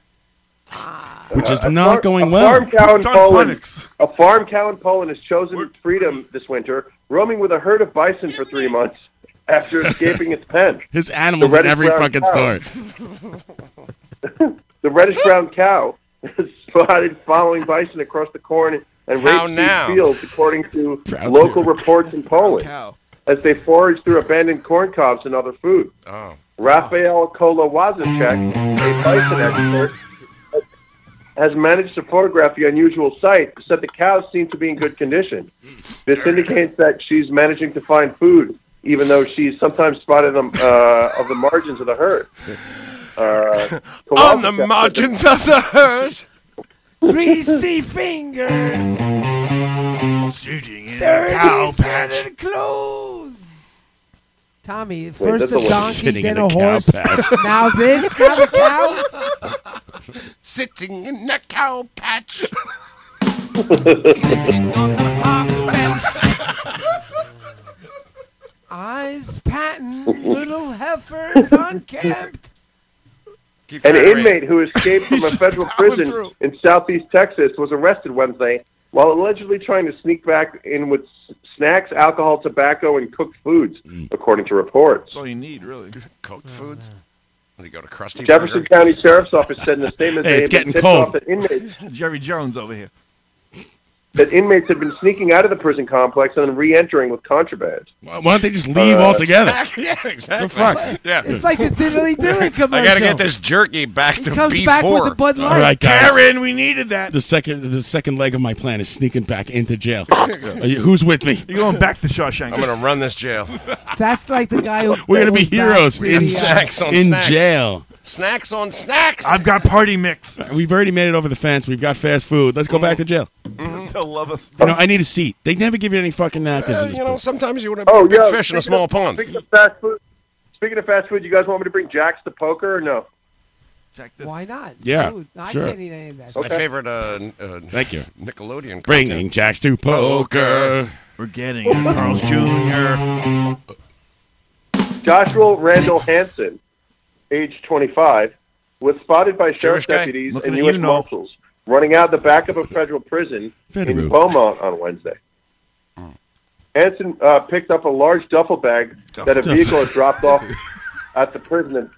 S12: which is
S5: A
S12: not
S5: farm-
S12: going
S5: a
S12: well.
S5: Farm cow in Poland, a farm cow in Poland has chosen freedom this winter, roaming with a herd of bison for three months after escaping its pen.
S12: His animals in every fucking story.
S5: The reddish brown cow is spotted following bison across the corn and
S40: How
S5: rapeseed
S40: now?
S5: fields, according to local reports in Poland, as they forage through abandoned corn cobs and other food.
S40: Oh.
S5: Rafael Kolowaczyk, a bison expert, has managed to photograph the unusual sight, said the cows seem to be in good condition. This indicates that she's managing to find food, even though she's sometimes spotted on, uh, of the margins of the herd. Uh,
S40: On the margins of the herd.
S6: Greasy fingers.
S11: Sitting in
S6: Dirty
S11: cow
S6: sweater clothes.
S10: Tommy,
S6: Wait,
S10: first
S6: that's
S10: a
S6: the one.
S10: donkey,
S6: Sitting
S10: then
S6: in
S10: a,
S6: a cow
S10: horse.
S6: patch.
S10: now this, now the cow.
S40: Sitting in a cow patch.
S10: Eyes patting, little heifers unkempt.
S5: An inmate who escaped from a federal prison in southeast Texas was arrested Wednesday while allegedly trying to sneak back in with s- snacks, alcohol, tobacco, and cooked foods,
S40: Mm.
S5: according to reports.
S11: That's all you need, really.
S40: Cooked foods. When you go to Krusty
S5: Jefferson
S40: Burger.
S5: County Sheriff's Office said in a statement
S40: Hey,
S5: they
S40: it's
S5: had
S40: getting
S5: been tipped
S40: cold.
S5: off that inmates,
S11: Jerry Jones over here.
S5: that inmates had been sneaking out of the prison complex and then re-entering with contraband.
S12: Why don't they just leave
S5: Uh,
S12: altogether?
S40: yeah, exactly.
S12: fuck?
S40: Yeah.
S10: It's like the diddly dilly commercial.
S40: I gotta get this jerky back to
S10: comes
S40: B4.
S10: back with the Bud Light.
S12: All right, guys.
S11: Karen, we needed that.
S12: The second, the second leg of my plan is sneaking back into jail. Are you- who's with me?
S11: You're going back to Shawshank.
S40: I'm gonna run this jail.
S10: That's like the guy who.
S12: We're gonna be
S10: went back
S12: heroes
S10: to
S12: in,
S10: the, uh,
S40: Snacks on
S12: in
S40: snacks.
S12: jail.
S40: Snacks on snacks.
S11: I've got party mix.
S12: We've already made it over the fence. We've got fast food. Let's go back to jail.
S11: They'll love us.
S12: You know, I need a seat. They never give you any fucking napkins.
S40: Uh,
S12: in this
S40: you know,
S12: place.
S40: sometimes you want to be a big fish in a small pond.
S5: Oh, Speaking of fast food, speaking of fast food, you guys want me to bring Jack's to poker or no?
S10: Why not?
S12: Yeah,
S10: Dude, I
S12: sure.
S10: can't eat any of that.
S40: It's my favorite. Uh, n- uh,
S12: Thank you.
S40: Nickelodeon.
S12: Bringing Jacks to poker.
S11: We're getting it. Carl's Jr.
S5: Joshua Randall Hansen, age 25, was spotted by sheriff's
S11: guy.
S5: deputies
S11: Looking
S5: and
S11: at
S5: U.S.
S11: you, Noel.
S5: marshals running out the back of a federal prison
S12: Federal.
S5: in Beaumont on Wednesday. Hansen uh, picked up a large duffel bag
S40: Duff-
S5: that a
S40: duff-
S5: vehicle had dropped off at the prison. And,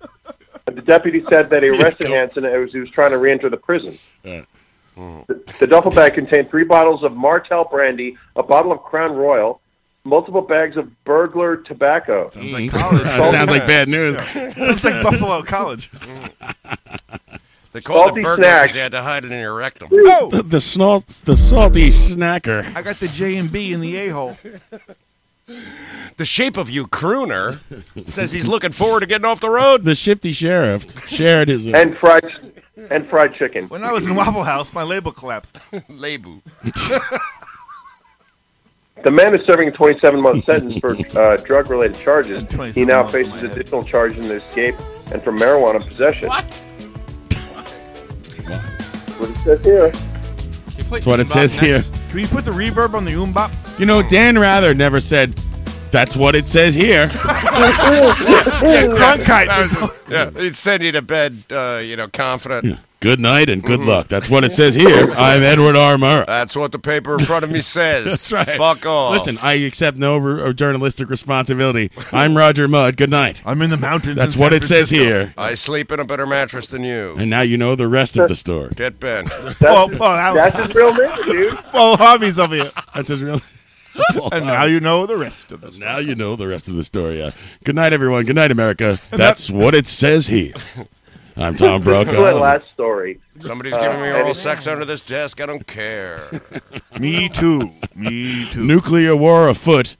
S5: and the deputy said that he arrested Hansen as he was trying to re-enter the prison.
S11: Oh.
S5: The, the duffel bag contained three bottles of Martell brandy, a bottle of Crown Royal, multiple bags of burglar tobacco. Sounds
S12: like college. That sounds like bad news.
S11: Sounds like Buffalo College.
S40: They called
S11: Salty
S40: it burger because
S11: snack.
S40: you had to hide it in your rectum.
S12: The, the snalt, the salty snacker.
S11: Oh, I got the J and B in the a hole.
S40: The shape of you, crooner, says he's looking forward to getting off the road.
S12: The shifty sheriff shared his.
S5: and fried and fried chicken.
S11: When I was in Waffle House, my label collapsed.
S6: label.
S5: The man is serving a 27 month sentence for uh, drug related charges. He now faces additional charges in escape and for marijuana possession. What? What it says here.
S12: That's what it says here.
S11: Can we put the reverb on the oombop?
S12: You know, Dan Rather never said, that's what it says here.
S6: Cronkite. yeah, he'd send you to bed, uh, you know, confident.
S12: Good night and
S6: Mm-hmm.
S12: good luck. That's what it says here. I'm Edward R. Murrah.
S6: That's what the paper in front of me says.
S12: That's right.
S6: Fuck off.
S12: Listen, I accept no re- or journalistic responsibility. I'm Roger Mudd. Good night.
S11: I'm in the mountains.
S12: That's what it says here.
S6: I sleep in a better mattress than you.
S12: And now you know the rest of the story.
S6: Get bent. That's,
S11: Well, well, Oh, that- that's his
S5: real name, dude.
S11: Well, hobbies over here.
S12: That's his real.
S11: and now you know the rest of the
S12: Now you know the rest of the story. Yeah. Good night, everyone. Good night, America. That's what it says here. I'm Tom
S5: My
S12: Brokaw.
S5: last story.
S6: Somebody's
S5: Uh,
S6: giving me
S5: and-
S6: oral sex under this desk. I don't care.
S11: Me too. Me too.
S12: Nuclear war afoot.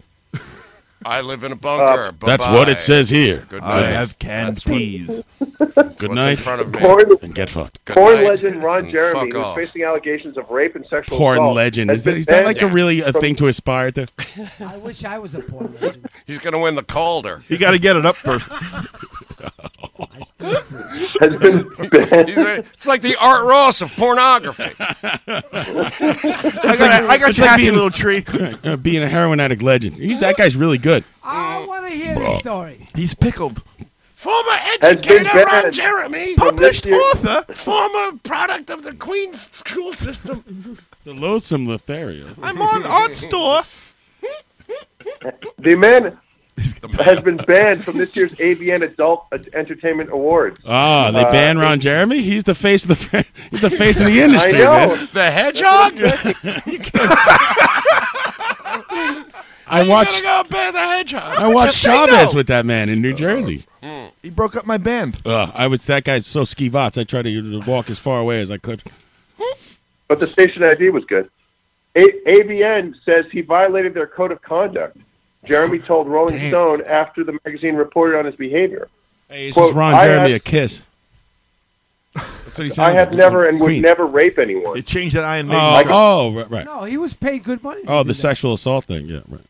S6: I live
S5: Uh,
S6: in a bunker. Bye-bye.
S12: That's what it says here.
S6: Good
S12: I
S6: night.
S12: have
S6: canned peas.
S12: Good
S6: what's
S12: night.
S6: in front of me.
S5: Porn-
S12: And get fucked.
S5: Porn legend Ron Jeremy,
S6: fuck
S5: who's
S6: off.
S5: facing allegations of rape and sexual
S12: Porn
S5: assault,
S12: legend.
S5: has
S12: Is that,
S5: been
S12: is that like a
S5: banned
S12: really a
S5: from-
S12: thing to aspire to?
S10: I wish I was a porn.
S6: He's going to win the Calder.
S11: You got to get it up first.
S5: Has been banned.
S6: He's a- it's like the Art Ross of pornography.
S11: I got, I got
S12: It's
S11: your
S12: like
S11: happy
S12: being-
S11: little tree.
S12: Uh, Being a heroin addict legend. He's, that guy's really good.
S10: I want to hear this story.
S11: He's pickled.
S6: Former
S12: been
S6: educator Ron
S12: banned
S6: Jeremy.
S12: from Published this year- author.
S6: Former product of the Queen's school system.
S12: The loathsome Lothario.
S11: I'm on art store.
S5: The man has been banned from this year's AVN Adult Entertainment Awards.
S12: Ah, they
S5: Uh,
S12: ban Ron Jeremy. He's the face of the fr- he's the face of the industry,
S5: I know.
S12: man.
S6: The hedgehog?
S12: I watched
S6: Go ban the hedgehog.
S12: I watched Chavez with that man in New Jersey.
S42: He broke up my band.
S12: Ugh, I was that guy's so skivats. I tried to walk as far away as I could.
S5: But the station ID was good. A- AVN says he violated their code of conduct. Jeremy told Rolling Stone after the magazine reported on his behavior.
S12: Hey, This
S5: Quote,
S12: is Ron
S5: I
S12: Jeremy
S5: have-
S12: a kiss. That's what he
S5: I
S12: sounds
S5: have
S12: like.
S5: never and would
S12: Queen.
S5: never rape anyone. It
S11: changed that I and
S12: Oh, oh, right, right.
S10: No, he was paid good money.
S12: Oh, the sexual assault thing. Yeah, right.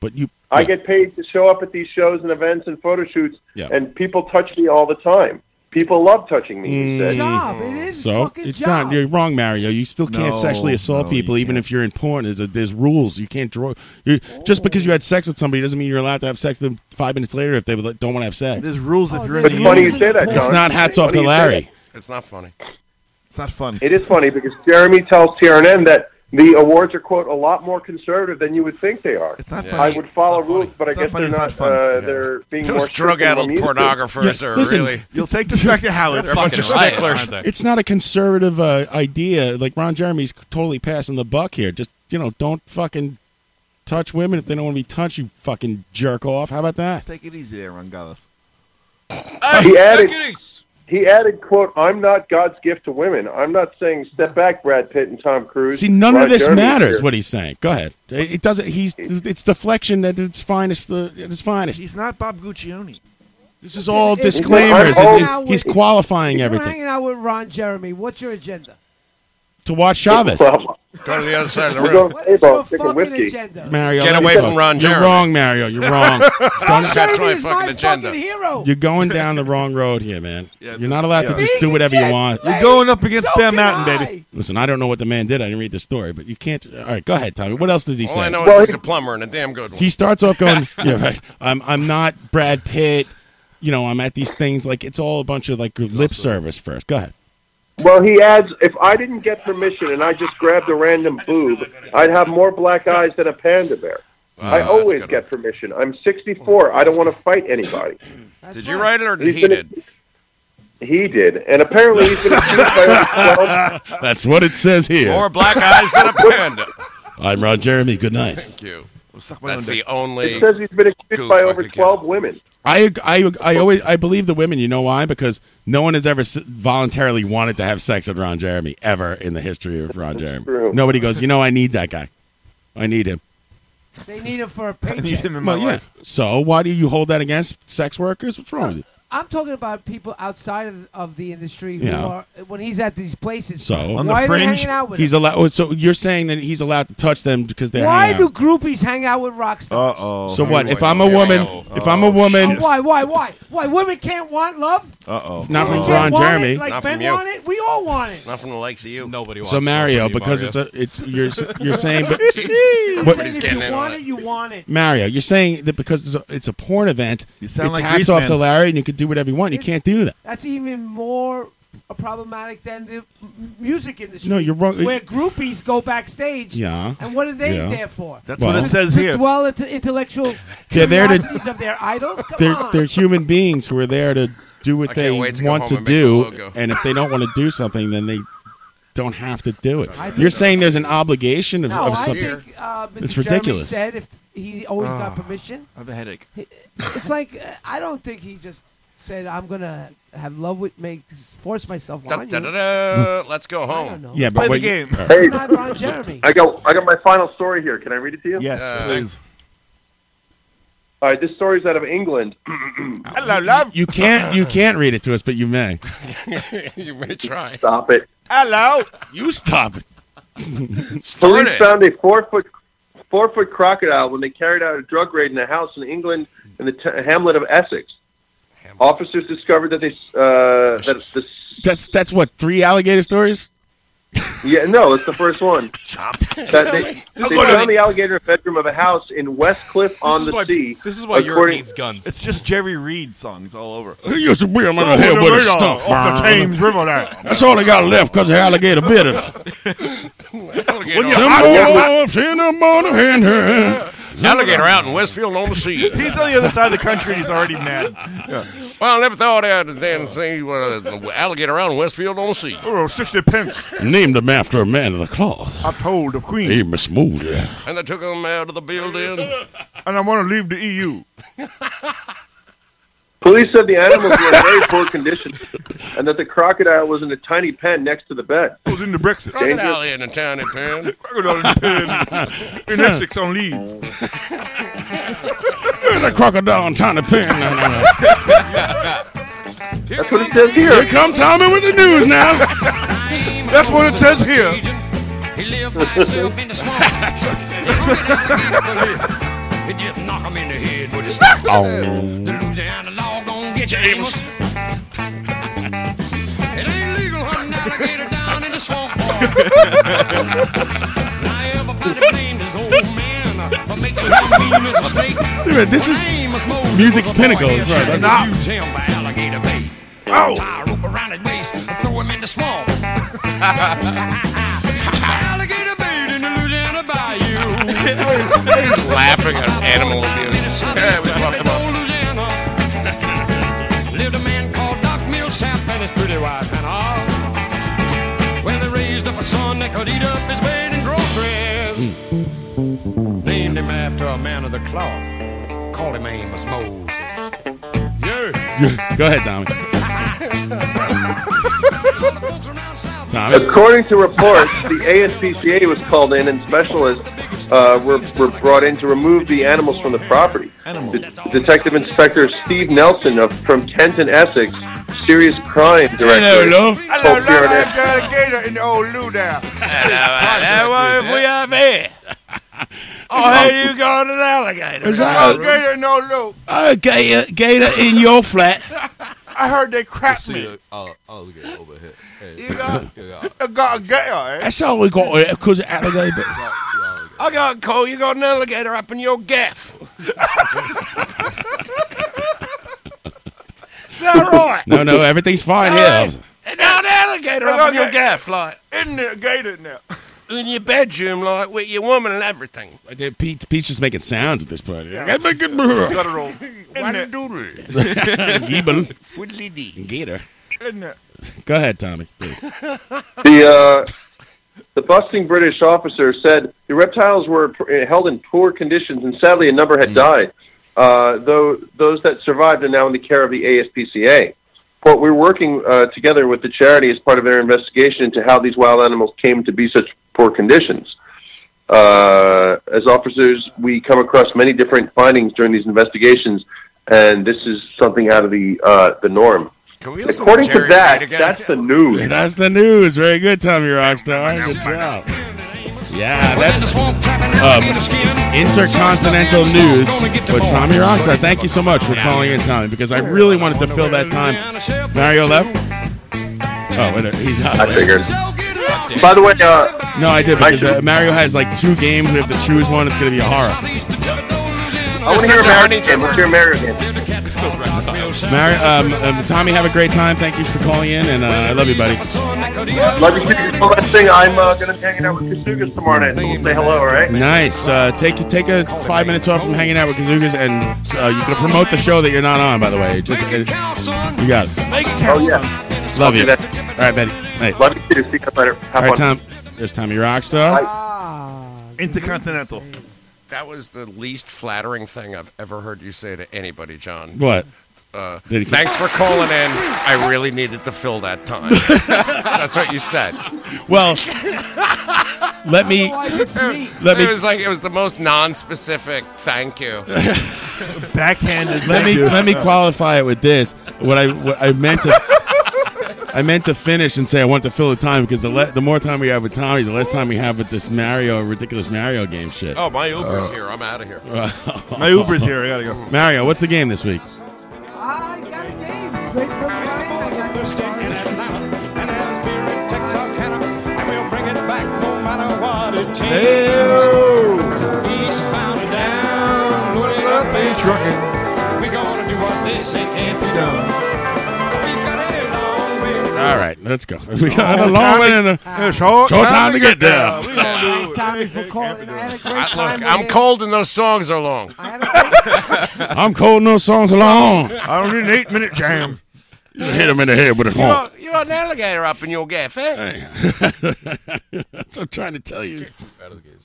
S12: But you,
S5: I get paid to show up at these shows and events and photo shoots,
S12: Yeah.
S5: and people touch me all the time. People love touching me. He said.
S12: Job.
S10: It is
S12: Mm-hmm. so it's not. You're wrong, Mario. You still can't
S5: No,
S12: sexually assault
S5: no,
S12: people, even if you're in porn. There's, a, there's rules. You can't draw. You, Just because you had sex with somebody doesn't mean you're allowed to have sex with them five minutes later if they would- don't want to have sex.
S42: There's rules
S12: Oh,
S42: if you're in
S5: It's
S42: the
S5: funny you
S42: union.
S5: say that.
S12: It's
S5: John.
S12: not hats off
S5: Funny
S12: to
S5: you say
S12: Larry.
S6: It's not funny.
S42: It's not funny.
S5: It is funny because Jeremy tells TRN that the awards are quote a lot more conservative than you would think they are. It's
S42: not
S5: I would follow rules, but I guess
S42: funny,
S5: they're
S42: it's
S5: not.
S42: not funny.
S5: uh, They're being more
S6: Those drug-addled pornographers are really.
S11: You'll take this back to Howard.
S6: They're a bunch of sticklers.
S12: It's not a conservative uh, idea. Like Ron Jeremy's totally passing the buck here. Just you know, don't fucking touch women if they don't want to be touched. You fucking jerk off. How about that?
S42: Take it easy there, Rangalis.
S5: he added. He added, "quote I'm not God's gift to women. I'm not saying step back, Brad Pitt and Tom Cruise.
S12: See, none
S5: Ron
S12: of this
S5: Jeremy's
S12: matters.
S5: here.
S12: What he's saying. Go ahead. It, it doesn't. He's. It's deflection at its finest. At its finest.
S42: He's not Bob Guccione.
S12: This is all
S10: If- if-
S12: disclaimers.
S10: if you're
S12: It- it-
S10: hanging out with-
S12: he's qualifying
S10: if you're
S12: everything
S10: hanging out with Ron Jeremy. What's your agenda?
S12: to watch Chavez.
S6: Go to the other side of the
S5: We're
S6: room.
S5: going to Abo, take a
S10: fucking
S5: whiskey.
S10: agenda?
S12: Mario,
S6: Get
S12: let me
S6: away
S12: fuck-
S6: from Ron
S12: You're
S6: Jeremy.
S12: wrong, Mario. You're
S6: Ron
S12: wrong. Don't-
S6: That's my
S10: Jeremy is my
S6: fucking agenda.
S10: fucking hero.
S12: You're going down the wrong road here, man. You're not allowed to
S10: yeah.
S12: just do whatever you want.
S11: You're going up against Bear Mountain, baby.
S12: Listen, I don't know what the man did. I didn't read the story, but you can't. All right, go ahead, Tommy. What else does he
S6: All
S12: say?
S6: I know is he's a plumber and a damn good one.
S12: he starts off going, "Yeah, right. I'm I'm not Brad Pitt. You know, I'm at these things like it's all a bunch of like lip service first. Go ahead.
S5: Well, he adds, if I didn't get permission and I just grabbed a random boob, I'd have more black eyes than a panda bear.
S6: Wow,
S5: I
S6: that's
S5: always
S6: good.
S5: get permission. I'm 64. I don't want to fight anybody.
S6: Did you write it or did
S5: He's
S6: he
S5: been-
S6: did?
S5: He did, and apparently he's been accused by over 12
S12: That's what it says here.
S6: More black eyes than a panda.
S12: I'm Ron Jeremy. Good night.
S6: Thank you.
S42: my
S6: That's
S42: own
S6: the
S42: dick.
S6: only.
S5: It says he's been accused
S6: goof
S5: by
S6: I
S5: over
S6: could get.
S5: 12 women.
S12: I, I, I always I believe the women. You know why? Because no one has ever s- voluntarily wanted to have sex with Ron Jeremy ever in the history of Ron Jeremy.
S5: True.
S12: Nobody goes. You know, I need that guy. I need him.
S10: They need him for a paycheck.
S12: Well, yeah. So why do you hold that against sex workers? What's wrong with you?
S10: I'm talking about people outside of, of the industry who
S12: Yeah.
S10: are when he's at these places.
S12: So
S10: why are they hanging out with
S12: he's
S10: him?
S12: allowed. oh, So you're saying that he's allowed to touch them because they're
S10: Why
S12: hanging
S10: do
S12: out.
S10: groupies hang out with rock stars?
S12: Uh-oh. So
S6: Oh,
S12: what? If I'm a woman, if I'm a woman,
S10: Why? Why? Why? Why women can't want love?
S12: Uh-oh. Not
S10: Women
S12: from
S10: can't
S12: Ron
S10: want
S12: Jeremy.
S10: It, like
S43: Not
S10: Ben
S43: from you.
S10: want it. We all want it.
S43: Not from the likes of you. Nobody
S12: so Mario, because it's a, it's you're s- you're saying, but
S10: I'm
S12: what-
S10: saying if you want it, you want it.
S12: Mario, you're saying that because it's a, it's a porn event, you
S10: sound
S12: it's
S10: like
S12: hats
S10: Grease
S12: off
S10: Man.
S12: to Larry, and you can do whatever you want. You can't do that.
S10: That's even more problematic than the m- music industry.
S12: No, you're wrong.
S10: Where groupies go backstage.
S12: Yeah.
S10: And what are they
S12: Yeah.
S10: there for?
S12: That's what it
S10: To-
S12: says
S10: to
S12: here.
S10: dwell at the intellectual
S12: They're there to-
S10: curiosities of their idols. Come
S12: They're
S10: on.
S12: they're human beings who are there to do
S43: I
S12: what
S43: can't
S12: they
S43: wait to go
S12: want
S43: home
S12: to
S43: and make a
S12: do,
S43: logo.
S12: and if they don't want to do something, then they don't have to do it.
S10: I think-
S12: You're saying there's an obligation of,
S10: no,
S12: of
S10: I
S12: something.
S10: think uh, Mr.
S12: it's ridiculous.
S10: Jeremy said if he always got
S11: Ah,
S10: permission.
S11: I have a headache.
S10: It's like uh, I don't think he just said I'm gonna have love with make force myself
S43: Da,
S10: on
S43: da,
S10: you.
S43: da, da. Uh, Let's go home.
S12: Yeah, but what-
S5: Hey,
S10: Not Ron Jeremy.
S5: I got I got my final story here. Can I read it to you?
S43: Yes, Uh, please.
S5: All right, this story's out of England. Hello,
S12: love. You can't you can't read it to us, but you may.
S43: you may try.
S5: Stop it.
S12: Hello. You stop it.
S5: Police found a four foot four foot crocodile when they carried out a drug raid in a house in England in the t- hamlet of Essex. Officers discovered that they uh, that the
S12: That's that's what three alligator stories.
S5: yeah no it's the first one. That they,
S12: This
S5: they
S12: is why-
S5: found the alligator in a bedroom of a house in Westcliff on the sea.
S11: This is why Europe
S5: according-
S11: needs guns. It's just Jerry Reed songs all over.
S12: He used to be a man here with his stuff.
S11: Off the Thames River there.
S12: That's all they got left because the alligator bit it.
S43: Alligator,
S12: Some wolves in the morning. and, uh,
S43: alligator out in Westfield on the sea.
S11: He's on the other side of the country. and He's already mad.
S43: Well, I never thought I'd then see uh, the alligator out in Westfield on the sea.
S11: Oh, 60 pence.
S12: Named him after a man of the cloth.
S11: I told the Queen.
S12: He Miss Moody.
S43: And they took him out of the building.
S11: And I want to leave the E EU.
S5: Police said the animals were in very poor condition, and that the crocodile was in a tiny pen next to the bed.
S11: It was in the Brexit.
S43: Crocodile in a tiny pen.
S11: In Essex on Leeds.
S12: And a crocodile and tiny pin.
S5: That's what it says here.
S12: Here come Tommy with the news now.
S11: That's what it says here.
S44: That's what it says.
S6: It just knock 'em in the head with a
S12: Oh.
S6: Louisiana law gon' get you, Amos. it ain't legal hunting alligator down in the swamp, boy. And I ever find it blamed this old man uh, for making one mean mistake.
S12: Dude, man, this is music's pinnacle. Is right.
S6: Nah. Use him by alligator bait. Oh. Tie a rope around his waist and throw him in the swamp. alligator bait in the Louisiana bayou.
S43: He's laughing at animal abuse. Yeah, we fucked him up.
S6: Lived a man called Doc Millsap and his pretty wife Hannah. Well, they raised up a son that could eat up his weight in groceries. Named him after a man of the cloth. Called him Amos Moses. Yeah.
S12: Go ahead, Tommy. Tommy.
S5: According to reports, the ASPCA was called in and specialists uh, were, were brought in to remove the animals from the property. De- Detective Inspector Steve Nelson of from Kent and Essex, serious crime director.
S12: Hello, love.
S5: Hello, love.
S11: alligator in the old lou there.
S43: Hello, if we have air.
S11: Oh,
S43: hey, you got an alligator. Oh,
S12: Is that- Alligator
S11: in the old lou.
S12: Uh, gator, gator in your flat.
S11: I heard they cracked
S45: See, uh, I'll, I'll get over here. you got,
S11: I got a gator,
S12: That's all we got because alligator.
S43: I got Cole. You got an alligator up in your gaff. Is that right?
S12: No, no, everything's fine here.
S43: And now an alligator up in your gaff, like
S11: in the gator now.
S43: In your bedroom, like with your woman and everything.
S12: Pete, Pete's just making sounds at this point.
S11: Guttural.
S43: One doodle.
S12: Giebel.
S43: Fiddly dee.
S12: Gator.
S11: Isn't it?
S12: Go ahead, Tommy. please.
S5: The uh, the busting British officer said the reptiles were pr- held in poor conditions, and sadly, a number had died. Uh, though those that survived are now in the care of the ASPCA. But we're working uh, together with the charity as part of their investigation into how these wild animals came to be such poor conditions. Uh, as officers, we come across many different findings during these investigations,
S15: and this is something out of the uh, the norm.
S6: Can
S15: we According to that, that's the news.
S12: That's the news. Very good, Tommy Rockstar. Good job. Yeah, that's um, Intercontinental News with Tommy Rockstar. Thank you so much for calling in, Tommy, because I really wanted to fill that time. Mario left. Oh, wait, he's out.
S15: I figured. By the way, uh,
S12: no, I did because uh, Mario has like two games. We have to choose one. It's going to be a horror.
S15: I want to hear Mario again. Let's hear Mario again.
S12: Mario, um, um, Tommy, have a great time. Thank you for calling in, and uh, I love you, buddy.
S15: Love you too. Well, that's thing. I'm uh, going to be hanging out with Kasugas tomorrow night. So we'll say hello, all right?
S12: Nice. Uh, take take a five minutes off from hanging out with Kazookas, and uh, you can promote the show that you're not on. By the way, just it- you got it.
S15: Oh, yeah.
S12: Love you. All right, Betty. Hey.
S15: Love you too. See you later. Have
S12: All right,
S15: fun.
S12: Tom. There's Tommy Rockstar.
S6: Intercontinental. That was the least flattering thing I've ever heard you say to anybody, John.
S12: What?
S6: Uh,
S12: Did he-
S6: thanks for calling in. I really needed to fill that time. That's what you said.
S12: Well, let me let me
S6: It was like it was the most non-specific thank you.
S12: backhanded. Let me let me qualify it with this. What I what I meant to I meant to finish and say I want to fill the time because the le- the more time we have with Tommy, the less time we have with this Mario ridiculous Mario game shit.
S6: Oh, my Uber's here. I'm out of here.
S12: Uh, My Uber's here. I gotta go. Mario, what's the game this week? All right, let's go. Oh, We got a long uh, way and a short, time to get there.
S10: Thanks, Tommy, for calling. in. I had a great
S6: I-
S10: time.
S6: look, I'm cold and those songs are long.
S12: I'm cold, no songs along. I don't need an eight minute jam. You hit him in the head with a
S6: You
S12: honk.
S6: got, you got an alligator up in your gaff, eh?
S12: That's what I'm trying to tell you.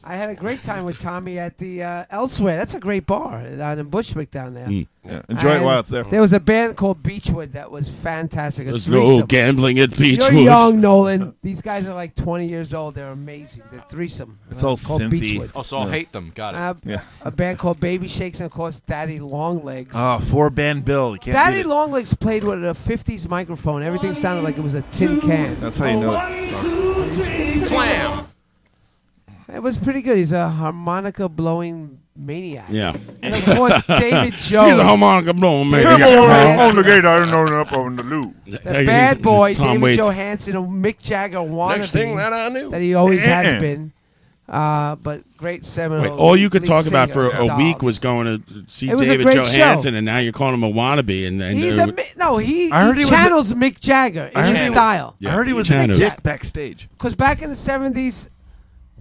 S10: I had a great time with Tommy at the uh, Elsewhere. That's a great bar down in Bushwick down there.
S12: Mm. Yeah,
S11: enjoy it while it's there.
S10: There was a band called Beechwood that was fantastic. A
S12: There's
S10: threesome.
S12: no gambling at Beechwood.
S10: You're young, Nolan. These guys are like 20 years old. They're amazing. They're threesome.
S11: It's all
S10: called
S11: synthy.
S10: Beechwood.
S11: Oh, so I'll Yeah. hate them. Got it.
S10: Uh,
S11: Yeah.
S10: A band called Baby Shakes and of course Daddy Longlegs.
S11: Oh, four band bill. You can't
S10: Daddy
S11: beat it.
S10: Longlegs played with a 50s microphone. Everything sounded like it was a tin can.
S11: That's how you know
S10: it.
S6: Flam.
S10: It was pretty good. He's a harmonica blowing maniac.
S12: Yeah.
S10: And of course, David
S12: He's
S10: Joe.
S12: a harmonica blowing maniac.
S10: Come on,
S12: Huh?
S10: on the gate, I don't
S22: know up on the loop.
S10: The bad boy,
S12: Tom
S10: David
S12: Waits.
S10: Johansen, a Mick Jagger wannabe.
S6: Next thing that I knew.
S10: that he always
S12: Yeah.
S10: has been. Uh, but great seminal.
S12: Wait, all you could
S10: lead
S12: talk about for
S10: singer
S12: a
S10: of
S12: week
S10: Dolls.
S12: was going to see
S10: It was a
S12: David
S10: great
S12: Johansen, and now you're calling him a wannabe. And, uh, and
S10: He's a mi- no. He,
S12: I heard
S10: he
S12: he was a-
S10: channels Mick Jagger in
S12: I heard
S10: his
S12: he-
S10: style.
S12: Yeah, I heard he he was a big channels. dick
S11: backstage.
S10: Because back in the seventies,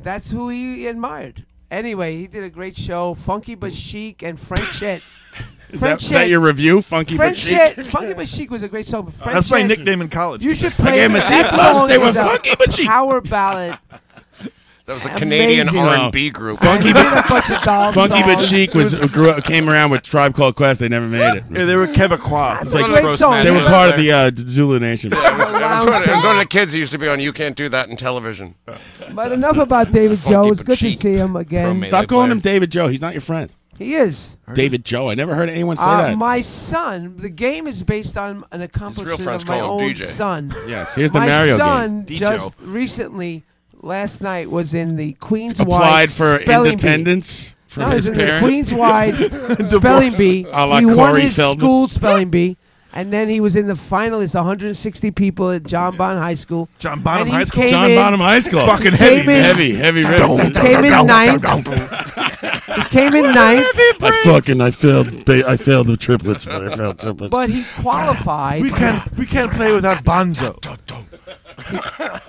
S10: that's who he admired. Anyway, he did a great show, funky but chic and French shit.
S12: Is that- is that your review, Funky but
S10: French
S12: Chic?
S10: shit. Funky but chic was a great song. but French
S11: That's my
S10: shit-
S11: nickname in college.
S10: You should
S11: I
S10: play.
S11: gave 'em a
S10: that
S11: C plus,
S10: song
S11: they were
S10: is a
S11: funky but chic.
S10: Power ballad.
S6: That was a Canadian
S12: Amazing.
S6: R&B group.
S12: Funky,
S10: Did a bunch of doll
S12: funky but
S10: songs.
S12: chic was uh, grew up, came around with Tribe Called Quest. They never made it.
S11: Yeah, they were Quebecois.
S12: It's like- They were part of the uh, Zulu Nation.
S6: It was, it was one, it was one of the kids who used to be on You Can't Do That in Television.
S10: But enough about David Joe. It's good to see him again.
S12: Stop calling him David Joe. He's not your friend.
S10: He is.
S12: David Joe. I never heard anyone say
S10: Uh,
S12: that.
S10: My son, the game is based on an accomplishment
S6: friends
S10: of my
S6: call
S10: own
S6: him DJ.
S10: son.
S12: Yes, here's the
S10: my
S12: Mario
S10: son
S12: game.
S10: just recently, last night, was in the Queens
S12: Applied for
S10: spelling
S12: independence
S10: bee.
S12: from
S10: no, he was
S12: his
S10: in
S12: parents.
S10: the Queens wide spelling bee.
S12: A la
S10: he won
S12: Corey
S10: his
S12: Feldman.
S10: school spelling bee. And then he was in the finalists, 160 people at John Bonham High School. John
S11: Bonham High School?
S12: John Bonham High School. Fucking heavy, man. Heavy, heavy riffs.
S10: Came in ninth. he came in ninth.
S12: I fucking I failed. They, I failed the triplets. But I failed triplets.
S10: But he qualified.
S11: We can't we can't play without Bonzo.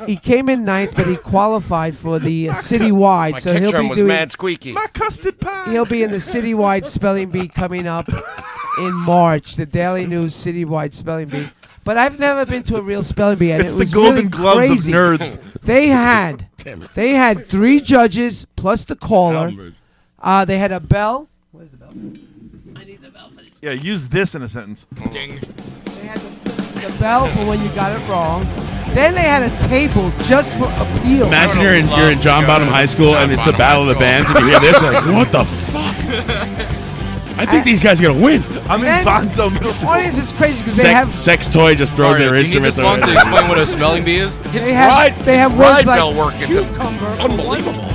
S10: He came in ninth, but he qualified for the uh, citywide.
S6: My
S10: so
S6: kick
S10: he'll
S6: drum
S10: be
S6: was
S10: doing,
S6: mad squeaky.
S10: He'll be in the citywide spelling bee coming up in March. The Daily News citywide spelling bee. But I've never been to a real spelling bee, and
S11: It's
S10: it
S11: the
S10: was
S11: golden
S10: really
S11: gloves of
S10: crazy.
S11: nerds.
S10: They had,
S11: Damn it.
S10: they had three judges plus the caller. Uh, they had a bell.
S11: Yeah, use this in a sentence.
S10: Ding. The bell for when you got it wrong. Then they had a table just for appeal.
S12: Imagine you're in, you're in John Bottom High School and it's the Battle of the Bands, and you hear this, like, what the fuck? I think these guys are gonna win.
S11: I'm
S10: in Bonzo. The audience is crazy because they
S12: Sex-
S10: have
S12: sex toy just throws
S9: Mario,
S12: their
S9: do you need
S12: instruments.
S9: this one to
S12: away.
S9: explain what a smelling bee is?
S10: they have they have words like cucumber,
S9: Unbelievable.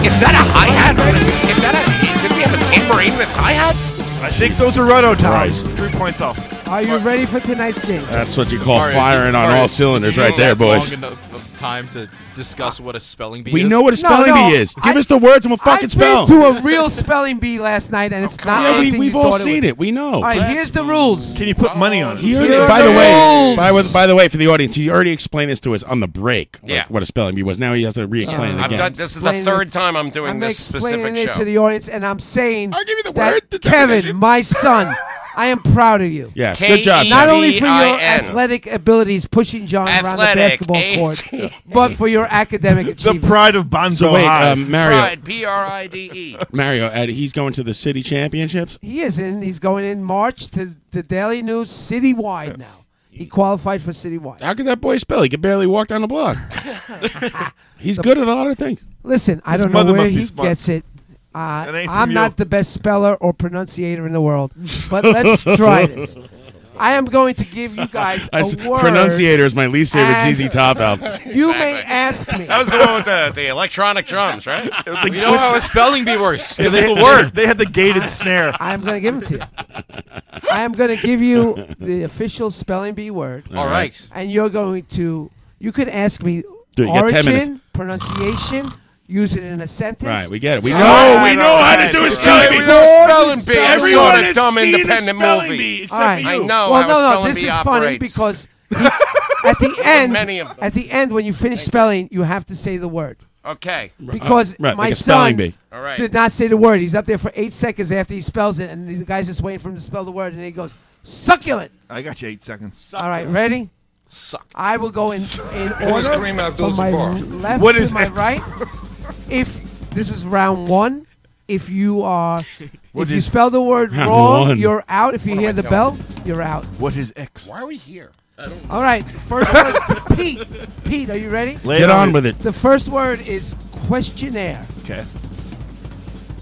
S4: Is that a hi hat? Is that a? Did they have a tambourine with hi hats?
S22: I think those are roto times.
S12: Christ.
S22: Three points off.
S10: Are you ready for tonight's game?
S12: That's what you call
S9: Mario,
S12: firing on
S9: Mario,
S12: all
S9: did
S12: cylinders,
S9: you
S12: right
S9: know
S12: there,
S9: that
S12: boys.
S9: Long enough of time to discuss what a spelling bee
S12: We
S9: is.
S12: know what a spelling bee is. Give us the words and we'll fucking
S10: Been
S12: spell.
S10: to a real spelling bee last night, and it's not.
S12: Yeah, we,
S10: anything
S12: we've
S10: you
S12: all
S10: thought
S12: seen
S10: would-
S12: it. We know.
S10: All right, here's the rules.
S22: Can you put money on it?
S12: He already- by the way, by, the- by the way, for the audience, he already explained this to us on the break. like,
S6: Yeah.
S12: what a spelling bee was. Now he has to re-explain it
S6: I've
S12: again.
S6: done this is the
S10: Explain
S6: third
S10: it.
S6: time I'm doing
S10: I'm
S6: this
S10: explaining
S6: specific
S10: it
S6: show.
S10: to the audience, and I'm saying, I'll give you the word,
S6: the
S10: Kevin,
S6: definition.
S10: my son, I am proud of you.
S12: Yeah, good job.
S10: Not only for your
S12: K-E-V-I-N.
S10: athletic abilities, pushing John around the
S6: Athletic,
S10: basketball court, but for your academic achievement. The
S22: pride of Bonzo
S12: So wait, um, Mario,
S10: Pride.
S6: P R I D E.
S12: Mario, uh, he's going to the city championships.
S10: He is in. He's going in March to the Daily News citywide now. He qualified for citywide.
S12: How could that boy spell? He could barely walk down the block. he's good at a lot of things.
S10: Listen, I
S12: His
S10: don't know
S12: mother
S10: where
S12: must be
S10: he
S12: smart.
S10: gets it. Uh,
S12: That ain't from
S10: I'm
S12: you.
S10: not the best speller or pronunciator in the world, but let's try this. I am going to give you guys
S12: I
S10: a
S12: s-
S10: word.
S12: pronunciator is my least favorite
S10: and
S12: ZZ Top album.
S10: You may ask me.
S6: That was the one with the, the electronic drums, right?
S9: You know how a spelling bee works.
S22: Yeah,
S9: Give
S22: they,
S9: us the
S22: they-
S9: word.
S22: They had the gated snare.
S10: I'm going to give it to you. I am going to give you the official spelling bee word.
S22: All right.
S10: And you're going to. You can ask me
S12: Dude, you got 10 minutes.
S10: origin, pronunciation, use it in a sentence.
S12: Right, we get it. We
S10: All
S12: know.
S10: right,
S12: we
S10: all
S12: know
S10: right,
S12: how to do
S10: all
S12: a spelling
S10: right.
S12: bee.
S10: We know spelling bee. I
S6: saw
S12: Everyone
S6: that
S12: has
S6: dumb
S12: seen a
S6: independent
S12: spelling
S6: movie.
S12: bee,
S10: All
S12: except
S10: right.
S12: for you.
S10: well, no, no, this is funny because he- at the end,
S6: Many of them.
S10: at the end, when you finish spelling, you have to say the word.
S6: Okay.
S10: Because
S12: Right,
S10: my
S12: like a
S10: son
S12: spelling bee.
S6: All right.
S10: did not say the word. He's up there for eight seconds after he spells it, and the guy's just waiting for him to spell the word, and he goes, "Succulent."
S11: I got you eight seconds.
S10: All right, ready?
S9: Suck.
S10: I will go in, in
S11: Who is
S10: order
S11: Kareem
S10: from my
S11: Abdul-Jabbar?
S10: left
S11: What
S10: to
S11: is
S10: my
S11: X?
S10: right. If this is round one, if you are, if you spell the word
S11: Round
S10: wrong,
S11: one.
S10: you're out. If you hear the bell, you're out.
S11: What is X?
S6: Why are we here? I don't
S10: All right, first word, Pete. Pete, are you ready?
S12: Lay it Get on on with it.
S10: The first word is questionnaire.
S12: Okay.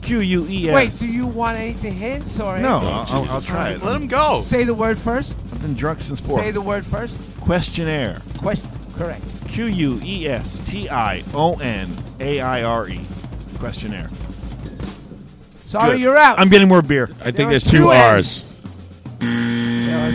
S22: Q U E S.
S10: Wait, do you want anything hints or
S22: No,
S10: anything?
S22: I'll- I'll- I'll try
S10: All
S22: it. Let him go.
S10: Say the word first.
S11: I've been drunk since four.
S10: Say the word first.
S22: Questionnaire.
S10: Question. Correct.
S22: Q U E S T I O N A I R E. Questionnaire.
S10: Sorry, you're out.
S22: I'm getting more beer.
S12: I think there's two R's.
S10: There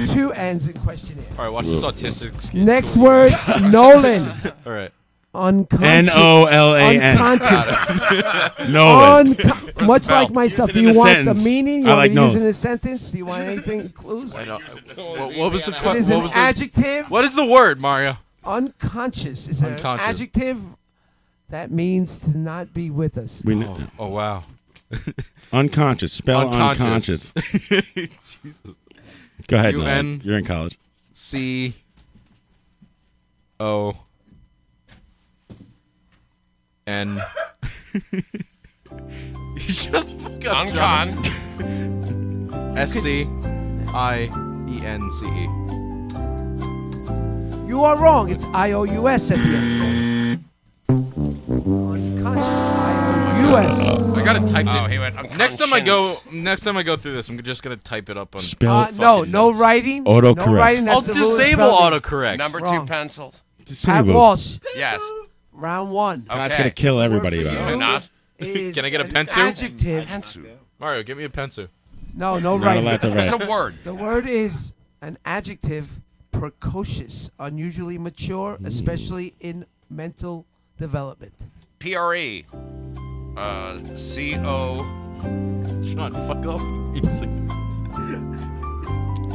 S10: are two N's in questionnaire.
S9: All right, watch this autistic. kid.
S10: Next word, Nolan.
S9: All right.
S10: Unconscious.
S12: N-O-L-A-N.
S10: Unconscious.
S12: Nolan.
S10: Unco-
S12: Where's
S10: much
S12: the bell?
S10: like myself,
S12: Use it
S10: you
S12: in a
S10: want
S12: sentence.
S10: the meaning. You
S12: I
S10: want
S12: like
S10: to use it in
S12: Nolan.
S10: a sentence. Do you want anything clues?
S9: Wait, no, what, what was the
S10: It is
S9: what
S10: an
S9: was the-
S10: adjective.
S9: What is the word, Mario?
S10: Unconscious is an
S9: Unconscious.
S10: adjective that means to not be with us.
S12: We kn- Oh.
S9: Oh wow.
S12: Unconscious. Spell unconscious.
S9: Unconscious. Jesus.
S12: Go ahead,
S9: U
S12: Nolan.
S9: N
S12: You're in college.
S9: C O N. Shut the fuck up, John.
S7: S C I E N C E.
S10: You are wrong. It's I O U S at the end. Unconscious. I O U S. Uh,
S9: I gotta type
S6: Oh,
S9: it.
S6: he went
S9: next time I go, next time I go through this, I'm just gonna type it up on.
S12: Spell-
S10: Uh, no, no writing. No
S12: Autocorrect.
S10: writing.
S9: I'll
S10: That's the rule of
S9: disable
S10: spelling.
S9: autocorrect.
S6: Number
S10: Wrong.
S6: two pencils.
S10: Pat
S12: Disable.
S10: Walsh,
S6: Yes.
S10: round one.
S12: That's gonna kill everybody.
S10: Word for
S12: About
S10: you.
S12: it.
S6: Am I not?
S10: Is
S9: Can I get a
S10: an
S9: pencil?
S10: Adjective.
S9: Mario, give me a pencil.
S10: No, no
S12: Not
S10: writing.
S12: allowed to What's write.
S6: the word?
S10: The word is an adjective precocious, unusually mature, especially in mental development.
S6: P R E. Uh, C O.
S9: John, fuck up.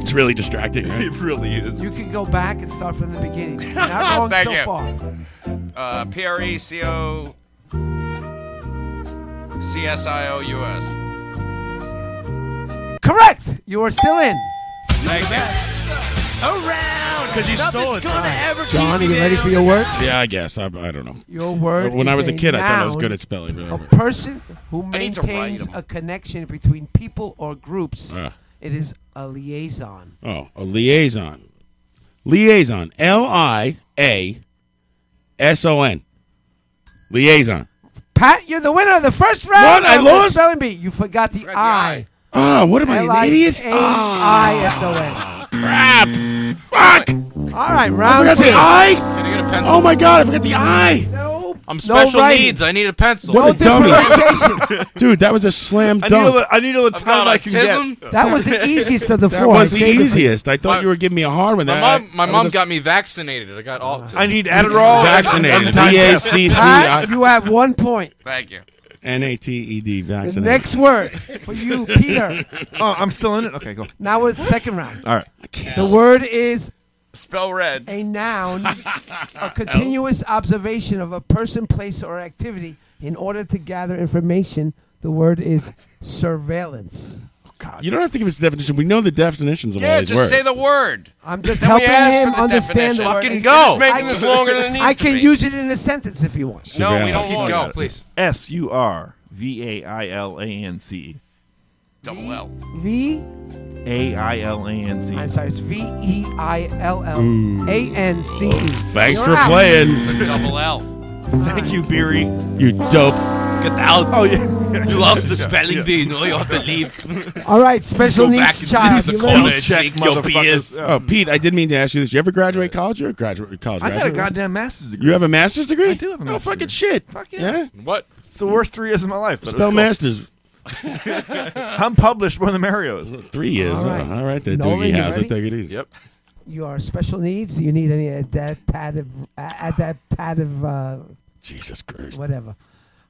S12: It's really distracting. Right?
S9: It really is.
S10: You can go back and start from the beginning. You're Not wrong
S6: Thank
S10: so
S6: you.
S10: far.
S6: Uh, P R E C O. C S I O U S.
S10: Correct. You are still in.
S6: Thank you.
S22: Around because you stole it.
S10: John, are you ready for your word?
S12: Yeah, I guess. I, I don't know.
S10: Your word.
S12: When I
S10: is
S12: was a kid, I thought I was
S10: noun,
S12: good at spelling. but I
S10: A
S12: never-
S10: person who
S6: I need to write
S10: maintains
S6: 'em.
S10: a connection between people or groups.
S12: Ah.
S10: It is a liaison.
S12: Oh, a liaison. Liaison. L I A S O N. Liaison.
S10: Pat, you're the winner of the first round.
S12: What? I
S10: of the
S12: lost?
S10: Spelling bee. You forgot the I.
S12: Ah, what am I, an idiot?
S10: L-I-A-I-S-O-N.
S12: Crap. Fuck.
S10: All
S12: I
S10: right, round
S12: forgot
S10: two.
S12: the I.
S9: Can I get a pencil?
S12: Oh my god, I forgot the I.
S9: I'm special
S12: writing.
S9: needs. I need a pencil.
S12: What a dummy. Dude, that was a slam
S9: I need a
S12: dunk.
S9: li- I need a little
S12: I've
S9: time
S12: got
S9: I can get.
S12: autism.
S10: That was the easiest of the
S12: That
S10: four.
S12: was
S10: I
S12: the
S10: saved it.
S12: easiest. I thought you were giving me a hard one.
S9: My
S12: I-
S9: mom, my
S12: I was
S9: mom
S12: just-
S9: got me vaccinated. I got all.
S12: I need Adderall. Vaccinated.
S9: I'm timed out.
S12: VACC. I-
S10: Pat, you have one point.
S9: Thank you.
S12: N A T E D
S10: The
S12: vaccinated.
S10: next word for you, Peter.
S11: Oh, I'm still in it. Okay, go.
S10: Now it's second round.
S11: All right.
S10: The word is
S6: Spell red.
S10: a noun, a continuous observation of a person, place, or activity. In order to gather information, the word is surveillance.
S12: You don't have to give us the definition. We know the definitions of all these words.
S6: the word.
S10: I'm just
S6: Then we
S10: helping
S6: asked
S10: him
S6: for the
S10: understand
S6: definition.
S10: the word.
S6: Fucking
S10: It's
S6: go.
S10: just-
S6: It's making this longer than it needs
S10: I
S6: to
S10: can
S6: be.
S10: use it in a sentence if you want.
S6: No, we don't want
S11: Go,
S6: it. please.
S11: S U R V A I L A N C E.
S6: Double L.
S10: V.
S11: A I L A N C E.
S10: I'm sorry, it's V E I L L
S11: Ooh.
S10: A N C E.
S12: Thanks
S10: You're
S12: for
S10: out.
S12: playing.
S9: It's a double L.
S11: Thank you, Beery.
S12: You dope.
S9: Get out.
S11: Oh yeah.
S9: You lost the spelling bee. No, you have to leave.
S10: All right, special
S9: Go back
S10: needs
S9: and
S10: child.
S9: see the
S10: You
S9: college,
S10: learned-
S9: drink your beers.
S12: Oh, Pete, I didn't mean to ask you this. You ever graduate college? You're a graduate college.
S11: I got a
S12: graduate, right?
S11: goddamn master's degree.
S12: You have a master's degree? I do
S11: have a
S12: Oh,
S11: master's
S12: fucking shit.
S11: Fuck
S12: yeah.
S9: What?
S11: It's the worst three years of my life. But it was
S12: Spell
S11: cool.
S12: masters.
S11: I'm published more than Mario's.
S12: Three years.
S10: All
S12: All
S10: right.
S12: right, All right there,
S10: Nolan,
S12: Doogie
S10: you
S12: House. I
S10: ready?
S12: take it easy.
S9: Yep.
S10: You are special needs. Do you need any adaptative, adaptative, uh,
S12: Jesus Christ.
S10: whatever?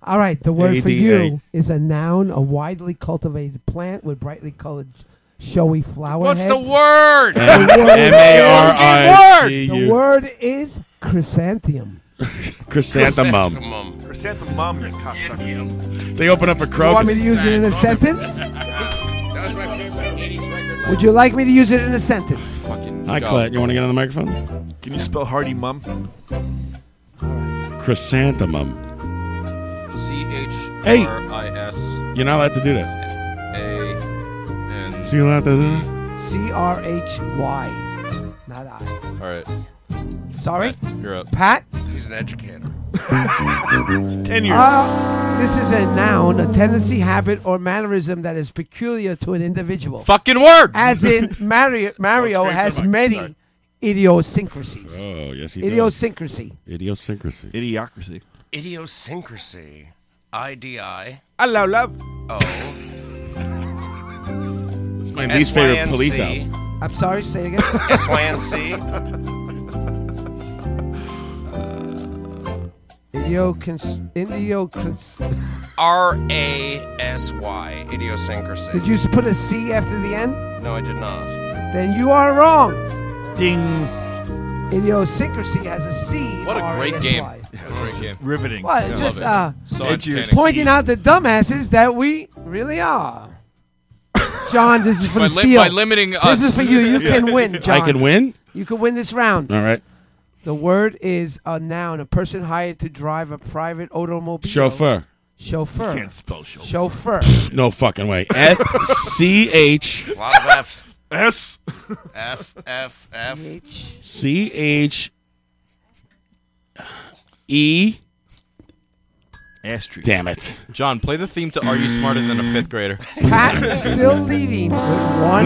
S10: All right, the word for
S12: ADA.
S10: you is a noun, a widely cultivated plant with brightly colored, showy flower
S6: What's the
S10: heads.
S6: word?
S10: The word is-
S12: M-A-R-I-C-U.
S10: The word is chrysanthemum.
S12: Chrysanthemum.
S11: Chrysanthemum, you cocksucker.
S12: They open up a
S10: You want
S12: crocus.
S10: me to use it in a sentence?
S6: That was my favorite 80s record.
S10: Would you like me to use it in a sentence?
S9: Fucking
S12: Hi, Clet. You want to get on the microphone?
S11: Can you spell Hardy Mum?
S12: Chrysanthemum.
S9: C H
S12: Hey.
S9: R I S
S12: You're not allowed to do that.
S9: A N.
S12: So you're allowed to do that?
S10: C R H Y, not I.
S9: All right.
S10: Sorry,
S9: You're up.
S10: Pat.
S6: He's an educator.
S11: Tenure.
S10: Uh, this is a noun, a tendency, habit, or mannerism that is peculiar to an individual.
S9: Fucking word.
S10: As in, Mario, Mario has many idiosyncrasies.
S12: Oh, yes, he
S10: Idiosyncrasy.
S12: does. Idiosyncrasy.
S11: Idiocracy.
S6: Idiosyncrasy. I D I
S11: Hello, love.
S6: O.
S12: It's my least favorite police
S6: SYNC.
S12: album.
S10: I'm sorry, say again.
S6: S Y N C.
S10: Idiocons- Idiocrans.
S6: R A S Y. Idiosyncrasy.
S10: Did you s- put a C after the end?
S6: No, I did not.
S10: Then you are wrong.
S11: Ding.
S10: Idiosyncrasy has a C.
S9: What a great game.
S10: R A S Y.
S9: Great game.
S11: Riveting.
S10: Well, it's
S11: Yeah.
S10: just
S11: Love it.
S10: uh,
S11: So
S10: it's
S11: entertaining.
S10: pointing out the dumbasses that we really are. John, this is for
S9: By
S10: the
S9: li-
S10: steal.
S9: by limiting
S10: this
S9: us.
S10: is for you. You
S9: Yeah.
S10: can win, John.
S12: I can win?
S10: You can win this round.
S12: All right.
S10: The word is a noun, a person hired to drive a private automobile.
S12: Chauffeur.
S10: Chauffeur.
S11: You can't spell
S10: chauffeur.
S12: No fucking way. F C H
S6: A lot of F's.
S11: S.
S6: F F F.
S12: C H E.
S11: Asterisk.
S12: Damn it.
S9: John, play the theme to Are You Smarter Than a Fifth Grader?
S10: Pat is still leading with one.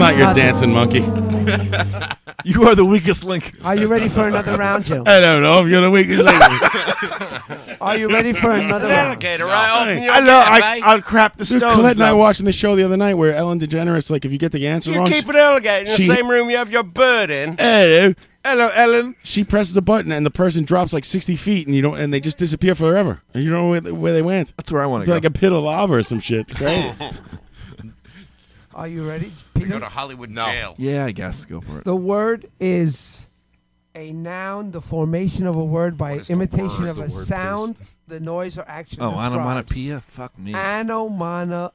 S12: I'm not your
S10: nothing.
S12: dancing monkey.
S11: You are the weakest link.
S10: Are you ready for another round, Joe?
S12: I don't know if you're the weakest link.
S10: Are you ready for another round?
S6: Alligator, I open your
S11: I love. I,
S6: cafe.
S11: I'll crap the
S12: Dude,
S11: stones.
S12: Colette and I
S11: love.
S12: watching the show the other night where Ellen DeGeneres, like, if you get the answer
S6: You
S12: wrong,
S6: keep an alligator in
S12: she-
S6: the same room you have your bird in.
S12: hello,
S11: hello, Ellen.
S12: She presses a button and the person drops like sixty feet, and you don't, and they just disappear forever, and you don't know where, they- where they went.
S11: That's where I want
S12: It's like a pit of lava or some shit. It's Crazy.
S10: Are you ready,
S6: We go
S10: Peter?
S6: to Hollywood jail.
S11: Yeah, I guess. Go for it.
S10: The word is a noun, the formation of a word by imitation
S11: word?
S10: of
S11: What
S10: a
S11: is the word,
S10: sound, the noise or action.
S11: Oh,
S10: described.
S11: onomatopoeia? Fuck me.
S10: Anomana,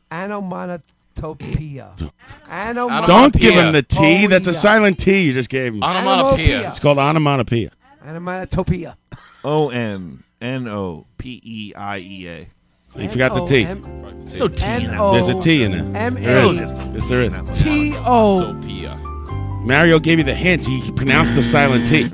S10: anomonotopia. Anomon-
S12: Don't give him the T.
S10: Oh,
S12: That's a silent T you just gave him.
S10: Onomatopoeia.
S12: It's called onomatopoeia.
S10: Anomonotopia.
S11: O N N O P E I E A.
S12: You forgot the T.
S10: N-O-M-
S11: So T in
S10: N-O-
S11: there.
S12: There's a T in there.
S10: M-A-
S12: There is. Yes, there is.
S10: T O.
S12: Mario gave you the hint. He pronounced the silent T.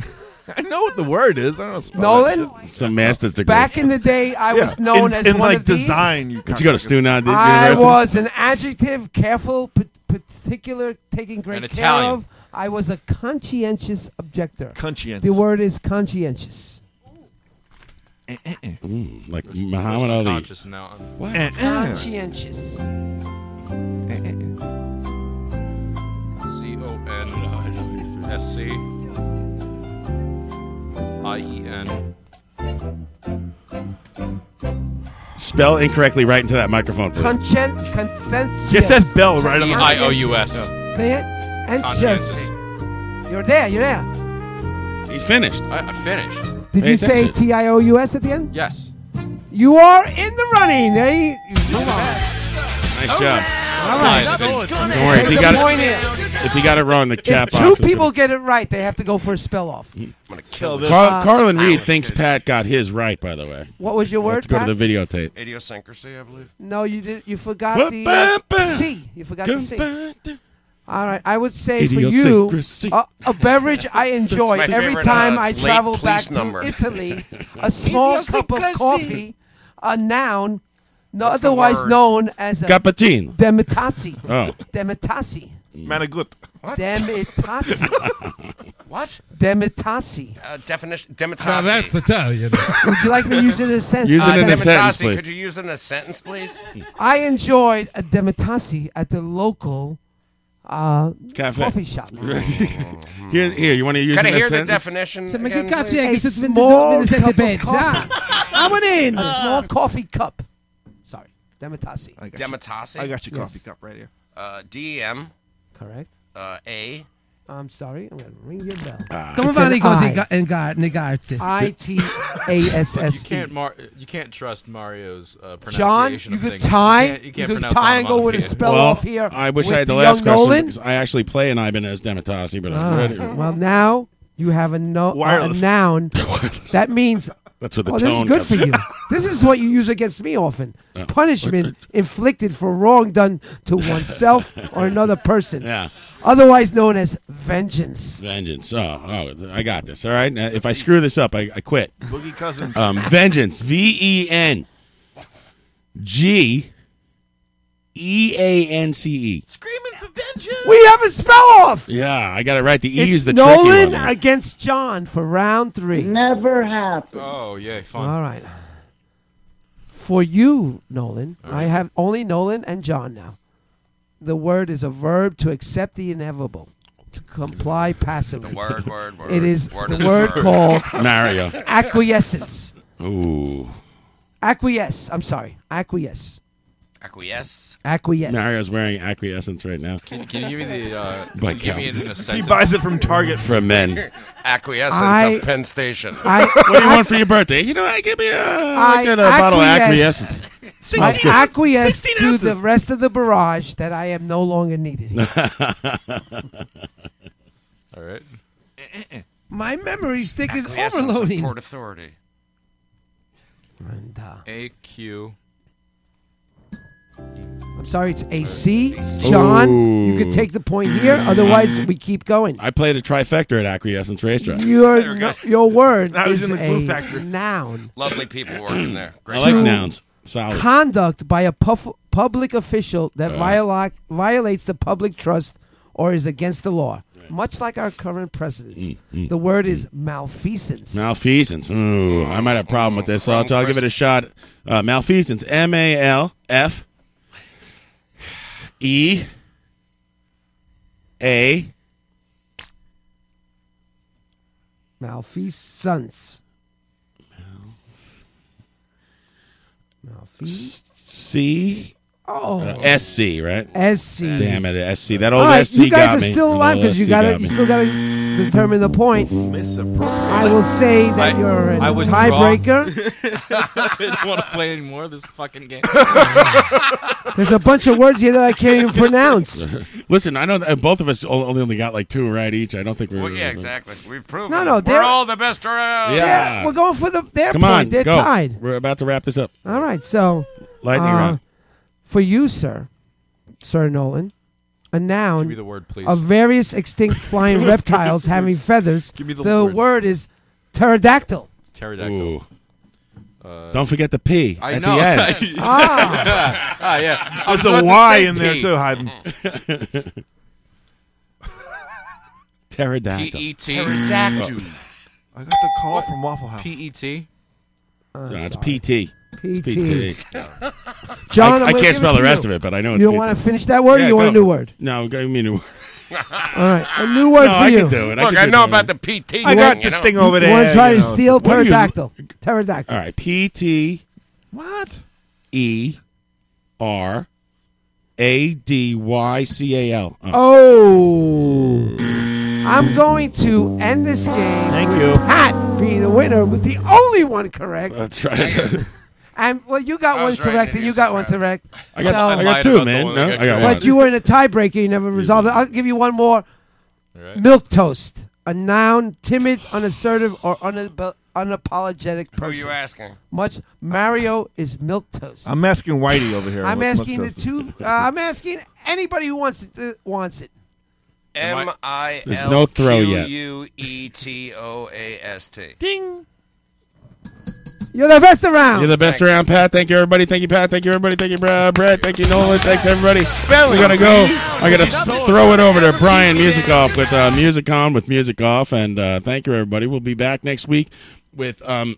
S11: I know what the word is. I don't know. how to spell
S10: Nolan?
S11: that shit.
S12: Some master's degree.
S10: Back in the day, I was
S11: Yeah.
S10: known
S11: In-
S10: as
S11: in,
S10: one
S11: like,
S10: of these.
S11: design, you
S12: Did you go to Stu Nod
S10: I
S12: University?
S10: was an adjective, careful, pa- particular, taking great
S11: An
S10: care
S11: Italian.
S10: of. I was a conscientious objector.
S11: Conscientious.
S10: The word is conscientious.
S11: eh,
S12: Ooh, like Muhammad
S9: First
S12: Ali.
S9: conscious now.
S12: What?
S9: Eh,
S10: Conscientious.
S9: C O N S C I E N.
S12: Spell incorrectly right into that microphone. please.
S10: Consent, consensus.
S12: Get that bell right on the-
S9: C-I-O-U-S.
S10: Conscientious. You're there. You're there.
S12: He's finished.
S9: I, I finished.
S10: Did you say T I O U S at the end?
S9: Yes.
S10: You are in the running. There you, you
S12: Nice
S10: Oh,
S12: job.
S10: All right.
S6: Uh,
S12: Don't worry. If you,
S10: Get
S12: got
S10: the point
S12: it, if you got it wrong, the
S10: If
S12: cap
S10: two
S12: box is-
S10: people get it right, they have to go for a spell off.
S12: Mm.
S6: kill
S12: Carl- Carlin Reed thinks Pat got his right, by the way.
S10: What was your
S12: We'll have
S10: word,
S12: To go to
S10: Pat?
S12: the videotape.
S6: Idiosyncrasy, I believe.
S10: No, you did. You forgot
S6: Well,
S10: the
S6: bah,
S10: uh,
S6: bah.
S10: C. You forgot the C.
S12: Goodbye.
S10: All right, I would say for you,
S12: Idiosyncrasy.
S10: a, a beverage I enjoy
S6: That's my
S10: every
S6: favorite,
S10: time
S6: uh,
S10: I
S6: late
S10: travel back
S6: police
S10: to
S6: number.
S10: Italy, a small cup of
S6: Idiosyncrasy.
S10: coffee, a noun, no,
S11: What's the
S10: otherwise
S11: word?
S10: known as a
S12: Cappuccino.
S10: Demitasi.
S6: Uh,
S12: Oh.
S10: Demitasi.
S11: Managut.
S10: Demitasi.
S6: What?
S10: Demitasi.
S6: Uh, definition. Demitasi.
S10: Ah,
S8: Now that's Italian.
S10: Would you like me to use it in a sentence?
S12: Use it in a
S6: Demitasi,
S12: sentence, please.
S6: Could you use it in a sentence, please?
S10: I enjoyed a demitasi at the local uh,
S12: Cafe.
S10: coffee shop.
S12: here, here. You want to use?
S6: Can I
S12: it in a
S6: hear the
S12: sentence?
S6: definition?
S10: Se
S46: ma che
S6: again,
S46: cazzo
S6: please?
S46: è che si
S10: small
S46: svende due sette
S10: cup of
S46: pezzi? Ah, I'm an in.
S10: A small coffee cup. Sorry, demitasi.
S12: Uh,
S6: Demitasi.
S10: I got your Yes. coffee
S11: cup right here.
S6: Uh, D E M.
S10: Correct.
S6: Uh, A.
S10: I'm sorry, I'm gonna ring your bell.
S46: Come
S10: It's
S46: va
S10: an
S46: nei cose
S10: I.
S46: ga- eh, ga- negarti?
S10: I T A S
S9: Look, you
S10: S E.
S9: can't Mar- you can't trust Mario's uh,
S10: John,
S9: pronunciation
S10: you
S9: of
S10: could
S9: things.
S10: tie,
S9: you can't, you can't
S10: could
S9: pronounce
S10: tie and go with a
S9: onomatopoeia.
S10: spell
S12: well,
S10: off here.
S12: I wish
S10: with
S12: I had the
S10: the
S12: last question
S10: young Nolan. Ah.
S12: because I actually play an Ibanez Demitasi, but
S10: All
S12: I was
S10: right.
S12: ready.
S10: Well, now you have a, no- uh, a
S12: Wireless.
S10: noun. that means
S12: That's what the
S10: oh,
S12: tone
S10: This is good
S12: comes
S10: for
S12: in.
S10: you. this is what you use against me often:
S12: Oh.
S10: punishment inflicted for wrong done to oneself or another person.
S12: Yeah.
S10: Otherwise known as vengeance.
S12: Vengeance. Oh, oh, I got this. All right. Now, if I screw this up, I, I quit.
S11: Boogie cousin.
S12: Um, vengeance. V E N G E A N C E.
S10: We have a spell off.
S12: Yeah, I got it right. The E
S10: it's
S12: is the tricky
S10: Nolan
S12: one.
S10: against John for round three. Never happened.
S9: Oh yeah, fun.
S10: All right. For you, Nolan,
S9: All
S10: I
S9: right.
S10: have only Nolan and John now. The word is a verb to accept the inevitable, to comply passively.
S6: The word, word, word.
S10: It is
S6: Word
S10: the
S6: is
S10: word
S6: word.
S10: called
S12: Mario.
S10: acquiescence.
S12: Ooh.
S10: Acquiesce. I'm sorry. Acquiesce.
S6: Acquiesce.
S10: Acquiesce.
S12: Mario's wearing acquiescence right now.
S9: Can, can you give me the? Uh,
S12: By
S9: can you give me it
S12: count.
S9: in a sentence?
S12: From men.
S6: Acquiescence
S12: I-
S6: of Penn Station.
S10: I-
S12: what do you want for your birthday? You know, I give me a, I get a uh, bottle of acquiescence.
S10: I
S12: Sounds good.
S10: acquiesce
S12: 16
S10: to the
S12: ounces.
S10: rest of the barrage that I am no longer needed.
S9: All right.
S46: My memory stick is
S6: Acquiescence of
S46: overloading.
S6: Port Authority.
S9: A Q.
S10: I'm sorry, it's AC. John, you could
S12: Ooh.
S10: take the point here. Otherwise, we keep going.
S12: I played a trifecta at Acquiescence Racetrack.
S10: Your, your word
S11: I was
S10: is
S11: in the glue
S10: a
S11: factory.
S10: noun.
S6: Lovely people working there.
S12: I like
S10: To
S12: nouns. Solid.
S10: Conduct by a puff, public official that
S12: Uh.
S10: viola- violates the public trust or is against the law. Much like our current president,
S12: mm,
S10: the word is malfeasance.
S12: Malfeasance. Ooh, I might have a problem with this, so I'll, I'll give it a shot. Uh, malfeasance. M A L F E A.
S10: Malfeasance. Malfeasance.
S12: C.
S10: Oh.
S12: Uh, SC, right?
S10: SC.
S12: Damn it, SC. That
S10: All
S12: old
S10: right,
S12: SC
S10: you guys
S12: got
S10: are
S12: me.
S10: still
S12: That
S10: alive
S12: old
S10: because you
S12: SC
S10: got
S12: me.
S10: to You still got to determine the point. I will say that
S9: I-
S10: you're a
S9: I withdraw.
S10: tiebreaker.
S9: I didn't want to play any more of this fucking game.
S10: There's a bunch of words here that I can't even pronounce.
S12: Listen, I know that both of us o- only only got like two right each. I don't think we
S6: Well,
S12: were.
S6: yeah, exactly. We've proven
S10: No, no,
S6: it.
S10: they're-
S6: we're all the best around.
S12: Yeah.
S10: We're going for the their
S12: Come
S10: point.
S12: on,
S10: They're
S12: go.
S10: tied. Uh-huh.
S12: We're about to wrap this up.
S10: All right, so uh,
S12: Lightning round.
S10: for you, sir, Sir Nolan, a noun Oh.
S9: Give me the word, please.
S10: of various extinct flying reptiles having feathers.
S9: Give me the
S10: the
S9: word.
S10: word. is Pterodactyl.
S9: Pterodactyl.
S12: Uh, Don't forget the P
S9: I
S12: at
S9: know.
S12: the end.
S9: Ah. Ah, yeah. I was
S12: There's
S9: about
S12: a
S9: to
S12: Y
S9: say
S12: in there
S9: P.
S12: too, Hayden. Pterodactyl.
S9: E
S7: P.E.T..
S11: Pterodactyl. I got the call
S7: What?
S11: from Waffle House.
S9: E
S7: P.E.T.
S12: No, it's PT. It's
S10: PT.
S12: PT.
S10: John,
S12: I,
S10: I'm
S12: I
S10: gonna give
S12: can't
S10: it
S12: spell
S10: to
S12: the rest
S10: you.
S12: of it, but I know
S10: You
S12: it's
S10: don't
S12: PT.
S10: wanna finish that word or
S12: Yeah,
S10: you want a
S12: go.
S10: new word?
S12: No, give me a new word.
S10: All right, a new word
S12: No,
S10: for
S12: I
S10: you.
S12: can do it. I Look, can I do know it. about the PT
S10: You
S12: thing,
S10: want-
S12: you know. You
S10: You want
S12: know,
S10: to try to
S12: it's-
S10: steal
S12: What are you- Uh,
S10: pterodactyl? Pterodactyl.
S12: All right. PT
S11: What?
S12: E R A D Y C A L.
S10: Oh. I'm going to end this game. Thank
S12: you. Uh,
S10: Pat being the winner with the only one correct.
S12: That's right.
S10: And well, you got one correct, and you got one correct.
S12: I got,
S10: So-
S12: I got two, man. No, I got one.
S10: But you were in a tiebreaker. You never resolved it. I'll give you one more. Milk toast, a noun, timid, unassertive, or unab- unapologetic person.
S6: Who you asking?
S10: Much Mario is milk toast.
S11: I'm asking Whitey over here.
S10: I'm
S11: what- what
S10: asking the
S11: does-
S10: two. Uh, I'm asking anybody who wants it uh, wants it.
S6: M I
S12: There's no
S6: L
S12: throw
S6: Q
S12: yet.
S6: U E T O A S T.
S10: Ding. You're the best around.
S12: You're the best around, Pat. Thank you, everybody. Thank you, Pat. Thank you, everybody. Thank you, Brad. Brett. Thank you, Nolan. Thanks, everybody. We're gonna go. I gotta throw it over to Brian Music Off with uh, Music On with Music Off, and uh, thank you, everybody. We'll be back next week with um,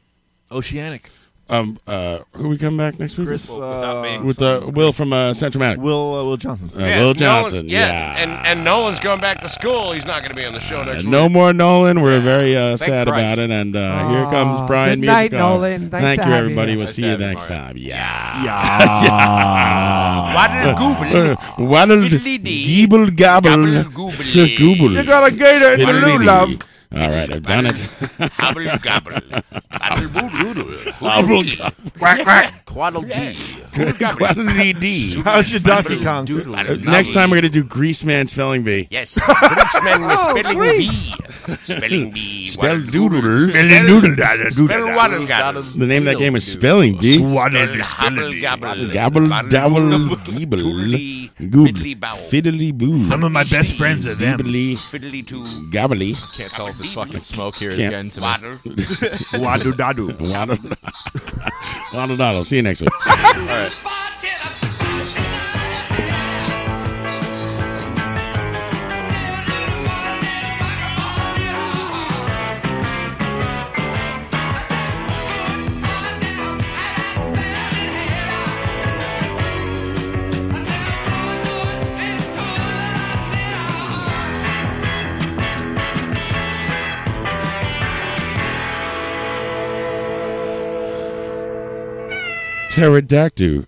S11: Oceanic.
S12: um uh, who we come back next week?
S11: Chris, Well, without me.
S12: with uh, Will from uh, Centromatic.
S11: Will uh, Will Johnson.
S12: Uh, Will Johnson.
S6: Nolan's,
S12: yeah.
S6: And, and Nolan's going back to school. He's not going to be on the show next week.
S12: And no more Nolan. We're very uh,
S6: Thank
S12: sad
S6: Christ.
S12: about it. And uh, here comes Brian
S6: good night,
S12: Music Off.
S6: Nolan. Nice
S12: Thank
S6: to
S12: you,
S6: have you
S12: everybody.
S6: here.
S12: We'll
S6: Nice
S12: see
S6: to
S12: you
S6: have you,
S12: next time. Yeah.
S11: Yeah.
S12: Waddle Gibble gabble. Google.
S11: You got a gator in your
S12: Fiddly-dee.
S11: love.
S12: All right, I've done it.
S11: Hobble
S12: gobble.
S11: Quack, quack.
S6: Quaddle D.
S11: Quaddle-dee-dee. How's your Donkey Kong?
S12: Next time we're gonna do Grease Man Spelling Bee.
S6: Yes. Greaseman with
S11: Oh,
S6: spelling
S11: Grease.
S6: bee. Spelling bee.
S12: Spell doodle.
S6: Spell-
S12: doodle. doodle,
S6: spell
S12: doodle.
S6: waddle gaddle.
S12: The name of that game is Spelling Bee.
S6: Spell hobble gobble.
S12: Gabble, dabble, gibble, goodly, fiddly boo.
S6: Some of my best friends are them.
S12: Gibbly,
S6: Fiddly too.
S12: Gabbly.
S9: Can't tell if this fucking smoke here is
S12: Can't-
S9: getting to me.
S6: Waddle.
S12: Waddle daddle. Waddle Waddle daddle. See you next week.
S9: All right.
S12: Pterodactyl.